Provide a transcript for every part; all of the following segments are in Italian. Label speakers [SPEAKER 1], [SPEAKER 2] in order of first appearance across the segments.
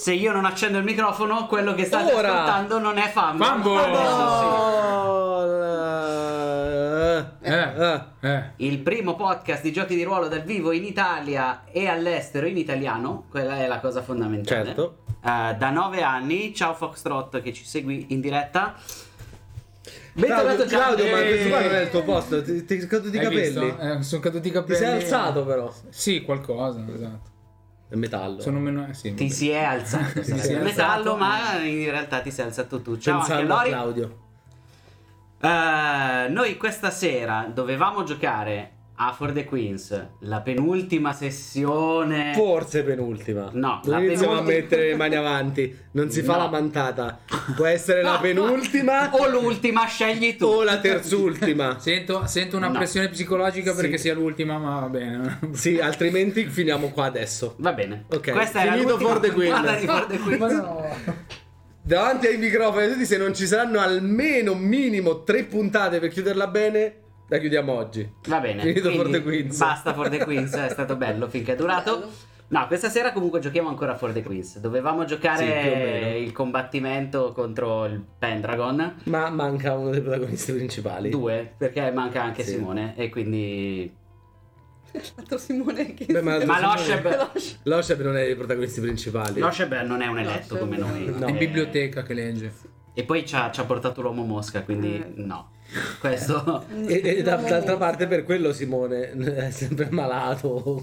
[SPEAKER 1] Se io non accendo il microfono, quello che state
[SPEAKER 2] Ora!
[SPEAKER 1] ascoltando non è Fambo.
[SPEAKER 3] Fumble!
[SPEAKER 1] Adesso sì.
[SPEAKER 3] Eh, eh.
[SPEAKER 1] Il primo podcast di giochi di ruolo dal vivo in Italia e all'estero in italiano, quella è la cosa fondamentale.
[SPEAKER 2] Certo.
[SPEAKER 1] Eh, da nove anni, ciao Foxtrot che ci segui in diretta.
[SPEAKER 2] Bentornato Claudio, ma
[SPEAKER 3] Ehi.
[SPEAKER 2] questo qua non è il tuo posto, ti, ti caduti i
[SPEAKER 3] Hai visto?
[SPEAKER 2] capelli.
[SPEAKER 3] Eh, sono caduti i
[SPEAKER 2] Ti
[SPEAKER 3] capelli.
[SPEAKER 2] sei alzato però.
[SPEAKER 3] Sì, qualcosa, esatto.
[SPEAKER 2] È metallo.
[SPEAKER 3] Sono meno... eh, Sì,
[SPEAKER 1] Ti
[SPEAKER 3] vabbè.
[SPEAKER 1] si è alzato,
[SPEAKER 3] si è
[SPEAKER 1] sarebbe
[SPEAKER 3] alzato.
[SPEAKER 1] metallo, ma in realtà ti sei alzato tu. Ciao anche a
[SPEAKER 2] Pensando a
[SPEAKER 1] Lori.
[SPEAKER 2] Claudio.
[SPEAKER 1] Eh, noi questa sera dovevamo giocare a For the Queens, la penultima sessione.
[SPEAKER 2] Forse penultima.
[SPEAKER 1] Eh. No, la
[SPEAKER 2] non iniziamo a
[SPEAKER 1] penultima-
[SPEAKER 2] mettere le mani avanti. Non si fa
[SPEAKER 1] No.
[SPEAKER 2] la mantata. Può essere la penultima
[SPEAKER 1] o l'ultima, scegli tu.
[SPEAKER 2] o la terzultima.
[SPEAKER 3] Sento, sento una
[SPEAKER 1] No.
[SPEAKER 3] pressione psicologica perché
[SPEAKER 2] Sì.
[SPEAKER 3] sia l'ultima, ma va bene.
[SPEAKER 2] Sì, altrimenti finiamo qua adesso.
[SPEAKER 1] Va bene.
[SPEAKER 2] Ok,
[SPEAKER 1] Questa era
[SPEAKER 2] finito
[SPEAKER 1] l'ultima
[SPEAKER 2] For the Queens.
[SPEAKER 1] puntata di For the Queens.
[SPEAKER 3] Ma no.
[SPEAKER 2] Davanti ai microfoni, tutti, se non ci saranno almeno minimo tre puntate per chiuderla bene, la chiudiamo oggi.
[SPEAKER 1] Va bene.
[SPEAKER 2] Finito For
[SPEAKER 1] quindi
[SPEAKER 2] the Queens.
[SPEAKER 1] Basta For the Queens, è stato bello finché è durato. No, questa sera comunque giochiamo ancora a For the Queens. Dovevamo
[SPEAKER 2] Sì, più o
[SPEAKER 1] giocare
[SPEAKER 2] meno.
[SPEAKER 1] il combattimento contro il Pendragon.
[SPEAKER 2] Ma manca uno dei protagonisti principali.
[SPEAKER 1] Due, perché manca anche
[SPEAKER 2] Sì.
[SPEAKER 1] Simone e quindi...
[SPEAKER 4] L'altro Simone che...
[SPEAKER 2] Beh, ma-
[SPEAKER 1] Ma
[SPEAKER 2] Simone.
[SPEAKER 1] Losheb...
[SPEAKER 2] Losheb non è dei protagonisti principali.
[SPEAKER 1] Losheb non è un eletto come
[SPEAKER 4] Losheb
[SPEAKER 1] noi.
[SPEAKER 2] no.
[SPEAKER 3] È
[SPEAKER 1] Eh,
[SPEAKER 3] in biblioteca che legge.
[SPEAKER 1] E poi ci ha, ci ha portato l'uomo mosca, quindi
[SPEAKER 4] Eh.
[SPEAKER 1] no. Questo...
[SPEAKER 2] E, e da- d'altra parte per quello Simone è sempre malato.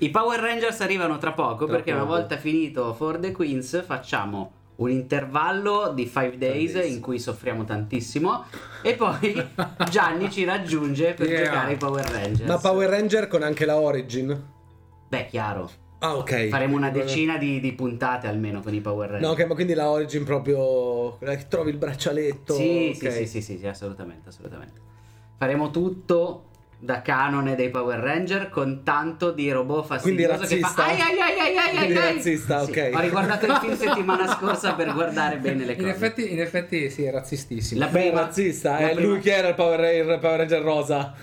[SPEAKER 1] I Power Rangers arrivano tra poco
[SPEAKER 2] Tra
[SPEAKER 1] perché una
[SPEAKER 2] poco.
[SPEAKER 1] volta finito For the Queens facciamo un intervallo di 5 days
[SPEAKER 2] days.
[SPEAKER 1] in cui soffriamo tantissimo e poi Gianni ci raggiunge per
[SPEAKER 3] Yeah.
[SPEAKER 1] giocare ai Power Rangers.
[SPEAKER 2] Ma Power Ranger con anche la Origin?
[SPEAKER 1] Beh, chiaro,
[SPEAKER 2] Ah, ok.
[SPEAKER 1] faremo una decina di, di puntate almeno con i Power
[SPEAKER 2] No,
[SPEAKER 1] Rangers.
[SPEAKER 2] ok, ma quindi la Origin proprio... quella che trovi il braccialetto.
[SPEAKER 1] sì,
[SPEAKER 2] ok.
[SPEAKER 1] sì, sì, sì, sì, sì, assolutamente, assolutamente. Faremo tutto da canone dei Power Ranger con tanto di robot
[SPEAKER 2] Quindi
[SPEAKER 1] fastidioso che fa
[SPEAKER 2] razzista?
[SPEAKER 1] ai ai ai ai ai
[SPEAKER 2] Quindi
[SPEAKER 1] ai ai.
[SPEAKER 2] razzista,
[SPEAKER 1] Sì,
[SPEAKER 2] ok.
[SPEAKER 1] Ho riguardato il film settimana scorsa per guardare bene le
[SPEAKER 3] In
[SPEAKER 1] cose.
[SPEAKER 3] effetti, in effetti sì, è razzistissimo.
[SPEAKER 1] La
[SPEAKER 2] Beh,
[SPEAKER 1] prima-
[SPEAKER 2] razzista,
[SPEAKER 1] la
[SPEAKER 2] è
[SPEAKER 1] prima-
[SPEAKER 2] lui che era il Power, Ranger- Power Ranger rosa.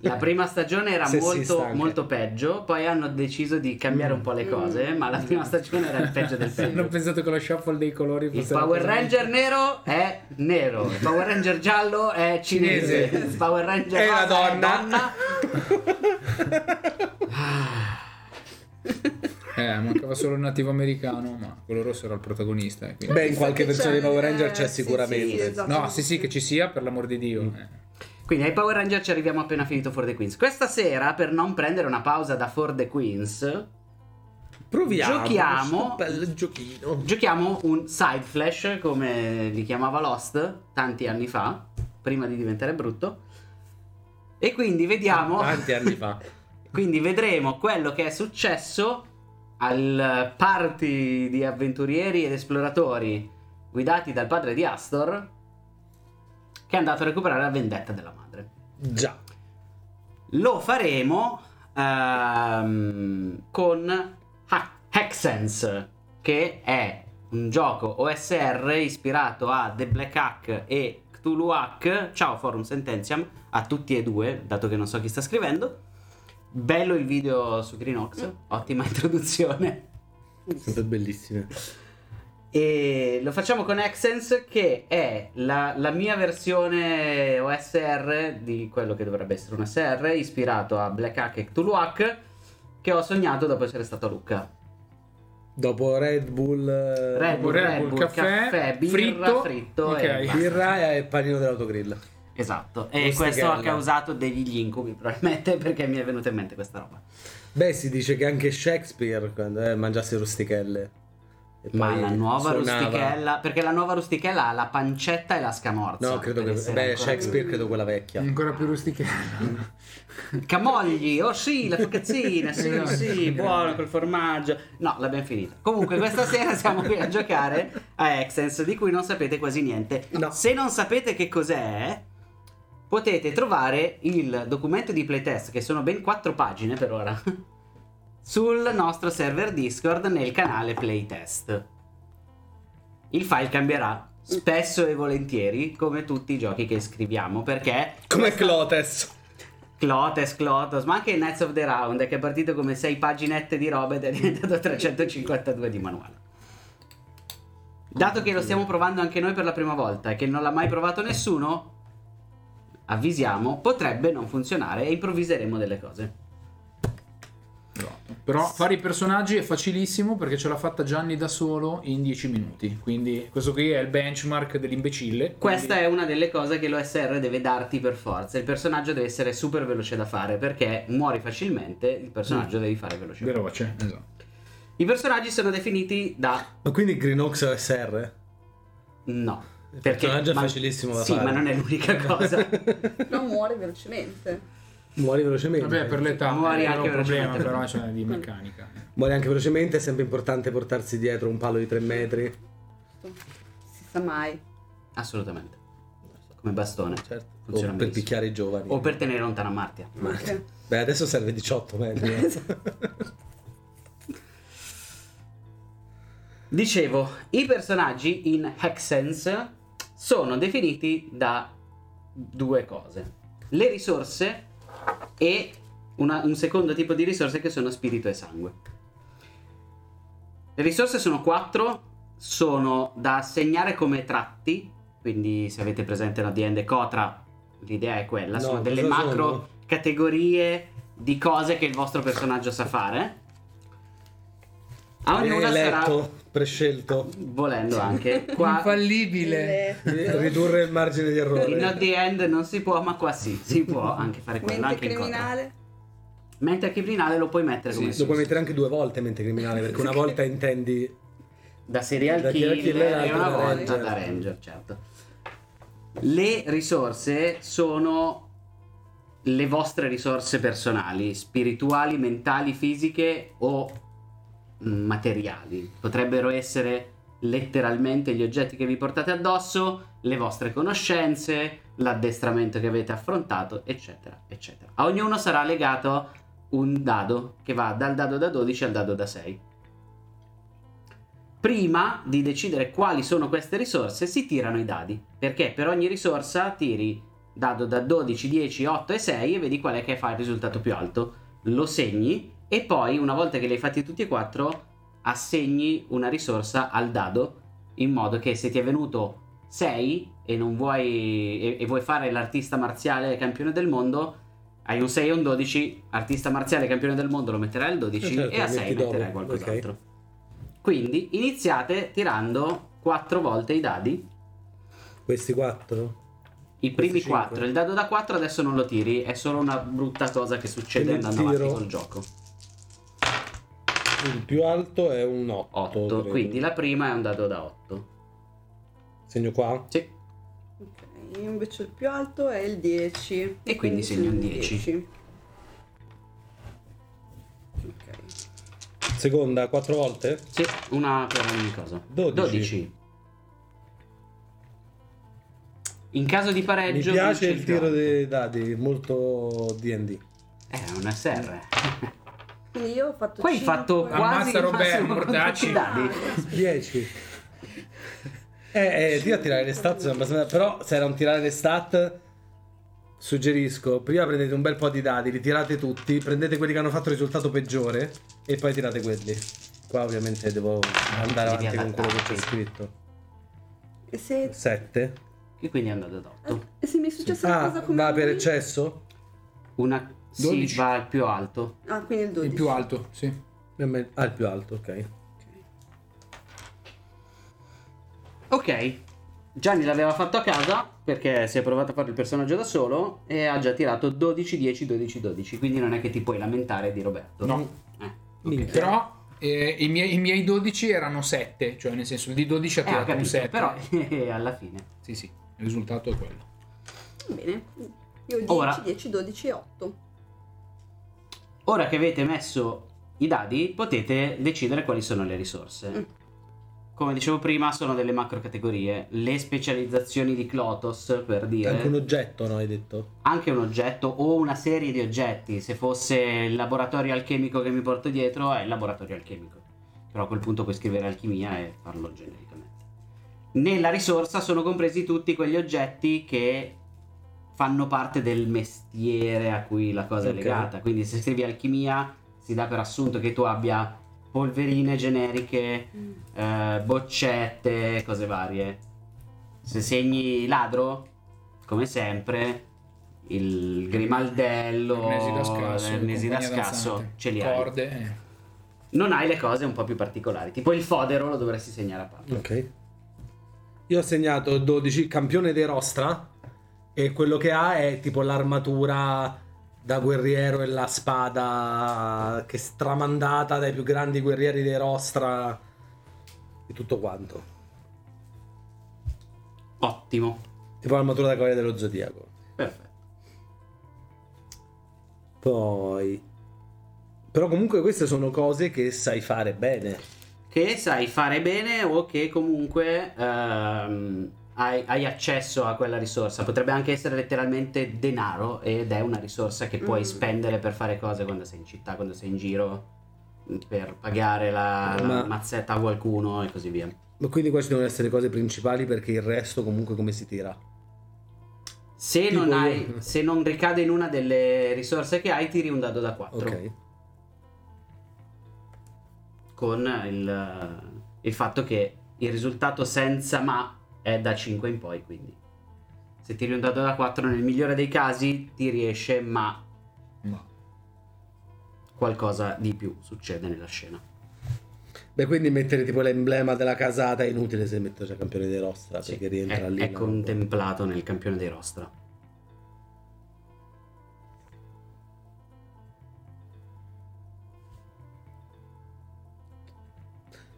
[SPEAKER 1] La prima stagione era
[SPEAKER 2] Sessista
[SPEAKER 1] molto,
[SPEAKER 2] anche. Mm.
[SPEAKER 1] molto peggio, poi hanno deciso di cambiare un po' le cose, ma la prima stagione era il peggio del
[SPEAKER 3] Sì, Hanno
[SPEAKER 1] peggio.
[SPEAKER 3] pensato che lo shuffle dei colori
[SPEAKER 1] Il
[SPEAKER 3] fosse una
[SPEAKER 1] Power
[SPEAKER 3] cosa-
[SPEAKER 1] Ranger nero è nero, il Power Ranger giallo è cinese,
[SPEAKER 3] Cinese.
[SPEAKER 1] il Power Ranger
[SPEAKER 2] È la
[SPEAKER 1] rosa è
[SPEAKER 2] donna.
[SPEAKER 1] donna. Ah.
[SPEAKER 3] Eh, mancava solo un nativo americano, ma quello rosso era il protagonista. eh, quindi-
[SPEAKER 2] Beh, in qualche
[SPEAKER 4] Che
[SPEAKER 2] versione
[SPEAKER 4] c'è- eh,
[SPEAKER 2] di Power Ranger c'è
[SPEAKER 4] sì, sì,
[SPEAKER 2] sicuramente.
[SPEAKER 4] esatto.
[SPEAKER 3] No, sì, sì, che ci sia, per l'amor di Dio. eh.
[SPEAKER 1] Quindi ai Power Ranger ci arriviamo appena finito For the Queens. Questa sera, per non prendere una pausa da For the Queens,
[SPEAKER 2] Proviamo.
[SPEAKER 1] Giochiamo.
[SPEAKER 2] questo bel giochino.
[SPEAKER 1] giochiamo un side flash, come li chiamava Lost tanti anni fa, prima di diventare brutto. E quindi vediamo...
[SPEAKER 2] Tanti anni fa.
[SPEAKER 1] Quindi vedremo quello che è successo al party di avventurieri ed esploratori guidati dal padre di Astor che è andato a recuperare la vendetta della madre.
[SPEAKER 2] Già.
[SPEAKER 1] Lo faremo ehm, con Ha- Hexense che è un gioco OSR ispirato a The Black Hack e Cthulhu Hack. Ciao Forum Sententiam a tutti e due, dato che non so chi sta scrivendo. Bello il video su Greenox, ottima introduzione.
[SPEAKER 2] Sempre bellissime.
[SPEAKER 1] E lo facciamo con Accents che è la, la mia versione OSR di quello che dovrebbe essere un SR ispirato a Black Hack e Cthulhu Hack che ho sognato dopo essere stato a Lucca.
[SPEAKER 2] Dopo Red Bull, eh,
[SPEAKER 1] Red Bull,
[SPEAKER 3] Red Bull,
[SPEAKER 1] caffè,
[SPEAKER 3] caffè,
[SPEAKER 1] birra, fritto,
[SPEAKER 3] fritto,
[SPEAKER 1] e
[SPEAKER 3] ok.
[SPEAKER 1] basta.
[SPEAKER 2] birra e panino dell'autogrill.
[SPEAKER 1] Esatto, e
[SPEAKER 2] Questa
[SPEAKER 1] questo ha
[SPEAKER 2] galla.
[SPEAKER 1] causato degli incubi probabilmente perché mi è venuta in mente questa roba.
[SPEAKER 2] Beh, si dice che anche Shakespeare quando eh, mangiasse rustichelle. E
[SPEAKER 1] Ma
[SPEAKER 2] poi
[SPEAKER 1] la nuova
[SPEAKER 2] suonava.
[SPEAKER 1] rustichella, perché la nuova rustichella ha la pancetta e la scamorza.
[SPEAKER 2] No, credo
[SPEAKER 1] per
[SPEAKER 2] che
[SPEAKER 1] essere
[SPEAKER 2] beh,
[SPEAKER 1] ancora Mm.
[SPEAKER 2] Shakespeare credo quella vecchia.
[SPEAKER 3] Ancora più rustichella.
[SPEAKER 1] Camogli, oh sì, la focazzina, sì, sì, buono col formaggio. No, l'abbiamo finita. Comunque, questa sera siamo qui a giocare a Accents, di cui non sapete quasi niente.
[SPEAKER 2] No.
[SPEAKER 1] Se non sapete che cos'è, potete trovare il documento di playtest, che sono ben quattro pagine per ora, sul nostro server Discord nel canale Playtest. Il file cambierà spesso e volentieri, come tutti i giochi che scriviamo, perché
[SPEAKER 2] Come Clotes.
[SPEAKER 1] Clotes, Clotos, ma anche Knights of the Round che è partito come 6 paginette di roba ed è diventato 352 di manuale. Dato che lo stiamo provando anche noi per la prima volta e che non l'ha mai provato nessuno, avvisiamo, potrebbe non funzionare e improvviseremo delle cose.
[SPEAKER 3] Però fare i personaggi è facilissimo perché ce l'ha fatta Gianni da solo in 10 minuti. Quindi questo qui è il benchmark dell'imbecille.
[SPEAKER 1] Questa è una delle cose che l'OSR deve darti per forza. Il personaggio deve essere super veloce da fare perché muori facilmente, il personaggio devi fare veloce.
[SPEAKER 3] veloce. Esatto.
[SPEAKER 1] I personaggi sono definiti da
[SPEAKER 2] Ma quindi Greenox OSR?
[SPEAKER 1] no.
[SPEAKER 2] Il personaggio è facilissimo da
[SPEAKER 1] sì,
[SPEAKER 2] fare.
[SPEAKER 1] ma non è l'unica cosa.
[SPEAKER 4] Non muore velocemente.
[SPEAKER 2] Muori velocemente.
[SPEAKER 3] Vabbè, per l'età
[SPEAKER 1] Muori
[SPEAKER 3] non è
[SPEAKER 1] anche
[SPEAKER 3] un problema,
[SPEAKER 1] velocemente.
[SPEAKER 3] però cioè, di meccanica.
[SPEAKER 2] Muori anche velocemente, è sempre importante portarsi dietro un palo di 3 metri.
[SPEAKER 4] Si sa mai.
[SPEAKER 1] Assolutamente. Come bastone.
[SPEAKER 2] Certo.
[SPEAKER 1] Funziona
[SPEAKER 2] per
[SPEAKER 1] benissimo.
[SPEAKER 2] picchiare i giovani.
[SPEAKER 1] O per tenere lontana Martia.
[SPEAKER 4] Ok.
[SPEAKER 2] Beh, adesso serve 18 metri. eh.
[SPEAKER 1] Esatto. Dicevo, i personaggi in Hexense sono definiti da due cose. Le risorse e una- un secondo tipo di risorse che sono spirito e sangue. Le risorse sono quattro, sono da assegnare come tratti, quindi se avete presente la D&D Cotra, l'idea è quella,
[SPEAKER 2] No,
[SPEAKER 1] sono delle
[SPEAKER 2] cosa
[SPEAKER 1] macro
[SPEAKER 2] sono?
[SPEAKER 1] categorie di cose che il vostro personaggio sa fare. A ognuna
[SPEAKER 2] Eletto,
[SPEAKER 1] sarà
[SPEAKER 2] prescelto.
[SPEAKER 1] volendo anche qua
[SPEAKER 3] Infallibile.
[SPEAKER 4] Eh,
[SPEAKER 2] Ridurre il margine di errore.
[SPEAKER 1] in not the end non si può, ma qua sì, si può anche fare quello
[SPEAKER 4] Mente
[SPEAKER 1] anche in contra.
[SPEAKER 4] criminale.
[SPEAKER 1] Mentre criminale lo puoi mettere
[SPEAKER 3] Sì,
[SPEAKER 1] come
[SPEAKER 2] Lo puoi mettere anche due volte mente criminale, perché una volta intendi
[SPEAKER 1] da serial
[SPEAKER 2] Da
[SPEAKER 1] killer,
[SPEAKER 2] serial killer
[SPEAKER 1] e
[SPEAKER 2] anche
[SPEAKER 1] una
[SPEAKER 4] da
[SPEAKER 1] volta
[SPEAKER 2] ranger.
[SPEAKER 1] da ranger, certo. Le risorse sono le vostre risorse personali, spirituali, mentali, fisiche o mh, materiali. Potrebbero essere letteralmente gli oggetti che vi portate addosso, le vostre conoscenze, l'addestramento che avete affrontato, eccetera, eccetera. A ognuno sarà legato un dado che va dal dado da 12 al dado da 6. Prima di decidere quali sono queste risorse, si tirano i dadi. Perché per ogni risorsa tiri dado da 12, 10, 8 e 6 e vedi qual è che fa il risultato più alto. Lo segni e poi, una volta che li hai fatti tutti e quattro, assegni una risorsa al dado in modo che se ti è venuto 6 e non vuoi e, e vuoi fare l'artista marziale campione del mondo, hai un 6 e un 12, artista marziale campione del mondo lo metterai al 12
[SPEAKER 2] Eh, certo,
[SPEAKER 1] e a
[SPEAKER 2] lo
[SPEAKER 1] 6
[SPEAKER 2] metti
[SPEAKER 1] metterai
[SPEAKER 2] dopo,
[SPEAKER 1] qualcos'altro. Quindi iniziate tirando 4 volte i dadi.
[SPEAKER 2] questi quattro.
[SPEAKER 1] I primi
[SPEAKER 2] cinque.
[SPEAKER 1] 4, il dado da 4 adesso non lo tiri, è solo una brutta cosa che succede
[SPEAKER 2] Quindi
[SPEAKER 1] andando avanti
[SPEAKER 2] tiro.
[SPEAKER 1] col gioco.
[SPEAKER 2] Il più alto è un 8.
[SPEAKER 1] 8,
[SPEAKER 2] credo.
[SPEAKER 1] quindi la prima è un dado da 8.
[SPEAKER 2] Segno qua?
[SPEAKER 1] Sì.
[SPEAKER 4] Ok, invece il più alto è il 10.
[SPEAKER 1] E quindi segni un 10.
[SPEAKER 4] Ok.
[SPEAKER 2] Seconda, quattro volte?
[SPEAKER 1] Sì, una per ogni cosa.
[SPEAKER 2] 12.
[SPEAKER 1] In caso di
[SPEAKER 2] Mi
[SPEAKER 1] pareggio...
[SPEAKER 2] piace
[SPEAKER 1] vince
[SPEAKER 2] il tiro
[SPEAKER 1] più alto.
[SPEAKER 2] dei dadi, molto D&D.
[SPEAKER 1] Eh, è un SR.
[SPEAKER 4] Quindi io ho fatto
[SPEAKER 1] Poi hai fatto
[SPEAKER 4] cinque.
[SPEAKER 3] Ammazza
[SPEAKER 1] quasi... il
[SPEAKER 3] Roberto,
[SPEAKER 1] massimo con tutti i
[SPEAKER 3] mortacci.
[SPEAKER 1] dadi.
[SPEAKER 2] 10. Eh, eh, io a tirare le stat sono abbastanza... Però se era un tirare le stat, suggerisco, prima prendete un bel po' di dadi, li tirate tutti, prendete quelli che hanno fatto il risultato peggiore e poi tirate quelli. Qua ovviamente devo andare
[SPEAKER 1] Devi
[SPEAKER 2] avanti con quello che c'è
[SPEAKER 1] adattarti.
[SPEAKER 2] scritto.
[SPEAKER 4] E se,
[SPEAKER 2] 7.
[SPEAKER 1] E quindi è un dado da 8.
[SPEAKER 4] e se mi è successa una
[SPEAKER 2] Ah,
[SPEAKER 4] cosa come
[SPEAKER 2] va per
[SPEAKER 4] lui?
[SPEAKER 2] eccesso?
[SPEAKER 1] Una... Sì,
[SPEAKER 3] 12.
[SPEAKER 1] va al più alto.
[SPEAKER 4] Ah, quindi il 12.
[SPEAKER 3] Il più alto, sì.
[SPEAKER 2] Ah, il più alto, ok.
[SPEAKER 1] Ok. Gianni l'aveva fatto a casa perché si è provato a fare il personaggio da solo e ha già tirato 12, 10, 12, 12. Quindi non è che ti puoi lamentare di Roberto.
[SPEAKER 3] No.
[SPEAKER 1] Eh.
[SPEAKER 2] Minchia.
[SPEAKER 3] Però eh, i, miei, i miei 12 erano 7, cioè nel senso di 12 ha
[SPEAKER 1] Eh, ho
[SPEAKER 3] tirato un
[SPEAKER 1] capito,
[SPEAKER 3] 7.
[SPEAKER 1] però eh, alla fine.
[SPEAKER 3] Sì, sì, il risultato è quello.
[SPEAKER 4] Va Bene. Io 10,
[SPEAKER 1] Ora.
[SPEAKER 4] 10, 12 e 8.
[SPEAKER 1] Ora che avete messo i dadi, potete decidere quali sono le risorse. Come dicevo prima, sono delle macro categorie. Le specializzazioni di Clotos, per dire,
[SPEAKER 2] Anche un oggetto, no, hai detto?
[SPEAKER 1] anche un oggetto o una serie di oggetti. Se fosse il laboratorio alchemico che mi porto dietro, è il laboratorio alchemico. Però a quel punto puoi scrivere alchimia e farlo genericamente. Nella risorsa sono compresi tutti quegli oggetti che fanno parte del mestiere a cui la cosa
[SPEAKER 2] Ok.
[SPEAKER 1] è legata. Quindi se scrivi alchimia si dà per assunto che tu abbia polverine generiche, eh, boccette, cose varie. Se segni ladro, come sempre, il grimaldello,
[SPEAKER 3] Ernesi da scasso,
[SPEAKER 1] l'ernesi da
[SPEAKER 3] compagnia
[SPEAKER 1] Oh, scasso,
[SPEAKER 3] danzante,
[SPEAKER 1] ce li hai.
[SPEAKER 3] Corde, eh.
[SPEAKER 1] Non hai le cose un po' più particolari, tipo il fodero lo dovresti segnare a parte.
[SPEAKER 2] Ok. Io ho segnato 12 campione dei Rostra e quello che ha è tipo l'armatura da guerriero e la spada che è stramandata dai più grandi guerrieri dei Rostra e tutto quanto.
[SPEAKER 1] Ottimo.
[SPEAKER 2] Tipo l'armatura da cavaliere dello zodiaco.
[SPEAKER 1] Perfetto.
[SPEAKER 2] Poi però comunque queste sono cose che sai fare bene.
[SPEAKER 1] Che sai fare bene o che comunque ehm, hai, hai accesso a quella risorsa. Potrebbe anche essere letteralmente denaro ed è una risorsa che puoi
[SPEAKER 4] Mm.
[SPEAKER 1] spendere per fare cose quando sei in città, quando sei in giro, per pagare la, la
[SPEAKER 2] Ma-
[SPEAKER 1] mazzetta a qualcuno e così via.
[SPEAKER 2] Ma quindi qua ci devono essere cose principali perché il resto comunque come si tira.
[SPEAKER 1] Se
[SPEAKER 2] Tipo
[SPEAKER 1] non,
[SPEAKER 2] io.
[SPEAKER 1] hai, se non ricade in una delle risorse che hai, tiri un dado da 4.
[SPEAKER 2] Ok.
[SPEAKER 1] Con il, il fatto che il risultato senza ma è da 5 in poi. Quindi, se tiri un dado da 4, nel migliore dei casi ti riesce, ma
[SPEAKER 3] Ma-
[SPEAKER 1] qualcosa di più succede nella scena.
[SPEAKER 2] Beh, quindi mettere tipo l'emblema della casata è inutile se metto già campione dei rostra perché rientra
[SPEAKER 1] è,
[SPEAKER 2] lì.
[SPEAKER 1] è
[SPEAKER 2] no?
[SPEAKER 1] contemplato nel campione dei rostra.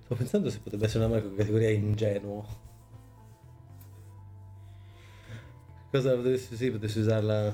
[SPEAKER 2] Sto pensando se potrebbe essere una categoria ingenuo. Cosa potresti, sì, potresti usarla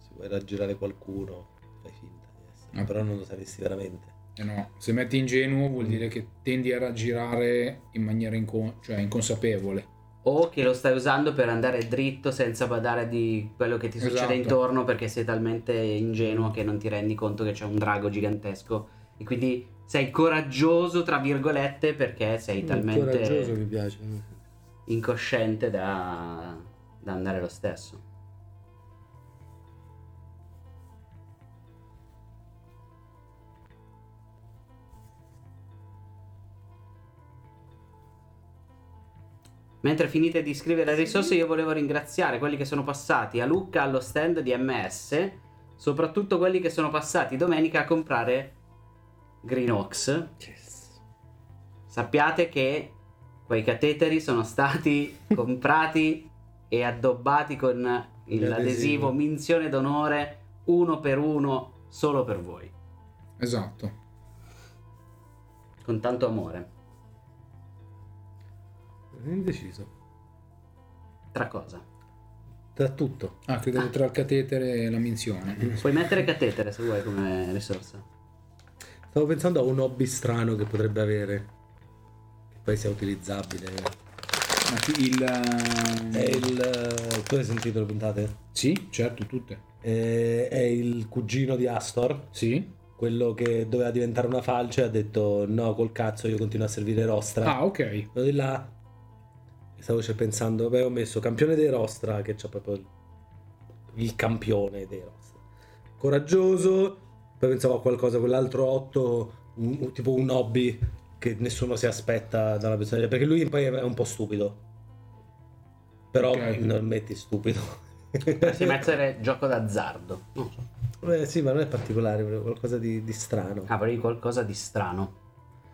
[SPEAKER 2] se vuoi raggirare qualcuno, fai finta di essere,
[SPEAKER 3] Ah.
[SPEAKER 2] però non lo saresti veramente.
[SPEAKER 3] eh no, se metti ingenuo vuol dire che tendi a raggirare in maniera inco- cioè inconsapevole.
[SPEAKER 1] O che lo stai usando per andare dritto senza badare di quello che ti succede
[SPEAKER 3] Esatto.
[SPEAKER 1] intorno perché sei talmente ingenuo che non ti rendi conto che c'è un drago gigantesco. E quindi sei coraggioso, tra virgolette, perché sei
[SPEAKER 2] Mm, Coraggioso mi
[SPEAKER 1] talmente
[SPEAKER 2] piace.
[SPEAKER 1] incosciente da, da andare lo stesso. Mentre finite di scrivere le risorse, io volevo ringraziare quelli che sono passati a Lucca allo stand di MS, soprattutto quelli che sono passati domenica a comprare Greenox. Sappiate che quei cateteri sono stati comprati e addobbati con il- l'adesivo
[SPEAKER 2] L'adesivo.
[SPEAKER 1] minzione d'onore uno per uno solo per voi,
[SPEAKER 3] Esatto.
[SPEAKER 1] con tanto amore.
[SPEAKER 2] Indeciso.
[SPEAKER 1] Tra cosa?
[SPEAKER 2] Tra tutto.
[SPEAKER 3] Ah, Mm. credevo tra il catetere e la menzione.
[SPEAKER 1] Puoi mettere catetere se vuoi come risorsa.
[SPEAKER 2] Stavo pensando a un hobby strano che potrebbe avere, che poi sia utilizzabile.
[SPEAKER 3] Ma chi- il...
[SPEAKER 2] È il. Tu hai sentito le puntate?
[SPEAKER 3] Eh, Sì, certo, tutte.
[SPEAKER 2] Eh, È il cugino di Astor,
[SPEAKER 3] Sì.
[SPEAKER 2] quello che doveva diventare una falce, ha detto no, col cazzo io continuo a servire Rostra.
[SPEAKER 3] Ah, ok.
[SPEAKER 2] Quello di là. Stavo cioè pensando, beh, ho messo campione dei Rostra, che c'ha proprio il- il campione dei Rostra. Coraggioso, poi pensavo a qualcosa, quell'altro 8, tipo un hobby che nessuno si aspetta da una persona, perché lui poi è un po' stupido. Però
[SPEAKER 3] Ok.
[SPEAKER 2] non metti stupido.
[SPEAKER 1] Potresti mettere gioco d'azzardo. Non so.
[SPEAKER 2] Eh, sì, ma non è particolare, è qualcosa di, di strano.
[SPEAKER 1] Ah, vorrei qualcosa di strano.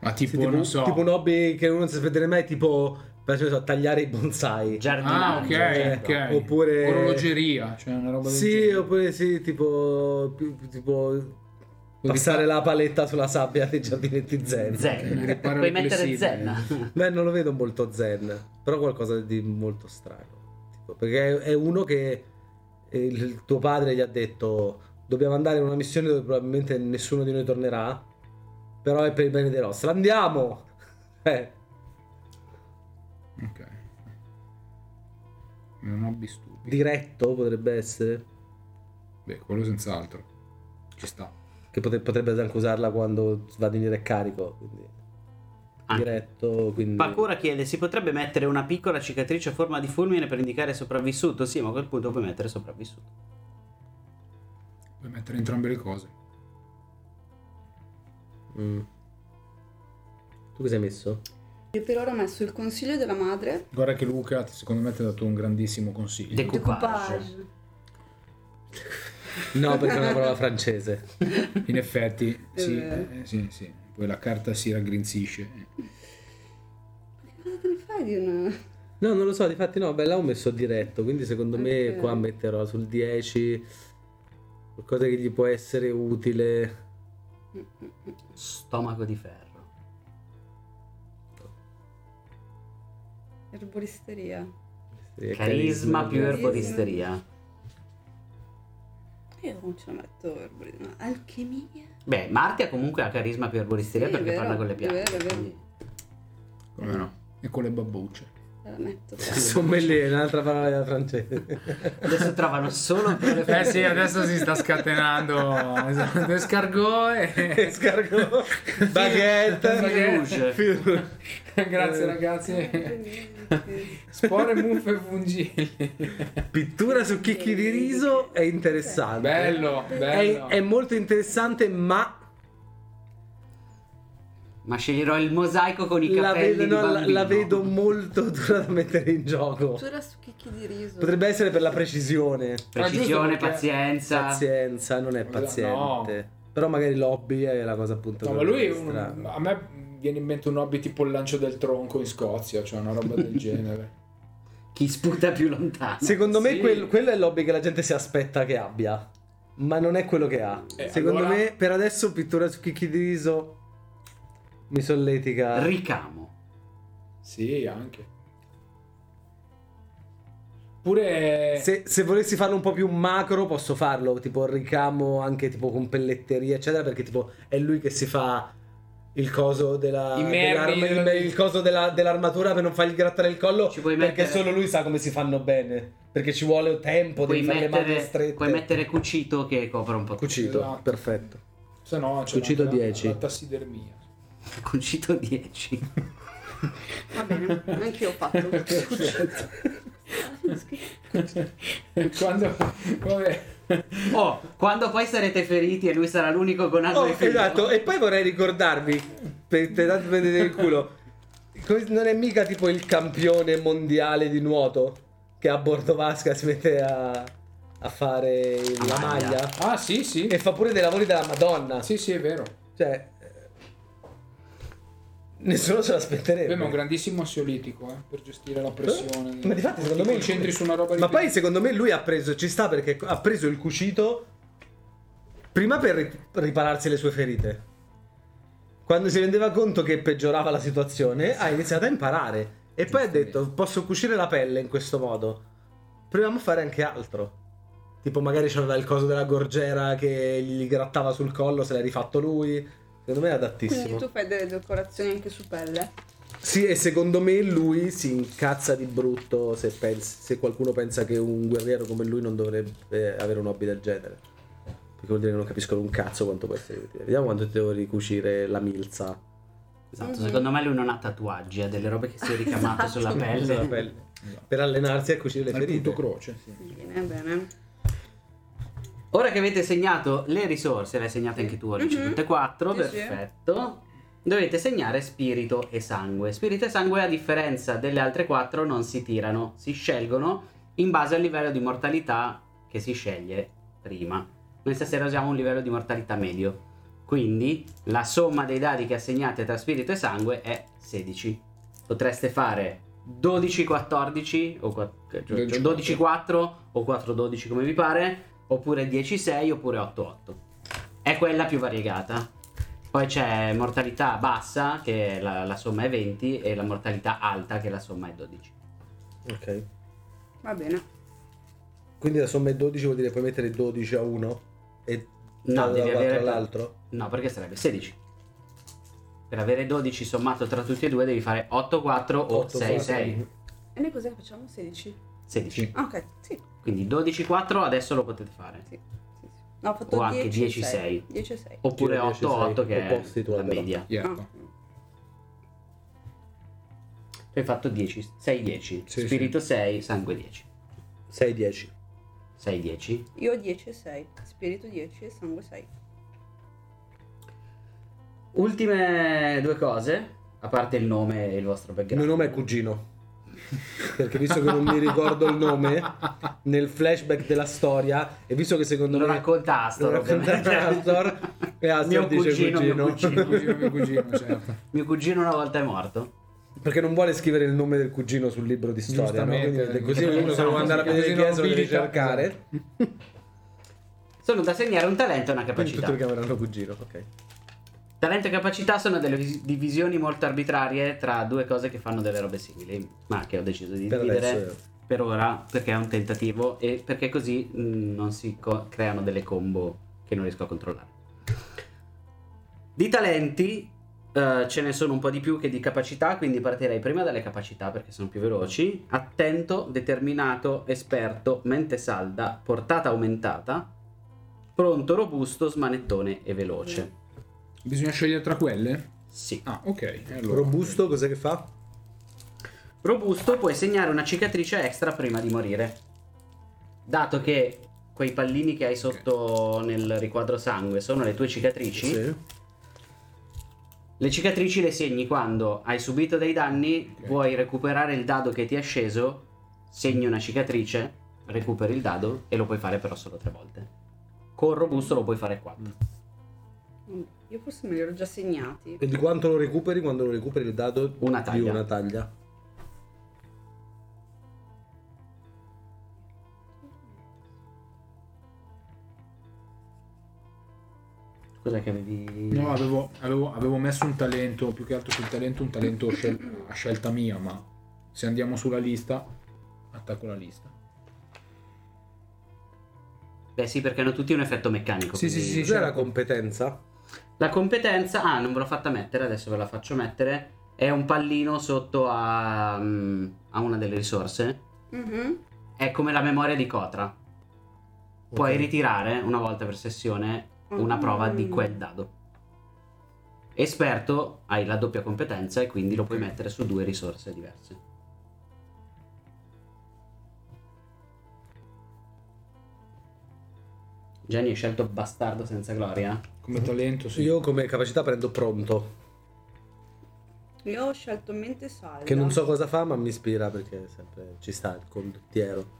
[SPEAKER 3] Ma
[SPEAKER 2] Sì,
[SPEAKER 3] tipo, non so...
[SPEAKER 2] tipo un hobby che uno non si aspetterebbe mai, tipo per esempio, tagliare i bonsai.
[SPEAKER 3] Ah,
[SPEAKER 1] Giardinaggio.
[SPEAKER 3] ok,
[SPEAKER 1] certo.
[SPEAKER 3] ok.
[SPEAKER 2] Oppure-
[SPEAKER 3] Orologeria, cioè una roba del
[SPEAKER 2] Sì,
[SPEAKER 3] genere.
[SPEAKER 2] oppure sì, tipo, pi- pi- tipo
[SPEAKER 3] Quindi
[SPEAKER 2] passare la paletta sulla sabbia dei giardinetti zen.
[SPEAKER 1] Zen.
[SPEAKER 3] Ok, riparo eh.
[SPEAKER 1] Puoi
[SPEAKER 3] le
[SPEAKER 1] mettere
[SPEAKER 3] flessibili.
[SPEAKER 1] zen.
[SPEAKER 2] Beh, non lo vedo molto zen, però qualcosa di molto strano. Tipo, perché è uno che eh, il tuo padre gli ha detto dobbiamo andare in una missione dove probabilmente nessuno di noi tornerà, però è per il bene dei nostri. Andiamo! Eh,
[SPEAKER 3] Ok. È un hobby stupido.
[SPEAKER 2] diretto potrebbe essere,
[SPEAKER 3] Beh, quello senz'altro. Ci sta.
[SPEAKER 2] che pote- potrebbe anche usarla quando va a venire carico. Quindi.
[SPEAKER 1] Anche.
[SPEAKER 2] diretto, quindi...
[SPEAKER 1] Pakura chiede: si potrebbe mettere una piccola cicatrice a forma di fulmine per indicare sopravvissuto? Sì, ma a quel punto puoi mettere sopravvissuto.
[SPEAKER 3] Puoi mettere entrambe le cose.
[SPEAKER 2] Mm. Tu cosa hai messo?
[SPEAKER 4] Io per ora ho messo il consiglio della madre.
[SPEAKER 3] Guarda che Luca, secondo me, ti ha dato un grandissimo consiglio.
[SPEAKER 1] De- Decoupage.
[SPEAKER 4] Decoupage.
[SPEAKER 2] No, perché è una parola francese.
[SPEAKER 3] In effetti,
[SPEAKER 4] È
[SPEAKER 3] sì,
[SPEAKER 4] vero.
[SPEAKER 3] eh, sì, sì. Poi la carta si raggrinzisce.
[SPEAKER 4] Cosa te ne fai di una...
[SPEAKER 2] No, non lo so, difatti no, beh, là ho messo diretto, quindi secondo me
[SPEAKER 4] Ok.
[SPEAKER 2] qua metterò sul 10 qualcosa che gli può essere utile.
[SPEAKER 1] Stomaco di ferro.
[SPEAKER 4] Erboristeria.
[SPEAKER 2] Sì, è
[SPEAKER 1] Carisma più
[SPEAKER 4] carisma.
[SPEAKER 1] erboristeria.
[SPEAKER 4] Io non ce la metto erboristeria. Alchemia.
[SPEAKER 1] Beh, Martia comunque ha carisma più erboristeria
[SPEAKER 4] Sì, è
[SPEAKER 1] perché
[SPEAKER 4] vero,
[SPEAKER 1] parla con le
[SPEAKER 4] è vero,
[SPEAKER 1] piante.
[SPEAKER 4] è vero.
[SPEAKER 1] quindi-
[SPEAKER 3] Come no? E con le babbucce.
[SPEAKER 4] Te la metto.
[SPEAKER 2] Sommelier, è un'altra parola francese.
[SPEAKER 1] Adesso trovano solo quelle
[SPEAKER 3] Eh sì, adesso si sta scatenando. Descargò e...
[SPEAKER 2] Escargot, baguette,
[SPEAKER 1] Baguette.
[SPEAKER 2] fiu-
[SPEAKER 3] Grazie ragazzi.
[SPEAKER 4] ragazzi.
[SPEAKER 3] Spore, muffe e fungili.
[SPEAKER 2] pittura su chicchi di riso è interessante.
[SPEAKER 3] Bello,
[SPEAKER 2] È,
[SPEAKER 3] bello.
[SPEAKER 2] è molto interessante, ma
[SPEAKER 1] Ma sceglierò il mosaico con i
[SPEAKER 2] la
[SPEAKER 1] capelli
[SPEAKER 2] vedo,
[SPEAKER 1] di
[SPEAKER 2] no, la-
[SPEAKER 1] bambino.
[SPEAKER 2] la vedo molto dura da mettere in gioco.
[SPEAKER 4] Cultura su chicchi di riso.
[SPEAKER 2] Potrebbe essere per la precisione.
[SPEAKER 1] Precisione,
[SPEAKER 3] Ah, giusto, perché-
[SPEAKER 1] pazienza.
[SPEAKER 2] Pazienza, non è paziente. Però magari lobby è la cosa appunto.
[SPEAKER 3] No,
[SPEAKER 2] che
[SPEAKER 3] ma lui è un-
[SPEAKER 2] strana.
[SPEAKER 3] a me viene in mente un hobby tipo il lancio del tronco in Scozia, cioè una roba del genere.
[SPEAKER 1] Chi sputa più lontano.
[SPEAKER 2] Secondo me
[SPEAKER 3] Sì.
[SPEAKER 2] quel- quello è il lobby che la gente si aspetta che abbia. Ma non è quello che ha.
[SPEAKER 3] Eh,
[SPEAKER 2] Secondo
[SPEAKER 3] allora-
[SPEAKER 2] me per adesso pittura su chicchi di riso mi solletica.
[SPEAKER 1] Ricamo.
[SPEAKER 3] Sì, anche. Pure
[SPEAKER 2] Se, se volessi farlo un po' più macro posso farlo, tipo ricamo anche tipo con pelletteria eccetera perché tipo è lui che si fa il coso della
[SPEAKER 3] I merli,
[SPEAKER 2] dell'arma-
[SPEAKER 3] del-
[SPEAKER 2] il, il coso della- dell'armatura per non fargli grattare il collo
[SPEAKER 1] Ci puoi
[SPEAKER 2] perché
[SPEAKER 1] mettere-
[SPEAKER 2] solo lui sa come si fanno bene, perché ci vuole tempo,
[SPEAKER 1] Puoi
[SPEAKER 2] devi fare le mani
[SPEAKER 1] mettere,
[SPEAKER 2] strette.
[SPEAKER 1] puoi mettere cucito che copre un po' tutto.
[SPEAKER 2] Cucito,
[SPEAKER 3] Esatto.
[SPEAKER 2] perfetto.
[SPEAKER 3] se no c'è
[SPEAKER 2] Cucito
[SPEAKER 3] anche la-
[SPEAKER 2] 10.
[SPEAKER 3] La, tassidermia.
[SPEAKER 1] Cucito 10.
[SPEAKER 4] Va bene, anche io ho fatto.
[SPEAKER 3] Quando vabbè.
[SPEAKER 1] Oh, quando poi sarete feriti e lui sarà l'unico con arma
[SPEAKER 2] Oh,
[SPEAKER 1] e filo.
[SPEAKER 2] esatto, e poi vorrei ricordarvi, per per- tanto prendete il culo, co- non è mica tipo il campione mondiale di nuoto che a bordo vasca si mette a, a fare la
[SPEAKER 1] La maglia.
[SPEAKER 2] maglia
[SPEAKER 3] Ah, sì, sì.
[SPEAKER 2] e fa pure dei lavori della Madonna.
[SPEAKER 3] Sì, sì, è vero.
[SPEAKER 2] Cioè, eh, nessuno se l'aspetterebbe.
[SPEAKER 3] Beh, ma è un grandissimo ansiolitico, eh, per gestire la pressione.
[SPEAKER 2] Ma di fatto secondo
[SPEAKER 3] Ti
[SPEAKER 2] me
[SPEAKER 3] concentri su una roba
[SPEAKER 2] Ma poi secondo me lui ha preso ci sta perché ha preso il cucito prima per ri- ripararsi le sue ferite. Quando si rendeva conto che peggiorava la situazione, ha iniziato a imparare e poi ha detto posso cucire la pelle in questo modo. Proviamo a fare anche altro. Tipo magari c'era il coso della gorgiera che gli grattava sul collo, se l'ha rifatto lui. Secondo me è
[SPEAKER 4] Quindi
[SPEAKER 2] adattissimo.
[SPEAKER 4] tu fai delle decorazioni anche su pelle.
[SPEAKER 2] Sì, e secondo me lui si incazza di brutto se, pens- se qualcuno pensa che un guerriero come lui non dovrebbe avere un hobby del genere. Perché vuol dire che non capiscono un cazzo quanto può essere utile. Vediamo quanto ti devo ricucire la milza.
[SPEAKER 1] Esatto,
[SPEAKER 4] Mhm.
[SPEAKER 1] Secondo me lui non ha tatuaggi, ha delle robe che si è ricamato
[SPEAKER 4] Esatto.
[SPEAKER 1] sulla pelle.
[SPEAKER 2] Sulla pelle. Per allenarsi a cucire le
[SPEAKER 3] Al punto
[SPEAKER 2] ferite.
[SPEAKER 3] croce. sì.
[SPEAKER 4] Bene, bene.
[SPEAKER 1] Ora che avete segnato le risorse, le hai segnate anche tu, Alice,
[SPEAKER 4] Mhm.
[SPEAKER 1] tutte e quattro,
[SPEAKER 4] Sì, sì.
[SPEAKER 1] perfetto. Dovete segnare spirito e sangue. Spirito e sangue, a differenza delle altre quattro, non si tirano, si scelgono in base al livello di mortalità che si sceglie prima. Noi stasera usiamo un livello di mortalità medio. Quindi la somma dei dadi che assegnate tra spirito e sangue è 16. Potreste fare 12-14 o qua- cioè,
[SPEAKER 3] 12-4.
[SPEAKER 1] 12-4 o 4-12 come vi pare, oppure 10-6 oppure 8-8. È quella più variegata. Poi c'è mortalità bassa che la, la somma è 20 e la mortalità alta che la somma è 12.
[SPEAKER 2] Ok.
[SPEAKER 4] Va bene.
[SPEAKER 2] Quindi la somma è 12, vuol dire puoi mettere 12 a 1 e
[SPEAKER 1] No, devi
[SPEAKER 2] dall'altro
[SPEAKER 1] avere
[SPEAKER 2] all'altro.
[SPEAKER 1] No, perché sarebbe 16. Per avere 12 sommato tra tutti e due devi fare 8, 4 o
[SPEAKER 2] 8,
[SPEAKER 1] 6, 6.
[SPEAKER 4] E noi cos'è che facciamo? 16?
[SPEAKER 1] 16.
[SPEAKER 4] Ah, ok, sì.
[SPEAKER 1] Quindi 12, 4 adesso lo potete fare.
[SPEAKER 4] sì, sì, sì. No, ho fatto
[SPEAKER 1] O anche 10, 6.
[SPEAKER 4] 10 6.
[SPEAKER 1] Oppure
[SPEAKER 2] Io 10,
[SPEAKER 1] 8, 8
[SPEAKER 2] sei,
[SPEAKER 1] che è
[SPEAKER 2] opposti tu,
[SPEAKER 1] la
[SPEAKER 3] Oh,
[SPEAKER 2] allora.
[SPEAKER 1] media.
[SPEAKER 3] Certo.
[SPEAKER 4] Ah.
[SPEAKER 1] Tu hai fatto 10, 6 10,
[SPEAKER 2] Sì,
[SPEAKER 1] spirito 6, sangue 10.
[SPEAKER 2] 6, 10.
[SPEAKER 1] 6 10.
[SPEAKER 4] Io ho 10 e 6, spirito 10 e sangue 6.
[SPEAKER 1] Ultime due cose, a parte il nome e il vostro
[SPEAKER 2] Il mio
[SPEAKER 1] background.
[SPEAKER 2] nome è Cugino. Perché visto che non mi ricordo il nome nel flashback della storia e visto che secondo
[SPEAKER 1] Lo
[SPEAKER 2] me
[SPEAKER 1] racconta Astor,
[SPEAKER 2] lo racconta
[SPEAKER 1] ovviamente.
[SPEAKER 2] Astor, e Astor
[SPEAKER 1] mio
[SPEAKER 2] dice
[SPEAKER 1] cugino, mio cugino.
[SPEAKER 2] cugino.
[SPEAKER 3] Cugino, mio cugino, certo.
[SPEAKER 1] Mio cugino una volta è morto.
[SPEAKER 2] perché non vuole scrivere il nome del cugino sul libro di storia, no?
[SPEAKER 3] Giustamente. eh,
[SPEAKER 2] Quindi, così
[SPEAKER 1] Perché
[SPEAKER 2] uno se lo
[SPEAKER 1] non
[SPEAKER 2] può andare a
[SPEAKER 1] sanno
[SPEAKER 2] vedere dietro
[SPEAKER 3] così
[SPEAKER 2] e
[SPEAKER 3] non abilita.
[SPEAKER 2] ricercare.
[SPEAKER 1] Sono da segnare un talento e una
[SPEAKER 2] Quindi tutti
[SPEAKER 1] capacità.
[SPEAKER 2] lo chiameranno cugino, ok.
[SPEAKER 1] Talento e capacità sono delle vis- divisioni molto arbitrarie tra due cose che fanno delle robe simili, ma che ho deciso di
[SPEAKER 2] Per
[SPEAKER 1] dividere
[SPEAKER 2] adesso è-
[SPEAKER 1] per ora perché è un tentativo e perché così mh, non si co- creano delle combo che non riesco a controllare. Di talenti eh, ce ne sono un po' di più che di capacità, quindi partirei prima dalle capacità perché sono più veloci. Attento, determinato, esperto, mente salda, portata aumentata, pronto, robusto, smanettone e veloce.
[SPEAKER 3] Bisogna scegliere tra quelle?
[SPEAKER 1] Sì.
[SPEAKER 3] Ah, ok. e allora.
[SPEAKER 2] robusto, cos'è che fa?
[SPEAKER 1] Robusto, puoi segnare una cicatrice extra prima di morire. Dato che quei pallini che hai sotto nel riquadro sangue sono le tue cicatrici, le cicatrici le segni quando hai subito dei danni,
[SPEAKER 3] Ok.
[SPEAKER 1] vuoi recuperare il dado che ti è sceso, segni una cicatrice, recuperi il dado e lo puoi fare però solo tre volte. Con robusto lo puoi fare quattro.
[SPEAKER 4] Mm, Io forse me li ero già segnati.
[SPEAKER 2] E di quanto lo recuperi quando lo recuperi il dado
[SPEAKER 1] Una
[SPEAKER 2] di
[SPEAKER 1] taglia.
[SPEAKER 2] una taglia.
[SPEAKER 1] Cos'è che avevi...
[SPEAKER 2] Mm.
[SPEAKER 3] No, avevo, avevo- avevo messo un talento, più che altro sul talento, un talento scel- a scelta mia, ma se andiamo sulla lista, attacco la lista.
[SPEAKER 1] Beh sì, perché hanno tutti un effetto meccanico.
[SPEAKER 3] Sì,
[SPEAKER 1] quindi-
[SPEAKER 3] sì, sì,
[SPEAKER 2] Cos'è
[SPEAKER 3] certo.
[SPEAKER 2] la competenza?
[SPEAKER 1] La competenza, ah, non ve l'ho fatta mettere, adesso ve la faccio mettere. È un pallino sotto a, mm, a una delle risorse.
[SPEAKER 4] Mhm.
[SPEAKER 1] È come la memoria di Cotra. Puoi
[SPEAKER 2] Ok.
[SPEAKER 1] ritirare una volta per sessione una prova di quel dado. Esperto, hai la doppia competenza e quindi lo puoi mettere su due risorse diverse. Gianni, hai scelto bastardo senza gloria?
[SPEAKER 3] Come talento, sì.
[SPEAKER 2] Io come capacità prendo pronto,
[SPEAKER 4] Io ho scelto mente salda.
[SPEAKER 2] che non so cosa fa ma mi ispira perché sempre ci sta il condottiero.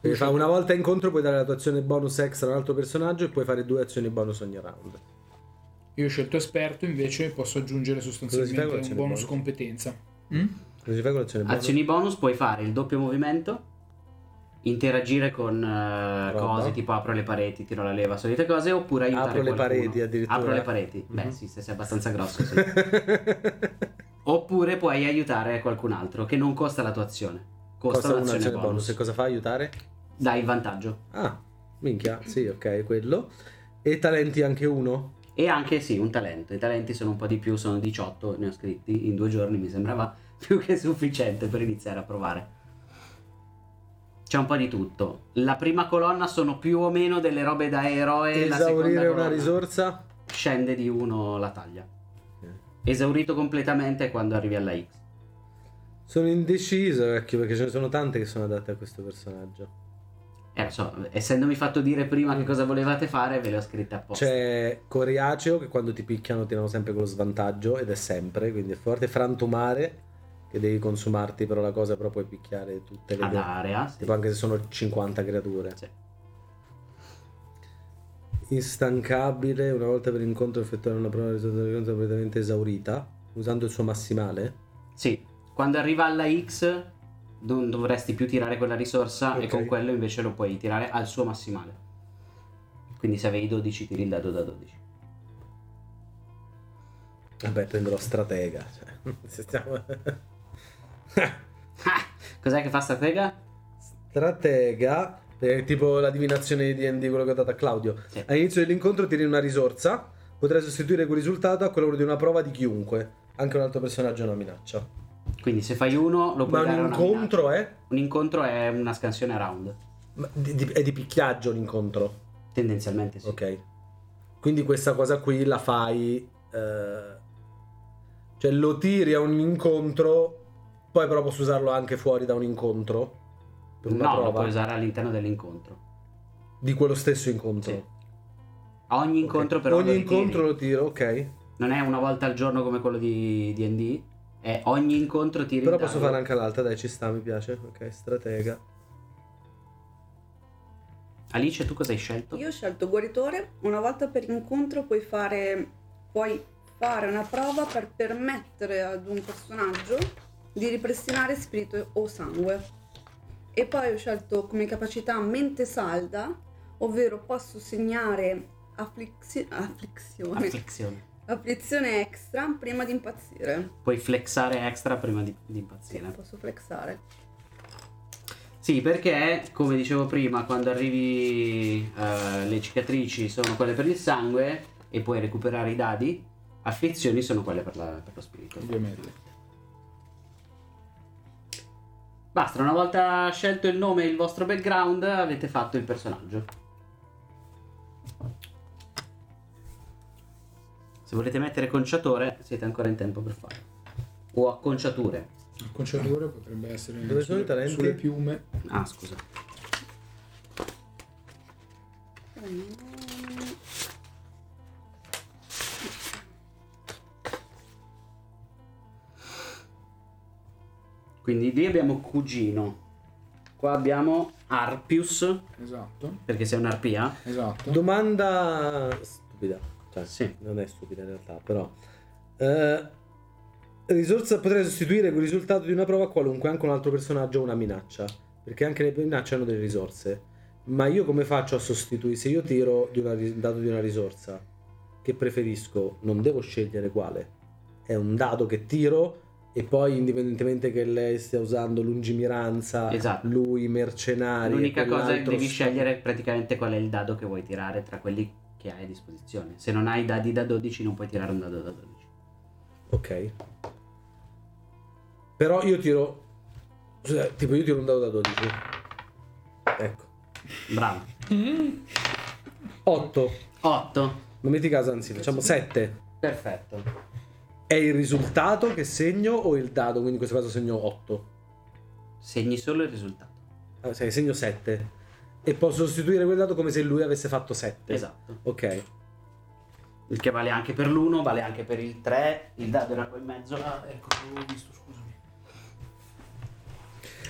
[SPEAKER 2] Perché fa una volta incontro puoi dare la tua azione bonus extra a un altro personaggio e puoi fare due azioni bonus ogni round.
[SPEAKER 3] Io ho scelto esperto, invece posso aggiungere sostanzialmente
[SPEAKER 2] Cosa si fa con l'azione
[SPEAKER 3] un bonus
[SPEAKER 2] bonus?
[SPEAKER 3] competenza. Mm?
[SPEAKER 2] Cosa si fa con l'azione bonus?
[SPEAKER 1] Azioni bonus puoi fare il doppio movimento, interagire con eh,
[SPEAKER 2] Roba.
[SPEAKER 1] cose tipo apro le pareti, tiro la leva, solite cose, oppure aiutare
[SPEAKER 2] Apro le
[SPEAKER 1] qualcuno.
[SPEAKER 2] pareti addirittura.
[SPEAKER 1] Apro le pareti, beh
[SPEAKER 2] Mhm.
[SPEAKER 1] sì, se sei abbastanza grosso. sì. oppure puoi aiutare qualcun altro che non costa la tua azione, costa,
[SPEAKER 2] Costa
[SPEAKER 1] un'azione,
[SPEAKER 2] un'azione
[SPEAKER 1] bonus.
[SPEAKER 2] bonus e cosa fa? Aiutare?
[SPEAKER 1] Dai il vantaggio.
[SPEAKER 2] Ah, minchia, sì, ok, quello. E talenti anche uno?
[SPEAKER 1] E anche sì, un talento. I talenti sono un po' di più, sono 18, ne ho scritti in due giorni, mi sembrava più che sufficiente per iniziare a provare. C'è un po' di tutto. La prima colonna sono più o meno delle robe da eroe. Eh, la seconda
[SPEAKER 2] Esaurire una
[SPEAKER 1] colonna
[SPEAKER 2] risorsa?
[SPEAKER 1] Scende di uno la taglia. Esaurito completamente è quando arrivi alla X.
[SPEAKER 2] Sono indeciso, vecchio, perché ce ne sono tante che sono adatte a questo personaggio.
[SPEAKER 1] Eh, lo so, essendomi fatto dire prima
[SPEAKER 2] Mm.
[SPEAKER 1] che cosa volevate fare, ve le ho scritte apposta.
[SPEAKER 2] C'è Coriaceo, che quando ti picchiano ti danno sempre quello svantaggio, ed è sempre, quindi è forte. Frantumare, che devi consumarti, però la cosa però puoi picchiare tutte le
[SPEAKER 1] Ad area. sì.
[SPEAKER 2] Tipo anche se sono 50 creature.
[SPEAKER 1] Ah, Sì.
[SPEAKER 2] Instancabile, una volta per incontro effettuare una prova di risultato completamente esaurita, usando il suo massimale.
[SPEAKER 1] Sì, quando arriva alla X non dovresti più tirare quella risorsa e
[SPEAKER 2] Ok.
[SPEAKER 1] con quello invece lo puoi tirare al suo massimale. Quindi se avevi 12 tiri il dado da 12.
[SPEAKER 2] Vabbè, prenderò stratega. Cioè, se stiamo- Eh,
[SPEAKER 1] Cos'è che fa stratega?
[SPEAKER 2] Stratega, eh, tipo la divinazione di D&D, quello che ho dato a Claudio.
[SPEAKER 1] Sì.
[SPEAKER 2] All'inizio dell'incontro tiri una risorsa, potrai sostituire quel risultato a quello di una prova di chiunque, anche un altro personaggio è una minaccia.
[SPEAKER 1] Quindi se fai uno lo
[SPEAKER 2] Ma
[SPEAKER 1] puoi dare a
[SPEAKER 2] un
[SPEAKER 1] una
[SPEAKER 2] incontro è?
[SPEAKER 1] minaccia. Un incontro è una scansione a round,
[SPEAKER 2] Ma di- di- è di picchiaggio l'incontro.
[SPEAKER 1] tendenzialmente sì.
[SPEAKER 2] Ok. Quindi questa cosa qui la fai. eh, cioè lo tiri a un incontro Poi però posso usarlo anche fuori da un incontro? Per una
[SPEAKER 1] no, lo
[SPEAKER 2] prova?
[SPEAKER 1] puoi usare all'interno dell'incontro.
[SPEAKER 2] Di quello stesso incontro?
[SPEAKER 1] Sì. A ogni incontro
[SPEAKER 2] Ok.
[SPEAKER 1] però
[SPEAKER 2] Ogni
[SPEAKER 1] lo ritiri.
[SPEAKER 2] incontro lo tiro, ok.
[SPEAKER 1] non è una volta al giorno come quello di D&D, è ogni incontro tiri
[SPEAKER 2] Però
[SPEAKER 1] il
[SPEAKER 2] posso
[SPEAKER 1] dado.
[SPEAKER 2] fare anche l'altra, dai, ci sta, mi piace. Ok, stratega.
[SPEAKER 1] Alice, tu cosa hai scelto?
[SPEAKER 4] Io ho scelto guaritore, una volta per incontro puoi fare, puoi fare una prova per permettere ad un personaggio di ripristinare spirito o sangue. E poi ho scelto come capacità mente salda, ovvero posso segnare afflixi- afflizione,
[SPEAKER 1] Afflizione.
[SPEAKER 4] afflizione extra prima di impazzire.
[SPEAKER 1] Puoi flexare extra prima di, di
[SPEAKER 4] Sì,
[SPEAKER 1] impazzire.
[SPEAKER 4] posso flexare.
[SPEAKER 1] Sì, perché come dicevo prima, quando arrivi eh, le cicatrici sono quelle per il sangue e puoi recuperare i dadi, afflizioni sono quelle per, la- per lo spirito.
[SPEAKER 3] ovviamente.
[SPEAKER 1] Basta, una volta scelto il nome e il vostro background avete fatto il personaggio. Se volete mettere conciatore siete ancora in tempo per farlo. O acconciature.
[SPEAKER 3] Il conciatore potrebbe essere
[SPEAKER 2] Dove sono
[SPEAKER 3] sulle-
[SPEAKER 2] i talenti?
[SPEAKER 3] sulle piume.
[SPEAKER 1] Ah, scusa.
[SPEAKER 4] Ehm,
[SPEAKER 1] Quindi lì abbiamo cugino. Qua abbiamo Arpius,
[SPEAKER 3] Esatto,
[SPEAKER 1] perché sei un'arpia.
[SPEAKER 3] esatto.
[SPEAKER 2] Domanda stupida. Cioè,
[SPEAKER 1] Sì.
[SPEAKER 2] non è stupida in realtà, però. Eh, risorsa potrei sostituire quel risultato di una prova qualunque, anche un altro personaggio o una minaccia. Perché anche le minacce hanno delle risorse. Ma io come faccio a sostituire? Se io tiro di una ri- dato di una risorsa, che preferisco, non devo scegliere quale. È un dado che tiro e poi indipendentemente che lei stia usando lungimiranza,
[SPEAKER 1] Esatto.
[SPEAKER 2] lui, mercenari.
[SPEAKER 1] L'unica cosa è che
[SPEAKER 2] quell'altro
[SPEAKER 1] devi
[SPEAKER 2] sta-
[SPEAKER 1] scegliere praticamente qual è il dado che vuoi tirare tra quelli che hai a disposizione. Se non hai dadi da 12 non puoi tirare un dado da 12.
[SPEAKER 2] Ok. Però io tiro. Cioè, tipo, io tiro un dado da 12. Ecco.
[SPEAKER 1] Bravo.
[SPEAKER 2] 8.
[SPEAKER 1] 8.
[SPEAKER 2] Non metti caso, anzi, facciamo 7.
[SPEAKER 1] Perfetto.
[SPEAKER 2] È il risultato che segno o il dado? Quindi in questo caso segno 8.
[SPEAKER 1] Segni solo il risultato.
[SPEAKER 2] Ah, sì, segno 7. E posso sostituire quel dato come se lui avesse fatto 7.
[SPEAKER 1] Esatto.
[SPEAKER 2] Ok.
[SPEAKER 1] Il che vale anche per l'1, vale anche per il 3. Il dado era qua in mezzo.
[SPEAKER 3] Ah, ecco, l'avevo visto, scusami.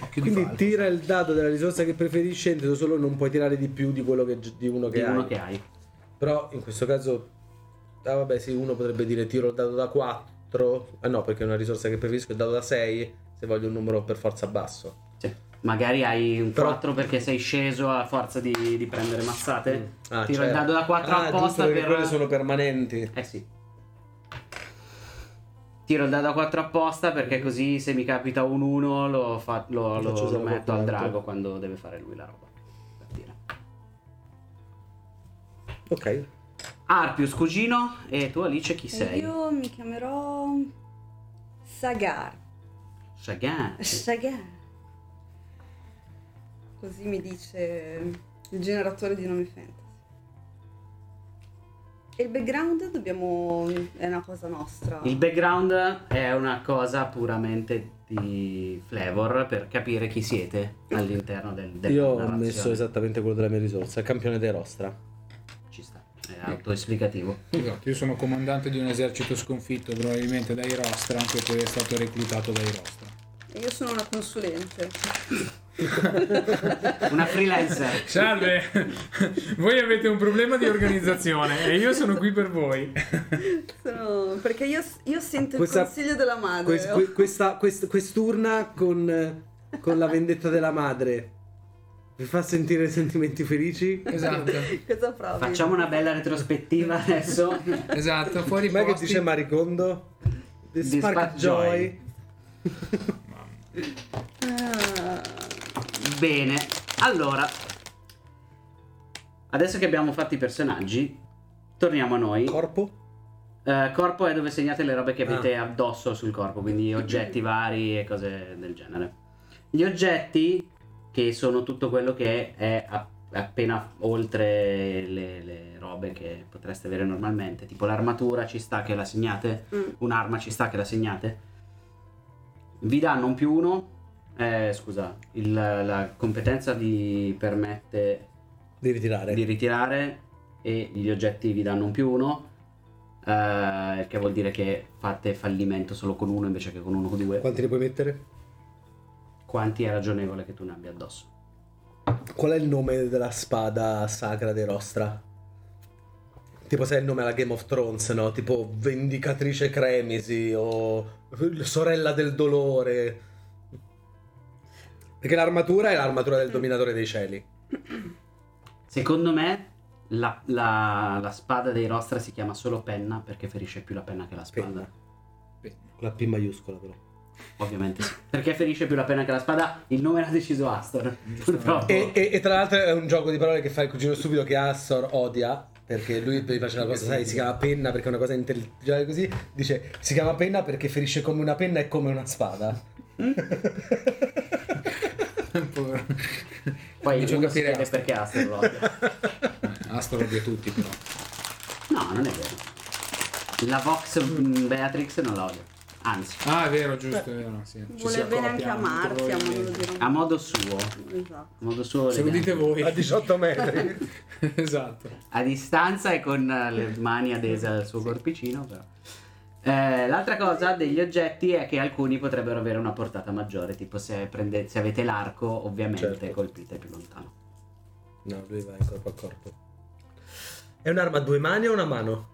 [SPEAKER 3] Occhio di
[SPEAKER 2] Quindi
[SPEAKER 3] falco.
[SPEAKER 2] tira il dado della risorsa che preferisci, entro solo non puoi tirare di più di quello che di uno che
[SPEAKER 1] Di
[SPEAKER 2] hai.
[SPEAKER 1] uno che hai.
[SPEAKER 2] Però in questo caso, ah vabbè, sì, uno potrebbe dire tiro il dado da 4. Ah no, perché è una risorsa che preferisco il dado da 6 se voglio un numero per forza basso.
[SPEAKER 1] Sì. Magari hai un
[SPEAKER 2] Però-
[SPEAKER 1] 4 perché sei sceso a forza di, di prendere mazzate.
[SPEAKER 2] Ah,
[SPEAKER 1] Tiro il
[SPEAKER 2] certo.
[SPEAKER 1] dado da 4
[SPEAKER 2] Ah, giusto,
[SPEAKER 1] apposta
[SPEAKER 2] perché
[SPEAKER 1] per...
[SPEAKER 2] quelle sono permanenti.
[SPEAKER 1] Eh sì. Tiro il dado a 4 apposta perché così se mi capita un 1 lo, fa- lo-
[SPEAKER 2] Lo
[SPEAKER 1] lo-
[SPEAKER 2] faccio
[SPEAKER 1] lo
[SPEAKER 2] usare
[SPEAKER 1] metto al
[SPEAKER 2] quattro.
[SPEAKER 1] drago quando deve fare lui la roba. Per dire.
[SPEAKER 2] Ok.
[SPEAKER 1] Arpius, cugino, e tu Alice chi sei?
[SPEAKER 4] Io mi chiamerò Sagar.
[SPEAKER 1] Shagan.
[SPEAKER 4] Sagar. Così mi dice il generatore di nomi fantasy. E il background dobbiamo... è una cosa nostra.
[SPEAKER 1] Il background è una cosa puramente di flavor per capire chi siete all'interno del, della
[SPEAKER 2] Io ho
[SPEAKER 1] narrazione.
[SPEAKER 2] messo esattamente quello della mia risorsa, campione dei Rostra.
[SPEAKER 1] Ci sta, Ecco. è autoesplicativo.
[SPEAKER 3] Esatto, io sono comandante di un esercito sconfitto, probabilmente dai Rostra, anche poi è stato reclutato dai Rostra.
[SPEAKER 4] E Io sono una consulente.
[SPEAKER 1] Una freelancer.
[SPEAKER 3] Salve! voi avete un problema di organizzazione e io sono qui per voi.
[SPEAKER 4] Sono... perché io, io sento
[SPEAKER 2] Questa-
[SPEAKER 4] il consiglio della madre. oh.
[SPEAKER 2] Quest- que- questa, quest- quest'urna con, con la vendetta della madre vi fa sentire sentimenti felici?
[SPEAKER 3] Esatto,
[SPEAKER 4] Cosa provi?
[SPEAKER 1] Facciamo una bella retrospettiva adesso.
[SPEAKER 3] esatto, fuori
[SPEAKER 2] Ma che
[SPEAKER 3] posti.
[SPEAKER 2] dice Maricondo? The
[SPEAKER 1] Di
[SPEAKER 2] Spark,
[SPEAKER 1] Spark
[SPEAKER 2] Joy.
[SPEAKER 4] Ah,
[SPEAKER 1] Bene, allora. Adesso che abbiamo fatto i personaggi, torniamo a noi.
[SPEAKER 2] Corpo?
[SPEAKER 1] Eh, corpo è dove segnate le robe che avete addosso sul corpo, quindi oggetti vari e cose del genere. Gli oggetti, che sono tutto quello che è a- appena oltre le, le robe che potreste avere normalmente, tipo l'armatura ci sta che la segnate,
[SPEAKER 4] mm.
[SPEAKER 1] un'arma ci sta che la segnate. vi danno un più uno. eh, scusa, il- la competenza vi permette
[SPEAKER 2] Devi tirare.
[SPEAKER 1] di ritirare e gli oggetti vi danno un più uno. eh, che vuol dire che fate fallimento solo con uno invece che con uno o due.
[SPEAKER 2] Quanti ne puoi mettere?
[SPEAKER 1] Quanti è ragionevole che tu ne abbia addosso?
[SPEAKER 2] Qual è il nome della spada sacra dei Rostra? Tipo se è il nome alla Game of Thrones, no? Tipo Vendicatrice Cremisi o Sorella del Dolore. Perché l'armatura è l'armatura del Dominatore dei Cieli.
[SPEAKER 1] Secondo me la, la- la spada dei Rostra si chiama solo penna perché ferisce più la penna che la spada.
[SPEAKER 2] Penna. Con la P maiuscola però.
[SPEAKER 1] Ovviamente sì. Perché ferisce più la penna che la spada? Il nome l'ha deciso Astor. Purtroppo.
[SPEAKER 2] E, e- e tra l'altro è un gioco di parole che fa il cugino stupido che Assor odia. Perché lui gli face una cosa, sai, si chiama penna perché è una cosa intelligente così. Dice, si chiama penna perché ferisce come una penna e come una spada.
[SPEAKER 3] Povero.
[SPEAKER 1] Poi
[SPEAKER 3] Mi gioca
[SPEAKER 1] uno si
[SPEAKER 3] Pirea.
[SPEAKER 1] chiede perché Astor lo odia.
[SPEAKER 3] Astro odia tutti però.
[SPEAKER 1] No, non è vero. La Vox mm, Beatrix non la odia. Anzi,
[SPEAKER 3] Ah, è vero, giusto, è vero. Sì. Ci si
[SPEAKER 4] Vuole bene anche
[SPEAKER 3] accoppia,
[SPEAKER 4] a Marzia, ma
[SPEAKER 3] probabilmente.
[SPEAKER 4] non lo dirò.
[SPEAKER 1] a modo suo. A
[SPEAKER 4] Esatto.
[SPEAKER 1] modo suo.
[SPEAKER 3] Se lo
[SPEAKER 1] elegante.
[SPEAKER 3] dite voi.
[SPEAKER 2] A 18 metri.
[SPEAKER 3] esatto.
[SPEAKER 1] a distanza e con eh, le mani adese al suo corpicino. Però. Eh, l'altra cosa degli oggetti è che alcuni potrebbero avere una portata maggiore, tipo se, prende- se avete l'arco ovviamente
[SPEAKER 2] Certo.
[SPEAKER 1] colpite più lontano.
[SPEAKER 2] No, lui va in corpo a corpo. È un'arma a due mani o una mano?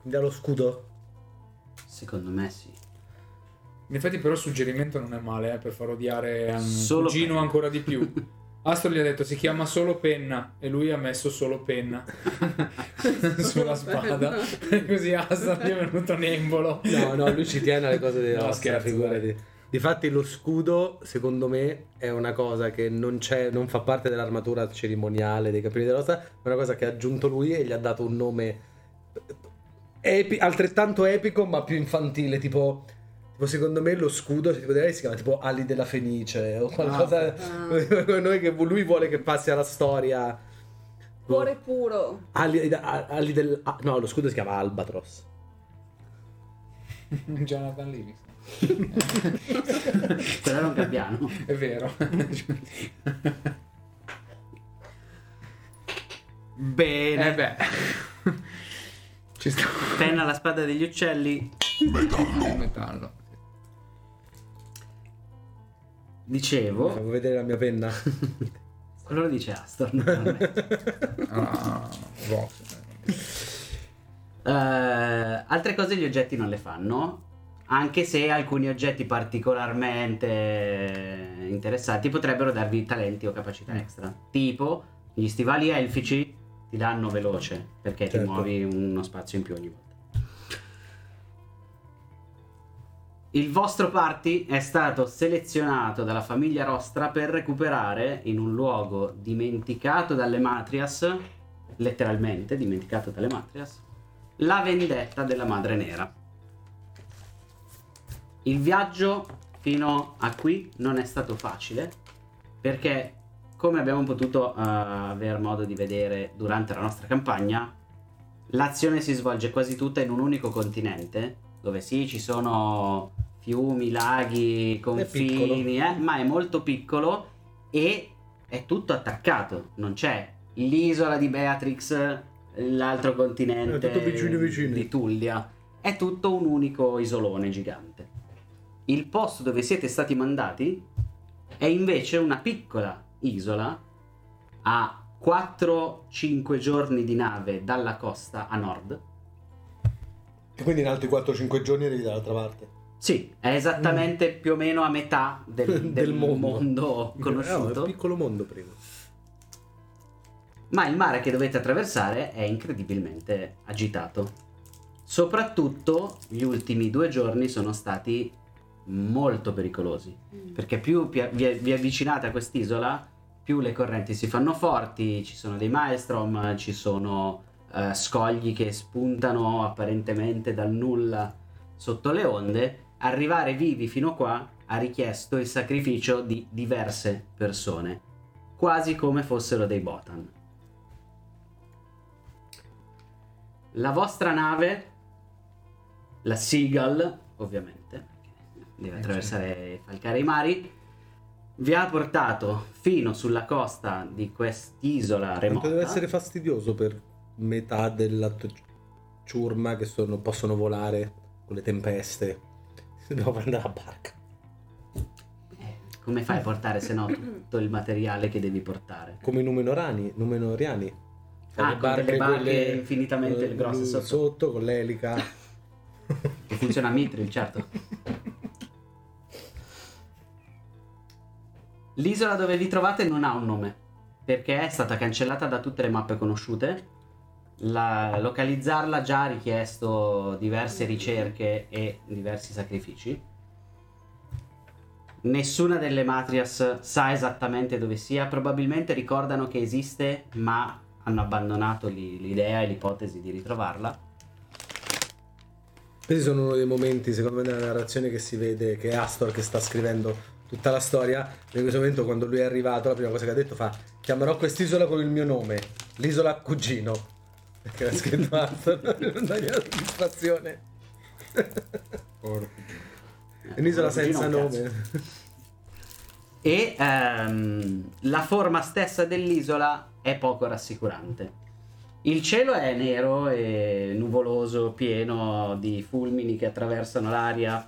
[SPEAKER 2] Quindi ha lo scudo?
[SPEAKER 1] Secondo me sì.
[SPEAKER 3] In effetti però il suggerimento non è male eh, per far odiare a un
[SPEAKER 1] Solo
[SPEAKER 3] cugino
[SPEAKER 1] penna.
[SPEAKER 3] ancora di più. Astro gli ha detto si chiama solo penna e lui ha messo solo penna sulla spada. E Così Astro gli è venuto nembolo.
[SPEAKER 2] No, no, lui ci tiene alle cose della
[SPEAKER 3] No,
[SPEAKER 2] nostra
[SPEAKER 3] scherzo,
[SPEAKER 2] figura.
[SPEAKER 3] dai.
[SPEAKER 2] Difatti lo scudo, secondo me, è una cosa che non, c'è, non fa parte dell'armatura cerimoniale dei capelli della rosa, ma è una cosa che ha aggiunto lui e gli ha dato un nome epi- altrettanto epico ma più infantile, tipo... tipo, secondo me lo scudo si potrebbe- si chiama tipo Ali della Fenice
[SPEAKER 3] Ah,
[SPEAKER 2] o qualcosa.
[SPEAKER 1] Eh,
[SPEAKER 4] Eh,
[SPEAKER 2] Noi che lui vuole che passi alla storia.
[SPEAKER 4] Cuore puro.
[SPEAKER 2] Ali, a- ali del, a- no, lo scudo si chiama Albatros.
[SPEAKER 3] Jonathan Lewis.
[SPEAKER 1] Quello era un gabbiano.
[SPEAKER 3] È vero. Eh.
[SPEAKER 1] Bene.
[SPEAKER 3] Eh beh. Ci sta
[SPEAKER 1] Penna la spada degli uccelli.
[SPEAKER 3] il metallo.
[SPEAKER 1] Dicevo. Oh.
[SPEAKER 3] Eh.
[SPEAKER 2] Vuoi vedere la mia penna?
[SPEAKER 1] Quello lo dice Astor. naturalmente.
[SPEAKER 3] Ah, box.
[SPEAKER 1] Eh, altre cose gli oggetti non le fanno. Anche se alcuni oggetti particolarmente interessanti potrebbero darvi talenti o capacità extra. Tipo gli stivali elfici ti danno veloce perché ti
[SPEAKER 2] Certo.
[SPEAKER 1] muovi uno spazio in più ogni volta. Il vostro party è stato selezionato dalla famiglia Rostra per recuperare in un luogo dimenticato dalle Matrias, letteralmente dimenticato dalle Matrias, la vendetta della Madre Nera. Il viaggio fino a qui non è stato facile perché, come abbiamo potuto eh, aver modo di vedere durante la nostra campagna, l'azione si svolge quasi tutta in un unico continente, dove sì, ci sono fiumi, laghi, confini, eh, ma è molto piccolo e è tutto attaccato, non c'è l'isola di Beatrix, l'altro continente
[SPEAKER 2] È tutto vicino, vicino.
[SPEAKER 1] di Tullia, è tutto un unico isolone gigante. Il posto dove siete stati mandati è invece una piccola isola a 4-5 giorni di nave dalla costa a nord.
[SPEAKER 2] E quindi in altri 4-5 giorni arrivi dall'altra parte.
[SPEAKER 1] Sì, è esattamente più o meno a metà del,
[SPEAKER 2] Mm. Del
[SPEAKER 1] del
[SPEAKER 2] mondo.
[SPEAKER 1] mondo.
[SPEAKER 2] No, Ah, è
[SPEAKER 1] conosciuto.
[SPEAKER 2] un piccolo mondo prima.
[SPEAKER 1] ma il mare che dovete attraversare è incredibilmente agitato. Soprattutto gli ultimi due giorni sono stati molto pericolosi. perché più pi- vi, vi avvicinate a quest'isola, più le correnti si fanno forti, ci sono dei maelstrom, ci sono eh, scogli che spuntano apparentemente dal nulla sotto le onde. Arrivare vivi fino qua ha richiesto il sacrificio di diverse persone, quasi come fossero dei botan. La vostra nave, la Seagull, ovviamente, deve attraversare e falcare i mari, vi ha portato fino sulla costa di quest'isola remota.
[SPEAKER 2] Quanto deve essere fastidioso per metà della t- ciurma che sono- possono volare con le tempeste. Devo andare a barca.
[SPEAKER 1] Eh, Come fai a portare se no tutto il materiale che devi portare?
[SPEAKER 2] Come i numenorani, numenoriani.
[SPEAKER 1] Ah, con delle barche
[SPEAKER 2] quelle- eh,
[SPEAKER 1] infinitamente
[SPEAKER 2] quelle mm,
[SPEAKER 1] grosse sotto.
[SPEAKER 2] con l'elica.
[SPEAKER 1] Che funziona a Mitril, certo. L'isola dove vi trovate non ha un nome, perché è stata cancellata da tutte le mappe conosciute. La- localizzarla già ha richiesto diverse ricerche e diversi sacrifici. Nessuna delle Matrias sa esattamente dove sia, probabilmente ricordano che esiste, ma hanno abbandonato l'i- l'idea e l'ipotesi di ritrovarla.
[SPEAKER 2] Questi sono uno dei momenti, secondo me, nella narrazione che si vede che è Astor che sta scrivendo tutta la storia. In questo momento, quando lui è arrivato, la prima cosa che ha detto fa: Chiamerò quest'isola con il mio nome, l'isola Cugino. Perché l'ha scritto Astor, non dà la soddisfazione. È Un'isola
[SPEAKER 1] Ecco,
[SPEAKER 2] senza
[SPEAKER 1] Eh, Cugino, un
[SPEAKER 2] nome.
[SPEAKER 1] e ehm, la forma stessa dell'isola è poco rassicurante. Il cielo è nero e nuvoloso, pieno di fulmini che attraversano l'aria,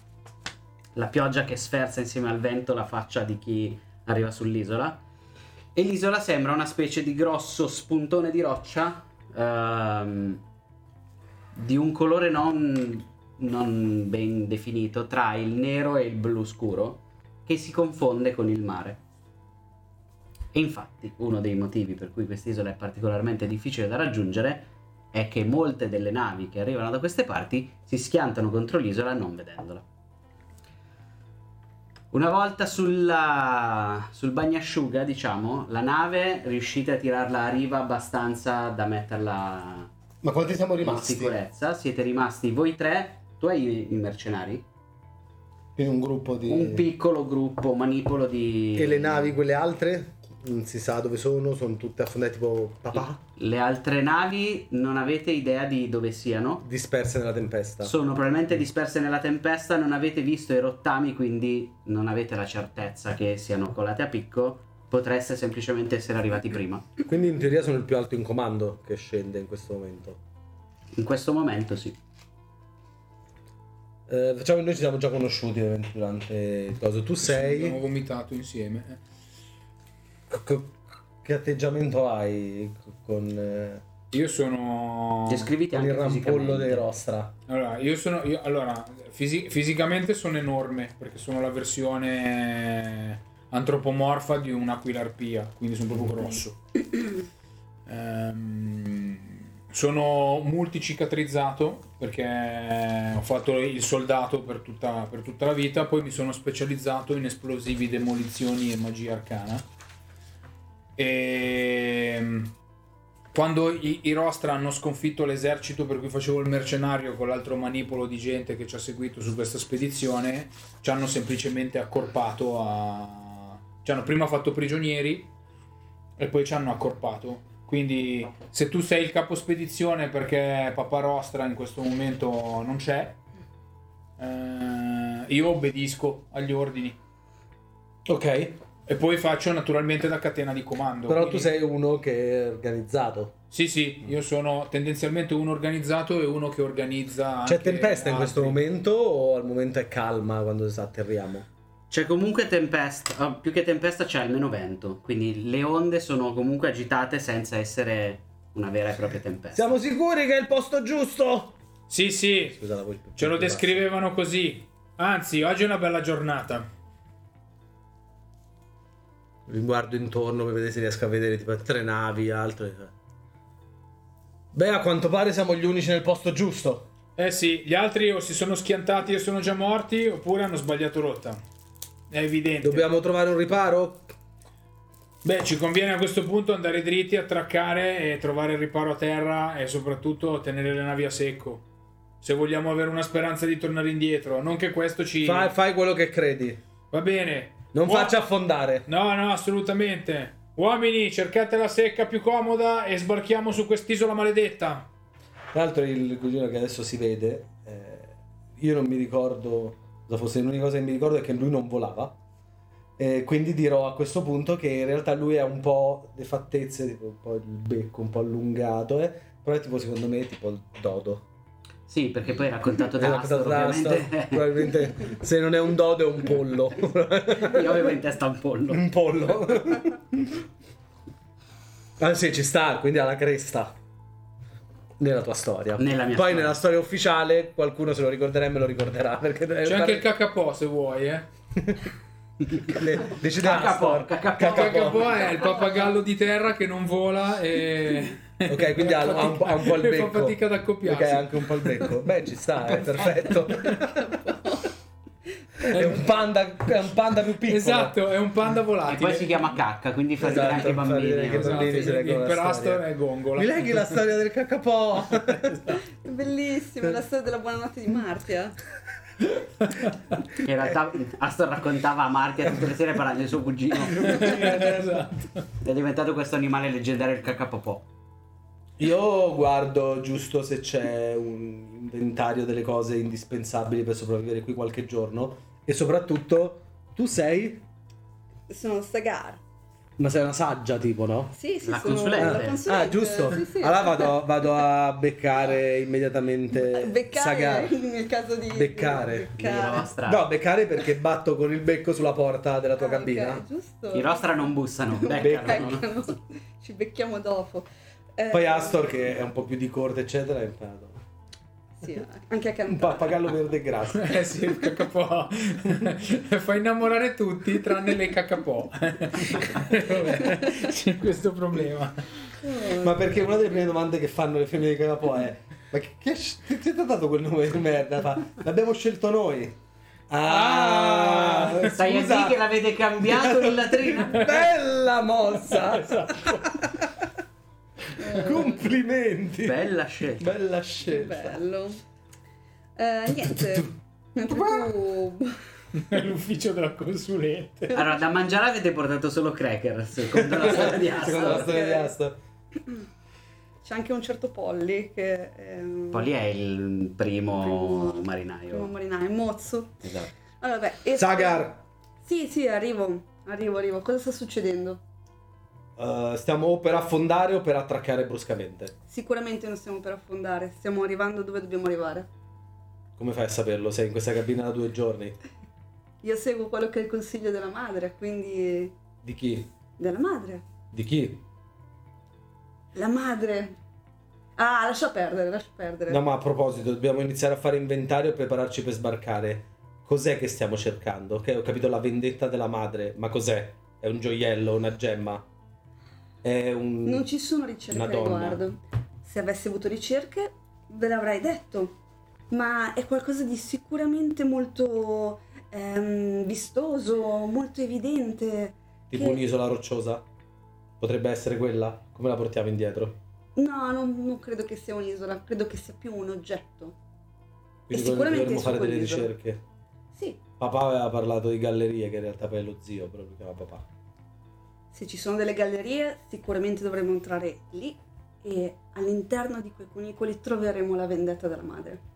[SPEAKER 1] la pioggia che sferza insieme al vento la faccia di chi arriva sull'isola e l'isola sembra una specie di grosso spuntone di roccia ehm, di un colore non, non ben definito tra il nero e il blu scuro che si confonde con il mare. E infatti uno dei motivi per cui quest'isola è particolarmente difficile da raggiungere è che molte delle navi che arrivano da queste parti si schiantano contro l'isola non vedendola. Una volta sulla, sul bagnasciuga, diciamo, la nave riuscite a tirarla a riva abbastanza da metterla
[SPEAKER 5] Ma quanti siamo
[SPEAKER 1] in
[SPEAKER 5] rimasti?
[SPEAKER 1] sicurezza. Siete rimasti voi tre, tu hai i- i mercenari?
[SPEAKER 5] Quindi un gruppo di...
[SPEAKER 1] un piccolo gruppo manipolo di
[SPEAKER 2] E le navi, quelle altre? Non si sa dove sono, sono tutte affondate tipo papà,
[SPEAKER 1] le altre navi non avete idea di dove siano
[SPEAKER 2] disperse nella tempesta.
[SPEAKER 1] sono probabilmente disperse nella tempesta non avete visto i rottami quindi non avete la certezza che siano colate a picco potreste semplicemente essere arrivati prima
[SPEAKER 2] Quindi in teoria sono il più alto in comando che scende in questo momento.
[SPEAKER 1] in questo momento sì
[SPEAKER 2] Eh, facciamo che noi ci siamo già conosciuti ovviamente, durante il coso. Tu
[SPEAKER 3] Abbiamo
[SPEAKER 2] sei.
[SPEAKER 3] vomitato insieme. eh.
[SPEAKER 2] c- c- che atteggiamento hai c- con, eh,
[SPEAKER 3] Io sono.
[SPEAKER 1] descriviti
[SPEAKER 2] con
[SPEAKER 1] anche
[SPEAKER 2] il rampollo
[SPEAKER 1] fisicamente.
[SPEAKER 2] dei rostra?
[SPEAKER 3] Allora, io sono. Io, allora, fisi- fisicamente sono enorme perché sono la versione antropomorfa di un'aquilarpia, quindi sono proprio grosso. Ehm, sono multicicatrizzato perché ho fatto il soldato per tutta, per tutta la vita, poi mi sono specializzato in esplosivi, demolizioni e magia arcana. Ehm, quando i, i Rostra hanno sconfitto l'esercito per cui facevo il mercenario con l'altro manipolo di gente che ci ha seguito su questa spedizione, ci hanno semplicemente accorpato a... ci hanno prima fatto prigionieri e poi ci hanno accorpato. Quindi se tu sei il capo spedizione perché Papa Rostra in questo momento non c'è, eh, io obbedisco agli ordini
[SPEAKER 2] Ok.
[SPEAKER 3] e poi faccio naturalmente la catena di comando.
[SPEAKER 2] Però tu
[SPEAKER 3] Quindi-
[SPEAKER 2] sei uno che è organizzato.
[SPEAKER 3] sì, sì, io sono tendenzialmente uno organizzato e uno che organizza.
[SPEAKER 2] C'è
[SPEAKER 3] anche
[SPEAKER 2] tempesta in
[SPEAKER 3] altri.
[SPEAKER 2] questo momento o al momento è calma quando s- atterriamo?
[SPEAKER 1] C'è comunque tempesta, ah, più che tempesta c'è almeno vento, quindi le onde sono comunque agitate senza essere una vera e propria tempesta.
[SPEAKER 2] Siamo sicuri che è il posto giusto?
[SPEAKER 3] Sì, sì,
[SPEAKER 2] Scusa la voce.
[SPEAKER 3] ce lo descrivevano così. Anzi, oggi è una bella giornata.
[SPEAKER 2] Mi guardo intorno per vedere se riesco a vedere tipo tre navi, altre. eh. Beh, a quanto pare siamo gli unici nel posto giusto.
[SPEAKER 3] Eh sì, gli altri o si sono schiantati e sono già morti oppure hanno sbagliato rotta. È evidente.
[SPEAKER 2] Dobbiamo trovare un riparo?
[SPEAKER 3] Beh, ci conviene a questo punto andare dritti, attraccare e trovare il riparo a terra e soprattutto tenere le navi a secco. Se vogliamo avere una speranza di tornare indietro, non che questo ci.
[SPEAKER 2] Fai, fai quello che credi.
[SPEAKER 3] Va bene.
[SPEAKER 2] Non
[SPEAKER 3] Buon-
[SPEAKER 2] faccia affondare.
[SPEAKER 3] No, no, assolutamente. Uomini, cercate la secca più comoda e sbarchiamo su quest'isola maledetta.
[SPEAKER 2] Tra l'altro il cugino che adesso si vede, eh, io non mi ricordo cosa fosse, l'unica cosa che mi ricordo è che lui non volava. Eh, quindi dirò a questo punto che in realtà lui ha un po' le fattezze, tipo un po' il becco un po' allungato, eh, però è tipo secondo me tipo il dodo.
[SPEAKER 1] Sì, perché poi è raccontato da
[SPEAKER 2] Eh,
[SPEAKER 1] Astor,
[SPEAKER 2] Astor,
[SPEAKER 1] ovviamente.
[SPEAKER 2] probabilmente se non è un dodo è un pollo.
[SPEAKER 1] Io avevo in testa un pollo.
[SPEAKER 2] un pollo. Ah sì, ci sta, quindi ha la cresta. Nella tua storia.
[SPEAKER 1] Nella mia
[SPEAKER 2] Poi
[SPEAKER 1] storia.
[SPEAKER 2] nella storia ufficiale qualcuno se lo ricorderà e me lo ricorderà. Perché deve
[SPEAKER 3] C'è
[SPEAKER 2] Eh, fare-
[SPEAKER 3] anche il cacapò se vuoi, eh.
[SPEAKER 2] le- decide
[SPEAKER 1] Cacapò,
[SPEAKER 2] Astor.
[SPEAKER 1] cacapò.
[SPEAKER 3] Il cacapò è il pappagallo di terra che non vola e...
[SPEAKER 2] Ok, quindi ha, ha un, po'- ha un po' il
[SPEAKER 3] e
[SPEAKER 2] becco.
[SPEAKER 3] fa fatica ad accoppiarsi.
[SPEAKER 2] Ok, ha anche un po' il becco. Beh, ci sta, è perfetto. è un panda, è un panda più piccolo.
[SPEAKER 3] Esatto, è un panda
[SPEAKER 1] E
[SPEAKER 3] volatile.
[SPEAKER 1] poi si chiama cacca, quindi fa ridere anche i
[SPEAKER 2] Esatto, fa ridere anche i
[SPEAKER 1] bambini.
[SPEAKER 2] bambini.
[SPEAKER 3] Esatto,
[SPEAKER 2] si leggono la
[SPEAKER 3] per
[SPEAKER 2] storia.
[SPEAKER 3] Astor è gongola.
[SPEAKER 2] Mi leghi la storia del cacapò?
[SPEAKER 4] Bellissima la storia della buonanotte di eh. Martia.
[SPEAKER 1] In realtà Astor raccontava a Martia tutte le sere parlando di suo cugino.
[SPEAKER 3] esatto.
[SPEAKER 1] È diventato questo animale leggendario il cacapopò.
[SPEAKER 2] Io guardo giusto se c'è un inventario delle cose indispensabili per sopravvivere qui qualche giorno. E soprattutto, tu sei.
[SPEAKER 4] Sono Sagar.
[SPEAKER 2] Ma sei una saggia, tipo, no?
[SPEAKER 4] Sì, sì,
[SPEAKER 1] La
[SPEAKER 4] sono
[SPEAKER 1] consulente.
[SPEAKER 4] la consulente.
[SPEAKER 2] Ah, giusto.
[SPEAKER 4] Sì, sì.
[SPEAKER 2] Allora vado, vado a beccare immediatamente.
[SPEAKER 4] Beccare
[SPEAKER 2] Sagar.
[SPEAKER 4] nel caso di
[SPEAKER 2] Beccare.
[SPEAKER 1] Di Rostra.
[SPEAKER 2] No, beccare perché batto con il becco sulla porta della tua
[SPEAKER 4] Ah,
[SPEAKER 2] cabina.
[SPEAKER 4] ok, giusto.
[SPEAKER 1] I Rostra non bussano, beccano.
[SPEAKER 2] Beccano.
[SPEAKER 4] Beccano. Ci becchiamo dopo. Eh,
[SPEAKER 2] Poi Astor, che è un po' più di corte, eccetera, è imparato.
[SPEAKER 4] Sì, anche a
[SPEAKER 2] Un
[SPEAKER 4] cantare.
[SPEAKER 2] pappagallo verde e grasso.
[SPEAKER 3] Eh sì, il cacapò fa innamorare tutti tranne le cacapò. Vabbè, c'è questo problema.
[SPEAKER 4] Oh,
[SPEAKER 2] Ma perché una delle prime domande che fanno le femmine di Cagapo è: Ma che, che ti ti ha dato quel nome di merda? Fa, L'abbiamo scelto noi. Ah,
[SPEAKER 1] Stai a
[SPEAKER 2] scusa.
[SPEAKER 1] dire che l'avete cambiato in latrina.
[SPEAKER 2] Bella mossa!
[SPEAKER 1] Esatto.
[SPEAKER 2] Complimenti!
[SPEAKER 1] Bella scelta.
[SPEAKER 2] Bella
[SPEAKER 4] che
[SPEAKER 2] scelta.
[SPEAKER 4] bello. Eh, niente. Mentre tu
[SPEAKER 3] È l'ufficio della consulente.
[SPEAKER 1] Allora, da mangiare avete portato solo cracker, secondo la storia di
[SPEAKER 2] Secondo la
[SPEAKER 1] Astor.
[SPEAKER 2] storia di Astor.
[SPEAKER 4] c'è anche un certo Polly che ehm,
[SPEAKER 1] Polly è il primo
[SPEAKER 4] Primo- primo
[SPEAKER 1] marinaio.
[SPEAKER 4] marinaio, Mozzo.
[SPEAKER 1] Esatto.
[SPEAKER 4] Allora, beh, esco-
[SPEAKER 2] Sagar,
[SPEAKER 4] Sì, sì, arrivo. Arrivo, arrivo. Cosa sta succedendo?
[SPEAKER 2] eh, stiamo o per affondare o per attraccare bruscamente.
[SPEAKER 4] Sicuramente non stiamo per affondare, stiamo arrivando dove dobbiamo arrivare.
[SPEAKER 2] Come fai a saperlo? Sei in questa cabina da due giorni.
[SPEAKER 4] Io seguo quello che è il consiglio della madre, quindi
[SPEAKER 2] Di chi?
[SPEAKER 4] della madre.
[SPEAKER 2] Di chi?
[SPEAKER 4] La madre. Ah, lascia perdere, lascia perdere.
[SPEAKER 2] No, ma a proposito, dobbiamo iniziare a fare inventario e prepararci per sbarcare. Cos'è che stiamo cercando? Ok, ho capito la vendetta della madre, ma cos'è? È un gioiello, una gemma? È un...
[SPEAKER 4] Non ci sono ricerche
[SPEAKER 2] Una
[SPEAKER 4] al
[SPEAKER 2] donna.
[SPEAKER 4] riguardo. Se avessi avuto ricerche, ve l'avrei detto. Ma è qualcosa di sicuramente molto ehm, vistoso, molto evidente.
[SPEAKER 2] tipo
[SPEAKER 4] che-
[SPEAKER 2] un'isola rocciosa? Potrebbe essere quella? Come la portiamo indietro?
[SPEAKER 4] No, non, non credo che sia un'isola, credo che sia più un oggetto.
[SPEAKER 2] Quindi
[SPEAKER 4] E sicuramente
[SPEAKER 2] dovremmo
[SPEAKER 4] su
[SPEAKER 2] fare delle
[SPEAKER 4] quell'isola.
[SPEAKER 2] ricerche.
[SPEAKER 4] Sì,
[SPEAKER 2] Papà aveva parlato di gallerie, che in realtà poi è lo zio, proprio che chiama papà.
[SPEAKER 4] se ci sono delle gallerie, sicuramente dovremo entrare lì e all'interno di quei cunicoli troveremo la vendetta della madre.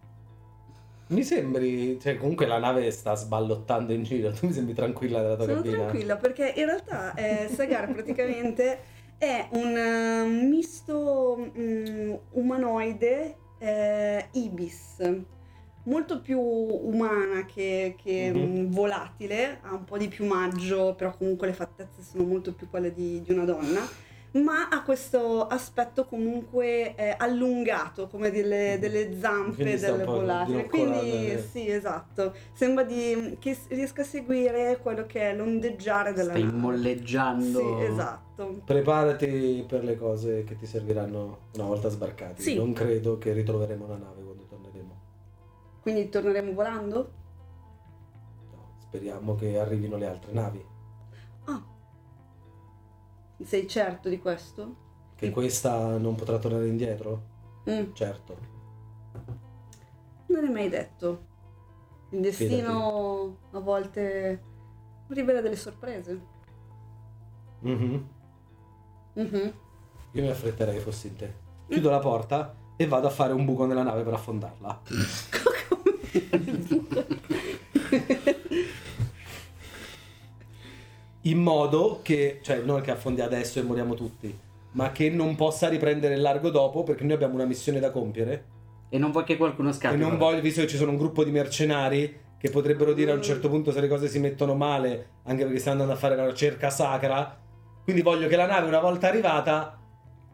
[SPEAKER 2] Mi sembri... Cioè, comunque la nave sta sballottando in giro. Tu mi sembri tranquilla nella tua
[SPEAKER 4] Sono
[SPEAKER 2] cabina?
[SPEAKER 4] tranquilla perché in realtà eh, Sagar praticamente è un eh, misto mm, umanoide eh, ibis, molto più umana che, che,
[SPEAKER 2] Mhm.
[SPEAKER 4] mm, volatile, ha un po' di piumaggio, però comunque le fattezze sono molto più quelle di, di una donna. Ma ha questo aspetto comunque eh, allungato, come delle, delle zampe
[SPEAKER 2] Quindi sta un
[SPEAKER 4] delle
[SPEAKER 2] po'
[SPEAKER 4] volate.
[SPEAKER 2] ginoccolata,
[SPEAKER 4] Quindi
[SPEAKER 2] eh.
[SPEAKER 4] sì, esatto. Sembra di, che s- riesca a seguire quello che è l'ondeggiare della
[SPEAKER 1] Stai
[SPEAKER 4] nave.
[SPEAKER 1] molleggiando.
[SPEAKER 4] Sì, esatto.
[SPEAKER 2] Preparati per le cose che ti serviranno una volta sbarcati.
[SPEAKER 4] Sì.
[SPEAKER 2] Non credo che ritroveremo la nave quando torneremo.
[SPEAKER 4] Quindi torneremo volando?
[SPEAKER 2] No, speriamo che arrivino le altre navi.
[SPEAKER 4] Ah. Sei certo di questo?
[SPEAKER 2] Che questa non potrà tornare indietro?
[SPEAKER 4] Mm,
[SPEAKER 2] Certo.
[SPEAKER 4] non è mai detto. Il destino a volte rivela delle sorprese.
[SPEAKER 2] Mhm.
[SPEAKER 4] Mhm.
[SPEAKER 2] Io mi affretterei fossi in te. Chiudo la porta e vado a fare un buco nella nave per affondarla. in modo che, cioè non che affondi adesso e moriamo tutti, ma che non possa riprendere il largo dopo perché noi abbiamo una missione da compiere
[SPEAKER 1] E non vuoi che qualcuno scappi.
[SPEAKER 2] e non
[SPEAKER 1] vabbè.
[SPEAKER 2] voglio, visto che ci sono un gruppo di mercenari che potrebbero dire a un certo punto se le cose si mettono male, anche perché stanno andando a fare la ricerca sacra, quindi voglio che la nave una volta arrivata,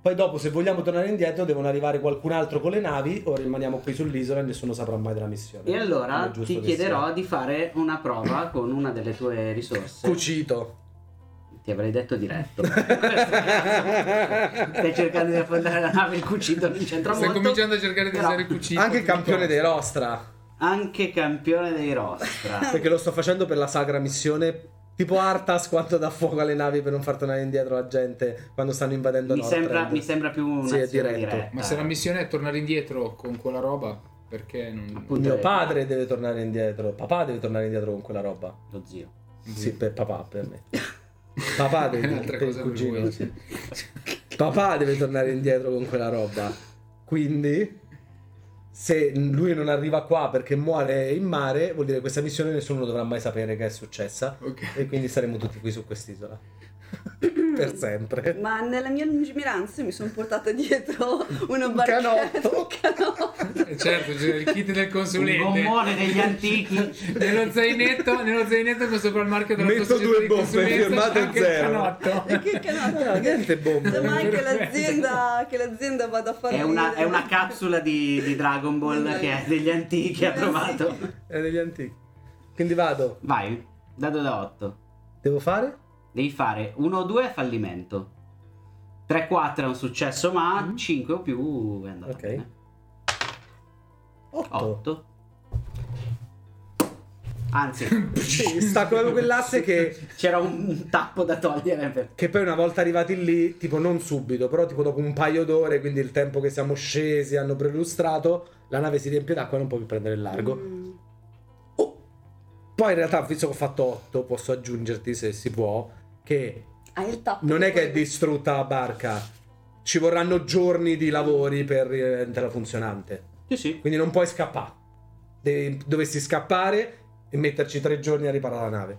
[SPEAKER 2] poi dopo se vogliamo tornare indietro devono arrivare qualcun altro con le navi o rimaniamo qui sull'isola e nessuno saprà mai della missione.
[SPEAKER 1] E allora
[SPEAKER 2] Come è giusto
[SPEAKER 1] ti
[SPEAKER 2] che
[SPEAKER 1] chiederò
[SPEAKER 2] sia.
[SPEAKER 1] di fare una prova con una delle tue risorse.
[SPEAKER 2] Cucito.
[SPEAKER 1] Ti avrei detto diretto. Stai cercando di affondare la nave, il cucito non c'entra
[SPEAKER 3] Stai
[SPEAKER 1] molto.
[SPEAKER 3] cominciando a cercare di
[SPEAKER 1] però
[SPEAKER 3] essere cucito.
[SPEAKER 2] Anche il
[SPEAKER 3] tutto.
[SPEAKER 2] campione dei Rostra.
[SPEAKER 1] Anche campione dei Rostra.
[SPEAKER 2] Perché lo sto facendo per la sacra missione. Tipo Artas quanto dà fuoco alle navi per non far tornare indietro la gente quando stanno invadendo
[SPEAKER 1] mi,
[SPEAKER 2] Northrend.
[SPEAKER 1] sembra, mi sembra più una
[SPEAKER 2] Sì, è diretto.
[SPEAKER 1] diretta.
[SPEAKER 3] Ma se
[SPEAKER 2] Ah.
[SPEAKER 3] la missione è tornare indietro con quella roba, perché non...
[SPEAKER 1] Appunto.
[SPEAKER 2] Mio padre deve tornare indietro. Papà deve tornare indietro con quella roba.
[SPEAKER 1] Lo zio.
[SPEAKER 2] Sì, per papà, per me. Papà
[SPEAKER 3] Mhm. È
[SPEAKER 2] deve,
[SPEAKER 3] un'altra
[SPEAKER 2] per il
[SPEAKER 3] cosa per
[SPEAKER 2] cugino,
[SPEAKER 3] voi.
[SPEAKER 2] sì. Papà deve tornare indietro con quella roba. Quindi, se lui non arriva qua perché muore in mare, vuol dire che questa missione nessuno dovrà mai sapere che è successa.
[SPEAKER 3] Ok.
[SPEAKER 2] E quindi saremo tutti qui su quest'isola. per sempre.
[SPEAKER 4] Ma nella mia lungimiranza mi sono portata dietro uno barchetto,
[SPEAKER 2] canotto.
[SPEAKER 4] un canotto.
[SPEAKER 3] Certo, c'è il kit del
[SPEAKER 1] Il
[SPEAKER 3] consulente.
[SPEAKER 1] gommone degli antichi.
[SPEAKER 3] nello zainetto, nello zainetto con sopra il marchio della
[SPEAKER 2] Metto
[SPEAKER 3] tua società
[SPEAKER 2] due
[SPEAKER 3] di
[SPEAKER 2] bombe,
[SPEAKER 3] consulenza,
[SPEAKER 2] firmate
[SPEAKER 3] c'è anche il
[SPEAKER 2] zero.
[SPEAKER 3] canotto.
[SPEAKER 4] E che canotto?
[SPEAKER 2] Ah, niente bombe.
[SPEAKER 4] Semmai che
[SPEAKER 3] Perfetto.
[SPEAKER 4] l'azienda, che l'azienda vada a fare...
[SPEAKER 1] È una, è una capsula di, di Dragon Ball che è degli antichi. Ha trovato.
[SPEAKER 2] È degli antichi. Quindi vado.
[SPEAKER 1] Vai, dado da 8.
[SPEAKER 2] Devo fare?
[SPEAKER 1] Devi fare 1 o 2 è fallimento. 3-4 è un successo, ma 5 o più è andato
[SPEAKER 2] Ok.
[SPEAKER 1] bene.
[SPEAKER 2] 8.
[SPEAKER 1] 8. Anzi,
[SPEAKER 2] Sì, sta come quell'asse che
[SPEAKER 1] c'era un tappo da togliere per...
[SPEAKER 2] Che poi una volta arrivati lì, tipo non subito, però tipo dopo un paio d'ore, quindi il tempo che siamo scesi, hanno prelustrato, la nave si riempie d'acqua e non può più prendere il largo.
[SPEAKER 4] Mm.
[SPEAKER 2] Oh! Poi in realtà, visto che ho fatto 8, posso aggiungerti se si può, che
[SPEAKER 4] Hai il tappo.
[SPEAKER 2] non è che è distrutta la barca, ci vorranno giorni di lavori per renderla funzionante.
[SPEAKER 1] Sì, sì.
[SPEAKER 2] Quindi non puoi scappare. Devi- dovessi scappare e metterci tre giorni a riparare la nave.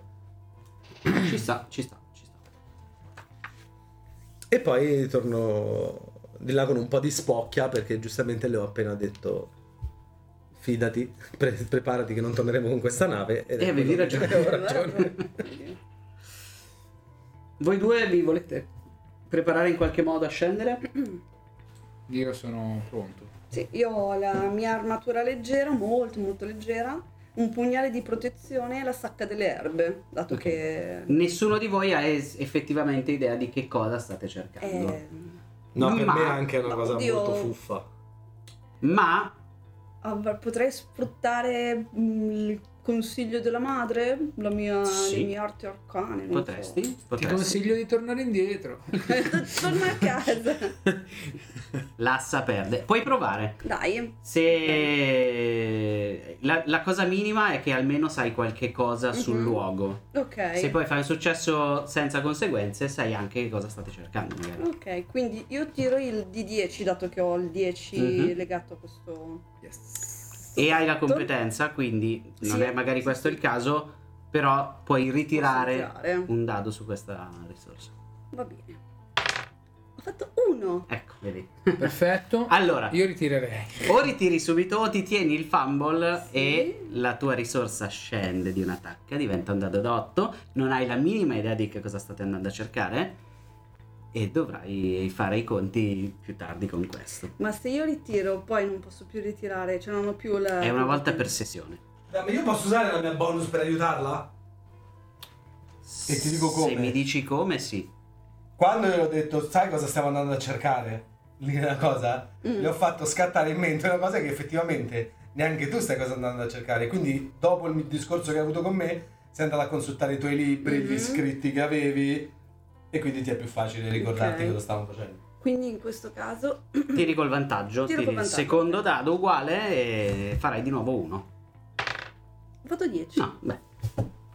[SPEAKER 1] Ci sta, ci sta, ci sta.
[SPEAKER 2] E poi torno di là con un po' di spocchia perché giustamente le ho appena detto fidati, pre- preparati che non torneremo con questa nave. ed
[SPEAKER 1] E
[SPEAKER 2] è
[SPEAKER 1] Eh, avevi
[SPEAKER 2] quello che-
[SPEAKER 1] ragione.
[SPEAKER 2] avevo ragione.
[SPEAKER 1] Voi due vi volete preparare in qualche modo a scendere?
[SPEAKER 3] Io sono pronto.
[SPEAKER 4] Sì, io ho la mia armatura leggera, molto molto leggera, un pugnale di protezione e la sacca delle erbe, dato
[SPEAKER 1] Ok.
[SPEAKER 4] che...
[SPEAKER 1] Nessuno di voi ha es- effettivamente idea di che cosa state cercando.
[SPEAKER 4] eh,
[SPEAKER 2] No, per
[SPEAKER 1] Ma-
[SPEAKER 2] me è anche una cosa
[SPEAKER 4] oddio.
[SPEAKER 2] molto fuffa.
[SPEAKER 1] Ma
[SPEAKER 4] av- potrei sfruttare mm, il consiglio della madre, la mia,
[SPEAKER 1] Sì.
[SPEAKER 4] le mie arti arcane. non
[SPEAKER 1] potresti?
[SPEAKER 3] Ti
[SPEAKER 1] Potresti.
[SPEAKER 3] consiglio di tornare indietro.
[SPEAKER 4] so. Torna a casa.
[SPEAKER 1] L'assa perde. Puoi provare.
[SPEAKER 4] Dai.
[SPEAKER 1] Se la, la cosa minima è che almeno sai qualche cosa sul
[SPEAKER 4] Mhm.
[SPEAKER 1] luogo.
[SPEAKER 4] Ok.
[SPEAKER 1] Se poi fai un successo senza conseguenze, sai anche che cosa state cercando. magari.
[SPEAKER 4] Ok, quindi io tiro il D10 dato che ho il 10
[SPEAKER 1] Mhm.
[SPEAKER 4] legato a questo.
[SPEAKER 1] E hai la competenza, quindi non
[SPEAKER 4] Sì,
[SPEAKER 1] è magari
[SPEAKER 4] sì,
[SPEAKER 1] questo
[SPEAKER 4] sì.
[SPEAKER 1] il caso, però puoi ritirare
[SPEAKER 4] Posso tirare.
[SPEAKER 1] un dado su questa risorsa.
[SPEAKER 4] Va bene. Ho fatto uno.
[SPEAKER 1] Ecco, vedi.
[SPEAKER 3] Perfetto.
[SPEAKER 1] Allora,
[SPEAKER 3] Io ritirerei.
[SPEAKER 1] o ritiri subito o ti tieni il fumble
[SPEAKER 4] Sì.
[SPEAKER 1] e la tua risorsa scende di un'attacca, diventa un dado da 8, non hai la minima idea di che cosa state andando a cercare e dovrai fare i conti più tardi con questo.
[SPEAKER 4] Ma se io ritiro, poi non posso più ritirare, cioè non ho più la.
[SPEAKER 1] È una volta per sessione.
[SPEAKER 2] Ma io posso usare la mia bonus per aiutarla?
[SPEAKER 1] E
[SPEAKER 2] ti dico come.
[SPEAKER 1] Se mi dici come, sì.
[SPEAKER 2] Quando le ho detto, sai cosa stiamo andando a cercare? Lì la cosa?
[SPEAKER 4] Mm.
[SPEAKER 2] Le ho fatto scattare in mente una cosa che effettivamente neanche tu stai cosa andando a cercare. Quindi, dopo il discorso che hai avuto con me, sei andata a consultare i tuoi libri,
[SPEAKER 4] Mhm.
[SPEAKER 2] gli scritti che avevi, e quindi ti è più facile ricordarti
[SPEAKER 4] Ok.
[SPEAKER 2] cosa stavamo facendo.
[SPEAKER 4] Quindi in questo caso.
[SPEAKER 1] Tiri col vantaggio,
[SPEAKER 4] Tiro
[SPEAKER 1] tiri
[SPEAKER 4] col
[SPEAKER 1] il
[SPEAKER 4] vantaggio.
[SPEAKER 1] secondo dado uguale e farai di nuovo uno.
[SPEAKER 4] Ho fatto 10.
[SPEAKER 1] No, beh,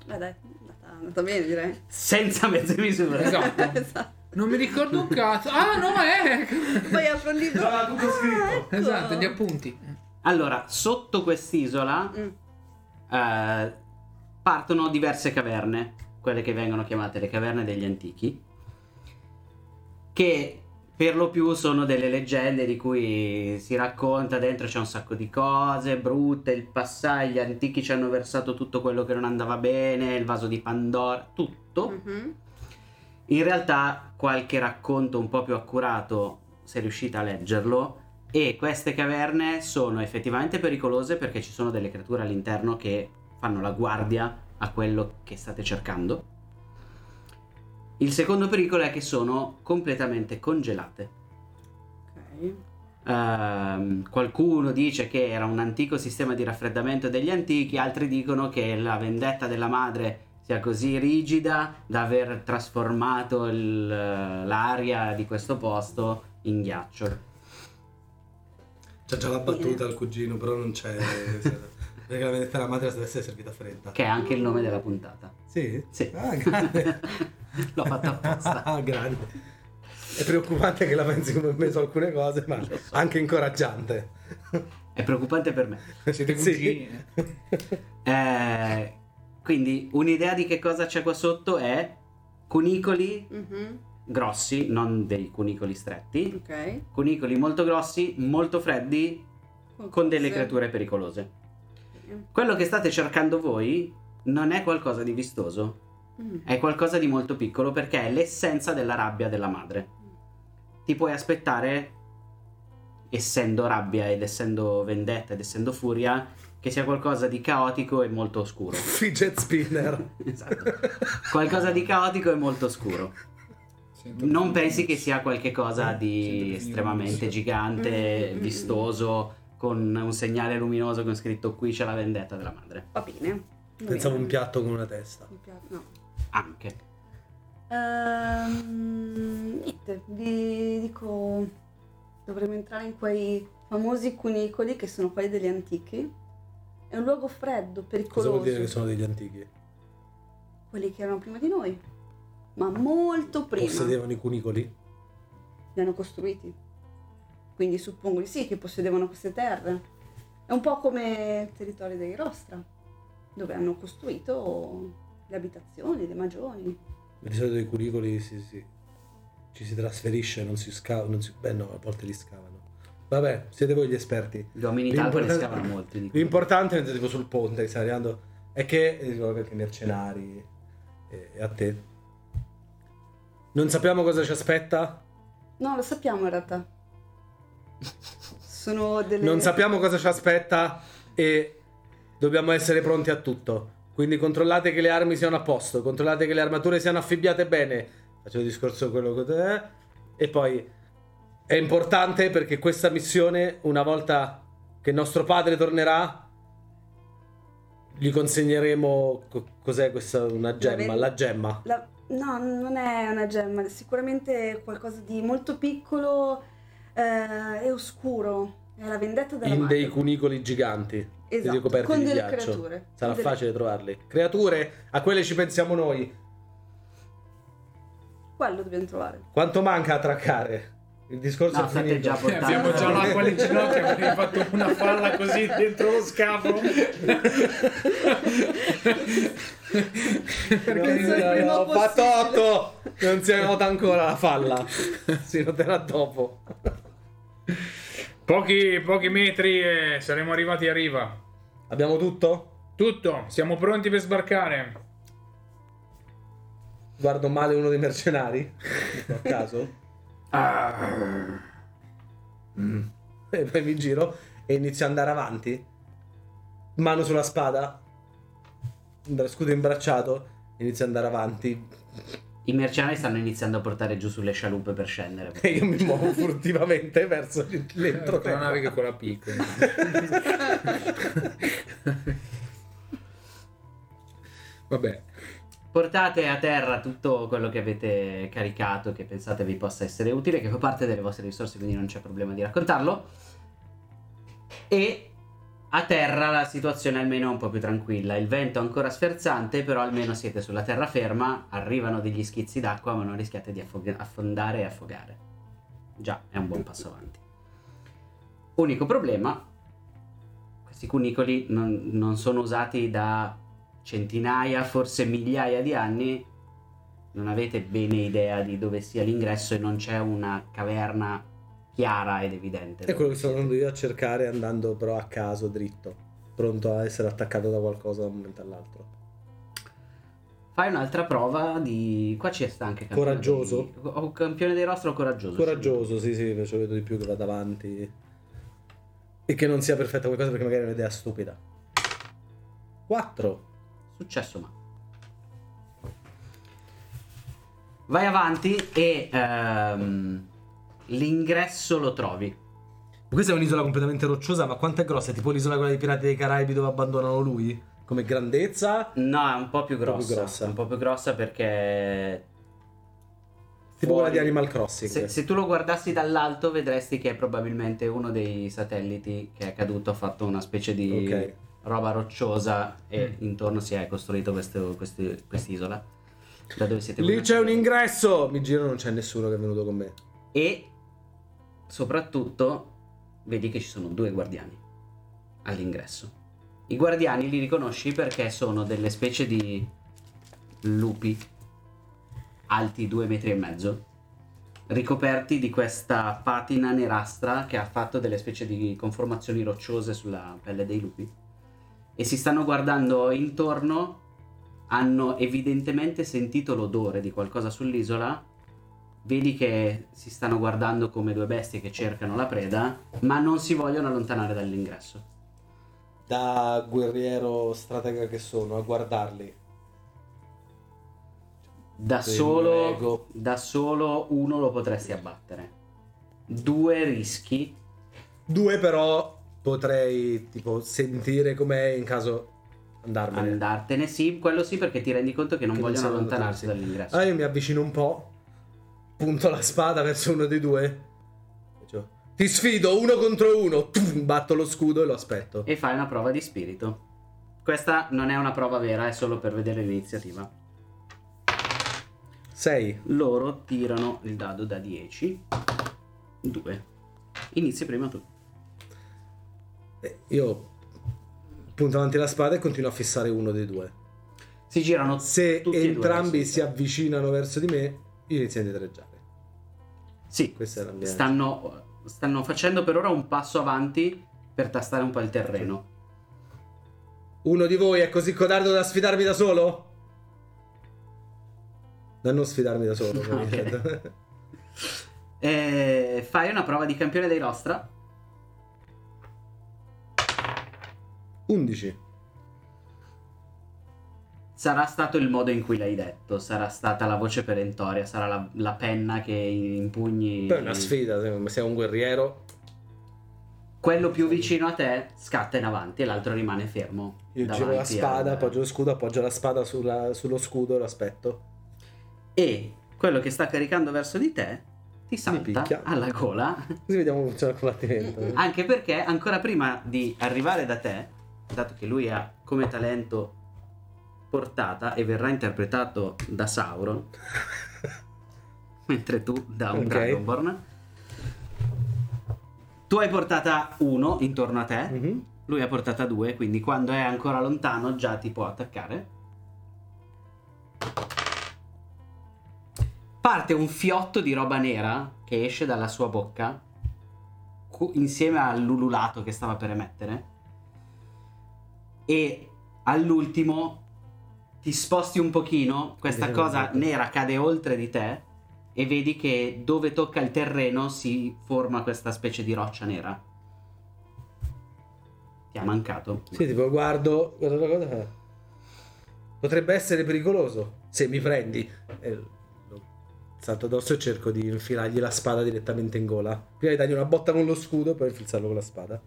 [SPEAKER 4] Beh, dai, è andata, è andata bene, direi.
[SPEAKER 1] senza mezze misure.
[SPEAKER 3] Esatto.
[SPEAKER 4] Esatto.
[SPEAKER 3] Non mi ricordo un cazzo. Ah, no, ecco.
[SPEAKER 4] Poi apro il libro.
[SPEAKER 2] Già, tutto scritto.
[SPEAKER 4] ecco.
[SPEAKER 3] Esatto, gli appunti.
[SPEAKER 1] Allora, sotto quest'isola
[SPEAKER 4] Mm,
[SPEAKER 1] eh, partono diverse caverne. quelle che vengono chiamate le caverne degli antichi, che per lo più sono delle leggende di cui si racconta, dentro c'è un sacco di cose brutte, il passaggio, gli antichi ci hanno versato tutto quello che non andava bene, il vaso di Pandora, tutto.
[SPEAKER 4] Mhm.
[SPEAKER 1] In realtà qualche racconto un po' più accurato, se riuscite a leggerlo, e queste caverne sono effettivamente pericolose perché ci sono delle creature all'interno che fanno la guardia a quello che state cercando. Il secondo pericolo è che sono completamente congelate.
[SPEAKER 4] Ok.
[SPEAKER 1] Ehm, qualcuno dice che era un antico sistema di raffreddamento degli antichi, altri dicono che la vendetta della madre sia così rigida da aver trasformato il- l'aria di questo posto in ghiaccio.
[SPEAKER 2] C'è già la battuta al cugino, però non c'è. Perché la vendetta della madre deve essere servita fredda.
[SPEAKER 1] Che è anche il nome della puntata.
[SPEAKER 2] Sì?
[SPEAKER 1] Sì.
[SPEAKER 2] Ah, grande.
[SPEAKER 1] L'ho fatto apposta.
[SPEAKER 2] Ah, grande. È preoccupante che la pensi come me su alcune cose, ma anche incoraggiante.
[SPEAKER 1] È preoccupante per me.
[SPEAKER 3] Siete
[SPEAKER 2] Sì.
[SPEAKER 3] cugini.
[SPEAKER 1] Eh, quindi un'idea di che cosa c'è qua sotto è cunicoli
[SPEAKER 4] Mhm.
[SPEAKER 1] grossi, non dei cunicoli stretti,
[SPEAKER 4] Ok.
[SPEAKER 1] cunicoli molto grossi, molto freddi, con delle
[SPEAKER 4] cose.
[SPEAKER 1] creature pericolose.
[SPEAKER 4] Sì.
[SPEAKER 1] Quello che state cercando voi non è qualcosa di vistoso,
[SPEAKER 4] Mm.
[SPEAKER 1] è qualcosa di molto piccolo perché è l'essenza della rabbia della madre. Ti puoi aspettare, essendo rabbia ed essendo vendetta ed essendo furia, che sia qualcosa di caotico e molto oscuro.
[SPEAKER 2] Fidget spinner.
[SPEAKER 1] esatto. Qualcosa di caotico e molto oscuro.
[SPEAKER 3] Sento
[SPEAKER 1] Non
[SPEAKER 3] cugini.
[SPEAKER 1] pensi che sia qualcosa di
[SPEAKER 3] Sento
[SPEAKER 1] estremamente
[SPEAKER 3] cugini.
[SPEAKER 1] gigante,
[SPEAKER 4] Mm.
[SPEAKER 1] vistoso, con un segnale luminoso con scritto qui c'è la vendetta della madre.
[SPEAKER 4] Va bene. Va
[SPEAKER 2] Pensavo
[SPEAKER 4] bene.
[SPEAKER 2] un piatto con una testa.
[SPEAKER 4] Un piatto, no.
[SPEAKER 1] Anche.
[SPEAKER 4] Ehm, niente, vi dico, dovremmo entrare in quei famosi cunicoli che sono quelli degli antichi. È un luogo freddo,
[SPEAKER 2] Cosa vuol
[SPEAKER 4] pericoloso,
[SPEAKER 2] dire che sono degli antichi?
[SPEAKER 4] quelli che erano prima di noi, ma molto prima.
[SPEAKER 2] Possedevano i cunicoli?
[SPEAKER 4] Li hanno costruiti. Quindi suppongo di sì che possedevano queste terre. È un po' come il territorio dei Rostra, dove hanno costruito le abitazioni, le magioni.
[SPEAKER 2] Di solito i cunicoli si, si- ci si trasferisce, non si scava. Non si, beh, no, a volte li scavano. Vabbè, siete voi gli esperti.
[SPEAKER 1] Gli uomini talpa ne
[SPEAKER 2] L'importan-
[SPEAKER 1] scavano molti. di cui-
[SPEAKER 2] L'importante, tipo sul ponte che stai arrivando, è che eh, vabbè, perché mercenari eh, e, e a te. Non sappiamo cosa ci aspetta.
[SPEAKER 4] No, lo sappiamo in realtà. Sono delle...
[SPEAKER 2] Non sappiamo cosa ci aspetta e dobbiamo essere pronti a tutto. Quindi controllate che le armi siano a posto, controllate che le armature siano affibbiate bene. Facevo il discorso quello con te. eh? E poi è importante perché questa missione, una volta che nostro padre tornerà, gli consegneremo co- cos'è questa una gemma,
[SPEAKER 4] ven-
[SPEAKER 2] la gemma.
[SPEAKER 4] La- No, non è una gemma, è sicuramente qualcosa di molto piccolo eh, e oscuro. È la vendetta della
[SPEAKER 2] in
[SPEAKER 4] madre.
[SPEAKER 2] dei cunicoli giganti.
[SPEAKER 4] Esatto,
[SPEAKER 2] dei coperti
[SPEAKER 4] con
[SPEAKER 2] di
[SPEAKER 4] delle
[SPEAKER 2] ghiaccio.
[SPEAKER 4] creature.
[SPEAKER 2] Sarà
[SPEAKER 4] Con delle-
[SPEAKER 2] facile trovarli. Creature, a quelle ci pensiamo noi.
[SPEAKER 4] Quello dobbiamo trovare.
[SPEAKER 2] Quanto manca a traccare? Il discorso
[SPEAKER 1] No,
[SPEAKER 2] è
[SPEAKER 1] state
[SPEAKER 2] finito.
[SPEAKER 1] già
[SPEAKER 3] Eh,
[SPEAKER 1] portando.
[SPEAKER 3] abbiamo già l'acqua alle ginocchia abbiamo fatto una palla così dentro lo scafo.
[SPEAKER 4] Penso il prima
[SPEAKER 2] ho fatto
[SPEAKER 4] possibile.
[SPEAKER 2] 8! Non si è nota ancora la falla. si noterà dopo.
[SPEAKER 3] Pochi, pochi metri e saremo arrivati a riva.
[SPEAKER 2] Abbiamo tutto?
[SPEAKER 3] Tutto, siamo pronti per sbarcare.
[SPEAKER 2] Guardo male uno dei mercenari. A caso.
[SPEAKER 1] Ah.
[SPEAKER 3] Mm.
[SPEAKER 2] E poi mi giro e inizio ad andare avanti. Mano sulla spada. Bra- Scudo imbracciato. Inizio ad andare avanti.
[SPEAKER 1] I mercenari stanno iniziando a portare giù sulle scialuppe per scendere.
[SPEAKER 2] E io mi muovo furtivamente verso
[SPEAKER 3] Tra
[SPEAKER 2] l'entroterra.
[SPEAKER 3] nave che quella piccola. Vabbè.
[SPEAKER 1] Portate a terra tutto quello che avete caricato, che pensate vi possa essere utile, che fa parte delle vostre risorse, quindi non c'è problema di raccontarlo. E a terra la situazione almeno è un po' più tranquilla. Il vento è ancora sferzante, però almeno siete sulla terraferma, arrivano degli schizzi d'acqua, ma non rischiate di affog- affondare e affogare. Già, è un buon passo avanti. Unico problema, questi cunicoli non, non sono usati da centinaia, forse migliaia di anni, non avete bene idea di dove sia l'ingresso e non c'è una caverna chiara ed evidente.
[SPEAKER 2] È quello che sto andando io a cercare andando però a caso dritto, pronto a essere attaccato da qualcosa da un momento all'altro.
[SPEAKER 1] Fai un'altra prova di... Qua ci sta anche campione
[SPEAKER 2] Coraggioso?
[SPEAKER 1] dei- O campione dei rostro o coraggioso?
[SPEAKER 2] Coraggioso, sì, sì, perciò vedo di più che vada avanti. E che non sia perfetta qualcosa perché magari è un'idea stupida. 4.
[SPEAKER 1] Successo ma. Vai avanti e ehm, l'ingresso lo trovi.
[SPEAKER 2] Questa è un'isola completamente rocciosa, ma quanto è grossa? È tipo l'isola quella dei Pirati dei Caraibi dove abbandonano lui? Come grandezza?
[SPEAKER 1] No, è un po' più
[SPEAKER 2] Un po' più
[SPEAKER 1] grossa.
[SPEAKER 2] grossa.
[SPEAKER 1] Un po' più grossa perché...
[SPEAKER 2] Tipo quella di
[SPEAKER 1] fuori-
[SPEAKER 2] Animal Crossing.
[SPEAKER 1] Se, se tu lo guardassi dall'alto vedresti che è probabilmente uno dei satelliti che è caduto, ha fatto una specie di
[SPEAKER 2] Ok.
[SPEAKER 1] roba rocciosa e
[SPEAKER 2] Mm.
[SPEAKER 1] intorno si è costruito questo- questi- quest'isola. Da dove siete
[SPEAKER 2] Lì
[SPEAKER 1] venuti.
[SPEAKER 2] c'è un ingresso! Mi giro, non c'è nessuno che è venuto con me.
[SPEAKER 1] E soprattutto vedi che ci sono due guardiani all'ingresso. I guardiani li riconosci perché sono delle specie di lupi alti due metri e mezzo, ricoperti di questa patina nerastra che ha fatto delle specie di conformazioni rocciose sulla pelle dei lupi. E si stanno guardando intorno, hanno evidentemente sentito l'odore di qualcosa sull'isola. Vedi che si stanno guardando come due bestie che cercano la preda, ma non si vogliono allontanare dall'ingresso.
[SPEAKER 5] Da guerriero stratega che sono, a guardarli.
[SPEAKER 1] Da
[SPEAKER 5] Ti
[SPEAKER 1] solo,
[SPEAKER 5] prego.
[SPEAKER 1] da solo uno lo potresti abbattere. Due rischi.
[SPEAKER 2] Due però potrei tipo sentire com'è in caso andarmene.
[SPEAKER 1] Andartene sì, quello sì perché ti rendi conto che non
[SPEAKER 2] Che non
[SPEAKER 1] vogliono
[SPEAKER 2] sanno
[SPEAKER 1] allontanarsi
[SPEAKER 2] dove
[SPEAKER 1] dall'ingresso.
[SPEAKER 2] Allora Ah, io mi avvicino un po', punto la spada verso uno dei due. Faccio, Ti sfido uno contro uno, Tum, batto lo scudo e lo aspetto.
[SPEAKER 1] E fai una prova di spirito. Questa non è una prova vera, è solo per vedere l'iniziativa.
[SPEAKER 2] 6.
[SPEAKER 1] Loro tirano il dado da 10. 2. Inizi prima tu.
[SPEAKER 2] Io punto avanti la spada e continuo a fissare uno dei due.
[SPEAKER 1] Si girano
[SPEAKER 2] Se
[SPEAKER 1] tutti e due verso
[SPEAKER 2] entrambi
[SPEAKER 1] di
[SPEAKER 2] si
[SPEAKER 1] te.
[SPEAKER 2] avvicinano verso di me, io inizio a indietreggiare.
[SPEAKER 1] Sì,
[SPEAKER 2] Questa è la mia...
[SPEAKER 1] stanno, stanno facendo per ora un passo avanti per tastare un po' il terreno.
[SPEAKER 2] Uno di voi è così codardo da sfidarmi da solo? Da non sfidarmi da solo.
[SPEAKER 1] Ah, ok.
[SPEAKER 2] ovviamente.
[SPEAKER 1] Eh, fai una prova di campione dei Rostra.
[SPEAKER 2] 11.
[SPEAKER 1] Sarà stato il modo in cui l'hai detto, sarà stata la voce perentoria, sarà la, la penna che impugni.
[SPEAKER 2] Poi è una sfida, se sei un guerriero.
[SPEAKER 1] Quello più vicino a te scatta in avanti e l'altro rimane fermo.
[SPEAKER 2] Io giro la
[SPEAKER 1] davanti
[SPEAKER 2] spada,
[SPEAKER 1] al-
[SPEAKER 2] appoggio lo scudo, appoggio la spada sulla- sullo scudo e lo aspetto.
[SPEAKER 1] E quello che sta caricando verso di te ti salta
[SPEAKER 2] picchia.
[SPEAKER 1] alla gola.
[SPEAKER 2] Così vediamo come funziona il combattimento.
[SPEAKER 4] Mm-mm.
[SPEAKER 1] Anche perché ancora prima di arrivare da te, dato che lui ha come talento portata e verrà interpretato da Sauron, mentre tu da un
[SPEAKER 2] Ok.
[SPEAKER 1] Dragonborn, tu hai portata uno intorno a te,
[SPEAKER 2] Mhm.
[SPEAKER 1] lui ha portata due, quindi quando è ancora lontano già ti può attaccare. Parte un fiotto di roba nera che esce dalla sua bocca cu- insieme all'ululato che stava per emettere e all'ultimo ti sposti un pochino, questa
[SPEAKER 2] Vediamo
[SPEAKER 1] cosa
[SPEAKER 2] tutto.
[SPEAKER 1] nera cade oltre di te e vedi che dove tocca il terreno si forma questa specie di roccia nera. Ti ha mancato.
[SPEAKER 2] Sì, tipo guardo, guardo la cosa. e fa, Potrebbe essere pericoloso se mi prendi. E lo salto addosso e cerco di infilargli la spada direttamente in gola. Prima di dargli una botta con lo scudo, poi infilzarlo con la spada.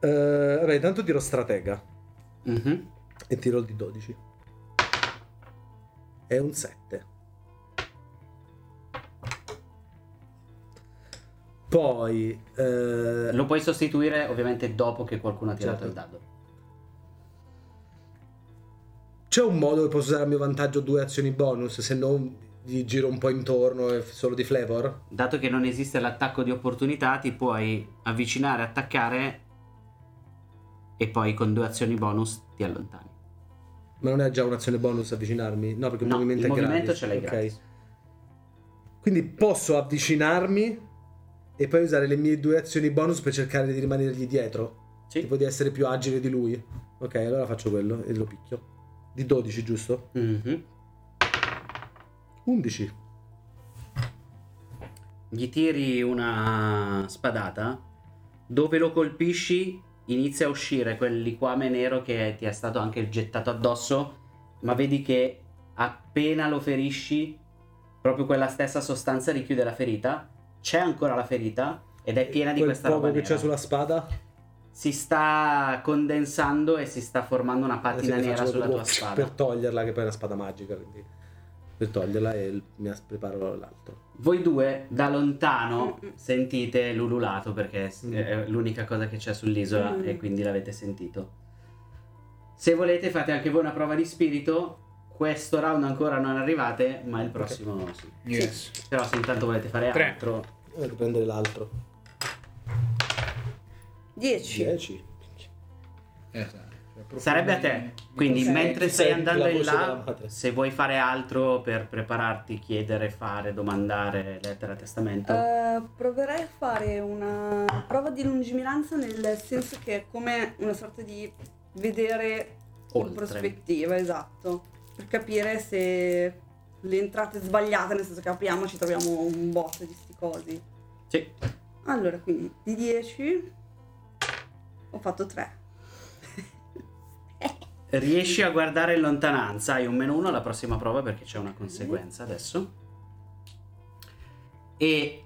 [SPEAKER 2] Eh, vabbè, intanto tiro stratega
[SPEAKER 1] Mhm.
[SPEAKER 2] e tiro il di 12. È un 7. Poi... eh,
[SPEAKER 1] Lo puoi sostituire ovviamente dopo che qualcuno ha tirato
[SPEAKER 2] Certo.
[SPEAKER 1] il dado.
[SPEAKER 2] C'è un modo che posso usare a mio vantaggio due azioni bonus, se non gli giro un po' intorno e f- solo di flavor?
[SPEAKER 1] Dato che non esiste l'attacco di opportunità, ti puoi avvicinare, attaccare e poi con due azioni bonus ti allontani.
[SPEAKER 2] Ma non è già un'azione bonus avvicinarmi? No, perché il
[SPEAKER 1] No,
[SPEAKER 2] movimento
[SPEAKER 1] il
[SPEAKER 2] è
[SPEAKER 1] movimento
[SPEAKER 2] gratis.
[SPEAKER 1] ce l'hai
[SPEAKER 2] ok.
[SPEAKER 1] gratis.
[SPEAKER 2] Quindi posso avvicinarmi e poi usare le mie due azioni bonus per cercare di rimanergli dietro.
[SPEAKER 1] Sì.
[SPEAKER 2] Tipo di essere più agile di lui. Ok, allora faccio quello e lo picchio. Di 12, giusto?
[SPEAKER 1] Mhm.
[SPEAKER 2] 11.
[SPEAKER 1] Gli tiri una spadata. Dove lo colpisci inizia a uscire quel liquame nero che ti è stato anche gettato addosso. Ma vedi che appena lo ferisci, proprio quella stessa sostanza richiude la ferita. C'è ancora la ferita ed è piena di
[SPEAKER 2] Quel
[SPEAKER 1] questa
[SPEAKER 2] poco
[SPEAKER 1] roba
[SPEAKER 2] che
[SPEAKER 1] nera.
[SPEAKER 2] c'è sulla spada.
[SPEAKER 1] Si sta condensando e si sta formando una patina
[SPEAKER 2] Adesso che
[SPEAKER 1] nera
[SPEAKER 2] faccio
[SPEAKER 1] sulla
[SPEAKER 2] proprio
[SPEAKER 1] tua spada.
[SPEAKER 2] Per toglierla, che poi è una spada magica. Quindi per toglierla e il- mi as- preparo l'altro.
[SPEAKER 1] Voi due da lontano
[SPEAKER 4] Mm-mm.
[SPEAKER 1] sentite l'ululato perché s-
[SPEAKER 2] Mm.
[SPEAKER 1] è l'unica cosa che c'è sull'isola
[SPEAKER 4] Mm.
[SPEAKER 1] e quindi l'avete sentito. Se volete fate anche voi una prova di spirito. Questo round ancora non arrivate, ma il prossimo sì.
[SPEAKER 3] Yes.
[SPEAKER 1] Però se intanto volete fare
[SPEAKER 3] Tre.
[SPEAKER 1] altro,
[SPEAKER 5] Devo prendere l'altro.
[SPEAKER 4] 10.
[SPEAKER 5] 10.
[SPEAKER 3] Eh, sai, cioè, profondi-
[SPEAKER 1] sarebbe a te. Quindi
[SPEAKER 4] Ok.
[SPEAKER 1] mentre stai
[SPEAKER 5] Senti
[SPEAKER 1] andando
[SPEAKER 5] la
[SPEAKER 1] in
[SPEAKER 5] voce della
[SPEAKER 1] là,
[SPEAKER 5] madre.
[SPEAKER 1] se vuoi fare altro per prepararti, chiedere, fare, domandare, lettera, testamento.
[SPEAKER 4] Eh, proverei a fare una prova di lungimiranza nel senso che è come una sorta di vedere in
[SPEAKER 1] Oltre.
[SPEAKER 4] prospettiva, esatto, per capire se le entrate sbagliate, nel senso che apriamo e ci troviamo un botto di sti cosi.
[SPEAKER 1] Sì.
[SPEAKER 4] Allora, quindi di 10 ho fatto 3.
[SPEAKER 1] Riesci a guardare in lontananza, hai un meno uno alla prossima prova perché c'è una conseguenza adesso. E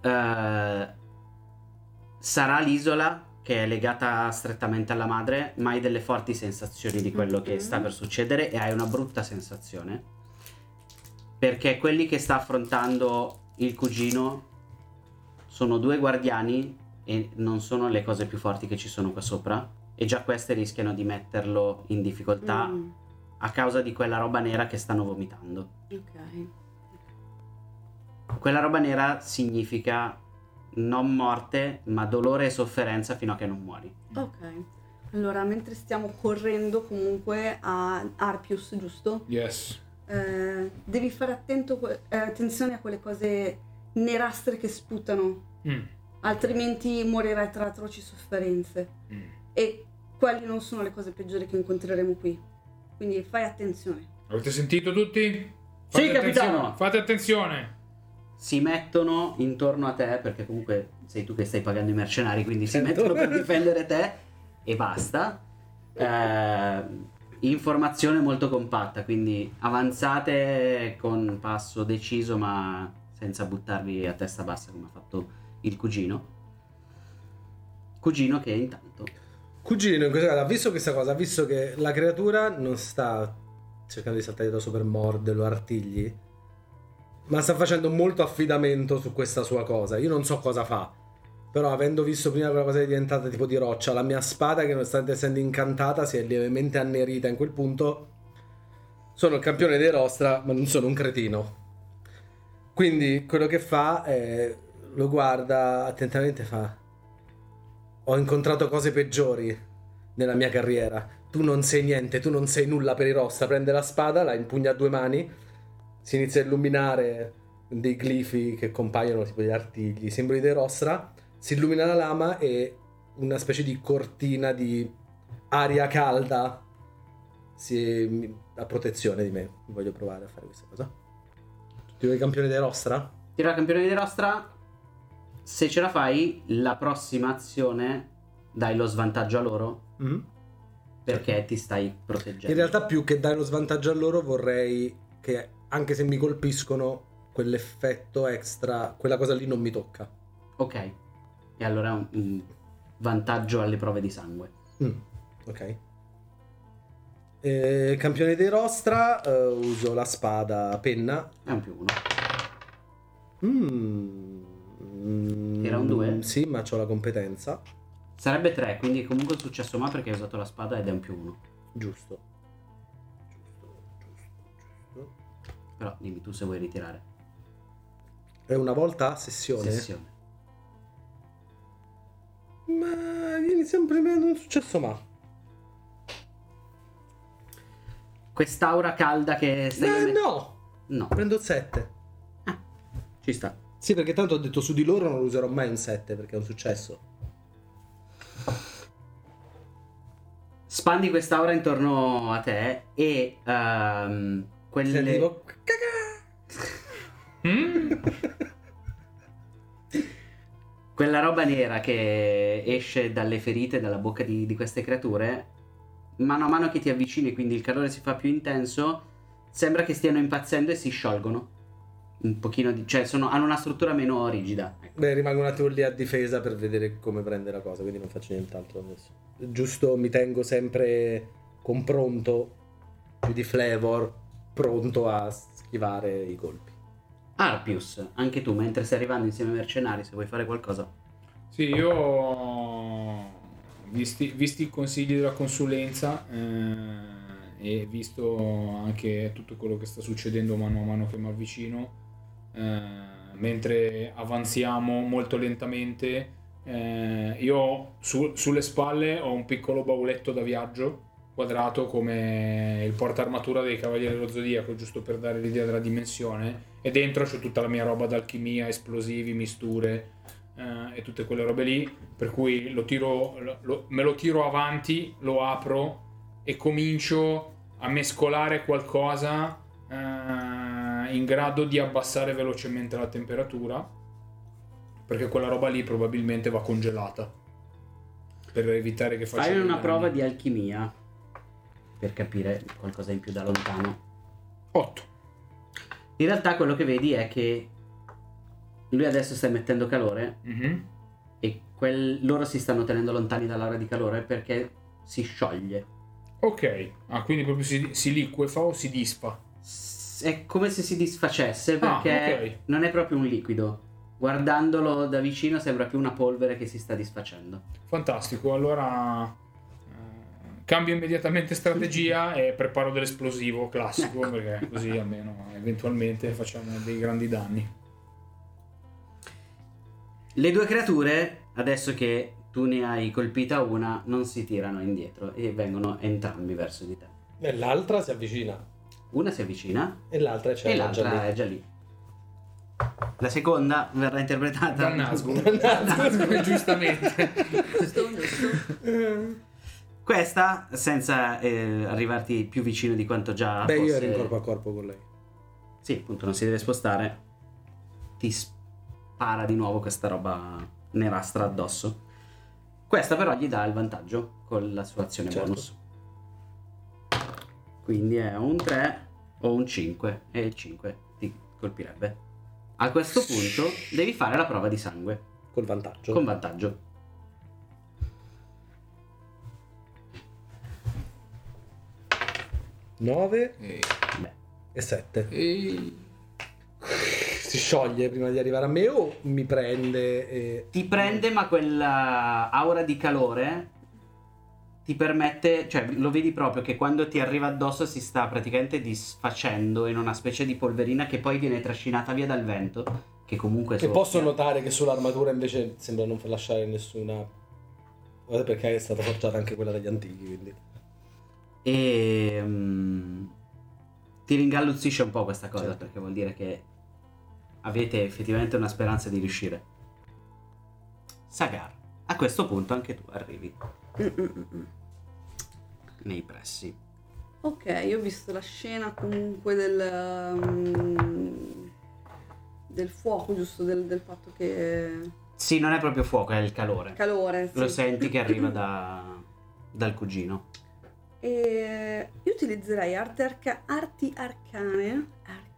[SPEAKER 1] eh, sarà l'isola che è legata strettamente alla madre, ma hai delle forti sensazioni di quello che sta per succedere e hai una brutta sensazione. Perché quelli che sta affrontando il cugino sono due guardiani e non sono le cose più forti che ci sono qua sopra. E già queste rischiano di metterlo in difficoltà
[SPEAKER 4] Mm,
[SPEAKER 1] a causa di quella roba nera che stanno vomitando.
[SPEAKER 4] ok.
[SPEAKER 1] Quella roba nera significa non morte, ma dolore e sofferenza fino a che non muori.
[SPEAKER 4] Ok. Allora, mentre stiamo correndo comunque a Arpius, giusto?
[SPEAKER 3] Yes.
[SPEAKER 4] Eh, devi fare attento que- eh, attenzione a quelle cose nerastre che sputano,
[SPEAKER 3] Mm.
[SPEAKER 4] altrimenti morirai tra atroci sofferenze.
[SPEAKER 3] Mm.
[SPEAKER 4] E quelle non sono le cose peggiori che incontreremo qui. Quindi fai attenzione.
[SPEAKER 3] Avete sentito tutti?
[SPEAKER 1] Sì,
[SPEAKER 3] Fate
[SPEAKER 1] capitano.
[SPEAKER 3] attenzione, Fate attenzione.
[SPEAKER 1] Si mettono intorno a te, perché comunque sei tu che stai pagando i mercenari, quindi si
[SPEAKER 2] Certo.
[SPEAKER 1] mettono per difendere te e basta. Eh, informazione molto compatta, quindi avanzate con passo deciso, ma senza buttarvi a testa bassa come ha fatto il cugino. Cugino che intanto
[SPEAKER 2] Cugino, in questo caso, ha visto questa cosa, ha visto che la creatura non sta cercando di saltare addosso per morderlo, artigli, ma sta facendo molto affidamento su questa sua cosa. Io non so cosa fa, però avendo visto prima quella cosa che è diventata tipo di roccia, la mia spada che nonostante essendo incantata si è lievemente annerita in quel punto. Sono il campione dei Rostra, ma non sono un cretino. Quindi quello che fa è lo guarda attentamente e fa ho incontrato cose peggiori nella mia carriera. Tu non sei niente, tu non sei nulla per i Rosta. Prende la spada, la impugna a due mani, si inizia a illuminare dei glifi che compaiono, tipo gli artigli, i simboli dei Rostra. Si illumina la lama e una specie di cortina di aria calda si, mi- a protezione di me. Voglio provare a fare questa cosa. Tutti voi campioni dei Rostra?
[SPEAKER 1] Tira campione di rostra. Se ce la fai, la prossima azione dai lo svantaggio a loro
[SPEAKER 2] Mm?
[SPEAKER 1] perché ti stai proteggendo.
[SPEAKER 2] Certo. In realtà più che dare lo svantaggio a loro vorrei che anche se mi colpiscono quell'effetto extra, quella cosa lì non mi tocca.
[SPEAKER 1] Ok. E allora è un, un vantaggio alle prove di sangue.
[SPEAKER 2] Mm, Ok. Eh, campione dei rostra, eh, uso la spada a penna.
[SPEAKER 1] È un più uno.
[SPEAKER 2] Mm, mm,
[SPEAKER 1] Era un due?
[SPEAKER 2] Sì, ma ho la competenza.
[SPEAKER 1] Sarebbe 3, quindi è comunque un successo ma perché hai usato la spada ed è un più uno.
[SPEAKER 2] Giusto. Giusto, giusto, giusto.
[SPEAKER 1] Però dimmi tu se vuoi ritirare.
[SPEAKER 2] È una volta a sessione.
[SPEAKER 1] Sessione.
[SPEAKER 2] Ma vieni sempre meno un successo ma.
[SPEAKER 1] Quest'aura calda che stai
[SPEAKER 2] Eh,
[SPEAKER 1] prendendo-
[SPEAKER 2] no,
[SPEAKER 1] No,
[SPEAKER 2] prendo il 7.
[SPEAKER 1] Ah. ci sta.
[SPEAKER 2] Sì, perché tanto ho detto su di loro non userò mai un 7 perché è un successo.
[SPEAKER 1] Spandi quest'aura intorno a te e ehm, quelle...
[SPEAKER 2] Sentivo-
[SPEAKER 3] Mm?
[SPEAKER 1] quella roba nera che esce dalle ferite, dalla bocca di, di queste creature, mano a mano che ti avvicini, quindi il calore si fa più intenso, sembra che stiano impazzendo e si sciolgono. Un pochino di... cioè sono- hanno una struttura meno rigida. ecco.
[SPEAKER 2] Beh, rimango un attimo lì a difesa per vedere come prende la cosa, quindi non faccio nient'altro adesso. Giusto, mi tengo sempre con pronto, più di flavor, pronto a schivare i colpi.
[SPEAKER 1] Arpius, anche tu, mentre stai arrivando insieme ai mercenari, se vuoi fare qualcosa.
[SPEAKER 3] Sì, io visti, visti i consigli della consulenza eh, e visto anche tutto quello che sta succedendo mano a mano che mi avvicino, eh, mentre avanziamo molto lentamente, eh, io su- sulle spalle ho un piccolo bauletto da viaggio quadrato come il portaarmatura dei Cavalieri dello Zodiaco, giusto per dare l'idea della dimensione, e dentro c'è tutta la mia roba d'alchimia, esplosivi, misture eh, e tutte quelle robe lì, per cui lo tiro, lo- lo- me lo tiro avanti, lo apro e comincio a mescolare qualcosa eh, in grado di abbassare velocemente la temperatura, perché quella roba lì probabilmente va congelata. Per evitare che faccia
[SPEAKER 1] Fai
[SPEAKER 3] dei
[SPEAKER 1] una
[SPEAKER 3] danni.
[SPEAKER 1] prova di alchimia per capire qualcosa in più da lontano.
[SPEAKER 3] 8.
[SPEAKER 1] In realtà quello che vedi è che lui adesso sta emettendo calore
[SPEAKER 3] Mhm.
[SPEAKER 1] e quel- loro si stanno tenendo lontani dall'aura di calore perché si scioglie.
[SPEAKER 3] Ok, ah, quindi proprio si, si liquefa o si disfa?
[SPEAKER 1] S- È come se si disfacesse
[SPEAKER 3] Ah,
[SPEAKER 1] perché
[SPEAKER 3] ok.
[SPEAKER 1] non è proprio un liquido. Guardandolo da vicino sembra più una polvere che si sta disfacendo.
[SPEAKER 3] Fantastico, allora eh, cambio immediatamente strategia e preparo dell'esplosivo classico
[SPEAKER 1] Ecco.
[SPEAKER 3] perché così almeno eventualmente facciamo dei grandi danni.
[SPEAKER 1] Le due creature, adesso che tu ne hai colpita una, non si tirano indietro e vengono entrambi verso di te.
[SPEAKER 5] E l'altra si avvicina.
[SPEAKER 1] Una si avvicina
[SPEAKER 5] E l'altra c'è
[SPEAKER 1] e
[SPEAKER 5] la
[SPEAKER 1] l'altra
[SPEAKER 5] già lì.
[SPEAKER 1] è già lì. La seconda verrà interpretata
[SPEAKER 3] Dal Nazgul.
[SPEAKER 1] Dal Nazgul.
[SPEAKER 3] Giustamente.
[SPEAKER 4] Giusto, giusto.
[SPEAKER 2] Eh.
[SPEAKER 1] Questa senza eh, arrivarti più vicino di quanto già
[SPEAKER 2] Beh, io
[SPEAKER 1] fosse-
[SPEAKER 2] ero in corpo a corpo con lei.
[SPEAKER 1] Sì, appunto, non si deve spostare. Ti spara di nuovo questa roba nerastra addosso. Questa però gli dà il vantaggio con la sua azione
[SPEAKER 2] Certo.
[SPEAKER 1] bonus. Quindi è un 3 o un 5 e il 5 ti colpirebbe. A questo punto devi fare la prova di sangue
[SPEAKER 2] Col vantaggio.
[SPEAKER 1] con vantaggio.
[SPEAKER 2] Nove
[SPEAKER 3] E,
[SPEAKER 1] Beh,
[SPEAKER 2] e 7.
[SPEAKER 3] e-
[SPEAKER 2] Si scioglie prima di arrivare a me o mi prende e...
[SPEAKER 1] ti prende ma quella aura di calore ti permette, cioè lo vedi proprio che quando ti arriva addosso si sta praticamente disfacendo in una specie di polverina che poi viene trascinata via dal vento, che comunque...
[SPEAKER 5] Che
[SPEAKER 1] soffia.
[SPEAKER 5] posso notare che sull'armatura invece sembra non lasciare nessuna. Guardate perché è stata forgiata anche quella degli antichi, quindi.
[SPEAKER 1] E... mm, ti ringalluzzisce un po' questa cosa perché vuol dire che avete effettivamente una speranza di riuscire. Sagar, a questo punto anche tu arrivi
[SPEAKER 4] Mm, mm, mm, mm.
[SPEAKER 1] nei pressi.
[SPEAKER 4] Ok, io ho visto la scena comunque del, um, del fuoco, giusto? Del, del fatto che...
[SPEAKER 1] Sì, non è proprio fuoco, è il calore.
[SPEAKER 4] Calore. sì.
[SPEAKER 1] Lo senti che arriva da- dal cugino.
[SPEAKER 4] E io utilizzerei arte arca- arti arcane,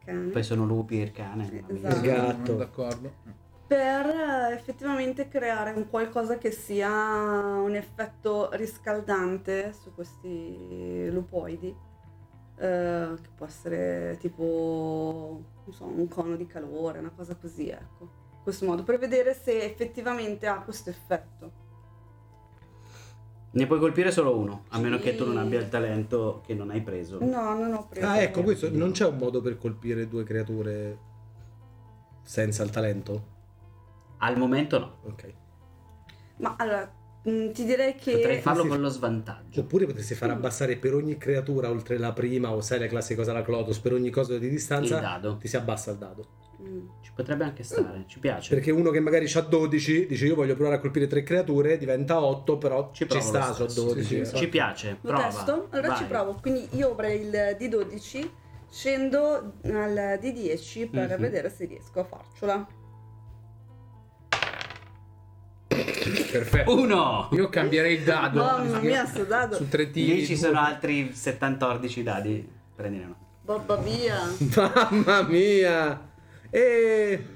[SPEAKER 4] arcane
[SPEAKER 1] Poi sono lupi e il cane.
[SPEAKER 4] Sì,
[SPEAKER 1] mamma mia.
[SPEAKER 4] esatto.
[SPEAKER 2] Gatto.
[SPEAKER 3] D'accordo.
[SPEAKER 4] per eh, effettivamente creare un qualcosa che sia un effetto riscaldante su questi lupoidi, eh, che può essere tipo non so, un cono di calore, una cosa così, ecco. In questo modo, per vedere se effettivamente ha questo effetto.
[SPEAKER 1] Ne puoi colpire solo uno, a meno
[SPEAKER 4] Sì.
[SPEAKER 1] che tu non abbia il talento che non hai preso.
[SPEAKER 4] No, non ho preso.
[SPEAKER 2] Ah, ecco, questo non c'è un modo per colpire due creature senza il talento?
[SPEAKER 1] Al momento no.
[SPEAKER 2] Ok.
[SPEAKER 4] Ma allora, Mm, ti direi che...
[SPEAKER 1] Potrei farlo
[SPEAKER 2] Sì, sì.
[SPEAKER 1] con lo svantaggio.
[SPEAKER 2] Oppure potresti far abbassare per ogni creatura oltre la prima, o sai la classica cosa la Clotus, per ogni cosa di
[SPEAKER 1] Il
[SPEAKER 4] Cioè,
[SPEAKER 2] distanza
[SPEAKER 1] dado.
[SPEAKER 2] ti si abbassa il dado.
[SPEAKER 4] Mm.
[SPEAKER 1] Ci potrebbe anche stare, ci piace.
[SPEAKER 2] Perché uno che magari ha 12 dice io voglio provare a colpire tre creature, diventa 8, però
[SPEAKER 1] Ci
[SPEAKER 2] ci,
[SPEAKER 1] provo
[SPEAKER 2] sta
[SPEAKER 1] lo
[SPEAKER 2] su
[SPEAKER 1] stesso,
[SPEAKER 2] 12.
[SPEAKER 3] sì, sì,
[SPEAKER 2] esatto.
[SPEAKER 1] Ci piace,
[SPEAKER 4] Lo
[SPEAKER 1] prova.
[SPEAKER 4] testo? Allora
[SPEAKER 1] vai.
[SPEAKER 4] ci provo. Quindi io avrei il D12, scendo al D10 per
[SPEAKER 1] Mhm.
[SPEAKER 4] vedere se riesco a farcela.
[SPEAKER 3] Perfetto.
[SPEAKER 1] Uno!
[SPEAKER 3] Io cambierei il dado.
[SPEAKER 4] Mamma mia, sto dado.
[SPEAKER 3] Su tre tiri.
[SPEAKER 1] Lì ci sono altri 714 dadi. Prendine uno.
[SPEAKER 4] Babba via.
[SPEAKER 2] Mamma mia! E...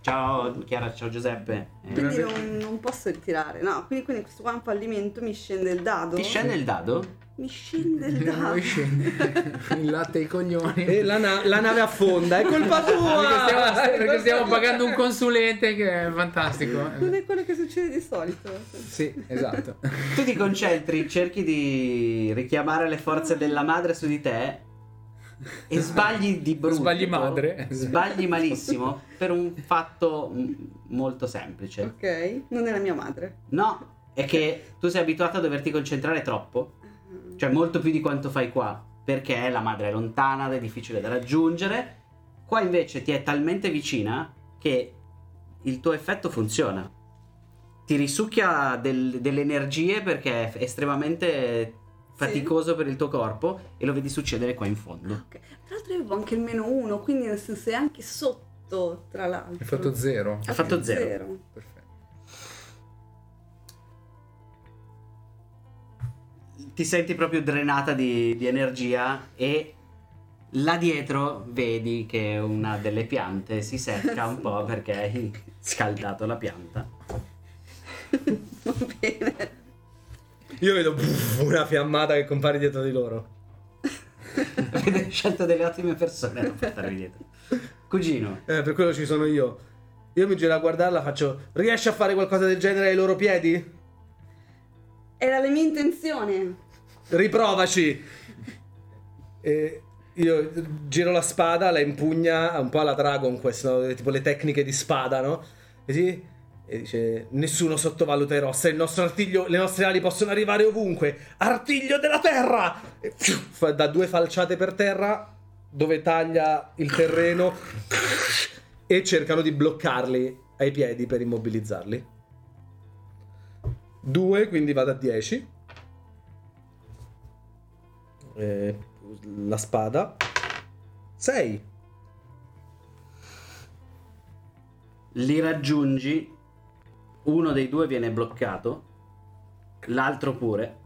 [SPEAKER 1] Ciao Chiara, ciao Giuseppe. Eh,
[SPEAKER 4] Quindi non, non posso ritirare. No, quindi, quindi questo qua è un fallimento, mi scende il dado.
[SPEAKER 1] Ti scende il dado?
[SPEAKER 4] Mi scende il
[SPEAKER 3] No,
[SPEAKER 4] dado.
[SPEAKER 3] mi scende. Il latte ai coglioni.
[SPEAKER 2] e la, na- la nave affonda, è colpa
[SPEAKER 3] Perché stiamo,
[SPEAKER 2] tua!
[SPEAKER 3] perché stiamo pagando un consulente che è fantastico.
[SPEAKER 4] Non è quello che succede di solito.
[SPEAKER 3] Sì, esatto.
[SPEAKER 1] Tu ti concentri, cerchi di richiamare le forze della madre su di te e sbagli di brutto.
[SPEAKER 3] Sbagli madre.
[SPEAKER 1] Sbagli malissimo per un fatto m- molto semplice.
[SPEAKER 4] Ok, non è la mia madre.
[SPEAKER 1] No, è che tu sei abituato a doverti concentrare troppo, cioè molto più di quanto fai qua, perché la madre è lontana ed è difficile da raggiungere. Qua invece ti è talmente vicina che il tuo effetto funziona. Ti risucchia del- delle energie perché è estremamente faticoso per il tuo corpo e lo vedi succedere qua in fondo.
[SPEAKER 4] Ok. Tra l'altro io avevo anche il meno uno, quindi nel senso è anche sotto, tra l'altro.
[SPEAKER 3] Hai fatto zero.
[SPEAKER 1] Hai fatto zero.
[SPEAKER 3] Perfetto.
[SPEAKER 1] ti senti proprio drenata di, di energia e là dietro vedi che una delle piante si secca un po' perché hai scaldato la pianta.
[SPEAKER 4] Va bene.
[SPEAKER 2] Io vedo pff, una fiammata che compare dietro di loro.
[SPEAKER 1] Avete scelto delle ottime persone da portarvi dietro. Cugino,
[SPEAKER 2] Eh, per quello ci sono io. Io mi giro a guardarla, faccio... Riesci a fare qualcosa del genere ai loro piedi?
[SPEAKER 4] Era la mia intenzione.
[SPEAKER 2] Riprovaci! E io giro la spada, la impugna un po' alla Dragon Quest, no? tipo le tecniche di spada, no? Così, e dice, nessuno sottovaluta i rossa, il nostro artiglio, le nostre ali possono arrivare ovunque, artiglio della terra! E fiu, fa- da due falciate per terra, dove taglia il terreno, e cercano di bloccarli ai piedi per immobilizzarli. Due, quindi vado a 10. Eh, la spada 6
[SPEAKER 1] li raggiungi, uno dei due viene bloccato, l'altro pure.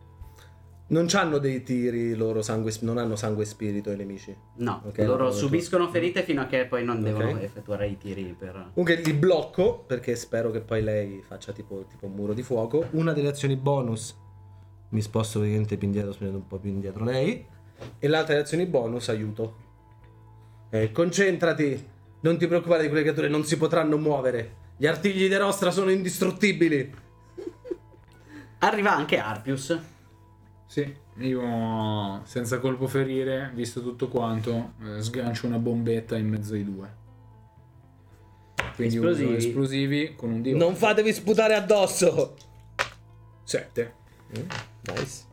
[SPEAKER 2] non hanno dei tiri loro sangue sp- non hanno sangue e spirito i nemici
[SPEAKER 1] No,
[SPEAKER 2] Ok,
[SPEAKER 1] loro
[SPEAKER 2] no, no,
[SPEAKER 1] subiscono ferite fino a che poi non devono
[SPEAKER 2] Ok.
[SPEAKER 1] effettuare i tiri per...
[SPEAKER 2] comunque li blocco perché spero che poi lei faccia tipo, tipo un muro di fuoco una delle azioni bonus mi sposto praticamente più indietro spingendo un po' più indietro lei e l'altra delle azioni bonus aiuto Eh, concentrati non ti preoccupare di quelle creature non si potranno muovere gli artigli di Rostra sono indistruttibili
[SPEAKER 1] Arriva anche Arpius.
[SPEAKER 3] Sì, io senza colpo ferire, visto tutto quanto, eh, sgancio una bombetta in mezzo ai due. Quindi uso
[SPEAKER 1] Esplosivi.
[SPEAKER 3] esplosivi con un D8.
[SPEAKER 2] non fatevi sputare addosso
[SPEAKER 3] 7.
[SPEAKER 2] nice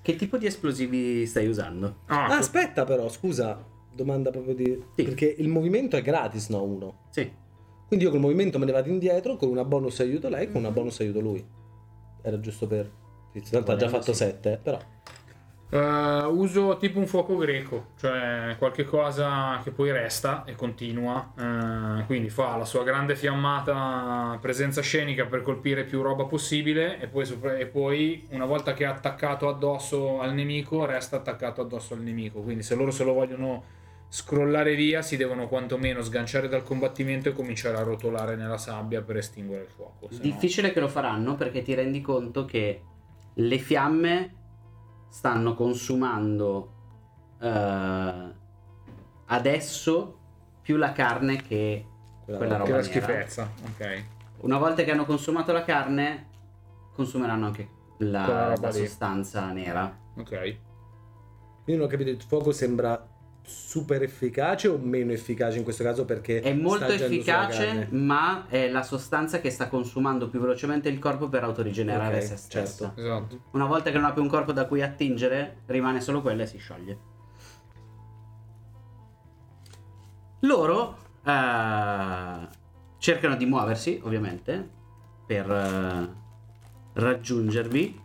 [SPEAKER 1] Che tipo di esplosivi stai usando?
[SPEAKER 3] Ah,
[SPEAKER 2] Ah, aspetta però, scusa, domanda proprio di...
[SPEAKER 1] Sì.
[SPEAKER 2] Perché il movimento è gratis, no? Uno.
[SPEAKER 1] Sì.
[SPEAKER 2] Quindi io col movimento me ne vado indietro, con una bonus aiuto lei, con una bonus aiuto lui. Era giusto per... Tanto ha già fatto 7, però...
[SPEAKER 3] Eh, uso tipo un fuoco greco, cioè qualche cosa che poi resta e continua. eh, quindi fa la sua grande fiammata presenza scenica per colpire più roba possibile. E poi, sopra- e poi, una volta che è attaccato addosso al nemico, resta attaccato addosso al nemico. Quindi se loro se lo vogliono scrollare via, si devono quantomeno sganciare dal combattimento e cominciare a rotolare nella sabbia per estinguere il fuoco. se no-
[SPEAKER 1] Difficile che lo faranno perché ti rendi conto che le fiamme stanno consumando eh, adesso più la carne che
[SPEAKER 2] Quella
[SPEAKER 1] quella
[SPEAKER 2] roba
[SPEAKER 1] roba
[SPEAKER 3] Che è la
[SPEAKER 1] nera.
[SPEAKER 3] schifezza, ok.
[SPEAKER 1] Una volta che hanno consumato la carne, consumeranno anche
[SPEAKER 3] Quella
[SPEAKER 1] la,
[SPEAKER 3] roba
[SPEAKER 1] la
[SPEAKER 3] lì.
[SPEAKER 1] sostanza nera.
[SPEAKER 3] Ok.
[SPEAKER 2] Io non ho capito, il fuoco sembra super efficace o meno efficace in questo caso perché
[SPEAKER 1] È molto
[SPEAKER 2] sta agendo sulla
[SPEAKER 1] efficace,
[SPEAKER 2] carne?
[SPEAKER 1] ma è la sostanza che sta consumando più velocemente il corpo per autorigenerare
[SPEAKER 2] Ok,
[SPEAKER 1] se stessa.
[SPEAKER 2] certo.
[SPEAKER 3] Esatto.
[SPEAKER 1] Una volta che non ha più un corpo da cui attingere, rimane solo quella e si scioglie. Loro eh, cercano di muoversi, ovviamente, per eh, raggiungervi.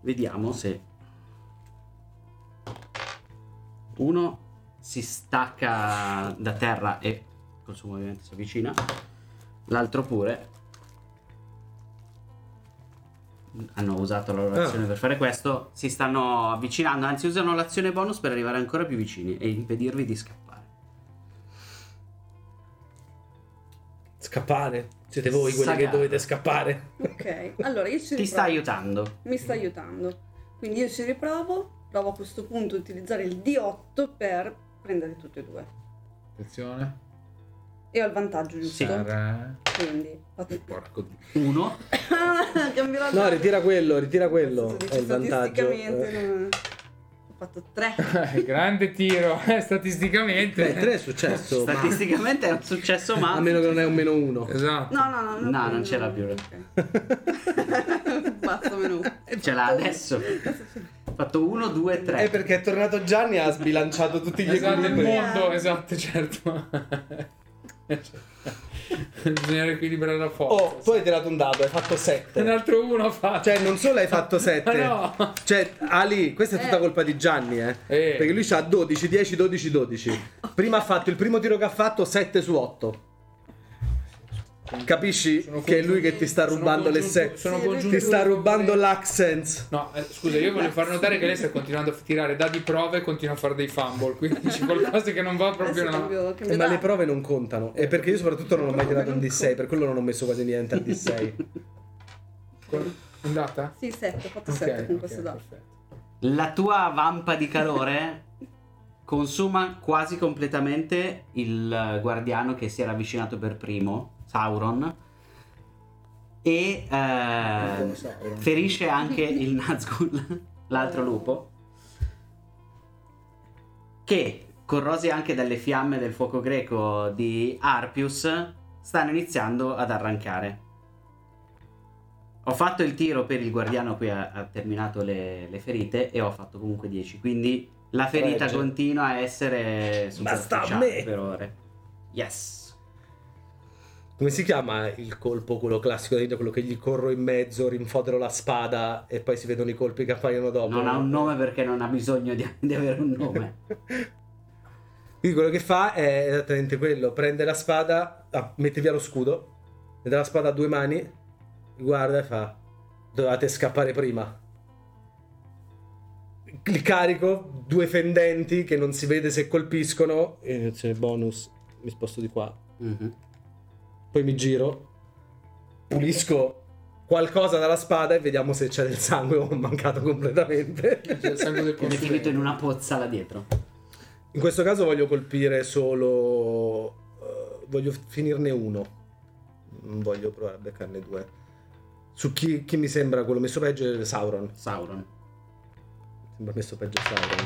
[SPEAKER 1] Vediamo se uno si stacca da terra e col suo movimento si avvicina, l'altro pure. Hanno usato la loro
[SPEAKER 2] Ah.
[SPEAKER 1] azione per fare questo. Si stanno avvicinando, anzi, usano l'azione bonus per arrivare ancora più vicini e impedirvi di scappare.
[SPEAKER 5] Scappare. Siete voi quelli
[SPEAKER 1] Sagara.
[SPEAKER 5] che dovete scappare.
[SPEAKER 4] Ok, allora io ci
[SPEAKER 1] Ti
[SPEAKER 4] riprovo.
[SPEAKER 1] sta aiutando.
[SPEAKER 4] Mi sta aiutando. Quindi io ci riprovo, provo a questo punto a utilizzare il D8 per prendere tutti e due.
[SPEAKER 3] Attenzione.
[SPEAKER 4] E ho il vantaggio giusto.
[SPEAKER 3] Tre.
[SPEAKER 4] Quindi
[SPEAKER 3] Porco di...
[SPEAKER 1] Uno.
[SPEAKER 4] cambierò
[SPEAKER 2] No, ritira quello, ritira quello.
[SPEAKER 4] Dici
[SPEAKER 2] È il vantaggio.
[SPEAKER 4] statisticamente
[SPEAKER 2] Eh,
[SPEAKER 4] non- Ho fatto 3.
[SPEAKER 3] Eh, Grande tiro, eh, statisticamente.
[SPEAKER 2] Beh, 3 Eh, è successo. ma-
[SPEAKER 1] Statisticamente è un successo, ma.
[SPEAKER 2] A meno che non è un meno 1.
[SPEAKER 3] Esatto.
[SPEAKER 4] No, no, no.
[SPEAKER 1] No, non c'era più.
[SPEAKER 4] Ok. Basta menù.
[SPEAKER 1] Ce l'ha adesso. Ho fatto uno, due, tre.
[SPEAKER 5] È perché è tornato Gianni e ha sbilanciato tutti gli
[SPEAKER 3] Esatto, il
[SPEAKER 5] equilibri.
[SPEAKER 3] mondo, esatto, certo. Bisogna equilibrare la forza.
[SPEAKER 5] Oh, tu hai tirato un dado, hai fatto
[SPEAKER 3] Un
[SPEAKER 5] 7.
[SPEAKER 3] altro uno fa.
[SPEAKER 2] Cioè, non solo hai fatto 7.
[SPEAKER 3] Ma no.
[SPEAKER 2] Cioè, Ali, questa è tutta
[SPEAKER 4] Eh.
[SPEAKER 2] colpa di Gianni, eh.
[SPEAKER 3] Eh.
[SPEAKER 2] Perché lui ha 12, 10, 12, 12. Prima ha fatto il primo tiro che ha fatto 7 su 8. Capisci
[SPEAKER 3] Sono
[SPEAKER 2] che è lui
[SPEAKER 3] congiunto-
[SPEAKER 2] che ti sta
[SPEAKER 3] sono
[SPEAKER 2] rubando le 7.
[SPEAKER 3] congiunto- Sono
[SPEAKER 4] Sì, lui
[SPEAKER 3] congiunto-
[SPEAKER 2] Ti sta rubando l'accents.
[SPEAKER 3] No, eh, scusa, io voglio far notare che lei sta continuando a tirare dadi prove e continua a fare dei fumble, quindi c'è qualcosa che non va proprio.
[SPEAKER 4] Adesso
[SPEAKER 3] No.
[SPEAKER 4] cambio,
[SPEAKER 2] Eh,
[SPEAKER 4] cambio
[SPEAKER 2] ma le
[SPEAKER 4] data.
[SPEAKER 2] prove non contano. E perché io soprattutto non ho mai tirato un D6, per quello non ho messo quasi niente al D6.
[SPEAKER 3] Con- Andata?
[SPEAKER 4] Sì, 7, ho fatto
[SPEAKER 3] Ok,
[SPEAKER 4] 7 con
[SPEAKER 3] ok,
[SPEAKER 4] questo dato.
[SPEAKER 3] perfetto.
[SPEAKER 1] La tua vampa di calore consuma quasi completamente il guardiano che si era avvicinato per primo, Sauron, e eh,
[SPEAKER 3] Buono, Sauron.
[SPEAKER 1] ferisce anche il Nazgul, l'altro lupo, che, corrosi anche dalle fiamme del fuoco greco di Arpius, stanno iniziando ad arrancare. Ho fatto il tiro per il guardiano qui ha, ha terminato le, le ferite e ho fatto comunque 10, quindi la ferita
[SPEAKER 5] Regge.
[SPEAKER 1] continua a essere
[SPEAKER 2] Basta a
[SPEAKER 1] superficiale
[SPEAKER 2] me!
[SPEAKER 1] per ore. Yes.
[SPEAKER 2] Come si chiama il colpo, quello classico da quello che gli corro in mezzo, rinfodero la spada e poi si vedono i colpi che appaiono dopo?
[SPEAKER 1] Non ha un nome perché non ha bisogno di, di avere un nome.
[SPEAKER 2] Quindi quello che fa è esattamente quello: prende la spada, ah, mette via lo scudo, e dalla spada a due mani, guarda e fa: Dovevate scappare prima. Il carico, due fendenti che non si vede se colpiscono. E azione bonus, mi sposto di qua.
[SPEAKER 1] Mhm.
[SPEAKER 2] Poi mi giro, pulisco qualcosa dalla spada e vediamo se c'è del sangue o ho mancato completamente.
[SPEAKER 3] C'è Cioè, il sangue del
[SPEAKER 1] Che avete finito in
[SPEAKER 3] constretta.
[SPEAKER 1] una pozza là dietro.
[SPEAKER 2] In questo caso voglio colpire solo. eh, voglio finirne uno. Non voglio provare a beccarne due. Su chi, chi mi sembra quello messo peggio è Sauron. Mi
[SPEAKER 1] Sauron.
[SPEAKER 2] Sembra messo peggio Sauron.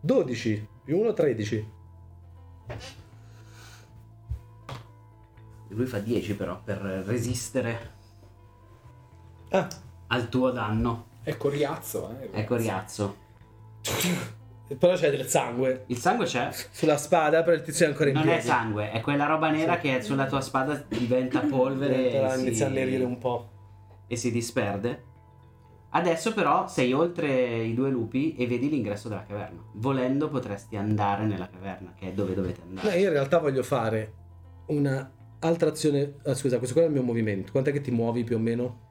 [SPEAKER 2] 12 più 1, 13.
[SPEAKER 1] Lui fa 10 però per resistere
[SPEAKER 2] Ah,
[SPEAKER 1] al tuo danno.
[SPEAKER 3] Ecco Riazzo, eh.
[SPEAKER 1] Ecco Riazzo.
[SPEAKER 5] Però c'è del sangue.
[SPEAKER 1] Il sangue c'è?
[SPEAKER 2] sulla spada, però il tizio è ancora in
[SPEAKER 1] Non
[SPEAKER 2] piedi.
[SPEAKER 1] è sangue, è quella roba nera che sulla tua spada diventa polvere
[SPEAKER 5] Diventerà-
[SPEAKER 1] e si,
[SPEAKER 5] Inizia a nerire un po'.
[SPEAKER 1] e si disperde. Adesso però sei oltre i due lupi e vedi l'ingresso della caverna. Volendo potresti andare nella caverna, che è dove dovete
[SPEAKER 2] No,
[SPEAKER 1] andare.
[SPEAKER 2] io in realtà voglio fare una altra azione. ah, scusa, questo qua è il mio movimento. Quant'è che ti muovi più o meno?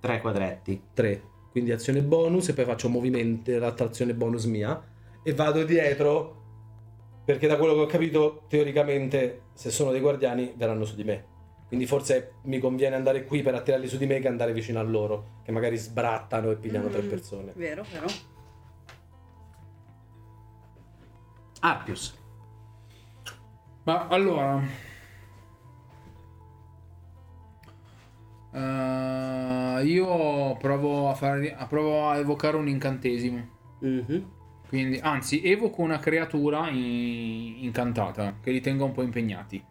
[SPEAKER 1] Tre quadretti.
[SPEAKER 2] 3. Quindi azione bonus e poi faccio movimento, l'attrazione bonus mia. E vado dietro.
[SPEAKER 5] Perché da quello che ho capito, teoricamente, se sono dei guardiani, verranno su di me. Quindi forse mi conviene andare qui per attirarli su di me che andare vicino a loro, che magari sbrattano e pigliano tre
[SPEAKER 4] Mm.
[SPEAKER 5] persone.
[SPEAKER 4] Vero, vero.
[SPEAKER 1] Arpius.
[SPEAKER 3] Ma allora. Eh, io provo a, fare, a- provo a evocare un incantesimo.
[SPEAKER 1] Mhm.
[SPEAKER 3] Quindi, anzi, evoco una creatura in- incantata che li tenga un po' impegnati.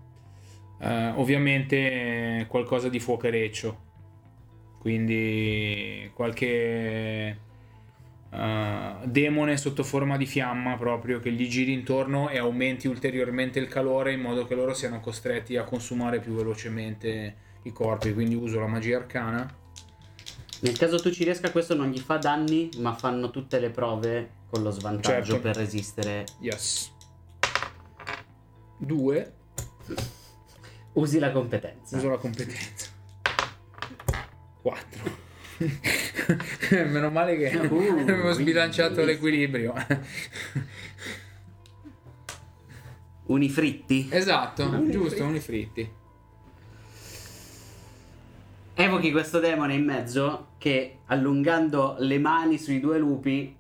[SPEAKER 3] Eh, ovviamente eh, qualcosa di fuochereccio. Quindi qualche eh, demone sotto forma di fiamma proprio che gli giri intorno e aumenti ulteriormente il calore in modo che loro siano costretti a consumare più velocemente i corpi. Quindi uso la magia arcana.
[SPEAKER 1] Nel caso tu ci riesca, questo non gli fa danni, ma fanno tutte le prove con lo svantaggio
[SPEAKER 3] Certo.
[SPEAKER 1] per resistere.
[SPEAKER 3] Yes. 2.
[SPEAKER 1] Usi la competenza.
[SPEAKER 3] Uso la competenza. 4. Meno male che
[SPEAKER 1] Uh,
[SPEAKER 3] avevo sbilanciato
[SPEAKER 1] quindi-
[SPEAKER 3] l'equilibrio.
[SPEAKER 1] Unifritti.
[SPEAKER 3] esatto,
[SPEAKER 4] Unifritti.
[SPEAKER 3] giusto, unifritti.
[SPEAKER 1] Evochi questo demone in mezzo che, allungando le mani sui due lupi,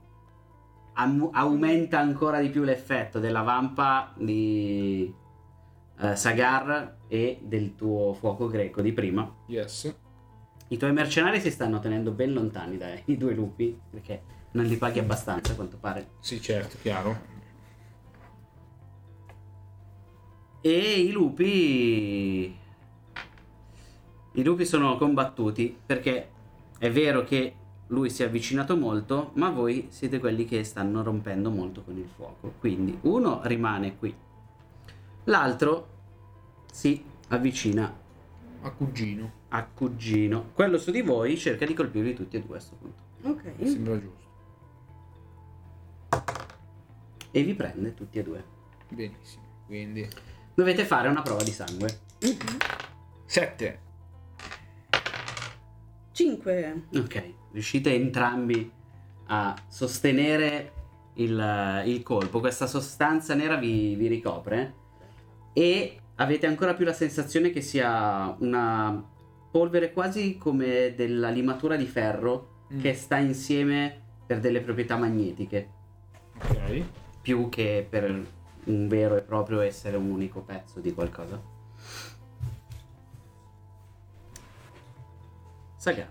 [SPEAKER 1] am- aumenta ancora di più l'effetto della vampa di eh, Sagar e del tuo fuoco greco di prima.
[SPEAKER 3] Yes.
[SPEAKER 1] I tuoi mercenari si stanno tenendo ben lontani dai due lupi perché non li paghi abbastanza, a quanto pare.
[SPEAKER 3] Sì, certo, chiaro.
[SPEAKER 1] E i lupi. I lupi sono combattuti perché è vero che lui si è avvicinato molto, ma voi siete quelli che stanno rompendo molto con il fuoco. Quindi uno rimane qui, l'altro si avvicina
[SPEAKER 3] A cugino.
[SPEAKER 1] a cugino. Quello su di voi cerca di colpirvi tutti e due a questo punto.
[SPEAKER 3] mi
[SPEAKER 4] Ok.
[SPEAKER 3] Sembra giusto.
[SPEAKER 1] E vi prende tutti e due.
[SPEAKER 3] Benissimo. Quindi
[SPEAKER 1] Dovete fare una prova di sangue.
[SPEAKER 3] 7.
[SPEAKER 4] 5.
[SPEAKER 1] Ok, riuscite entrambi a sostenere il, il colpo, questa sostanza nera vi, vi ricopre e avete ancora più la sensazione che sia una polvere quasi come della limatura di ferro che sta insieme per delle proprietà magnetiche,
[SPEAKER 3] Ok.
[SPEAKER 1] più che per un vero e proprio essere un unico pezzo di qualcosa. Saga.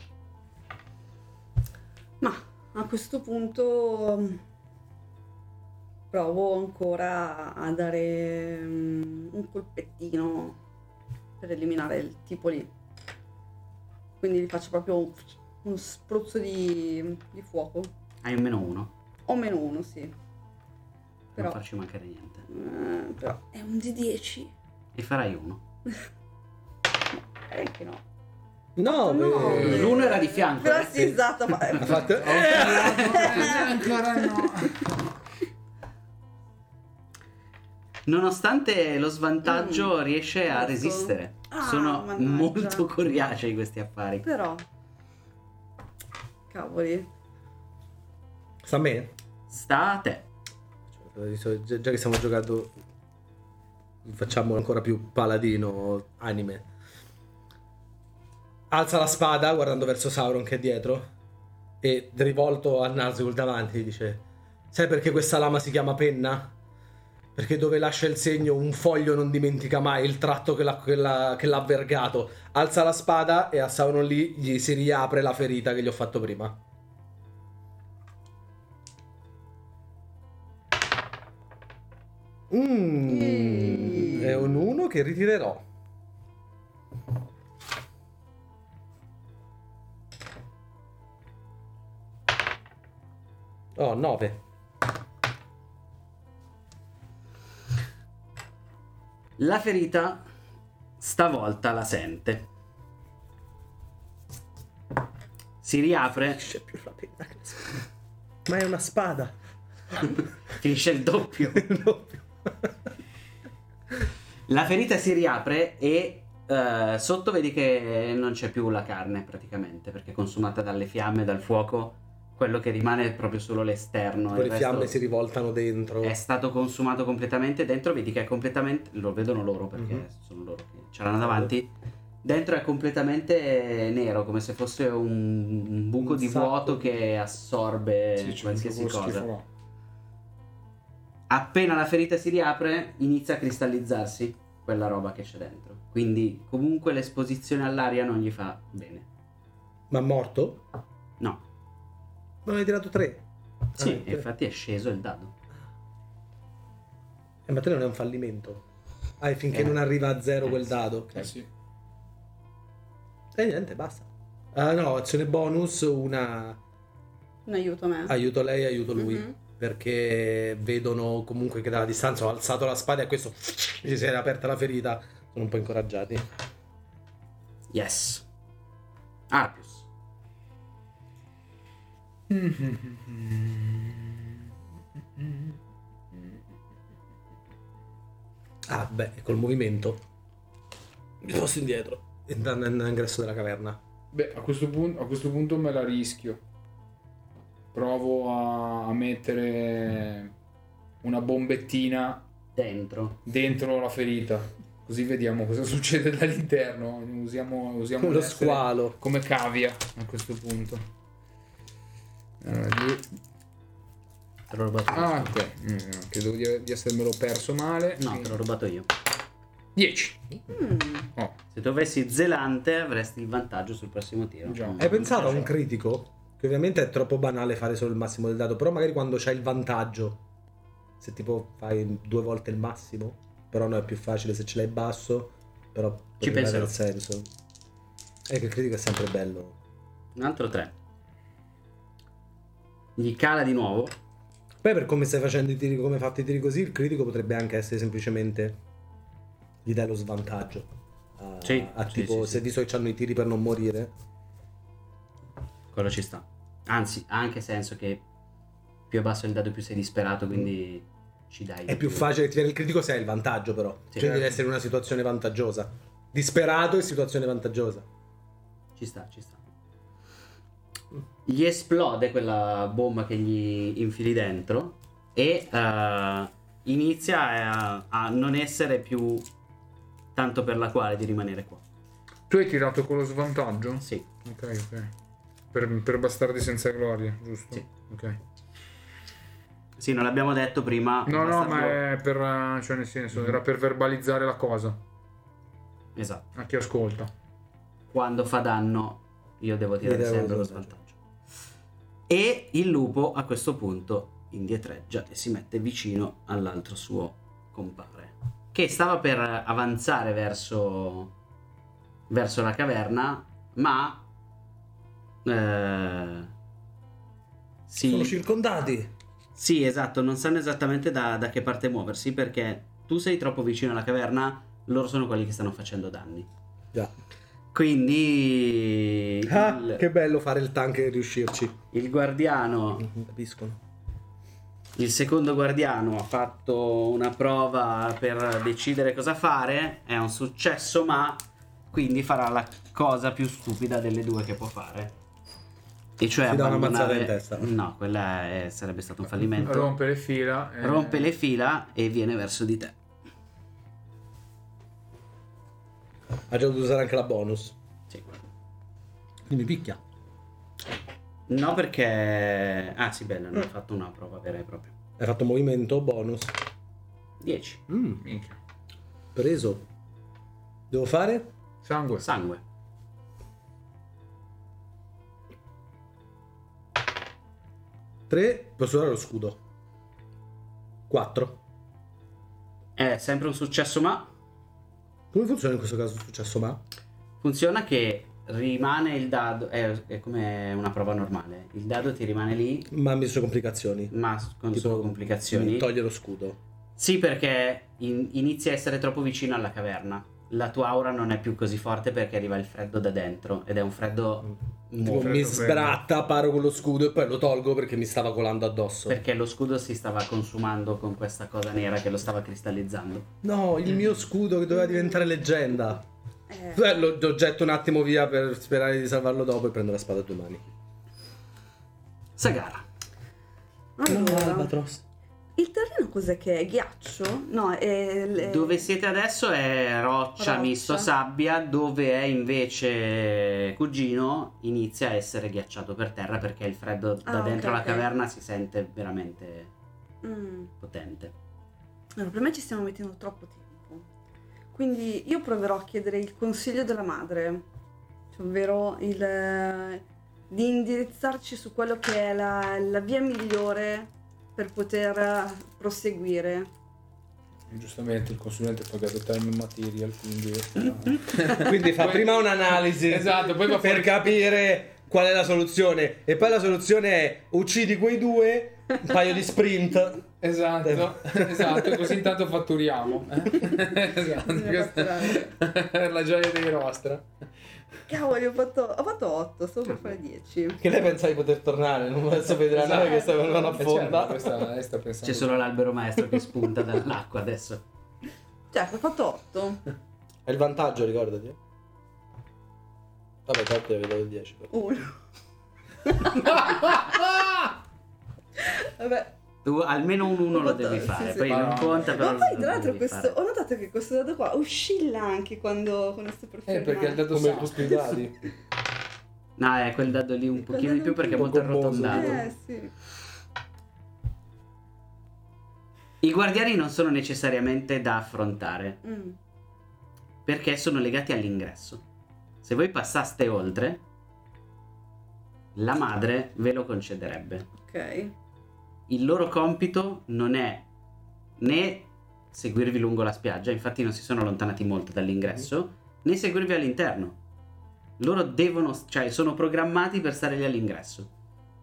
[SPEAKER 4] Ma a questo punto mm, provo ancora a dare mm, un colpettino per eliminare il tipo lì. Quindi gli faccio proprio un- uno spruzzo di, di fuoco.
[SPEAKER 1] Hai un meno uno.
[SPEAKER 4] O meno uno, sì. Però,
[SPEAKER 1] Non farci mancare niente.
[SPEAKER 4] eh, però è un D10.
[SPEAKER 1] E farai uno.
[SPEAKER 4] Eh, che no.
[SPEAKER 2] No,
[SPEAKER 4] No.
[SPEAKER 2] eh,
[SPEAKER 4] Eh.
[SPEAKER 1] Oh, L'uno era di fianco.
[SPEAKER 4] Però
[SPEAKER 1] eh?
[SPEAKER 4] sì, esatto. ma-
[SPEAKER 2] ha fatto...
[SPEAKER 3] ancora no.
[SPEAKER 1] Nonostante lo svantaggio,
[SPEAKER 4] Mm.
[SPEAKER 1] riesce a
[SPEAKER 4] Ecco.
[SPEAKER 1] resistere.
[SPEAKER 4] Ah,
[SPEAKER 1] Sono
[SPEAKER 4] mannaggia.
[SPEAKER 1] molto coriacei questi affari.
[SPEAKER 4] Però... Cavoli.
[SPEAKER 2] Sta a me?
[SPEAKER 1] Sta a te.
[SPEAKER 2] Adesso, Già già che stiamo giocando facciamo ancora più paladino anime. Alza la spada guardando verso Sauron che è dietro e rivolto a Nazgul davanti dice Sai perché questa lama si chiama penna? Perché dove lascia il segno un foglio non dimentica mai il tratto che l'ha, che l'ha- che l'ha vergato. Alza la spada e a Sauron lì gli si riapre la ferita che gli ho fatto prima. Mm,
[SPEAKER 4] Mm.
[SPEAKER 2] è un 1 che ritirerò. Oh, 9.
[SPEAKER 1] La ferita stavolta la sente. Si riapre,
[SPEAKER 2] C'è più la penna che la spada. Ma è una spada.
[SPEAKER 1] finisce il doppio.
[SPEAKER 2] No.
[SPEAKER 1] La ferita si riapre e eh, sotto vedi che non c'è più la carne praticamente perché è consumata dalle fiamme, dal fuoco. Quello che rimane è proprio solo l'esterno.
[SPEAKER 2] Poi
[SPEAKER 1] il
[SPEAKER 2] le fiamme si
[SPEAKER 1] resto Eh,
[SPEAKER 2] rivoltano dentro.
[SPEAKER 1] È stato consumato completamente. Dentro vedi che è completamente. Lo vedono loro perché
[SPEAKER 2] Mhm.
[SPEAKER 1] sono loro che c'erano davanti. Dentro è completamente nero, come se fosse un, un buco
[SPEAKER 2] Un
[SPEAKER 1] di
[SPEAKER 2] sacco
[SPEAKER 1] vuoto
[SPEAKER 2] di-
[SPEAKER 1] che assorbe
[SPEAKER 3] Sì, c'è un
[SPEAKER 1] qualsiasi
[SPEAKER 3] gioco
[SPEAKER 1] cosa.
[SPEAKER 3] schifo.
[SPEAKER 1] Appena la ferita si riapre, inizia a cristallizzarsi quella roba che c'è dentro. Quindi, comunque, l'esposizione all'aria non gli fa bene.
[SPEAKER 2] Ma è morto?
[SPEAKER 1] No,
[SPEAKER 2] Ma ne hai tirato 3.
[SPEAKER 1] Sì, infatti è sceso il dado.
[SPEAKER 2] Eh, ma te non è un fallimento. Ah, e finché
[SPEAKER 1] Eh.
[SPEAKER 2] non arriva a zero
[SPEAKER 1] Eh,
[SPEAKER 2] quel
[SPEAKER 1] sì.
[SPEAKER 2] dado.
[SPEAKER 3] Eh sì.
[SPEAKER 2] E niente, basta. Ah no, azione bonus, una
[SPEAKER 4] Un aiuto a me.
[SPEAKER 2] aiuto lei, aiuto lui.
[SPEAKER 4] Mhm.
[SPEAKER 2] Perché vedono comunque che dalla distanza ho alzato la spada e a questo gli si era aperta la ferita. Sono un po' incoraggiati.
[SPEAKER 1] Yes. Arpius.
[SPEAKER 2] Ah, beh, col movimento.
[SPEAKER 5] Mi posso indietro.
[SPEAKER 2] Entrando nell'ingresso della caverna.
[SPEAKER 3] Beh, a questo, punto, a questo punto me la rischio. Provo a, a mettere una bombettina
[SPEAKER 1] Dentro.
[SPEAKER 3] dentro la ferita. Così vediamo cosa succede dall'interno. Usiamo, usiamo
[SPEAKER 2] Lo
[SPEAKER 3] l'essere
[SPEAKER 2] squalo.
[SPEAKER 3] come cavia a questo punto. Allora, due-
[SPEAKER 1] Te l'ho rubato io.
[SPEAKER 3] Ah, ok. Mm, no, credo di, di essermelo perso male.
[SPEAKER 1] No, te l'ho rubato io.
[SPEAKER 3] 10.
[SPEAKER 4] Mm.
[SPEAKER 3] Oh,
[SPEAKER 1] Se tu avessi zelante avresti il vantaggio sul prossimo tiro.
[SPEAKER 3] Già.
[SPEAKER 1] Mm.
[SPEAKER 2] Hai pensato a un critico? Che ovviamente è troppo banale fare solo il massimo del dato, però magari quando c'hai il vantaggio, se tipo fai due volte il massimo, però no, è più facile se ce l'hai basso, però
[SPEAKER 1] Ci
[SPEAKER 2] penso
[SPEAKER 1] penserò.
[SPEAKER 2] nel senso. È che il critico è sempre bello.
[SPEAKER 1] Un altro 3. Gli cala di nuovo.
[SPEAKER 2] Poi per come stai facendo i tiri, come hai fatto i tiri così, il critico potrebbe anche essere semplicemente gli dai lo svantaggio. A,
[SPEAKER 1] Sì,
[SPEAKER 2] a
[SPEAKER 1] sì,
[SPEAKER 2] tipo,
[SPEAKER 1] sì, sì.
[SPEAKER 2] se visto che hanno i tiri per non morire,
[SPEAKER 1] Quello ci sta. Anzi, ha anche senso che più è basso il dado più sei disperato, quindi ci dai. di
[SPEAKER 2] È più facile che ti viene il critico se hai il vantaggio, però.
[SPEAKER 1] Sì. certo.
[SPEAKER 2] Quindi deve essere una situazione vantaggiosa. Disperato e situazione vantaggiosa.
[SPEAKER 1] Ci sta, ci sta. Gli esplode quella bomba che gli infili dentro e eh, inizia a, a non essere più tanto per la quale di rimanere qua.
[SPEAKER 3] Tu hai tirato con lo svantaggio?
[SPEAKER 1] Sì.
[SPEAKER 3] Ok, ok. Per, per bastardi senza gloria, giusto?
[SPEAKER 1] Sì.
[SPEAKER 3] Ok.
[SPEAKER 1] Sì, non l'abbiamo detto prima.
[SPEAKER 3] No, no,
[SPEAKER 1] Ah, basta solo-
[SPEAKER 3] ma è per. eh, cioè, nel senso, era per verbalizzare la cosa
[SPEAKER 1] Esatto.
[SPEAKER 3] a chi ascolta.
[SPEAKER 1] Quando fa danno io devo tirare
[SPEAKER 2] devo
[SPEAKER 1] sempre lo
[SPEAKER 2] tirare.
[SPEAKER 1] svantaggio. E il lupo a questo punto indietreggia e si mette vicino all'altro suo compare, che stava per avanzare verso, verso la caverna, ma eh, si,
[SPEAKER 2] Sono circondati.
[SPEAKER 1] sì, esatto, non sanno esattamente da, da che parte muoversi perché tu sei troppo vicino alla caverna, loro sono quelli che stanno facendo danni.
[SPEAKER 2] Già.
[SPEAKER 1] Quindi
[SPEAKER 2] Ah,
[SPEAKER 1] il,
[SPEAKER 2] che bello fare il tank e riuscirci.
[SPEAKER 1] il guardiano,
[SPEAKER 2] Mhm, Capiscono.
[SPEAKER 1] il secondo guardiano ha fatto una prova per decidere cosa fare, è un successo ma quindi farà la cosa più stupida delle due che può fare. E cioè
[SPEAKER 2] Ti dà una mazzata
[SPEAKER 1] abbandonare...
[SPEAKER 2] in testa.
[SPEAKER 1] No, quella è- sarebbe stato un fallimento.
[SPEAKER 3] Rompe le fila. e-
[SPEAKER 1] Rompe le fila e viene verso di te.
[SPEAKER 2] Ha già dovuto usare anche la bonus.
[SPEAKER 1] Sì.
[SPEAKER 2] Quindi picchia.
[SPEAKER 1] No, perché. Ah, sì, bella, non ho fatto una prova vera e propria.
[SPEAKER 2] Hai fatto movimento, bonus.
[SPEAKER 1] 10.
[SPEAKER 2] Mm,
[SPEAKER 3] Minchia.
[SPEAKER 2] preso. Devo fare?
[SPEAKER 3] Sangue.
[SPEAKER 1] Sangue.
[SPEAKER 2] Tre. Posso usare lo scudo. Quattro.
[SPEAKER 1] È sempre un successo, ma
[SPEAKER 2] Come funziona in questo caso il successo ma?
[SPEAKER 1] funziona che rimane il dado. È, è come una prova normale. Il dado ti rimane lì,
[SPEAKER 2] Ma ha messo complicazioni.
[SPEAKER 1] ma con
[SPEAKER 2] Tipo,
[SPEAKER 1] solo complicazioni.
[SPEAKER 2] Toglie lo scudo.
[SPEAKER 1] Sì, perché in- inizi a essere troppo vicino alla caverna. La tua aura non è più così forte perché arriva il freddo da dentro. Ed è un
[SPEAKER 3] Mm.
[SPEAKER 1] freddo.
[SPEAKER 2] Tipo,
[SPEAKER 1] molto
[SPEAKER 2] mi
[SPEAKER 3] Freddo,
[SPEAKER 2] sbratta, paro con lo scudo e poi lo tolgo perché mi stava colando addosso.
[SPEAKER 1] Perché lo scudo si stava consumando con questa cosa nera che lo stava cristallizzando.
[SPEAKER 2] No, il mio scudo che doveva diventare leggenda.
[SPEAKER 4] Eh,
[SPEAKER 2] Eh, Lo, lo getto un attimo via per sperare di salvarlo dopo e prendo la spada a due mani.
[SPEAKER 1] Sagara.
[SPEAKER 2] Ah,
[SPEAKER 4] allora, il terreno cos'è che è? Ghiaccio? No, è... è-
[SPEAKER 1] Dove siete adesso è roccia,
[SPEAKER 4] Roccia.
[SPEAKER 1] misto sabbia, dove è invece cugino inizia a essere ghiacciato per terra perché il freddo da
[SPEAKER 4] Ah, ok,
[SPEAKER 1] dentro la
[SPEAKER 4] ok.
[SPEAKER 1] caverna si sente veramente
[SPEAKER 4] Mm.
[SPEAKER 1] potente.
[SPEAKER 4] Allora, per me ci stiamo mettendo troppo tempo. Quindi io proverò a chiedere il consiglio della madre, cioè, ovvero il, di indirizzarci su quello che è la, la via migliore per poter proseguire.
[SPEAKER 3] Giustamente il consulente ha pagato time and material, quindi...
[SPEAKER 2] Quindi fa
[SPEAKER 3] Poi-
[SPEAKER 2] prima un'analisi
[SPEAKER 3] Esatto, poi va
[SPEAKER 2] per
[SPEAKER 3] fuori-
[SPEAKER 2] capire qual è la soluzione. E poi la soluzione è uccidi quei due, un paio di sprint.
[SPEAKER 3] Esatto, esatto, così intanto fatturiamo. eh? esatto,
[SPEAKER 4] Bisogna
[SPEAKER 3] questa è la gioia dei nostra.
[SPEAKER 4] Cavolo, ho fatto, ho fatto 8, stavo per fare 10.
[SPEAKER 2] Che lei pensa di poter tornare, non adesso vedrà
[SPEAKER 3] Esatto.
[SPEAKER 2] nave che sta per una
[SPEAKER 3] Eh,
[SPEAKER 2] fonda.
[SPEAKER 3] certo, questa, lei sta pensando.
[SPEAKER 1] C'è solo l'albero maestro che spunta dall'acqua adesso.
[SPEAKER 4] Certo, ho fatto 8.
[SPEAKER 2] È il vantaggio, ricordati. Vabbè, tanto avevo dato il 10. però.
[SPEAKER 4] 1. Vabbè.
[SPEAKER 1] Tu almeno un uno lo devi
[SPEAKER 4] Sì,
[SPEAKER 1] fare,
[SPEAKER 4] sì.
[SPEAKER 1] poi non
[SPEAKER 3] Ma-
[SPEAKER 1] conta Eh, però.
[SPEAKER 4] Ma poi
[SPEAKER 1] lo
[SPEAKER 4] tra l'altro
[SPEAKER 1] devi
[SPEAKER 4] questo,
[SPEAKER 1] fare.
[SPEAKER 4] ho notato che questo dado qua oscilla anche quando, quando sto per
[SPEAKER 3] Eh,
[SPEAKER 4] fermare.
[SPEAKER 3] perché il dato
[SPEAKER 2] Come
[SPEAKER 3] sa.
[SPEAKER 2] tutti i dadi.
[SPEAKER 4] Eh,
[SPEAKER 1] No, è quel dado lì un
[SPEAKER 4] Quel
[SPEAKER 1] pochino di
[SPEAKER 4] dado
[SPEAKER 1] più perché è
[SPEAKER 2] un
[SPEAKER 1] molto
[SPEAKER 2] po' gommoso.
[SPEAKER 1] arrotondato.
[SPEAKER 4] Eh sì.
[SPEAKER 1] I guardiani non sono necessariamente da affrontare
[SPEAKER 4] Mm.
[SPEAKER 1] perché sono legati all'ingresso. Se voi passaste oltre, la madre ve lo concederebbe.
[SPEAKER 4] Ok.
[SPEAKER 1] Il loro compito non è né seguirvi lungo la spiaggia, infatti non si sono allontanati molto dall'ingresso, né seguirvi all'interno. Loro devono, cioè sono programmati per stare lì all'ingresso.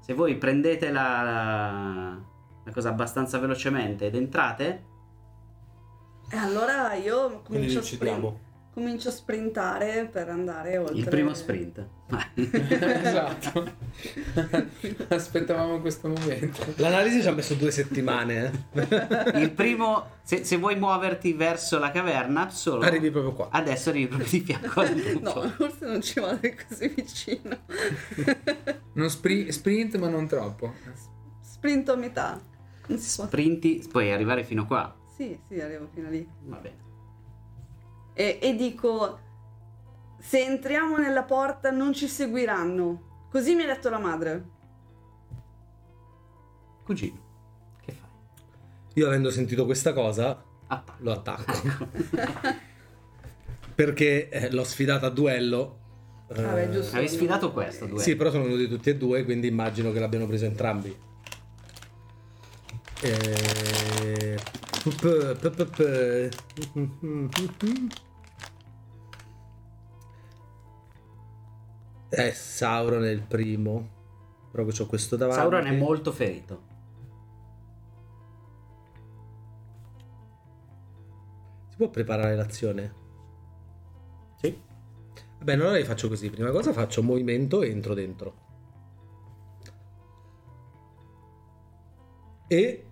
[SPEAKER 1] Se voi prendete la, la cosa abbastanza velocemente ed entrate,
[SPEAKER 4] E allora io
[SPEAKER 2] Quindi li
[SPEAKER 4] comincio a, sprint-
[SPEAKER 2] uccidiamo.
[SPEAKER 4] comincio a sprintare per andare oltre.
[SPEAKER 1] il primo sprint.
[SPEAKER 3] esatto. Aspettavamo questo momento.
[SPEAKER 2] L'analisi ci ha messo due settimane. eh.
[SPEAKER 1] il primo, se, se vuoi muoverti verso la caverna, solo
[SPEAKER 2] Arrivi proprio qua.
[SPEAKER 1] adesso arrivi proprio di fianco al
[SPEAKER 4] No,
[SPEAKER 1] lupo.
[SPEAKER 4] forse non ci vado così vicino.
[SPEAKER 3] Non spri- sprint, ma non troppo.
[SPEAKER 4] Sprinto a metà. Non si può.
[SPEAKER 1] Sprinti, puoi arrivare fino qua.
[SPEAKER 4] Sì, sì, arrivo fino lì.
[SPEAKER 1] Va bene.
[SPEAKER 4] E, e dico, se entriamo nella porta non ci seguiranno. Così mi ha detto la madre.
[SPEAKER 1] Cugino, che fai? Ah,
[SPEAKER 2] Io avendo sentito questa cosa,
[SPEAKER 1] Attacco.
[SPEAKER 2] lo attacco. Perché eh, l'ho sfidata a duello. eh,
[SPEAKER 4] Vabbè, giusto.
[SPEAKER 1] Avevi sfidato questo, due.
[SPEAKER 2] Sì, però sono venuti tutti e due, quindi immagino che l'abbiano preso entrambi. Eh, p- p- p- p- Eh, Sauron è il primo. Però che ho questo davanti.
[SPEAKER 1] Sauron è molto ferito.
[SPEAKER 2] Si può preparare l'azione?
[SPEAKER 1] Sì.
[SPEAKER 2] Vabbè, allora io faccio così. Prima cosa faccio movimento e entro dentro. E